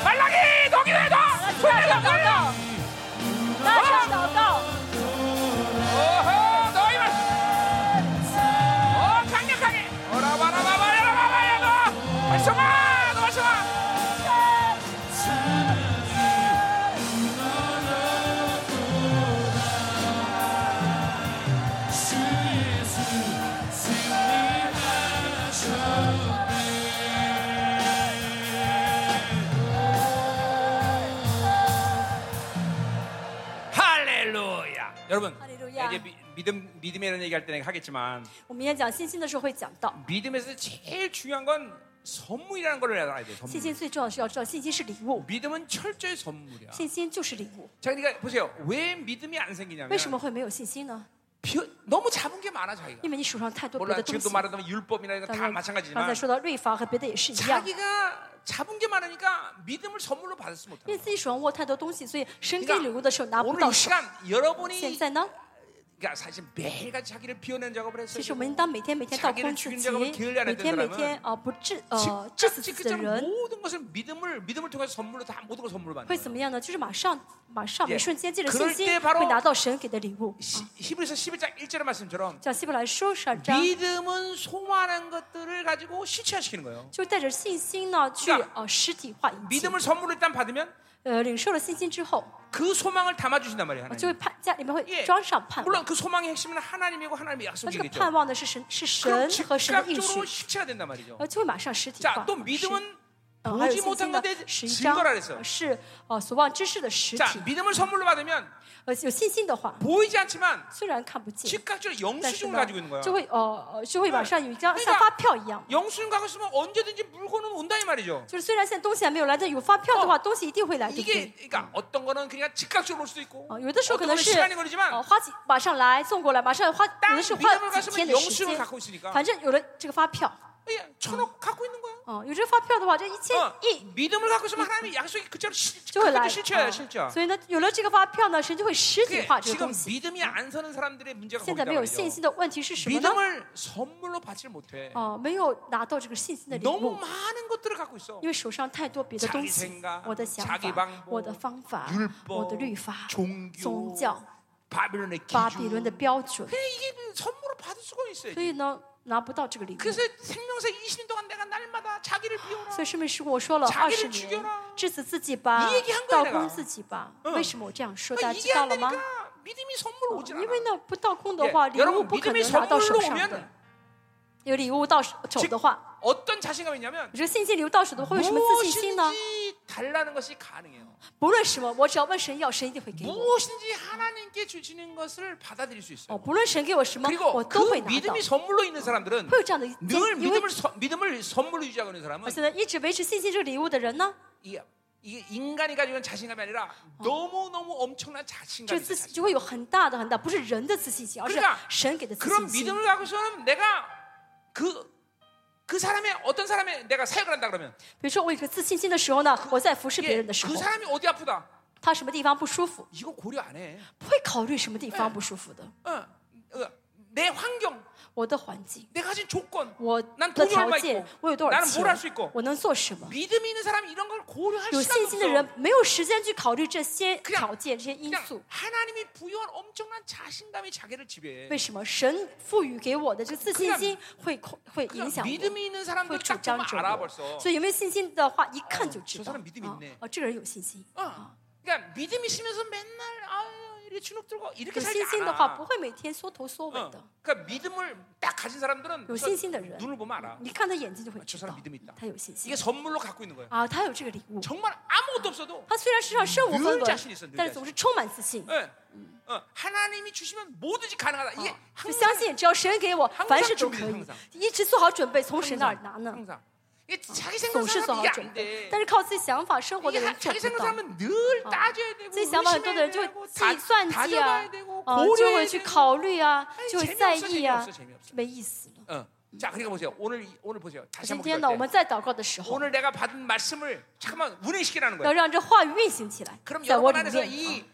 A: 말라기 더 기도해 더
B: 马拉去
A: 소리
B: 大
A: 더 소리
B: 声祷
A: 더.
B: 告，大声祷告，
A: 어허 너희 말. 어 강력하게. 오라바라바바라바바야바. 발성아 너 발성아. 할렐루야. 여러분
B: 哈利路
A: 이제
B: 亚。
A: 미- 믿음 믿음이라는 얘기할 때 내가 하겠지만
B: 我们演讲信心的时候会讲到，
A: 믿음에서 제일 중요한 건 선물이라는 걸 알아야 돼.
B: 信
A: 선물.
B: 心最重要的是要知道信心是礼物，
A: 믿음은 철저히 선물이야.
B: 信心就是礼物。
A: 자, 그러니까 보세요. 왜 믿음이 안 생기냐면
B: 为什么会没有信心呢？
A: 비- 너무 잡은 게 많아 자기가.
B: 因为你手上太多别
A: 물론
B: 的东
A: 지금도
B: 西。
A: 말하자면 율법이나 이런 다
B: 刚才刚才
A: 마찬가지지만
B: 说到律法和别的也是一样，
A: 자기가 잡은 게 많으니까 믿음을 선물로 받을 수
B: 因
A: 못해.
B: 为自己手上握太多东西，所以神给
A: 你看
B: 礼物的时候拿不
A: 오늘
B: 到
A: 이
B: 手。
A: 시간
B: 现
A: 여러분이
B: 在呢，
A: 그러니까 사실 매일같이 자기를 비워내는 작업을
B: 其实我
A: 했어요.
B: 们应当每天每天倒空自己，每天每天啊不致
A: 어,
B: 呃致死自己的
A: 지금
B: 人
A: 모든 것을 믿음을 믿음을 통해서 선물로 다 모든 걸 선물로
B: 会
A: 받는
B: 怎
A: 거예요.
B: 么样呢？就是马上马上
A: 예.
B: 每瞬间借着
A: 그럴
B: 信心
A: 때바로
B: 会拿到神给的礼物。
A: 시- 히브리서 11장 1절의 말씀처럼
B: 像希伯来书十二章，
A: 믿음은 소망하는 것들을 가지고 실체화시키는 거예요.
B: 就带着信心呢去
A: 그러니까
B: 呃实体化一切。
A: 믿음을 선물로 일단 받으면
B: 呃，领受了信心之后，
A: 그 소망을 담아 주신단 말이에요, 하나님.
B: 就会盼家里面会
A: 예.
B: 装上盼望。
A: 물론 그 소망의 핵심은 하나님이고 하나님의
B: 那这个
A: 약속이겠죠.
B: 盼望呢是神是
A: 그럼
B: 神和神的应许，
A: 즉각적으로 실체가 된단
B: 然
A: 말이죠.
B: 后就会马上实体化
A: 자, 。또
B: 是
A: 믿음은
B: 呃还有
A: 보지
B: 信
A: 못한
B: 心呢
A: 것에 ，
B: 十一
A: 증거라
B: 章
A: 그랬어요.
B: 是呃所望之事的实
A: 자,
B: 体。
A: 믿음을 선물로 받으면
B: 呃，有信心的话，
A: 보이지 않지만
B: 虽然看不见，
A: 즉각적으로
B: 但是
A: 영수증을
B: 呢
A: 가지고 있는 거야.
B: 就会呃呃就会马上有一张
A: 그러니까
B: 像发票一样。
A: 영수증 갖고 있으면 언제든지 물건은 온다 이 말이죠.
B: 就是虽然现在东西还没有来，但有发票的
A: 哦
B: 话，东西一定会来，对不
A: 이게
B: 对？
A: 그러니까 어떤 거는 그냥 즉각적으로 올 수도 있고
B: 哦，有的时候
A: 어떤
B: 可能
A: 거는
B: 是
A: 시간이
B: 哦
A: 걸리지만
B: 花几马上来送过来，马上花有
A: 딱
B: 的是花
A: 믿음을
B: 几
A: 가시면
B: 天的时
A: 영수증을
B: 间，
A: 갖고 있으니까
B: 反正有了这个发票，
A: 예, 천억 갖고 있는 거야.
B: 哦，有这个发票的话，这一千
A: 어,
B: 亿
A: 믿음을 갖고 있으면 하나님의 약속이 어. 그처럼 실-
B: 就会
A: 그대로
B: 来，
A: 실체야
B: 哦
A: 실체야.
B: 所以呢，有了这个发票呢，神就会实体
A: 그게
B: 化这个
A: 지금
B: 东西。
A: 믿음이 안 서는 사람들의 문제가
B: 现在
A: 거기다
B: 没有信
A: 말이죠.
B: 心的问题是什么呢？
A: 믿음을 선물로 받지를 못해.
B: 哦，没有拿到这个信心的礼
A: 너무
B: 物，
A: 많은 것들을 갖고 있어.
B: 因为手上太多别的东
A: 자기
B: 西
A: 생각，
B: 我的想
A: 자기방법
B: 法，我的方法
A: 율，법
B: 我的律法，
A: 종교,
B: 宗教，
A: 바빌론의
B: 巴比伦
A: 기준.
B: 的标准，
A: 그냥 이게 선물로 받을 수가 있어요.
B: 所以呢，拿不到这个礼物。
A: 그래서 생명사 20년 동안 내가 날마다 자기를 비워라.
B: 所以师妹师跟我说了
A: 자기
B: 二
A: 를
B: 十
A: 죽여
B: 年
A: 라，
B: 致死自己吧
A: 이，얘기한거야
B: 倒
A: 내가 嗯
B: 空自己吧。为什么我这样说？
A: 그러니까
B: 大家
A: 이게
B: 知道
A: 안
B: 了吗？
A: 되니까 어, 믿음이 선물로 오지
B: 因
A: 않아.
B: 为呢，不倒空的
A: 예,
B: 话，礼物
A: 여러분
B: 不可
A: 믿음이
B: 能拿到手
A: 선물로
B: 上的
A: 오면 。
B: 有礼物到手手
A: 즉
B: 的话，
A: 어떤 자신감이 있냐면
B: 我这个信心礼物到手的话
A: 어,
B: 会有什么自信心呢？
A: 무엇인지 달라는 것이 가능해요.
B: 不论什么，我只要问神要，神一定会给我。
A: 무엇인지 하나님께 주시는 것을 받아들일 수
B: 哦，
A: 있어요.
B: 不论神给我什么，
A: 그리고
B: 我
A: 그
B: 都会拿到
A: 믿음이 。 선물로 있는 사람들은
B: 会有这样的一
A: 늘
B: 件，因为
A: 믿음을 선- 믿음을 선물로 유지하고 있는
B: 我
A: 사람은
B: 现在一直维持信心这个礼物的人呢，
A: 이게, 이게 인간이 가지고 있는 자신감이 아니라 너무 너무 엄청난 자신감이
B: 这
A: 있어요.
B: 自信就会有很大的很大，不是人的自信心，而是
A: 그러니까
B: 神给的自
A: 그런
B: 信心。
A: 믿음을 갖고 있으면 내가 그 그 사람의 어떤 사람의 내가 사역을 한다 그러면
B: 比如说，我有一个自信心的时候呢，我在服侍
A: 이게
B: 别人的时候
A: 그 ， 사람이 어디 아프다
B: 他什么地方不舒服，
A: 이거 고려 안 해.
B: 不会考虑什么地方不舒服的。
A: 어, 어, 내 환경,
B: 我的环境，
A: 내가 가진 조건,
B: 我
A: 난돈
B: 的条
A: 얼마있고
B: 件，我有多
A: 나는
B: 少
A: 뭘할수
B: 钱
A: 있고 ，
B: 我能做什么？
A: 믿음 이 있는 사람이 이런 걸 고려할
B: 有
A: 시간도
B: 信心的
A: 없어.
B: 人没有时间去考虑这些
A: 그냥
B: 条件、这些因
A: 그냥
B: 素。
A: 하나님이 부여한 엄청난 자신감이 자기를 지배해.
B: 为什么神赋予给我的这个自信心会控会影
A: 그냥
B: 响
A: 그러니까
B: 我，
A: 믿음이 있는
B: 会
A: 사람들
B: 主
A: 딱
B: 张
A: 보면
B: 着
A: 알아
B: 我？
A: 벌써.
B: 所以有没有信心的话，一看就知
A: 저
B: 道。
A: 사람믿음이있
B: 啊
A: 네
B: 啊，这个人有信心。
A: 어. 그러니까 믿음이 있으면서 맨날 아 이렇게 주눅 들고 이렇게
B: 有
A: 살지
B: 信心的
A: 않아.
B: 话，不会每天缩头缩尾
A: 어.
B: 的。
A: 그러니까 믿음을 딱 가진 사람들은
B: 요 음.
A: 우선
B: 신신의 를.
A: 눈을 보면 알아.
B: 你看他眼睛就会
A: 저
B: 知
A: 사람
B: 道
A: 믿음이있다 ，
B: 他有信心
A: 이게 선물로 갖고 있는 거야.
B: 啊，他有这个礼物。
A: 정말 아무것도 없어도
B: 他虽然身上身无
A: 늘
B: 分
A: 자신있어늘
B: 文，但
A: 자신
B: 是总是充满自信，
A: 예. 어, 하나님이 주시면 뭐든지 가능하다. 이게
B: 啊就
A: 항상
B: 相信只要神给我，
A: 항상
B: 凡事都
A: 준비
B: 可
A: 항
B: 以
A: 상 ，
B: 一直做好准备，从神那儿拿呢，
A: 항상 이게 자기
B: 总是做
A: 생각하면
B: 好
A: 이게
B: 准
A: 안
B: 备
A: 돼. 。
B: 但是靠自己想法生活的
A: 이게 어.
B: 人
A: 하-
B: 做
A: 자기
B: 不到。
A: 생각하면 늘 따져야 되고
B: 自己想法很多的
A: 의심해야
B: 人就会
A: 되고
B: 自己
A: 다-
B: 算计啊
A: 다져봐야 ， 어, 되고
B: 啊，就会
A: 고려해야
B: 去
A: 되고
B: 考虑啊，
A: 哎
B: 就会在意啊
A: 재미없어, 재미없어, ，
B: 没意思了。
A: 어. 자, 그러니까 보세요. 오늘 이- 오늘 보세요. 다시
B: 今
A: 한번
B: 天呢，我
A: 기도할
B: 们
A: 때
B: 在祷告的时候，
A: 오늘 내가 받은 말씀을 잠깐만 운행시키라는
B: 要
A: 거예요.
B: 让这话语运行起来，
A: 그럼
B: 在我
A: 여러분
B: 里
A: 안에서 어.
B: 面，
A: 이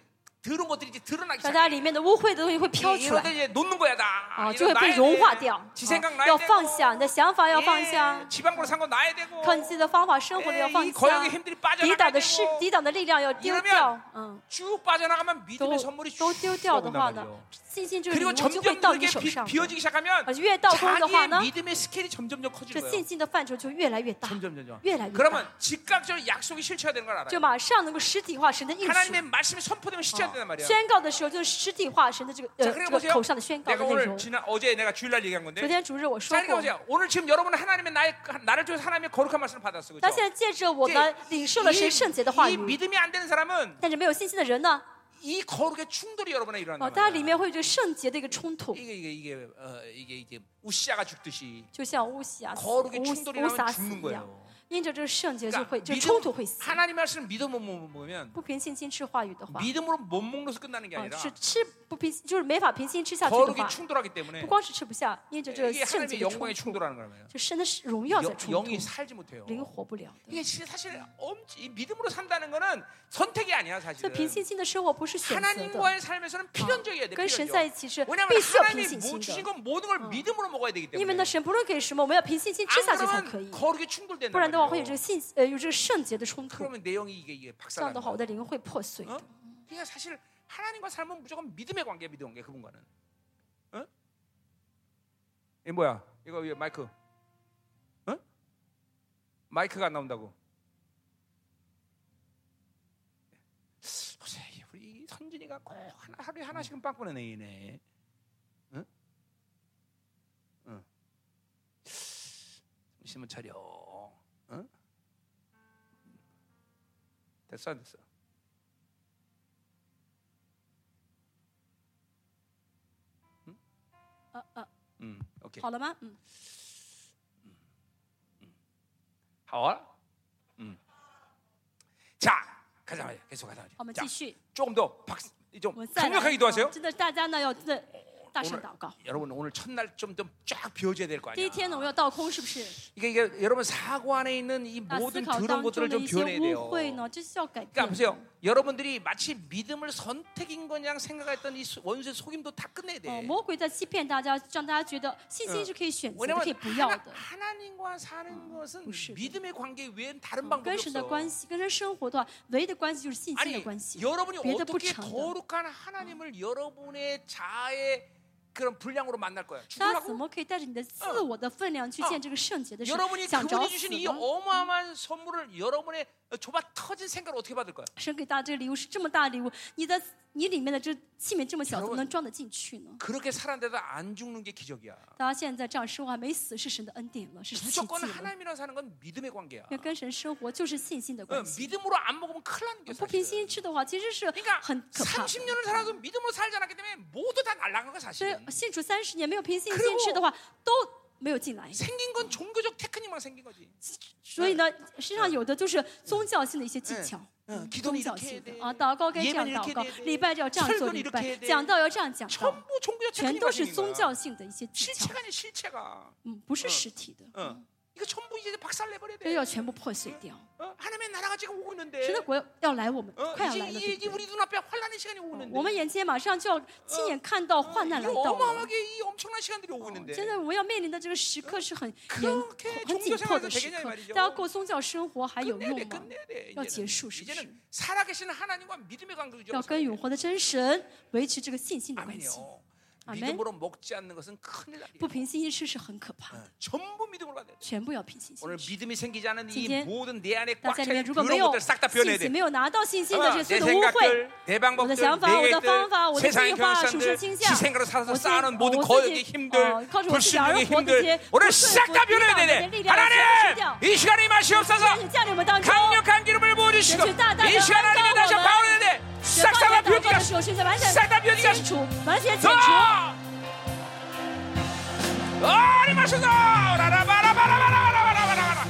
A: 더러운 것들이 이제 드러나기
B: 啊让大
A: 시작해.
B: 家里面的污秽的东西会飘出来
A: 이러다 。 이제 놓는 거야 다.
B: 啊，
A: 이거
B: 就会被
A: 놔야 어,
B: 融
A: 돼.
B: 化掉。
A: 지
B: 啊
A: 생각
B: 要
A: 나야
B: 放
A: 되고.
B: 下你的想法，要放
A: 예,
B: 下，
A: 지방으로 산거 놔야 되고.
B: 靠你自己的方法生活的
A: 예
B: 要放
A: 이거역에힘
B: 下
A: 들이빠져나가야，
B: 抵挡的势
A: 되고 ，
B: 抵挡的力量要丢掉
A: 이러면 。
B: 嗯，
A: 쭉 빠져나가면
B: 都
A: 믿음의 선물이 쭉
B: 都丢掉的
A: 쏟아온단
B: 话呢
A: 말이에요. ，
B: 信心这个礼
A: 그리고
B: 物就会
A: 점점
B: 到你
A: 그렇게
B: 手
A: 비,
B: 上的。
A: 비워지기 뭐 시작하면
B: 而越到空的话
A: 자기의
B: 呢，
A: 믿음의 스케일이 점점 점
B: 这
A: 커지는
B: 信
A: 거예요.
B: 心的范畴就越来越大，
A: 점점 점점.
B: 越来越大，
A: 그러면 즉각적으로 약속이 실체화되는 걸
B: 就
A: 알아요.
B: 马上能够实体化神的应许
A: 하나님의 。 말씀이 선포되면 실체화된단
B: 啊
A: 말이야.
B: 宣告的时候就是实体化神的这个
A: 자
B: 呃
A: 그러니까
B: 这个
A: 보세요.
B: 口上的宣告的
A: 내가
B: 内
A: 오늘
B: 容。
A: 지난 어제 내가 주일날 얘기한
B: 昨
A: 건데.
B: 天主日我说
A: 자 그러니까
B: 过。
A: 보세요. 오늘 지금 여러분은 하나님의 나의 나를 통해서 하나님의 거룩한 말씀을 받았어.
B: 那
A: 그렇죠?
B: 现在借着我
A: 이제
B: 们领受了
A: 이-
B: 神圣洁的话
A: 이
B: 语，
A: 믿음이 안 되는 사람은
B: 但是没有信心的人呢，
A: 이 거룩의 충돌이 여러분에
B: 哦，
A: 일어난다.
B: 大家里面会有这个圣洁的一个冲突，
A: 이게 이게 이게 어, 이게 이게 우시아가 죽듯이
B: 就像乌西啊死、乌
A: 거룩의 충돌이
B: 乌撒
A: 나면
B: 死
A: 죽는
B: 一样
A: 거예요. ，
B: 因着这个圣洁就
A: 그러니까
B: 会，这
A: 믿음-
B: 冲突会死。
A: 하나님의 말씀 믿음을 못 먹으면
B: 不凭信心吃话语的话，
A: 뭐. 믿음으로 못 먹는 것서 끝나는 게
B: 啊，
A: 아니라
B: 是吃不平，就是没法平心吃下去的
A: 거룩이
B: 话，
A: 충돌하기 때문에
B: 不光是吃不下，因为这这
A: 이게
B: 圣洁
A: 하나님의
B: 的冲
A: 영광에
B: 突，
A: 충돌하는 거예요.
B: 就神的荣耀在
A: 영,
B: 冲突
A: 영이 ， 살지 못해요.
B: 灵活不了的。
A: 이게 진짜 사실 엄, 이 믿음으로 산다는 거는 선택이 아니야
B: 所
A: 사실은.
B: 以平心心的生活不是选择的，
A: 하나님과의 삶에서는 필연적이어야 돼.
B: 跟神
A: 필연적.
B: 在一起是
A: 왜냐하면
B: 必须要平
A: 하나님이
B: 心
A: 뭐
B: 心
A: 주신
B: 的，
A: 건 모든 걸 믿음으로 먹어야 되기
B: 因为
A: 때문에.
B: 呢，神不论给什么，我们要平心心吃
A: 안
B: 下去才可
A: 그러면
B: 以，
A: 거룩이 충돌된다.
B: 不然的话会有这个信呃有这个圣洁的冲突，
A: 그러면 내용이 이게, 이게
B: 这样
A: 박살나.
B: 的话我的灵会破碎
A: 어?
B: 的。
A: 그러니까 사실 하나님과 삶은 무조건 믿음의 관계, 믿음 관계 그분과는. 어? 이 뭐야? 이거 왜 마이크? 어? 마이크가 안 나온다고. 글쎄, 우리 선진이가 꼭 하나, 하루에 하나씩은 빵 보내네 얘네. 어? 응? 응. 정신을 어. 차려. 응? 됐어 안 됐어?
B: 嗯
A: 음, 오케이.
B: 好了吗？嗯，
A: 하와. 음. 자, 가자 말이야. 계속 가자
B: 好，我们
A: 말이야. 자,
B: 继续，
A: 조금 더 박수, 좀
B: 我们再来
A: 강력하게
B: 啊
A: 기도하세요.
B: 真的，大家呢要真的大声祷告。
A: 여러분 오늘 첫날 좀 좀 쫙 비워줘야 될 거
B: 第
A: 아니야.
B: 一天呢，我们要倒空，是不是？
A: 이게, 이게 여러분 사고 안에 있는 이
B: 那思
A: 모든
B: 考
A: 더러운
B: 当中
A: 것들을
B: 的
A: 좀
B: 一些哦
A: 비워내야 돼요.
B: 污秽呢，这是要改
A: 그러니까
B: 变的。
A: 보세요. 여러분들이 마치 믿음을 선택인 거냥 생각했던 이 수- 원수의 속임도 다 끝내야
B: 哦，
A: 돼.
B: 魔鬼在欺骗大家，让大家觉得信心是可以选择的，
A: 왜냐면
B: 可以不要
A: 하나,
B: 的。
A: 하나님과 사는 것은
B: 부실해.
A: 믿음의 관계 외엔 다른 방법이
B: 跟神的
A: 어, 없어. 그러니까
B: 关系，跟神生活的话，唯一的关系就是信心的
A: 아니
B: 关系，
A: 여러분이
B: 别哎的不
A: 어떻게
B: 成的。
A: 거룩한 하나님을 여러분의 자아의 그런 분량으로 만날 거야?
B: 大家怎
A: 죽으라고?
B: 么可以带着你的自我的分量去见这个圣嗯洁的神？
A: 여러분이
B: 想找
A: 그분이
B: 死
A: 주신 이
B: 吗？
A: 어마어마한 선물을 여러분의 좁아 터진 생각을 어떻게 받을 거야?
B: 神给大家这个礼物是这么大的礼物，你的你里面的这器皿这么小，
A: 여러분
B: 怎么能装得进去呢？
A: 그렇게 살았는데도 안 죽는 게 기적이야.
B: 大家现在这样生活还没死，是神的恩典了，是奇迹
A: 무조건
B: 了。
A: 하나님이랑 사는 건 믿음의 관계야.
B: 要跟神生活就是信心的
A: 어,
B: 关系。
A: 믿음으로 안 먹으면 큰일 나는 게
B: 不平
A: 사실.
B: 心吃的话，其实是
A: 그러니까
B: 很可怕的。
A: 30년을 살아도 믿음으로 살지 않았기 때문에 모두 다 날라간 거야
B: 所以
A: 사실은.
B: 信主三十年没有平心
A: 그리고
B: 信吃的话，都没有进来。
A: 생긴 건 종교적 테크닉만 생긴 거지.
B: 所以呢，身上有的就是宗教性的一些技
A: 嗯
B: 巧，
A: 嗯基督
B: 宗
A: 你
B: 教
A: 的
B: 性的
A: 天
B: 啊，祷告该
A: 耶稣
B: 这样
A: 你的
B: 祷告
A: 天，
B: 礼拜就要这样
A: 圣
B: 做
A: 徒你
B: 礼
A: 的
B: 拜，
A: 天
B: 讲道要这样讲道，
A: 아, 전부 종교적
B: 全
A: 테크닉만
B: 都是
A: 생긴 거야.
B: 宗教性的一些技巧，
A: 실체가 아니야 실체가.
B: 嗯，不是
A: 嗯
B: 实体的，
A: 어. 이거 전부 이제 박살 내버려야
B: 这
A: 돼.
B: 要全部破碎掉。
A: 어? 하나님의 나라가 지금 오고 있는데.
B: 神的国要来，我们
A: 어?
B: 快要
A: 이제
B: 来了，
A: 이게
B: 对
A: 이게
B: 不对？
A: 우리 눈앞에 환란의 시간이 오고 있는데.
B: 我们眼前马上就要亲眼看到患难
A: 이
B: 来到了。
A: 어마어마하게 이 엄청난 시간들이 오고
B: 哦
A: 있는데.
B: 现在我们要面临的这个时刻是很严
A: 그렇게、
B: 很紧迫的
A: 종교생활에서되겠냐
B: 时
A: 이
B: 刻
A: 말이죠 。
B: 大家过宗教生活还有
A: 끝내야 돼,
B: 用吗？
A: 끝내야 돼.
B: 要
A: 이제는,
B: 结束，是不是？
A: 이제는 살아계시는 하나님과 믿음의 관계를
B: 要
A: 유지하고
B: 跟
A: 살아야
B: 永
A: 돼.
B: 活的真神维持这个信心的关系。
A: 아멘이요.
B: 아멘.
A: 믿음으로 먹지 않는 것은 큰일 나요.
B: 不凭信心吃是很可怕的，
A: 전부 믿음으로 받아야 돼.
B: 全部要凭信心
A: 오늘
B: 吃。
A: 믿음이 생기지 않은 이
B: 이제
A: 모든 내 안에
B: 大
A: 꽉
B: 家里
A: 차
B: 面
A: 있는
B: 如果
A: 그런
B: 没有
A: 것들 싹 다
B: 信
A: 표현해야
B: 心，
A: 돼.
B: 没有拿到信心的这
A: 내
B: 些所有的污秽
A: 생각들, ，내
B: 我的
A: 방법들,
B: 想法、
A: 내
B: 我的
A: 계획들,
B: 方法、我的
A: 세상의
B: 计划、属
A: 경험상들,
B: 神倾向
A: 지 ， 생각으로
B: 我
A: 살아서
B: 自
A: 쌓아놓은
B: 己，
A: 모든
B: 我自
A: 거역의
B: 己，
A: 힘들,
B: 呃，靠着我自己而
A: 불순종의
B: 活这些
A: 힘들
B: 不
A: 오늘
B: 顺
A: 싹
B: 服、
A: 다
B: 抵挡
A: 변해야
B: 的力
A: 되네
B: 量，全部去
A: 하나님
B: 掉。
A: 이 시간에 맛이 없어서
B: 在你降临我们当中，
A: 강력한 기름을 부어주시고
B: 예수의
A: 이 시간 안에
B: 따뜻한
A: 다시
B: 마음.
A: 바울을 내싹
B: 神
A: 다다
B: 放下祷告
A: 뷰티가
B: 的时候，现在完全
A: 싹다변이가
B: 清除，完全
A: 더!
B: 清除。
A: 어리 마셔서 라라바라바라바라바라바라바라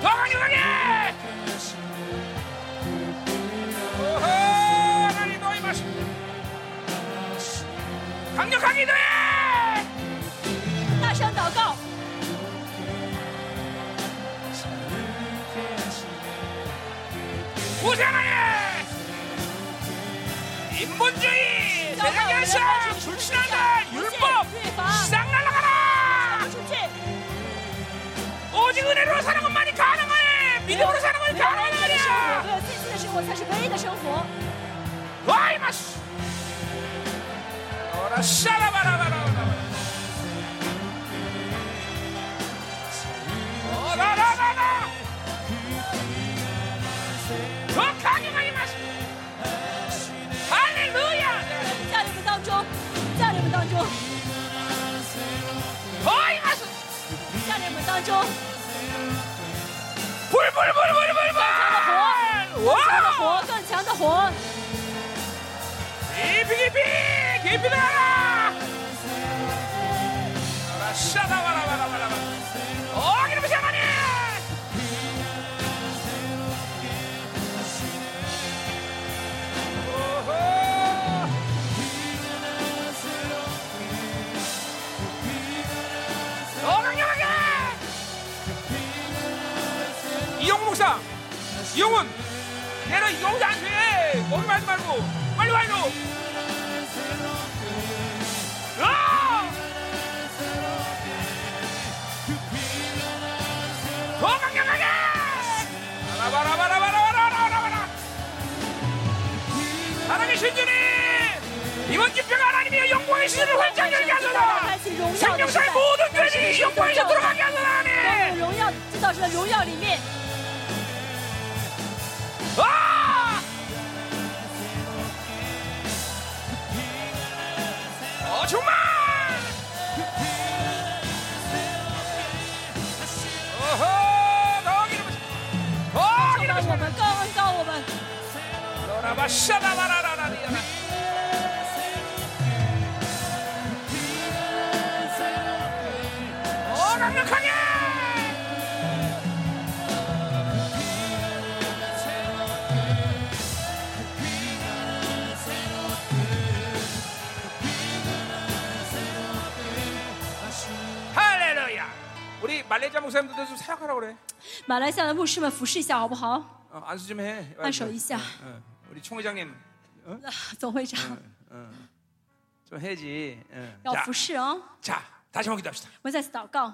A: 더 강력하게 오호 하나님 너희 마시 강력한 기도해
B: 大声祷告，
A: 우상하에 인본주의 세상에서 불신한다 율법 시장 날아가라
B: 不出去，
A: 오직 은혜로 사는 것만이 가능해 믿음으로 사는 것이
B: 没有人
A: 가능한
B: 类的
A: 거야
B: 生活，没有信心的生活才是唯一的生活。
A: 와이마스 오라 샤라바라바라바라 오라라라라 더 강력하게 마시 할렐루야
B: 在你们当中，在你们当中，
A: 더이 마시
B: 在你们当中，
A: 불불불불불불
B: 更
A: 와!
B: 活更强的活，
A: 깊이 깊이 깊이 들어가라 샤다바라바라바라바 어 기름 샤마니 오호 oh.
C: 이용훈 목사 이용훈 내려 이용훈 안돼 거기 말지 말고 빨리 와 이로 아! 더 강력하게 바라바라바라바라바라바라바라 살아계신 주님 이번 집회가 하나님의 영광의 시대를 활짝 열게 하소서
B: 开启荣耀的时
C: 생명사의
B: 代，
C: 모든
B: 让神
C: 죄인이
B: 的
C: 영광에서 돌아가게 하소서
B: 在
C: 하나님
B: 荣耀进到神的荣耀里面。
C: 아! 어, 정말! 어허, 더 기름을 부어. 더
B: 让我
C: 기름을 부어.
B: 们高恩高我们，
C: 너나마 샤나바라라라리야나. 어, 강력하게! 할렐루야! 우리 말레이시아 목사님들도 좀 사역하라고 그래.
B: 马来西亚的牧师们服侍一下好不好？
A: 어, 안수 좀 해.
B: 안수 있어.
A: 어, 우리 총회장님
B: 啊总会长
A: 어. 좀 해지. 어.
B: 要
C: 자,
B: 服侍啊、
C: 자, 다시 한번 기도합시다.
B: 我们再次祷告，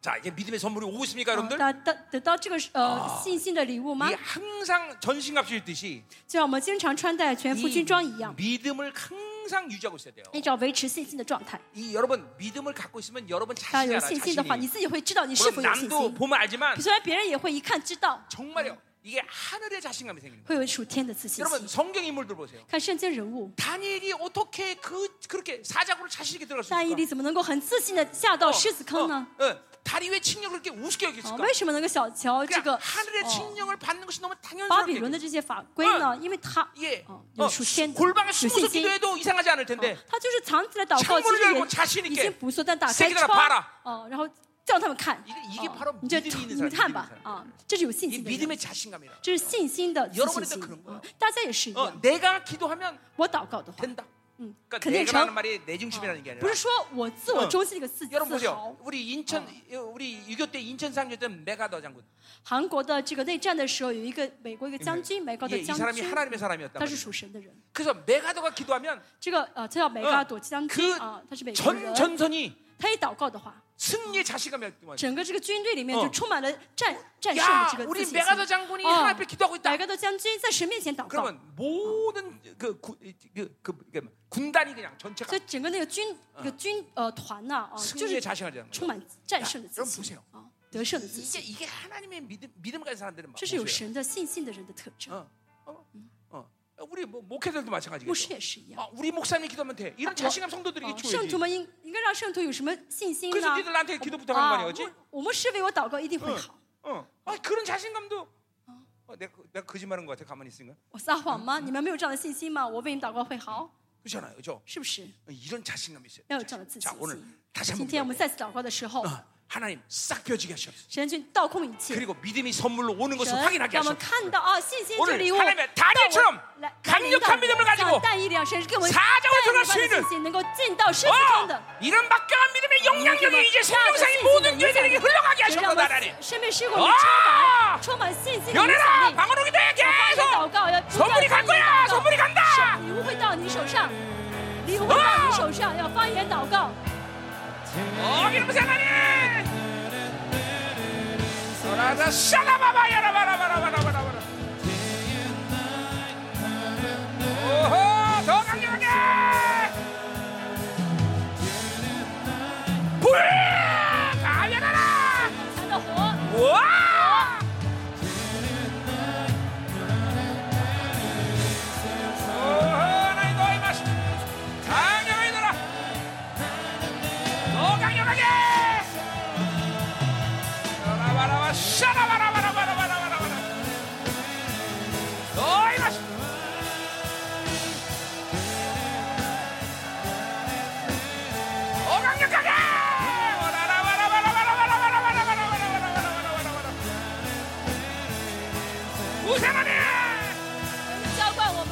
A: 자, 이게 믿음의 선물이 오고 있습니까,
B: 嗯
A: 여러분들?
B: 得得得到这个呃信心的礼物吗
A: 이 ？ 항상 전신갑주 있듯이
B: 就像我们经常穿戴全副军装一样，
A: 믿음을 항상 유지하고 있어야 돼요.
B: 一直要维持信心的状态。
A: 이 여러분 믿음을 갖고 있으면 여러분
B: 当
A: 자신이
B: 有
A: 알아
B: 信心的话，你
A: 자신이.
B: 自己会知道你啊是
A: 물론
B: 否有信
A: 남도
B: 心。
A: 보면 알지만
B: 虽然别人也会一看知道，
A: 정말요 이게 하늘의 자신감이 생기는 거예요.
B: 会有属天的自信
A: 여러분
B: 心。
A: 성경 인물들 보세요.
B: 看圣经人物，
A: 다니엘이 어떻게 그 그렇게 사자고로 자신 있게 들어갈 수
B: 大伊利
A: 있을까?
B: 怎么能够很自信的下到狮子坑呢？
A: 어, 어, 다리 왜 칭령을 그렇게 우습게
B: 啊，
A: 여겼을까?
B: 为什么能够小瞧这个
A: 그냥 하늘의
B: 哦
A: 칭령을 받는 어. 것이 너무
B: 巴比
A: 당연스럽게
B: 伦的这些法规呢？因为他
A: 이게
B: 哦
A: 어,
B: 有属天的，
A: 골방에
B: 有信
A: 숨어서
B: 心。
A: 기도해도 이상하지 않을 텐데
B: 他就是藏起来祷告，
A: 창문을
B: 其
A: 열고자신
B: 实
A: 있게
B: 也已经不错，但打
A: 새끼
B: 开
A: 들아
B: 窗
A: 봐라 ，
B: 哦，然后叫他们看，
A: 이게 이게
B: 哦
A: 바로
B: 你这
A: 믿음이 있는 사람,
B: 你看
A: 믿음이
B: 吧
A: 있는 ， 사람.
B: 啊，这是有信
A: 이
B: 心的
A: 믿음의
B: 人，
A: 자신감이라.
B: 这是信心的自
A: 여러분이
B: 信
A: 다
B: 心
A: 그런거야 。
B: 嗯大家也是一
A: 어,
B: 样，
A: 내가 기도하면
B: 我祷告的话，
A: 된다.
B: 嗯，
A: 그러니까
B: 肯定
A: 내가라는
B: 成。
A: 말이 내 중심이라는 게 아니라
B: 不是说我自我中心的一个自自
A: 여러분 보세요.
B: 豪。
A: 우리 인천 우리 유교 때 인천 상주 때 메가더 장군.
B: 韩国的这个内战的时候，有一个美国一个将军，美国
A: 예,
B: 的
A: 이
B: 将
A: 사람이
B: 军，
A: 하나님의 사람이었다.
B: 他是属神的人。
A: 그래서 메가더가 기도하면
B: 这个呃，他叫梅嘎朵将军
A: 그
B: 啊，他是美国
A: 전
B: 人。
A: 전선이
B: 他一祷告的话，
A: 승리의 자신감이 없더만.
B: 整个这个军队里面
A: 嗯
B: 就充满了战战胜的
A: 야
B: 这个自
A: 우리
B: 信心。
A: 메가더 장군이
B: 어.
A: 하나님 앞에 기도하고 있다.
B: 梅嘎朵将军在神面前祷告，
A: 그러면 모든 그, 구- 이- 그, 그, 그, 그 군단이 그냥 전체가
B: 所以整个那个军那个军呃团呐啊，就
A: 승리의
B: 是
A: 자신감이라는 거예요.
B: 充满战胜的自
A: 여러분보세
B: 信
A: 요
B: 啊，得胜的自
A: 이게
B: 信，
A: 이게 하나님의 믿음 믿음 가진 사람들은 막
B: 这是有
A: 보세요.
B: 神的信心的人的特征。
A: 어, 어, 어. 우리 뭐 목회자들도
B: 牧师
A: 마찬가지겠죠.
B: 也是一样。
A: 아, 우리 목사님 기도하면 돼. 이런 자신감 성도들에게
B: 哦圣
A: 줘야지.
B: 徒们应应该让圣徒有什么信心呢？
A: 그래서 니들 나한테 기도 부탁하는 거
B: 啊，
A: 아니야,
B: 我
A: 지
B: 我们是为我祷告一定会好。
A: 어. 아, 그런 자신감도 어, 내가, 그- 내가 거짓말한 것 같아. 가만히 있으니까.
B: 我撒谎吗？你们没有这样的信心吗？我为你们祷告会好，
A: 그렇잖아요. 그죠?
B: 是不是？
A: 이런 자신감이 있어요.
B: 要有这样的自
A: 자,
B: 信
A: 오늘
B: 心。
A: 다시
B: 今
A: 한번
B: 天我嗯
A: 기도해.
B: 们再次祷告的时候，
A: 어, 하나님 싹 펴지게 하시옵소서.
B: 神去倒空一切，
A: 그리고 믿음이 선물로 오는 것을
B: 神
A: 확인하게
B: 让我们
A: 하시옵소서.
B: 看到啊，信心这
A: 오늘
B: 礼物。
A: 하나님의 다니엘처럼
B: 来，看领导
A: 강력한 믿음을
B: 像
A: 가지고
B: 但以两神是给我们
A: 사장을들어갈수있는
B: 但以理般的信心，能够进到深坑
A: 어,
B: 的。
A: 이런 막강한 믿음의 영향력이 이제 세상의
B: 影
A: 모든
B: 响力
A: 죄들에게 흘러가게
B: 神让
A: 하시옵소서
B: 我
A: 하나님.
B: 们身边事故里哦充
A: 啊
B: 满充满信心的影响
A: 연애라
B: 力。
A: 방언으로 기도해
B: 我们
A: 계속
B: 祷告要不断
A: 선물이 갈
B: 地
A: 거야
B: 祷告
A: 선물이 간다
B: 礼物会到你手上，礼物会到你手上，要发言祷告。
C: 어, 기름 부세 하나님. 소라자 샤라바바 야라바라바라바라바라. 오호, 더 강력하게. 불! 가야라라.
B: 看到火，
C: 와! 오하나이 너의 맛이 강력하게 되라 더 강력하게 라바라바 샤라바라바라바라바라바라 너의 맛이 더 강력하게 라바라바라바라바라바라바라바라바라바라바라바라바라바라바라바라바라 우세하네
B: 浇灌我们，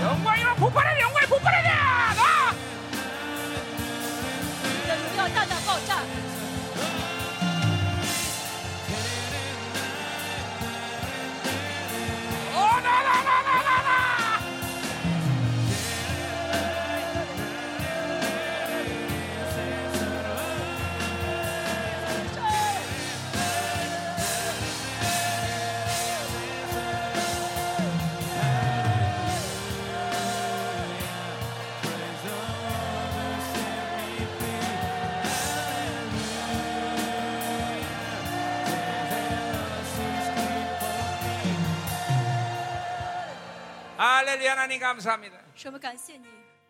C: 영광이로 폭발해 영광이 폭발해 나
B: 你的荣耀大大爆炸。
C: 아,
A: 어, 할렐루야 하나님 감사합니다.
B: 神，我们感谢你，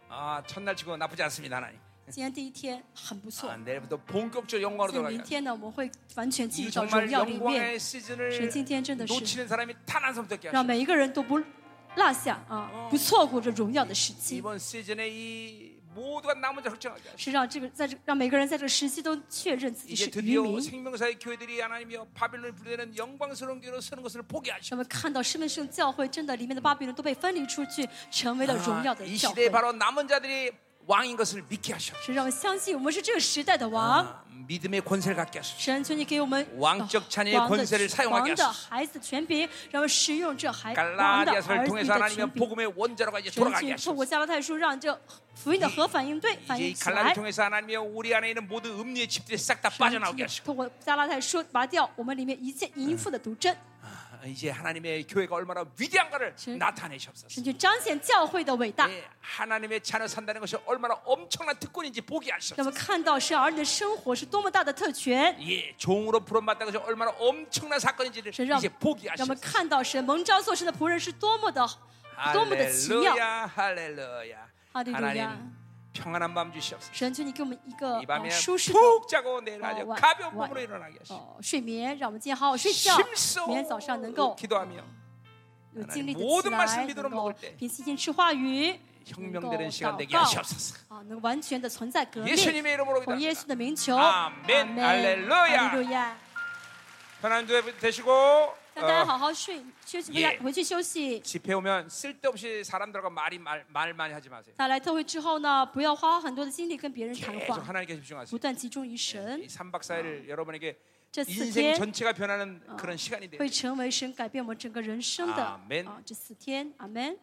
A: 아 첫날 치고 나쁘지 않습니다 하나님.
B: 今天第一天很不错
A: 아, ， 내일부터 본격적으로 영광으로
B: 所以
A: 돌아가.
B: 明天呢，我们会完全进
A: 이
B: 入到荣
A: 정말
B: 耀里
A: 영광의
B: 面，
A: 시즌을
B: 神今天真的是
A: 놓치는 사람이 탄한섬 듣게
B: 让
A: 하시고
B: 每一个人都不落下啊，不错过这荣耀的时期，
A: 이번 시즌에 이 모두가 남은 자 확정하게 하시고
B: 是让这个在这让每个人在这个时期都确认自己
A: 이제
B: 是渔
A: 드디어
B: 民。
A: 생명사의 교회들이 하나님이여 바빌론이 부르는 영광스러운 교회로 서는 것을 보게 하시고
B: 让我们看到身份圣教会真的里面的巴比伦都被分离出去，成为了荣耀
A: 아,
B: 的
A: 이
B: 教
A: 시대에
B: 会。
A: 바로 남은 자들이 왕인 것을 믿게 하시고
B: 是让我们相信我们是这个时代的王。
A: 아, 믿음의 권세를 갖게 하시고
B: 神，求你给我们
A: 왕적
B: 呃
A: 자녀의
B: 王的
A: 권세를사용하게 하소서
B: 王的孩子权柄，让我们使用这孩王的儿
A: 갈라디아서를
B: 女
A: 통해서
B: 的
A: 하나님의
B: 权柄。
A: 복음의 원자로가 이제
B: 神
A: 돌아가게
B: 请
A: 하시고
B: 透过加拉太书，让这福音的核反应堆反
A: 이제 이
B: 应起
A: 갈라디아
B: 来。
A: 통해서 하나님이 우리 안에 있는 모든 음료의 집들이 싹 다 빠져나오게
B: 神
A: 하시고
B: 透过加拉太书拔掉我们里面一切淫妇的毒针，
A: 아, 이제 하나님의 교회가 얼마나 위대한가를
B: 진-
A: 나타내셨소서.
B: 神去彰显教会的伟大，
A: 예, 하나님의 자녀 산다는 것이 얼마나 엄청난 특권인지 보게
B: 让我
A: 하셨소서.
B: 们看到神儿女的生活是多么大的特权。
A: 예, 종으로 부름받다는 것이 얼마나 엄청난 사건인지를
B: 神让
A: 이제 보게
B: 让我们
A: 하셨소서.
B: 看到神蒙召做神的仆人是多么的，多么的奇妙。
A: 할렐루야, 할렐루야.
B: 할렐루야.
A: 하나님 평안한 밤 주시옵소서.
B: 神，求你给我们一个
A: 이 밤에
B: 呃舒适的
A: 푹 자고 내일 아주
B: 어, 와-
A: 가벼운
B: 와-
A: 몸으로 일어나게 하시고
B: 哦睡眠，让我们今天好好睡觉，明天早上能
A: 힘써
B: 够
A: 기도하며
B: 有精力的
A: 모든
B: 起
A: 말씀믿
B: 来，
A: 음으로
B: 能
A: 먹을
B: 够
A: 때
B: 凭信心吃话语，能够
A: 혁명되는 시간 되게
B: 祷
A: 하시옵소서.
B: 告，啊， 네. 能完全的存在革命。
A: 예수님의 이름으로
B: 奉耶稣
A: 기도합니다.
B: 的名求，
A: 阿门
B: 阿门
A: 哈
B: 哈
A: 利
B: 利
A: 路
B: 路亚！
A: 편안한 주에 되시고 어,
B: 让大家好好睡，休息回家
A: 예 ，
B: 回去休息。
A: 집회 오면 쓸데없이 사람들과 말이 말, 말 많이 하지 마세요.
B: 大家来特会之后呢，不要花很多的精力跟别人谈
A: 계속
B: 话，
A: 하나님께
B: 不
A: 집중하세요.
B: 断集中于神
A: 이 ， 3박 4일 여러분에게
B: 这四
A: 인생
B: 天
A: 전체가
B: 어,
A: 변하는 그런 시간이 돼요.
B: 会成为神改变我们整个人生的
A: 阿门
B: 啊！这四天，阿门。